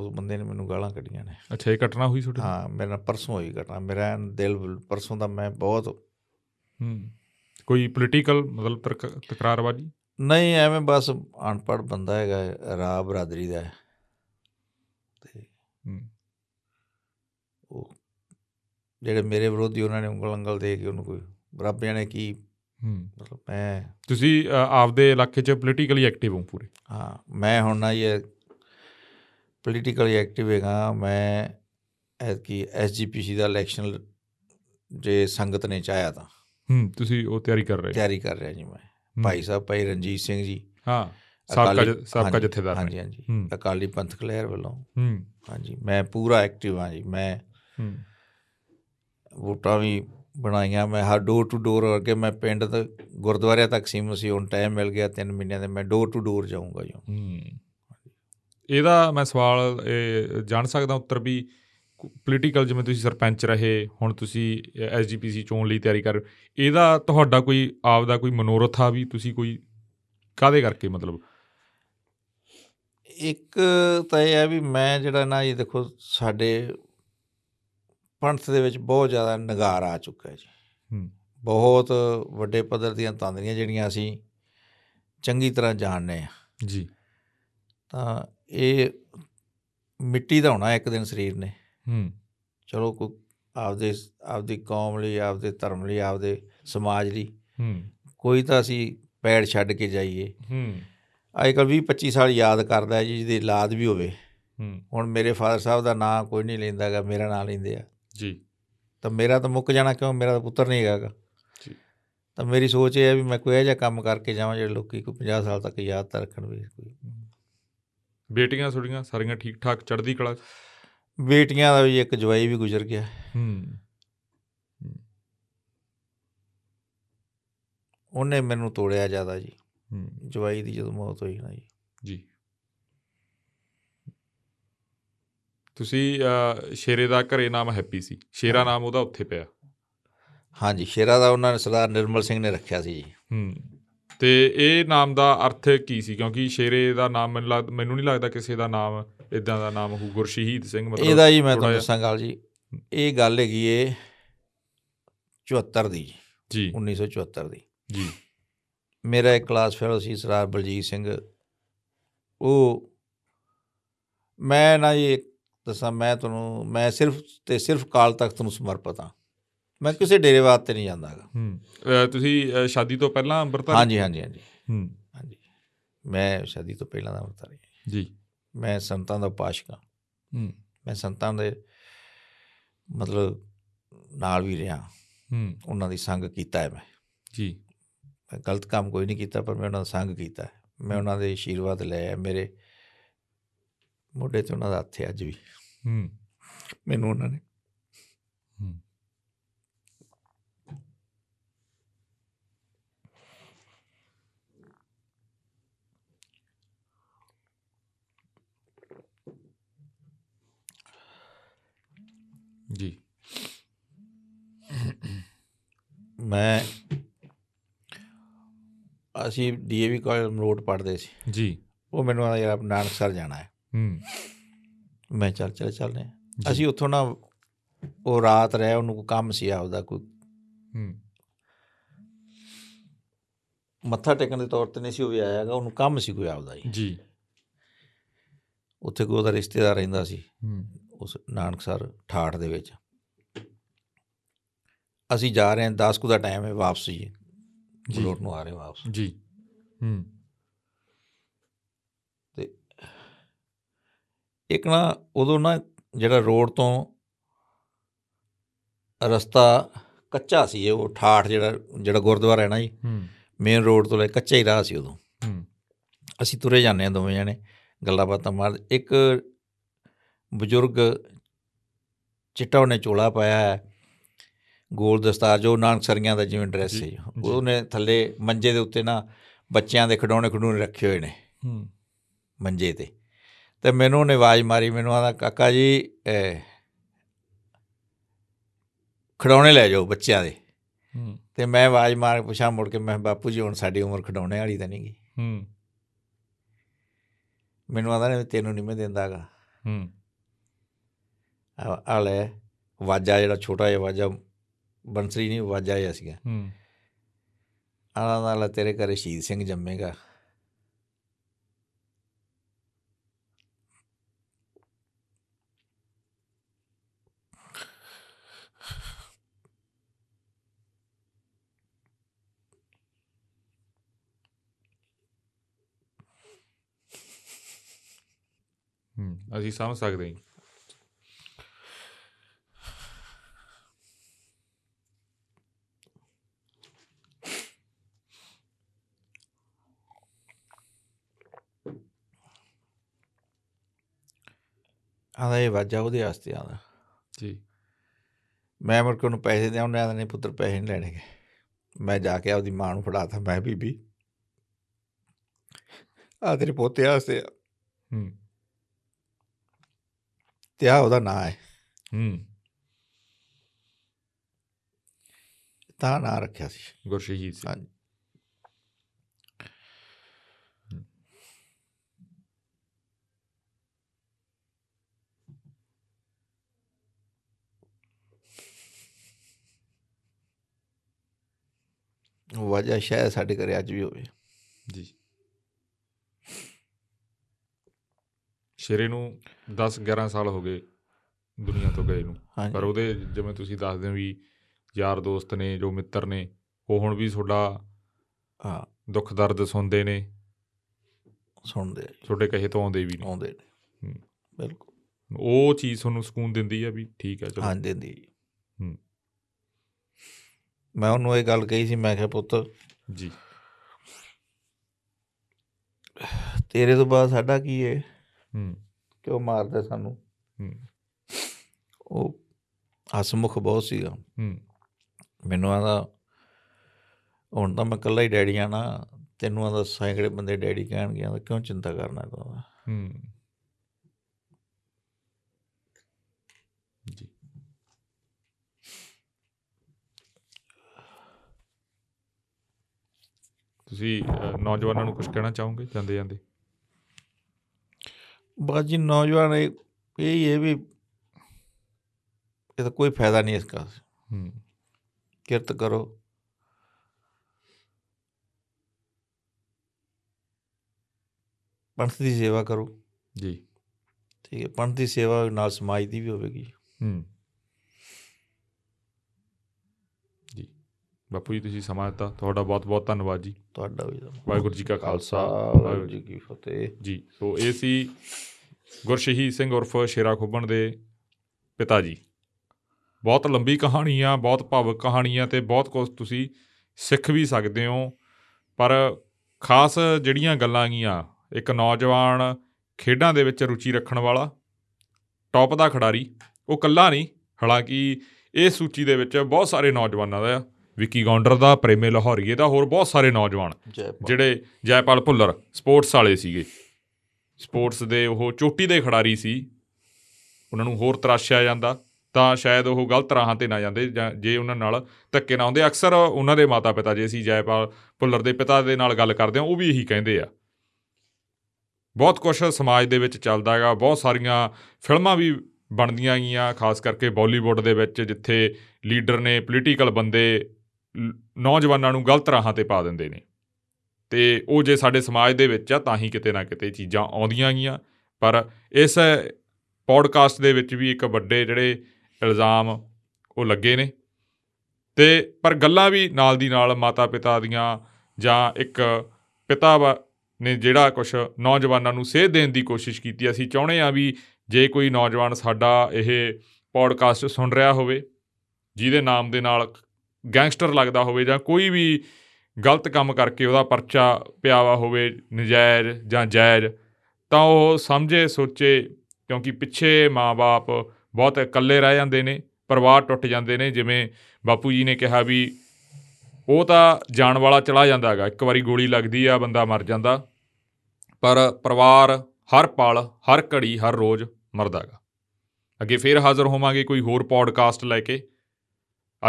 Speaker 2: ਉਸ ਬੰਦੇ ਨੇ ਮੈਨੂੰ ਗਾਲਾਂ ਕੱਢੀਆਂ ਨੇ
Speaker 1: ਅੱਛਾ ਇਹ ਘਟਨਾ ਹੋਈ ਤੁਹਾਡੇ ਨਾਲ?
Speaker 2: ਹਾਂ ਮੇਰੇ ਨਾਲ ਪਰਸੋਂ ਹੋਈ ਘਟਨਾ ਮੇਰਾ ਐਨ ਦਿਲ ਬੁਲ- ਪਰਸੋਂ ਦਾ ਮੈਂ ਬਹੁਤ
Speaker 1: ਹੂੰ ਕੋਈ ਪੋਲੀਟੀਕਲ ਮਤਲਬ ਤਰਕ- ਤਕਰਾਰਬਾਜ਼ੀ
Speaker 2: ਨਹੀਂ ਐਵੇਂ ਬਸ ਅਨਪੜ੍ਹ ਬੰਦਾ ਹੈਗਾ ਹੈ, ਰਾਹ ਬਰਾਦਰੀ ਦਾ ਹੈ। ਤੇ
Speaker 1: ਹੂੰ
Speaker 2: ਉਹ ਜਿਹੜੇ ਮੇਰੇ ਵਿਰੋਧੀ ਉਹਨਾਂ ਨੇ ਉਂਗਲ ਅੰਗਲ ਦੇ ਕੇ ਉਹਨੂੰ ਕੋਈ ਰੱਬ ਜਾਣੇ ਕੀ
Speaker 1: ਹੂੰ
Speaker 2: ਮਤਲਬ ਮੈਂ
Speaker 1: ਤੁਸੀਂ ਅ, ਆਪਦੇ ਇਲਾਕੇ 'ਚ ਪੋਲੀਟੀਕਲੀ ਐਕਟਿਵ ਹੋ ਪੂਰੇ
Speaker 2: ਹਾਂ ਮੈਂ ਹੁਣ ਨਾ ਇਹ ਪੋਲੀਟੀਕਲੀ ਐਕਟਿਵ ਹੈਗਾ ਮੈਂ ਐਤਕੀ ਐਸਜੀਪੀਸੀ ਦਾ ਇਲੈਕਸ਼ਨ ਜੇ ਸੰਗਤ ਨੇ ਚਾਹਿਆ ਤਾਂ
Speaker 1: ਹੂੰ ਤੁਸੀਂ ਉਹ ਤਿਆਰੀ ਕਰ ਰਹੇ ਹੋ
Speaker 2: ਤਿਆਰੀ ਕਰ ਰਿਹਾ ਜੀ ਮੈਂ
Speaker 1: ਹੂੰ।
Speaker 2: ਭਾਈ ਸਾਹਿਬ ਭਾਈ ਰਣਜੀਤ ਸਿੰਘ ਜੀ
Speaker 1: ਹਾਂ ਸਾਬਕਾ
Speaker 2: ਅਕਾਲੀ-
Speaker 1: ਜ- ਸਾਬਕਾ
Speaker 2: ਹਾਂਜੀ,
Speaker 1: ਜਥੇਦਾਰ ਨੇ
Speaker 2: ਹਾਂਜੀ ਹਾਂਜੀ
Speaker 1: ਹੂੰ
Speaker 2: ਅਕਾਲੀ ਪੰਥਕ ਲਹਿਰ ਵੱਲੋਂ
Speaker 1: ਹੂੰ
Speaker 2: ਹਾਂਜੀ ਮੈਂ ਪੂਰਾ ਐਕਟਿਵ ਹਾਂ ਜੀ ਮੈਂ
Speaker 1: ਹੂੰ
Speaker 2: ਵੋਟਾਂ ਵੀ ਬਣਾਈਆਂ ਮੈਂ ਹਰ ਡੋਰ ਟੂ ਡੋਰ ਕਰਕੇ ਮੈਂ ਪਿੰਡ ਤੋਂ ਗੁਰਦੁਆਰਿਆਂ ਤੱਕ ਸੀਮ ਸੀ ਹੁਣ ਟਾਈਮ ਮਿਲ ਗਿਆ 3 ਮਹੀਨਿਆਂ ਦੇ ਮੈਂ ਡੋਰ ਟੂ ਡੋਰ ਜਾਊਂਗਾ ਜੀ
Speaker 1: ਹੂੰ। ਇਹਦਾ ਮੈਂ ਸਵਾਲ ਇਹ ਜਾਣ ਸਕਦਾ ਉੱਤਰ ਵੀ ਪੋਲੀਟੀਕਲ ਜਿਵੇਂ ਤੁਸੀਂ ਸਰਪੰਚ ਰਹੇ ਹੁਣ ਤੁਸੀਂ ਐਸਜੀਪੀਸੀ ਚੋਣ ਲਈ ਤਿਆਰੀ ਕਰ ਰਹੇ ਹੋ। ਇਹਦਾ ਤੁਹਾਡਾ ਕੋਈ ਆਪਦਾ ਕੋਈ ਮਨੋਰਥ ਆ ਵੀ ਤੁਸੀਂ ਕੋਈ ਕਾਦੇ ਕਰਕੇ ਮਤਲਬ
Speaker 2: ਇੱਕ ਤਾਂ ਇਹ ਹੈ ਵੀ ਮੈਂ ਜਿਹੜਾ ਨਾ ਜੀ ਦੇਖੋ ਸਾਡੇ ਪੰਥ ਦੇ ਵਿੱਚ ਬਹੁਤ ਜ਼ਿਆਦਾ ਨਗਾਰ ਆ ਚੁੱਕਾ ਹੈ ਜੀ
Speaker 1: ਹੂੰ।
Speaker 2: ਬਹੁਤ ਵੱਡੇ ਪੱਧਰ ਦੀਆਂ ਤਾਂਦਰੀਆਂ ਜਿਹੜੀਆਂ ਅਸੀਂ ਚੰਗੀ ਤਰ੍ਹਾਂ ਜਾਣਦੇ ਹਾਂ
Speaker 1: ਜੀ
Speaker 2: ਤਾਂ ਇਹ ਮਿੱਟੀ ਦਾ ਹੋਣਾ ਇੱਕ ਦਿਨ ਸਰੀਰ ਨੇ
Speaker 1: ਹੂੰ
Speaker 2: ਚਲੋ ਕੋਈ ਆਪਦੇ ਆਪਦੀ ਕੌਮ ਲਈ ਆਪਦੇ ਧਰਮ ਲਈ ਆਪਦੇ ਸਮਾਜ ਲਈ
Speaker 1: ਹੂੰ
Speaker 2: ਕੋਈ ਤਾਂ ਅਸੀਂ ਪੈੜ ਛੱਡ ਕੇ ਜਾਈਏ
Speaker 1: ਹੂੰ
Speaker 2: ਅੱਜ ਕੱਲ੍ਹ 20 25 ਸਾਲ ਯਾਦ ਕਰਦਾ ਹੈ ਜੀ ਜਿਹਦੀ ਔਲਾਦ ਵੀ ਹੋਵੇ
Speaker 1: ਹੂੰ
Speaker 2: ਹੁਣ ਮੇਰੇ ਫਾਦਰ ਸਾਹਿਬ ਦਾ ਨਾਂ ਕੋਈ ਨਹੀਂ ਲੈਂਦਾ ਗਾ ਮੇਰਾ ਨਾਂ ਲੈਂਦੇ ਆ
Speaker 1: ਜੀ
Speaker 2: ਤਾਂ ਮੇਰਾ ਤਾਂ ਮੁੱਕ ਜਾਣਾ ਕਿਉਂ ਮੇਰਾ ਤਾਂ ਪੁੱਤਰ ਨਹੀਂ ਹੈਗਾ ਗਾ।
Speaker 1: ਜੀ।
Speaker 2: ਤਾਂ ਮੇਰੀ ਸੋਚ ਇਹ ਹੈ ਵੀ ਮੈਂ ਕੋਈ ਇਹੋ ਜਿਹਾ ਕੰਮ ਕਰਕੇ ਜਾਵਾਂ ਜਿਹੜੇ ਲੋਕੀ ਕੋਈ 50 ਸਾਲ ਤੱਕ ਯਾਦ ਤਾਂ ਰੱਖਣ ਵੀ ਕੋਈ
Speaker 1: ਬੇਟੀਆਂ ਤੁਹਾਡੀਆਂ ਸਾਰੀਆਂ ਠੀਕ ਠਾਕ ਚੜ੍ਹਦੀ ਕਲਾ 'ਚ?
Speaker 2: ਬੇਟੀਆਂ ਦਾ ਵੀ ਇੱਕ ਜਵਾਈ ਵੀ ਗੁਜ਼ਰ ਗਿਆ
Speaker 1: ਹੂੰ
Speaker 2: ਉਹਨੇ ਮੈਨੂੰ ਤੋੜਿਆ ਜ਼ਿਆਦਾ ਜੀ
Speaker 1: ਹੂੰ
Speaker 2: ਜਵਾਈ ਦੀ ਜਦੋਂ ਮੌਤ ਹੋਈ ਨਾ ਜੀ
Speaker 1: ਜੀ ਤੁਸੀਂ ਅਹ, ਸ਼ੇਰੇ ਦਾ ਘਰੇ ਨਾਮ ਹੈਪੀ ਸੀ ਸ਼ੇਰਾ ਨਾਮ ਉਹਦਾ ਉੱਥੇ ਪਿਆ
Speaker 2: ਹਾਂਜੀ ਸ਼ੇਰਾ ਦਾ ਉਹਨਾਂ ਨੇ ਸਰਦਾਰ ਨਿਰਮਲ ਸਿੰਘ ਨੇ ਰੱਖਿਆ ਸੀ ਜੀ
Speaker 1: ਹੂੰ ਤੇ ਇਹ ਨਾਮ ਦਾ ਅਰਥ ਕੀ ਸੀ ਕਿਉਂਕਿ ਸ਼ੇਰੇ ਦਾ ਨਾਮ ਮੈਨੂੰ ਲੱਗ ਮੈਨੂੰ ਨਹੀਂ ਲੱਗਦਾ ਕਿਸੇ ਦਾ ਨਾਮ ਇਦਾਂ ਦਾ ਨਾਮ ਹੋ ਗੁਰਸ਼ਹੀਦ ਸਿੰਘ ਮਤਲਬ
Speaker 2: ਇਹਦਾ ਜੀ ਮੈਂ
Speaker 1: ਥੋੜ੍ਹਾ
Speaker 2: ਤੁਹਾਨੂੰ
Speaker 1: ਜਿਹਾ-
Speaker 2: ਦੱਸਾਂ ਗੱਲ ਜੀ ਇਹ ਗੱਲ ਹੈਗੀ ਏ 74 ਦੀ ਜੀ,
Speaker 1: ਜੀ
Speaker 2: 1974 ਦੀ
Speaker 1: ਜੀ
Speaker 2: ਮੇਰਾ ਇੱਕ ਕਲਾਸ ਫੈਲੋ ਸੀ ਸਰਦਾਰ ਬਲਜੀਤ ਸਿੰਘ ਉਹ ਮੈਂ ਨਾ ਇਹ ਦੱਸਾਂ ਮੈਂ ਤੁਹਾਨੂੰ ਮੈਂ ਸਿਰਫ ਤੇ ਸਿਰਫ ਕਾਲ ਤਖਤ ਨੂੰ ਸਮਰਪਿਤ ਹਾਂ ਮੈਂ ਕਿਸੇ ਡੇਰੇਵਾਦ ਤੇ ਨਹੀਂ ਜਾਂਦਾ ਹੈਗਾ
Speaker 1: ਹੂੰ ਅਹ ਤੁਸੀਂ ਅਹ, ਸ਼ਾਦੀ ਤੋਂ ਪਹਿਲਾਂ ਅੰਮ੍ਰਿਤਾ
Speaker 2: ਹਾਂਜੀ ਹਾਂਜੀ ਹਾਂਜੀ
Speaker 1: ਹੂੰ
Speaker 2: ਹਾਂਜੀ ਮੈਂ ਸ਼ਾਦੀ ਤੋਂ ਪਹਿਲਾਂ ਦਾ ਵਰਤਾਰੀ
Speaker 1: ਜੀ
Speaker 2: ਮੈਂ ਸੰਤਾਂ ਦਾ ਪਾਸ਼ਕ ਹਾਂ
Speaker 1: ਹੂੰ
Speaker 2: ਮੈਂ ਸੰਤਾਂ ਦੇ ਮਤਲਬ ਨਾਲ ਵੀ ਰਿਹਾ
Speaker 1: ਹੂੰ
Speaker 2: ਉਹਨਾਂ ਦੀ ਸੰਗ ਕੀਤਾ ਹੈ ਮੈਂ
Speaker 1: ਜੀ
Speaker 2: ਮੈਂ ਗਲਤ ਕੰਮ ਕੋਈ ਨਹੀਂ ਕੀਤਾ ਪਰ ਮੈਂ ਉਹਨਾਂ ਦਾ ਸੰਗ ਕੀਤਾ ਹੈ। ਮੈਂ ਉਹਨਾਂ ਦੇ ਆਸ਼ੀਰਵਾਦ ਲਏ ਆ ਮੇਰੇ ਮੋਢੇ ਤੇ ਉਹਨਾਂ ਦਾ ਹੱਥ ਹੈ ਅੱਜ ਵੀ
Speaker 1: ਹੂੰ
Speaker 2: ਮੈਨੂੰ ਉਹਨਾਂ ਨੇ
Speaker 1: ਹੂੰ। ਜੀ
Speaker 2: ਮੈਂ ਅਸੀਂ ਡੀਏਵੀ ਕਾਲਜ ਰੋਡ ਪੜ੍ਹਦੇ ਸੀ
Speaker 1: ਜੀ
Speaker 2: ਉਹ ਮੈਨੂੰ ਆਂਦਾ ਯਾਰ ਆਪ ਨਾਨਕਸਰ ਜਾਣਾ ਹੈ
Speaker 1: ਹੂੰ
Speaker 2: ਮੈਂ ਚੱਲ ਚੱਲ ਚੱਲਦੇ ਹਾਂ। ਅਸੀਂ ਉੱਥੋਂ ਨਾ ਉਹ ਰਾਤ ਰਹਿ ਉਹਨੂੰ ਕੋਈ ਕੰਮ ਸੀ ਆਪਦਾ ਕੋਈ
Speaker 1: ਹੂੰ
Speaker 2: ਮੱਥਾ ਟੇਕਣ ਦੇ ਤੌਰ ਤੇ ਨਹੀਂ ਸੀ ਉਹ ਵੀ ਆਇਆਗਾ ਉਹਨੂੰ ਕੰਮ ਸੀ ਕੋਈ ਆਪਦਾ ਹੀ
Speaker 1: ਜੀ
Speaker 2: ਉੱਥੇ ਕੋਈ ਉਹਦਾ ਰਿਸ਼ਤੇਦਾਰ ਰਹਿੰਦਾ ਸੀ
Speaker 1: ਹੂੰ
Speaker 2: ਉਸ ਨਾਨਕਸਰ ਠਾਠ ਦੇ ਵਿੱਚ ਅਸੀਂ ਜਾ ਰਹੇ ਹਾਂ 10 ਕੁ ਦਾ ਟਾਈਮ ਹੈ ਵਾਪਸ ਜੀ
Speaker 1: ਜੀ।
Speaker 2: ਬਲੋਟ ਨੂੰ ਆ ਰਹੇ ਵਾਪਸ
Speaker 1: ਜੀ ਹੂੰ
Speaker 2: ਇੱਕ ਨਾ ਉਦੋਂ ਨਾ ਜਿਹੜਾ ਰੋਡ ਤੋਂ ਰਸਤਾ ਕੱਚਾ ਸੀ ਇਹ ਉਹ ਠਾਠ ਜਿਹੜਾ ਜਿਹੜਾ ਗੁਰਦੁਆਰਾ ਹੈ ਨਾ ਜੀ
Speaker 1: ਹੂੰ
Speaker 2: ਮੇਨ ਰੋਡ ਤੋਂ ਲੈ ਕੇ ਕੱਚਾ ਹੀ ਰਾਹ ਸੀ ਉਦੋਂ
Speaker 1: ਹੂੰ
Speaker 2: ਅਸੀਂ ਤੁਰੇ ਜਾਂਦੇ ਹਾਂ ਦੋਵੇਂ ਜਣੇ ਗੱਲਾਂ ਬਾਤਾਂ ਮਾਰਦੇ ਇੱਕ ਬਜ਼ੁਰਗ ਚਿੱਟਾ ਉਹਨੇ ਚੋਲਾ ਪਾਇਆ ਹੈ ਗੋਲ ਦਸਤਾਰ ਜੋ ਨਾਨਕਸਰੀਆਂ ਦਾ ਜਿਵੇਂ ਡਰੈਸ
Speaker 1: ਜੀ,
Speaker 2: ਹੈ ਉਹਨੇ ਥੱਲੇ ਮੰਜੇ ਦੇ ਉੱਤੇ ਨਾ ਬੱਚਿਆਂ ਦੇ ਖਿਡੌਣੇ ਖਿਡੌਣੇ ਰੱਖੇ ਹੋਏ ਨੇ
Speaker 1: ਹੂੰ
Speaker 2: ਮੰਜੇ ਤੇ ਤੇ ਮੈਨੂੰ ਉਹਨੇ ਆਵਾਜ਼ ਮਾਰੀ ਮੈਨੂੰ ਆਦਾ ਕਾਕਾ ਜੀ ਇਹ ਖਿਡੌਣੇ ਲੈ ਜਾਓ ਬੱਚਿਆਂ ਦੇ
Speaker 1: ਹੂੰ
Speaker 2: ਤੇ ਮੈਂ ਆਵਾਜ਼ ਮਾਰ ਕੇ ਪੁੱਛਾਂ ਮੁੜ ਕੇ ਮੈਂ ਕਿਹਾ, ਬਾਪੂ ਜੀ ਹੁਣ ਸਾਡੀ ਉਮਰ ਖਿਡੌਣੇ ਵਾਲੀ ਤਾਂ ਨਹੀਂ ਗਈ
Speaker 1: ਹੂੰ
Speaker 2: ਮੈਨੂੰ ਆਦਾ ਨੇ ਤੈਨੂੰ ਨਹੀਂ ਮੈਂ ਦਿੰਦਾਗਾ
Speaker 1: ਹੂੰ
Speaker 2: ਆ ਲੈ ਵਾਜਾ ਜਿਹੜਾ ਛੋਟਾ ਜਿਹਾ ਵਾਜਾ ਬੰਸਰੀ ਨਹੀਂ ਵਾਜਾ ਜਿਹਾ ਸੀਗਾ
Speaker 1: ਹੂੰ
Speaker 2: ਆਲਾ ਨਾਲ ਤੇਰੇ ਘਰੇ ਸ਼ਹੀਦ ਸਿੰਘ ਜੰਮੇਗਾ
Speaker 1: ਹੂੰ ਅਸੀਂ ਸਮਝ ਸਕਦੇ ਹਾਂ
Speaker 2: ਆਂਦਾ ਇਹ ਵਾਜਾ ਉਹਦੇ ਵਾਸਤੇ ਆਂਦਾ
Speaker 1: ਜੀ
Speaker 2: ਮੈਂ ਮੁੜ ਕੇ ਉਹਨੂੰ ਪੈਸੇ ਦੇ ਉਹਨੇ ਆਂਦਾ ਨਹੀਂ ਪੁੱਤਰ ਪੈਸੇ ਨਹੀਂ ਲੈਣੇਗੇ ਮੈਂ ਜਾ ਕੇ ਆਪਦੀ ਮਾਂ ਨੂੰ ਫੜਾਤਾ ਮੈਂ ਕਿਹਾ, ਬੀਬੀ ਆ ਤੇਰੇ ਪੋਤੇ ਵਾਸਤੇ ਆ।
Speaker 1: ਹੂੰ
Speaker 2: ਤੇ ਆ ਉਹਦਾ ਨਾਂ ਹੈ
Speaker 1: ਹੂੰ
Speaker 2: ਤਾਂ ਨਾਂ ਰੱਖਿਆ ਸੀ
Speaker 1: ਗੁਰਸ਼ਹੀਦ ਸਿੰਘ
Speaker 2: ਹਾਂਜੀ ਵਜ੍ਹਾ ਸ਼ਾਇਦ ਸਾਡੇ ਘਰੇ ਅੱਜ ਵੀ ਹੋਵੇ
Speaker 1: ਜੀ ਸ਼ੇਰੇ ਨੂੰ 10 11 ਸਾਲ ਹੋ ਗਏ ਦੁਨੀਆ ਤੋਂ ਗਏ ਨੂੰ ਪਰ
Speaker 2: ਹਾਂਜੀ
Speaker 1: ਉਹਦੇ ਜਿਵੇਂ ਤੁਸੀਂ ਦੱਸਦੇ ਹੋ ਵੀ ਯਾਰ ਦੋਸਤ ਨੇ ਜੋ ਮਿੱਤਰ ਨੇ ਉਹ ਹੁਣ ਵੀ ਤੁਹਾਡਾ
Speaker 2: ਹਾਂ
Speaker 1: ਦੁੱਖ ਦਰਦ ਸੁਣਦੇ ਨੇ
Speaker 2: ਸੁਣਦੇ ਆ,
Speaker 1: ਤੁਹਾਡੇ ਕਹੇ ਤੋਂ ਆਉਂਦੇ ਵੀ ਨੇ
Speaker 2: ਆਉਂਦੇ ਨੇ
Speaker 1: ਹੂੰ।
Speaker 2: ਬਿਲਕੁਲ
Speaker 1: ਉਹ ਚੀਜ਼ ਤੁਹਾਨੂੰ ਸਕੂਨ ਦਿੰਦੀ ਆ ਵੀ ਠੀਕ ਆ ਚਲੋ
Speaker 2: ਹਾਂ ਦਿੰਦੀ ਜੀ।
Speaker 1: ਹੂੰ।
Speaker 2: ਮੈਂ ਉਹਨੂੰ ਇਹ ਗੱਲ ਕਹੀ ਸੀ ਮੈਂ ਕਿਹਾ ਪੁੱਤ
Speaker 1: ਜੀ
Speaker 2: ਤੇਰੇ ਤੋਂ ਬਾਅਦ ਸਾਡਾ ਕੀ ਹੈ
Speaker 1: ਹੂੰ
Speaker 2: ਕਿਉਂ ਮਾਰਦਾ ਸਾਨੂੰ
Speaker 1: ਹੂੰ
Speaker 2: ਉਹ ਹਸਮੁਖ ਬਹੁਤ ਸੀਗਾ
Speaker 1: ਹੂੰ
Speaker 2: ਮੈਨੂੰ ਆਦਾ ਹੁਣ ਤਾਂ ਮੈਂ ਇਕੱਲਾ ਹੀ ਡੈਡੀ ਆ ਨਾ ਤੈਨੂੰ ਆਦਾ ਸੈਂਕੜੇ ਬੰਦੇ ਡੈਡੀ ਕਹਿਣਗੇ ਆਂਹਦਾ, ਕਿਉਂ ਚਿੰਤਾ ਕਰਨਾ ਤੂੰ
Speaker 1: ਹੂੰ ਜੀ ਤੁਸੀਂ ਅ, ਨੌਜਵਾਨਾਂ ਨੂੰ ਕੁਝ ਕਹਿਣਾ ਚਾਹੋਗੇ ਜਾਂਦੇ ਜਾਂਦੇ
Speaker 2: ਬਸ ਜੀ ਨੌਜਵਾਨ ਇਹ ਇਹ ਹੀ ਹੈ ਵੀ ਇਹ ਤਾਂ ਕੋਈ ਫਾਇਦਾ ਨਹੀਂ ਇਸ ਦਾ
Speaker 1: ਹੂੰ
Speaker 2: ਕਿਰਤ ਕਰੋ ਪੰਥ ਦੀ ਸੇਵਾ ਕਰੋ
Speaker 1: ਜੀ
Speaker 2: ਠੀਕ ਹੈ ਪੰਥ ਦੀ ਸੇਵਾ ਨਾਲ ਸਮਾਜ ਦੀ ਵੀ ਹੋਵੇਗੀ
Speaker 1: ਹੂੰ ਜੀ ਬਾਪੂ ਜੀ ਤੁਸੀਂ ਸਮਾਂ ਦਿੱਤਾ ਤੁਹਾਡਾ ਬਹੁਤ ਬਹੁਤ ਧੰਨਵਾਦ ਜੀ
Speaker 2: ਤੁਹਾਡਾ ਵੀ ਧੰਨਵਾਦ।
Speaker 1: ਵਾਹਿਗੁਰੂ ਜੀ ਕਾ ਖਾਲਸਾ
Speaker 2: ਵਾਹਿਗੁਰੂ
Speaker 1: ਵਾਹਿਗੁਰੂ
Speaker 2: ਜੀ ਕੀ ਫਤਿਹ
Speaker 1: ਜੀ ਸੋ ਇਹ ਸੀ ਗੁਰਸ਼ਹੀਦ ਸਿੰਘ ਉਰਫ ਸ਼ੇਰਾ ਖੁੱਬਣ ਦੇ ਪਿਤਾ ਜੀ ਬਹੁਤ ਲੰਬੀ ਕਹਾਣੀ ਆ ਬਹੁਤ ਭਾਵਕ ਕਹਾਣੀ ਆ ਤੇ ਬਹੁਤ ਕੁਝ ਤੁਸੀਂ ਸਿੱਖ ਵੀ ਸਕਦੇ ਹੋ ਪਰ ਖਾਸ ਜਿਹੜੀਆਂ ਗੱਲਾਂ ਗੀਆਂ ਇੱਕ ਨੌਜਵਾਨ ਖੇਡਾਂ ਦੇ ਵਿੱਚ ਰੁਚੀ ਰੱਖਣ ਵਾਲਾ ਟੌਪ ਦਾ ਖਿਡਾਰੀ ਉਹ ਕੱਲਾ ਨਹੀਂ ਹਾਲਾਂਕਿ ਇਹ ਸੂਚੀ ਦੇ ਵਿੱਚ ਬਹੁਤ ਸਾਰੇ ਨੌਜਵਾਨਾਂ ਦਾ ਵਿੱਕੀ ਗੌਂਡਰ ਦਾ ਪ੍ਰੇਮੇ ਲਾਹੌਰੀਏ ਦਾ ਹੋਰ ਬਹੁਤ ਸਾਰੇ ਨੌਜਵਾਨ
Speaker 2: ਜੈ ਭਾਰਤ।
Speaker 1: ਜਿਹੜੇ ਜੈਪਾਲ ਭੁੱਲਰ ਸਪੋਰਟਸ ਵਾਲੇ ਸੀਗੇ ਸਪੋਰਟਸ ਦੇ ਉਹ ਚੋਟੀ ਦੇ ਖਿਡਾਰੀ ਸੀ ਉਹਨਾਂ ਨੂੰ ਹੋਰ ਤਰਾਸ਼ਿਆ ਜਾਂਦਾ ਤਾਂ ਸ਼ਾਇਦ ਉਹ ਗਲਤ ਰਾਹਾਂ ਤੇ ਨਾ ਜਾਂਦੇ ਜਾਂ ਜੇ ਉਹਨਾਂ ਨਾਲ ਧੱਕੇ ਨਾ ਹੁੰਦੇ ਅਕਸਰ ਉਹਨਾਂ ਦੇ ਮਾਤਾ ਪਿਤਾ ਜੇ ਅਸੀਂ ਜੈਪਾਲ ਭੁੱਲਰ ਦੇ ਪਿਤਾ ਦੇ ਨਾਲ ਗੱਲ ਕਰਦੇ ਹਾਂ ਉਹ ਵੀ ਇਹੀ ਕਹਿੰਦੇ ਆ ਬਹੁਤ ਕੁਝ ਸਮਾਜ ਦੇ ਵਿੱਚ ਚੱਲਦਾ ਹੈਗਾ ਬਹੁਤ ਸਾਰੀਆਂ ਫਿਲਮਾਂ ਵੀ ਬਣਦੀਆਂ ਗਈਆਂ ਖਾਸ ਕਰਕੇ ਬਾਲੀਵੁੱਡ ਦੇ ਵਿੱਚ ਜਿੱਥੇ ਲੀਡਰ ਨੇ ਪੋਲੀਟੀਕਲ ਬੰਦੇ ਲ- ਨੌਜਵਾਨਾਂ ਨੂੰ ਗਲਤ ਰਾਹਾਂ ਤੇ ਪਾ ਦਿੰਦੇ ਨੇ ਤੇ ਉਹ ਜੇ ਸਾਡੇ ਸਮਾਜ ਦੇ ਵਿੱਚ ਆ ਤਾਂ ਹੀ ਕਿਤੇ ਨਾ ਕਿਤੇ ਚੀਜ਼ਾਂ ਆਉਂਦੀਆਂ ਗੀਆਂ ਪਰ ਇਸ ਪੌਡਕਾਸਟ ਦੇ ਵਿੱਚ ਵੀ ਇੱਕ ਵੱਡੇ ਜਿਹੜੇ ਇਲਜ਼ਾਮ ਉਹ ਲੱਗੇ ਨੇ ਤੇ ਪਰ ਗੱਲਾਂ ਵੀ ਨਾਲ ਦੀ ਨਾਲ ਮਾਤਾ ਪਿਤਾ ਦੀਆਂ ਜਾਂ ਇੱਕ ਪਿਤਾ ਵਾ- ਨੇ ਜਿਹੜਾ ਕੁਝ ਨੌਜਵਾਨਾਂ ਨੂੰ ਸੇਧ ਦੇਣ ਦੀ ਕੋਸ਼ਿਸ਼ ਕੀਤੀ ਅਸੀਂ ਚਾਹੁੰਦੇ ਆ ਵੀ ਜੇ ਕੋਈ ਨੌਜਵਾਨ ਸਾਡਾ ਇਹ ਪੌਡਕਾਸਟ ਸੁਣ ਰਿਹਾ ਹੋਵੇ ਜਿਹਦੇ ਨਾਮ ਦੇ ਨਾਲ ਗੈਂਗਸਟਰ ਲੱਗਦਾ ਹੋਵੇ ਜਾਂ ਕੋਈ ਵੀ ਗਲਤ ਕੰਮ ਕਰਕੇ ਉਹਦਾ ਪਰਚਾ ਪਿਆ ਵਾ ਹੋਵੇ ਨਜਾਇਜ਼ ਜਾਂ ਜਾਇਜ਼ ਤਾਂ ਉਹ ਸਮਝੇ ਸੋਚੇ ਕਿਉਂਕਿ ਪਿੱਛੇ ਮਾਪੇ ਬਹੁਤ ਇਕੱਲੇ ਰਹਿ ਜਾਂਦੇ ਨੇ ਪਰਿਵਾਰ ਟੁੱਟ ਜਾਂਦੇ ਨੇ ਜਿਵੇਂ ਬਾਪੂ ਜੀ ਨੇ ਕਿਹਾ ਵੀ ਉਹ ਤਾਂ ਜਾਣ ਵਾਲਾ ਚਲਾ ਜਾਂਦਾ ਹੈਗਾ ਇੱਕ ਵਾਰੀ ਗੋਲੀ ਲੱਗਦੀ ਆ ਬੰਦਾ ਮਰ ਜਾਂਦਾ ਪਰ ਪਰਿਵਾਰ ਹਰ ਪਲ ਹਰ ਘੜੀ ਹਰ ਰੋਜ਼ ਮਰਦਾ ਹੈਗਾ ਅੱਗੇ ਫੇਰ ਹਾਜ਼ਰ ਹੋਵਾਂਗੇ ਕੋਈ ਹੋਰ ਪੌਡਕਾਸਟ ਲੈ ਕੇ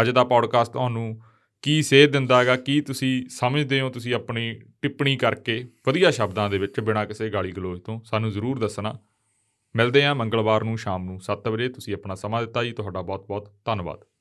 Speaker 1: ਅੱਜ ਦਾ ਪੌਡਕਾਸਟ ਤੁਹਾਨੂੰ ਕੀ ਸੇਧ ਦਿੰਦਾ ਹੈਗਾ ਕੀ ਤੁਸੀਂ ਸਮਝਦੇ ਹੋ ਤੁਸੀਂ ਆਪਣੀ ਟਿੱਪਣੀ ਕਰਕੇ ਵਧੀਆ ਸ਼ਬਦਾਂ ਦੇ ਵਿੱਚ ਬਿਨਾਂ ਕਿਸੇ ਗਾਲੀ ਗਲੋਚ ਤੋਂ ਸਾਨੂੰ ਜ਼ਰੂਰ ਦੱਸਣਾ ਮਿਲਦੇ ਹਾਂ ਮੰਗਲਵਾਰ ਨੂੰ ਸ਼ਾਮ ਨੂੰ 7 ਵਜੇ ਤੁਸੀਂ ਆਪਣਾ ਸਮਾਂ ਦਿੱਤਾ ਜੀ ਤੁਹਾਡਾ ਬਹੁਤ ਬਹੁਤ ਧੰਨਵਾਦ